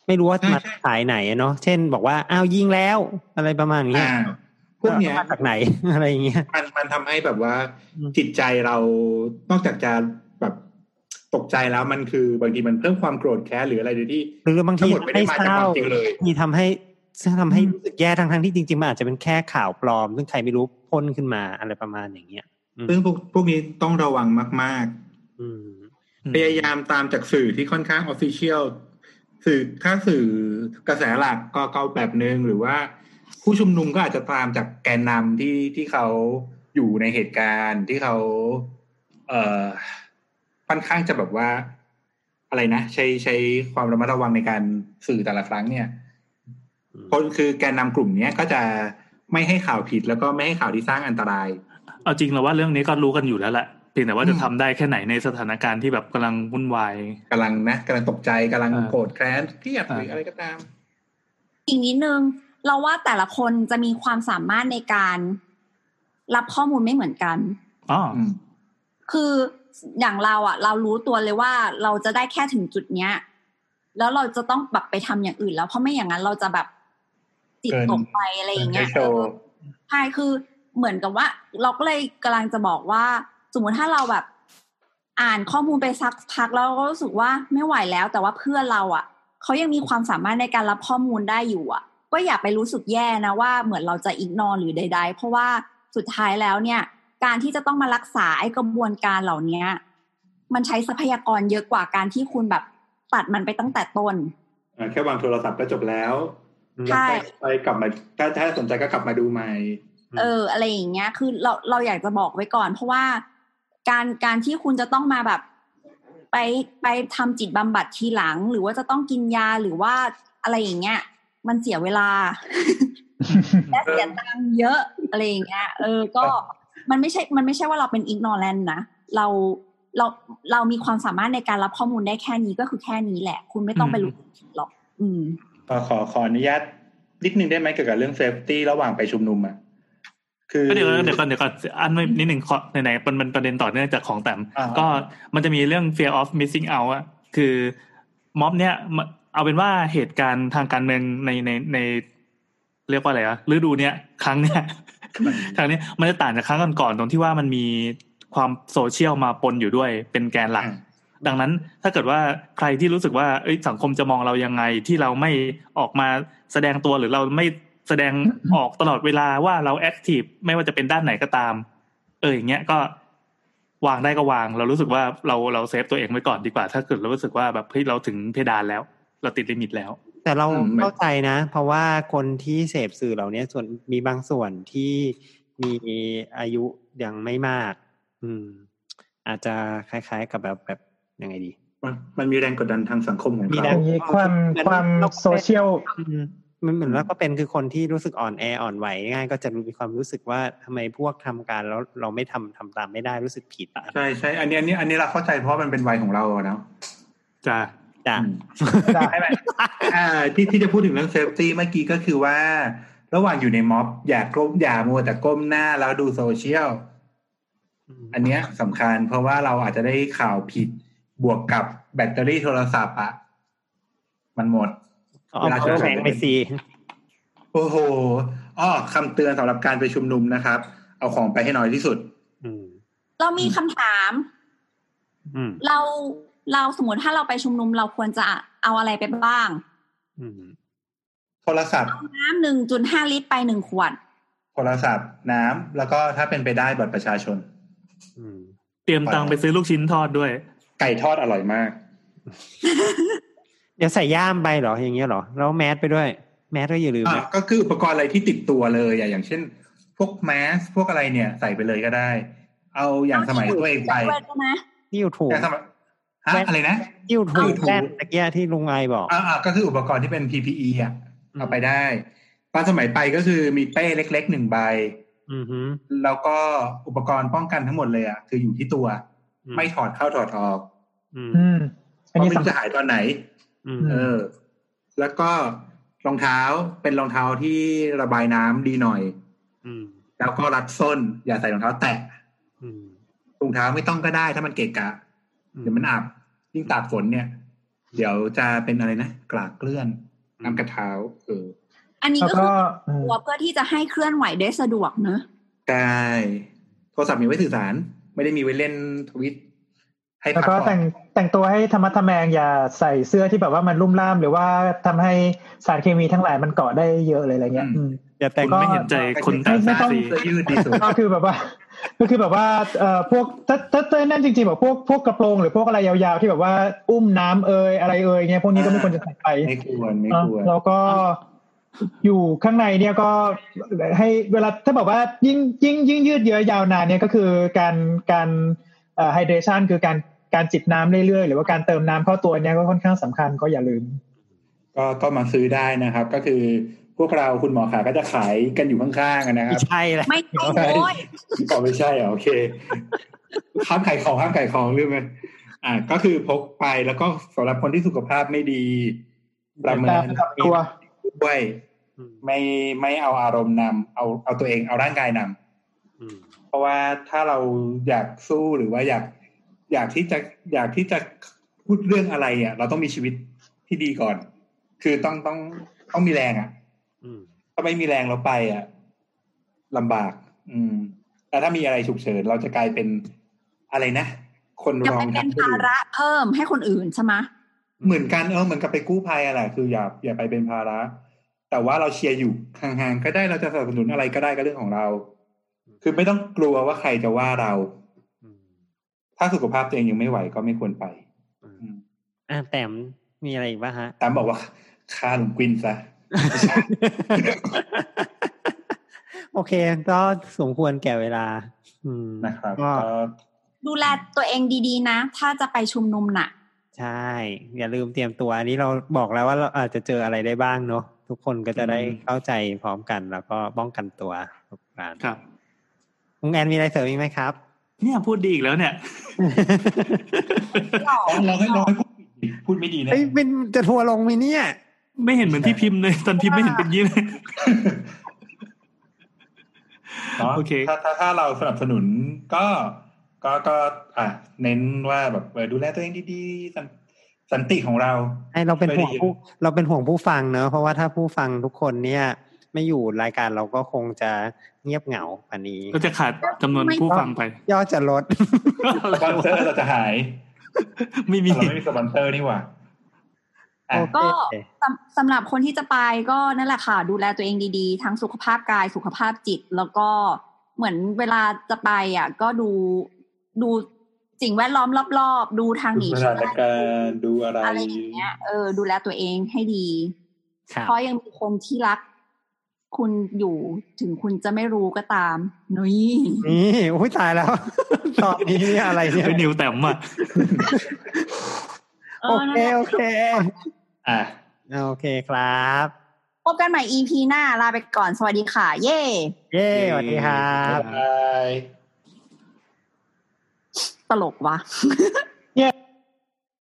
Speaker 4: ไม่รู้ว่า
Speaker 5: ใช่
Speaker 4: มา
Speaker 5: ใช่
Speaker 4: สายไหนอะเนาะเช่น บอกว่าอ้าวยิงแล้วอะไรประมาณเนี้ย
Speaker 5: อ่าพวกเนี้ย
Speaker 4: มาจากไหน อะไรอย่างเงี้ย
Speaker 5: มันมันทำให้แบบว่า
Speaker 4: อืม
Speaker 5: จิตใจเรานอกจากจะแบบตกใจแล้วมันคือบางทีมันเพิ่มความโกรธแค้นหรืออะไรโดยที่
Speaker 4: หรือบางที
Speaker 5: ทั้งหมดไม่ได้มาจากความจริงเลย
Speaker 4: มีทำให้ทำให้รู้สึกแย่ทั้งทั้งๆที่จริงๆมันอาจจะเป็นแค่ข่าวปลอม ซึ่งใครไม่รู้พ่นขึ้นมาอะไรประมาณอย่างเงี้ย อืม
Speaker 5: ซึ่งพวกพวกนี้ต้องระวังมาก
Speaker 4: อืม
Speaker 5: ๆ พยายามตามจากสื่อที่ค่อนข้างออฟฟิเชียลสื่อถ้าสื่อกระแสหลักก็เกาแบบนึงหรือว่า ผู้ชุมนุมก็อาจจะตามจากแกนนำที่ที่เขาอยู่ในเหตุการณ์ที่เขา เอ่อค่อนข้างจะแบบว่า อะไรนะใช้ใช้ความระมัดระวังในการสื่อแต่ละครั้งเนี่ย
Speaker 4: อืม
Speaker 5: คนคือแกนนำกลุ่มเนี้ยก็จะไม่ให้ข่าวผิดแล้วก็ไม่ให้ข่าวที่สร้างอันตราย
Speaker 8: เอาจริงเราว่าเรื่องนี้ก็รู้กันอยู่แล้วแหละเพียงแต่ว่า
Speaker 5: อืม
Speaker 8: จะทำได้แค่ไหนในสถานการณ์ที่แบบกำลังวุ่นวาย
Speaker 5: กำลังนะกำลังตกใจกำลัง
Speaker 8: อ่า
Speaker 5: โกรธแค้นเครียดหรือ
Speaker 8: อ่า
Speaker 5: อะไรก็ตาม
Speaker 3: อีกนิดนึง เราว่าแต่ละคนจะมีความสามารถในการรับข้อมูลไม่เหมือนกัน
Speaker 8: อ๋ออ
Speaker 5: อืม
Speaker 3: คืออย่างเราอะเรารู้ตัวเลยว่าเราจะได้แค่ถึงจุดเนี้ย แล้วเราจะต้องแบบไปทำอย่างอื่นแล้วเพราะไม่อย่างนั้นเราจะแบบจิต
Speaker 5: เกิน
Speaker 3: ตกไปอะไรอย่างเงี้ย
Speaker 5: โชว์
Speaker 3: ใช่คือเหมือนกับว่า เราก็เลยกำลังจะบอกว่า สมมติถ้าเราแบบ อ่านข้อมูลไปสักพักแล้วเราก็รู้สึกว่าไม่ไหวแล้ว แต่ว่าเพื่อนเราอะเขายังมีความสามารถในการรับข้อมูลได้อยู่อะก็อย่าไปรู้สึกแย่นะว่าเหมือนเราจะอิกนอหรือใด ๆ เพราะว่าสุดท้ายแล้วเนี่ย การที่จะต้องมารักษาไอ้กระบวนการเหล่าเนี้ย มันใช้ทรัพยากรเยอะกว่าการที่คุณแบบตัดมันไปตั้งแต่ต้น
Speaker 5: อ่าแค่วางโทรศัพท์ก็จบแล้ว
Speaker 3: ใช่
Speaker 5: ไปกลับมาถ้าถ้าสนใจก็กลับมาดูใหม่
Speaker 4: อืม
Speaker 3: เออ อะไรอย่างเงี้ย คือเราเราอยากจะบอกไว้ก่อน เพราะว่าการการที่คุณจะต้องมาแบบ ไปไปทำจิตบำบัดทีหลัง หรือว่าจะต้องกินยาหรือว่าอะไรอย่างเงี้ย มันเสียเว ลา และเสียตังค์เยอะอะไรอย่างเงี้ย เออ ก็มันไม่ใช่ มันไม่ใช่ว่าเราเป็นอิกนอแลนนะ เราเราเรามีความสามารถในการรับข้อมูลได้แค่นี้ก็คือแค่นี้แหละ คุณไม่ต้องไปรู้สึกหรอก อืม
Speaker 5: ขอขอขออนุญาตนิดนึงได้ไหมเกี่ยวกับเรื่องเซฟตี้ระหว่างไปชุมนุมอ่ะ
Speaker 2: คือ
Speaker 8: ก็เดี๋ยวก่อนเดี๋ยวก่อนเดี๋ยวก่อนอันไว้นิดหนึ่งขอไหนๆมันมันประเด็นต่อเนื่องจากของแต้ม
Speaker 2: อ่า
Speaker 8: ก็มันจะมีเรื่อง fear of missing out อะคือม็อบเนี้ยมันเอาเป็นว่าเหตุการณ์ทางการเมืองในในใน เรียกว่าอะไรอะฤดูเนี้ยครั้งเนี้ย ครั้งเนี้ยมันจะต่างจากครั้งก่อนๆตรงที่ว่ามันมีความโซเชียลมาปนอยู่ด้วยเป็นแกนหลัก ดังนั้นถ้าเกิดว่าใครที่รู้สึกว่าเอ้ยสังคมจะมองเรายังไงที่เราไม่ออกมาแสดงตัวหรือเราไม่แสดง ออกตลอดเวลาว่าเราแอคทีฟไม่ว่าจะเป็นด้านไหนก็ตาม เอออย่างเงี้ยก็วางได้ก็วาง เรารู้สึกว่าเราเราเซฟตัวเองไว้ก่อนดีกว่า ถ้าเกิดเรารู้สึกว่าแบบเฮ้ยเราถึงเพดานแล้ว เราติดลิมิตแล้ว
Speaker 4: แต่เรา
Speaker 2: อืมมัน
Speaker 4: เข้าใจนะ เพราะว่าคนที่เสพสื่อเหล่านี้ส่วนมีบางส่วนที่มีอายุยังไม่มาก อืม อาจจะคล้าย ๆ กับแบบแบบยังไงดี
Speaker 5: มันมันมีแรงกดดันทางสังคมของ
Speaker 4: มี
Speaker 5: เรา
Speaker 4: แร
Speaker 7: อย่างนี้ความ
Speaker 4: เหมือน
Speaker 7: ความ
Speaker 4: เราเป็น
Speaker 7: โซเชียล
Speaker 4: อืมมันเหมือนแล้วก็เป็นคือคนที่รู้สึกอ่อนแออ่อนไหวง่ายก็จะมีความรู้สึกว่าทำไมพวกทำการแล้วเราไม่ทำทำตามไม่ได้รู้สึกผิดอะ
Speaker 5: ใช่ใช่อันนี้อันนี้อันนี้เราเข้าใจเพราะมันเป็นวัยของเราอะเนาะ
Speaker 8: จ้ะ
Speaker 4: จ้ะ
Speaker 5: อืม
Speaker 7: จ้ะ
Speaker 5: ใช่ไหมอ่าที่ที่จะพูดถึงเรื่องเซฟตี้เมื่อกี้ก็คือว่า ระหว่างอยู่ในม็อบอย่าก้มอย่ามัวแต่ก้มหน้าแล้วดูโซเชียล อันเนี้ยสำคัญเพราะว่าเราอาจจะได้ข่าวผิดบวกกับแบตเตอรี่โทรศัพท์อะมันหมด
Speaker 4: เอา
Speaker 5: เวลา
Speaker 4: เอา
Speaker 5: จะ
Speaker 4: แบงไปซี
Speaker 5: โอ้โหอ้อคำเตือนสำหรับการไปชุมนุมนะครับ เอาของไปให้น้อยที่สุด
Speaker 4: อืม
Speaker 3: เรามีคำถาม
Speaker 4: อืม
Speaker 3: เราเราสมมติถ้าเราไปชุมนุมเราควรจะเอาอะไรไปบ้าง
Speaker 4: อืม
Speaker 5: โทรศัพท์
Speaker 3: น้ำหนึ่งจุดห้าลิตรไปหนึ่งขวด
Speaker 5: โทรศัพท์น้ำแล้วก็ถ้าเป็นไปได้บัตรประชาชน
Speaker 4: อืม
Speaker 8: เตรียมตังค์ไปซื้อลูกชิ้นทอดด้วย
Speaker 5: ไก่ทอดอร่อยมาก
Speaker 4: เดี๋ยวใส่ย่ามไปเหรออย่างเงี้ยเหรอ แล้วแมสไปด้วย แมสก็อย่าลืม
Speaker 5: อ่ะ
Speaker 4: นะ
Speaker 5: ก็คืออุปกรณ์อะไรที่ติดตัวเลยอ่ะอย่างเช่น พวกแมสพวกอะไรเนี่ย ใส่ไปเลยก็ได้ เอาอย่างสมัยตัวเองไป
Speaker 3: ด้วยใช่ไหม
Speaker 4: ที่อยู่ถู
Speaker 5: อก ย่างสมัยฮะอะไรนะ
Speaker 4: ที่อยู่ถูก
Speaker 5: ที่อยู่ถูก
Speaker 4: แว่นตะเกียที่ลุงไอบอก
Speaker 5: อ่าก็คืออุปกรณ์ที่เป็น PPE อ่ะเอาไปได้ตอนสมัยไปก็คือมีเป้เล็กๆหนึ่งใบ
Speaker 4: อืมฮึ
Speaker 5: แล้วก็อุปกรณ์ป้องกันทั้งหมดเลยอ่ะคืออยู่ที่ตัว
Speaker 4: อื
Speaker 5: ไม่ถอดเข้าถอดออก
Speaker 4: อืม
Speaker 7: อืม
Speaker 5: เพ
Speaker 7: อัน
Speaker 5: ราะ
Speaker 7: นี้
Speaker 5: ไม่รู้
Speaker 7: สำคัญ
Speaker 5: จะหายตอนไหน
Speaker 4: อืม
Speaker 5: เออ แล้วก็รองเท้าเป็นรองเท้าที่ระบายน้ำดีหน่อย
Speaker 4: อืม
Speaker 5: แล้วก็รัดส้น อย่าใส่รองเท้าแตะ
Speaker 4: อืม
Speaker 5: ถุงเท้าไม่ต้องก็ได้ถ้ามันเกะกะ
Speaker 4: อื
Speaker 5: เดี๋ยวมันอับยิ่งตากฝนเนี่ย เดี๋ยวจะเป็นอะไรนะกลากเกลื่อนน้ำกระเท้าเออ
Speaker 3: อันนี้
Speaker 7: แล้ว
Speaker 3: ก็คือ
Speaker 7: ก็อืม
Speaker 3: ตัวเพื่อที่จะให้เคลื่อนไหวได้สะดวกเนอะ
Speaker 5: ได้โทรศัพท์มีไว้สื่อสาร ไม่ได้มีไว้เล่นทวิต ให้
Speaker 7: แล้ว
Speaker 5: พัก
Speaker 7: ก็
Speaker 5: ผ่อ
Speaker 7: แต่
Speaker 5: น
Speaker 7: งแต่งตัวให้ธรรมะทะแมงอย่าใส่เสื้อที่แบบว่ามันลุ่มล่าม หรือว่าทำให้สารเคมีทั้งหลายมันเกาะได้เยอะเลยอะไรเงี้ยอืม
Speaker 4: อย่าแต่ง
Speaker 8: คุณไม่เห็นใจคนต่าง
Speaker 7: ไม่ไม่
Speaker 8: ชา
Speaker 7: ต้อ
Speaker 8: ติ
Speaker 7: ง
Speaker 8: สิ
Speaker 5: เสื้อยืดดีสุด
Speaker 7: ก็คือแบบว่า ก็คือแบบว่าเอ่อพวกถ้าถ้าถ้านั่นจริงๆแบบพวกพวกกระโปรงหรือพวกอะไรยาวๆที่แบบว่าอุ้มน้ำเอยอะไรเอยเงี้ยพวกนี้ก็ไม่ควรจะใส่ไป
Speaker 5: ไม่ควรไม่ควร
Speaker 7: แล้วก็อยู่ข้างในเนี่ยก็ให้เวลาถ้าบอกว่ายิ่งยิ่งยิ่งยืดเยื้อยาวนานเนี่ยก็คือการการไฮเดรชันคือการการจิบน้ำเรื่อยๆ หรือว่าการเติมน้ำเข้าตัวเนี่ยก็ค่อนข้างสำคัญก็อย่าลืม
Speaker 5: ก็ก็มาซื้อได้นะครับ ก็คือพวกเราคุณหมอขาก็จะขายกันอยู่ข้างๆกันนะค
Speaker 4: ไม่
Speaker 5: รับ
Speaker 4: ใช่แหละ
Speaker 3: ไม่ใช่โอ้ย
Speaker 5: ก็ไม่ใช่อ่ะโอเคห้ามขายของห้ามขายของลืมไปอ่าก็คือพกไปแล้วก็สำหรับคนที่สุขภาพไม่ดี ประเมิ
Speaker 7: ตาม
Speaker 5: น
Speaker 7: ระดับตัว
Speaker 5: ด้วย
Speaker 4: อืม
Speaker 5: ไม่ไม่เอาอารมณ์นำเอาเอาตัวเองเอาร่างกายนำ
Speaker 4: อืม
Speaker 5: เพราะว่าถ้าเราอยากสู้หรือว่าอยาก อยากที่จะอยากที่จะพูดเรื่องอะไรอ่ะ เราต้องมีชีวิตที่ดีก่อน คือต้องต้องต้องมีแรงอ่ะ
Speaker 4: อืม
Speaker 5: ถ้าไม่มีแรงเราไปอ่ะลำบาก อืมแต่ถ้ามีอะไรฉุกเฉินเราจะกลายเป็นอะไรนะคน
Speaker 3: อย่าร
Speaker 5: อ
Speaker 3: ไป
Speaker 5: ง
Speaker 3: เป็น
Speaker 5: ทำผู้
Speaker 3: ภา
Speaker 5: อื่น
Speaker 3: ระเพิ่มให้คนอื่นใช่ไหม
Speaker 5: เหมือนกันเออเหมือนกับไปกู้ภัยอะแหละคืออย่าอย่าไปเป็นภาระ แต่ว่าเราเชียร์อยู่ห่างๆก็ได้เราจะสนับสนุนอะไรก็ได้ก็เรื่องของเรา คือไม่ต้องกลัวว่าใครจะว่าเรา
Speaker 4: อืม
Speaker 5: ถ้าสุขภาพตัวเองยังไม่ไหวก็ไม่ควรไปอืม
Speaker 4: อ่ะแต้มมีอะไรอีกป่ะฮะ
Speaker 5: ตามบอกว่าฆ่าลุงกวินซะ
Speaker 4: โอเค ก็สมควรแก่เวลา อืม
Speaker 5: นะครับ
Speaker 4: ก็
Speaker 5: ก็
Speaker 3: ดูแลตัวเองดีๆนะ ถ้าจะไปชุมนุมน่ะ
Speaker 4: ใช่ อย่าลืมเตรียมตัวอันนี้เราบอกแล้วว่าเราอาจจะเจออะไรได้บ้างเนาะทุกคนก็จะได้เข้าใจพร้อมกันแล้วก็ป้องกันตัวทุกการ
Speaker 8: ครับ
Speaker 4: ลุงแอนมีอะไรเสริมอีกไหมครับ
Speaker 8: เนี่ยพูดดีอีกแล้วเนี่ย
Speaker 5: ลองลองให้ลองให้พูดผิดพูดไม่ดีนะ
Speaker 4: เอ้ยเป็นจะทัวร์ลงไหมเนี่ย
Speaker 8: ไม่เห็นเหมือนที่พิมพ์เลย ตอนพิมพ์ไม่เห็นเป็นอยางนี้เลย
Speaker 5: เนาะ
Speaker 8: โอเค
Speaker 5: ถ้าถ้าถ้าเราสนับสนุนก็ก็ก็อ่ะเน้นว่าแบบเออดูแลตัวเองดีๆสันสันติของเรา
Speaker 4: ให้เราเป็น
Speaker 5: ไม่
Speaker 4: ห่
Speaker 5: ได้
Speaker 4: วง
Speaker 5: ยิน
Speaker 4: ผู้เราเป็นห่วงผู้ฟังเนอะเพราะว่าถ้าผู้ฟังทุกคนเนี่ย ไม่อยู่รายการเราก็คงจะเงียบเหงาป่านนี้
Speaker 8: ก็จะขาดจำนวนผู้ฟังไป
Speaker 4: ยอดจะลด
Speaker 5: สปอนเซอ ร์เราจะหาย
Speaker 8: ไม่มี
Speaker 5: แต่เราไม่มีสปอนเซอร์นี่หว่าอ่ะ
Speaker 4: โอเค
Speaker 3: ก็สำสำหรับคนที่จะไปก็นั่นแหละค่ะ ดูแลตัวเองดีๆ ทั้งสุขภาพกายสุขภาพจิต แล้วก็เหมือนเวลาจะไปอ่ะ ก็ดูดูสิ่งแวดล้อมรอบๆ ดูทางห
Speaker 5: ดู
Speaker 3: นี
Speaker 5: ส
Speaker 3: เชื้อน รา
Speaker 5: ถาการณ์ดูอะไร
Speaker 3: อะไรอย่างเงี้ยเออดูแลตัวเองให้ดี
Speaker 4: ครับ
Speaker 3: เพราะยังมีคนที่รัก คุณอยู่ถึงคุณจะไม่รู้ก็ตามนี่
Speaker 4: นี่อุ้ยตายแล้ว ตอนนี้เนี่ยอะไรเนี่ย
Speaker 8: เป็นนิวแต้มอ่ะ
Speaker 3: เอ
Speaker 4: โอ
Speaker 3: อนั่
Speaker 4: เคน
Speaker 3: แหละ
Speaker 4: โอเค
Speaker 5: อ่ะ
Speaker 4: โอเคครับ
Speaker 3: พบกันใหม่ EP หน้าลาไปก่อนสวัสดีค่ะ เย้
Speaker 4: เย้
Speaker 8: เย้
Speaker 4: สวัสดีครั
Speaker 5: บ๊า
Speaker 4: บ
Speaker 5: ยบาย
Speaker 3: ตลกว่ะ
Speaker 9: เนี่ย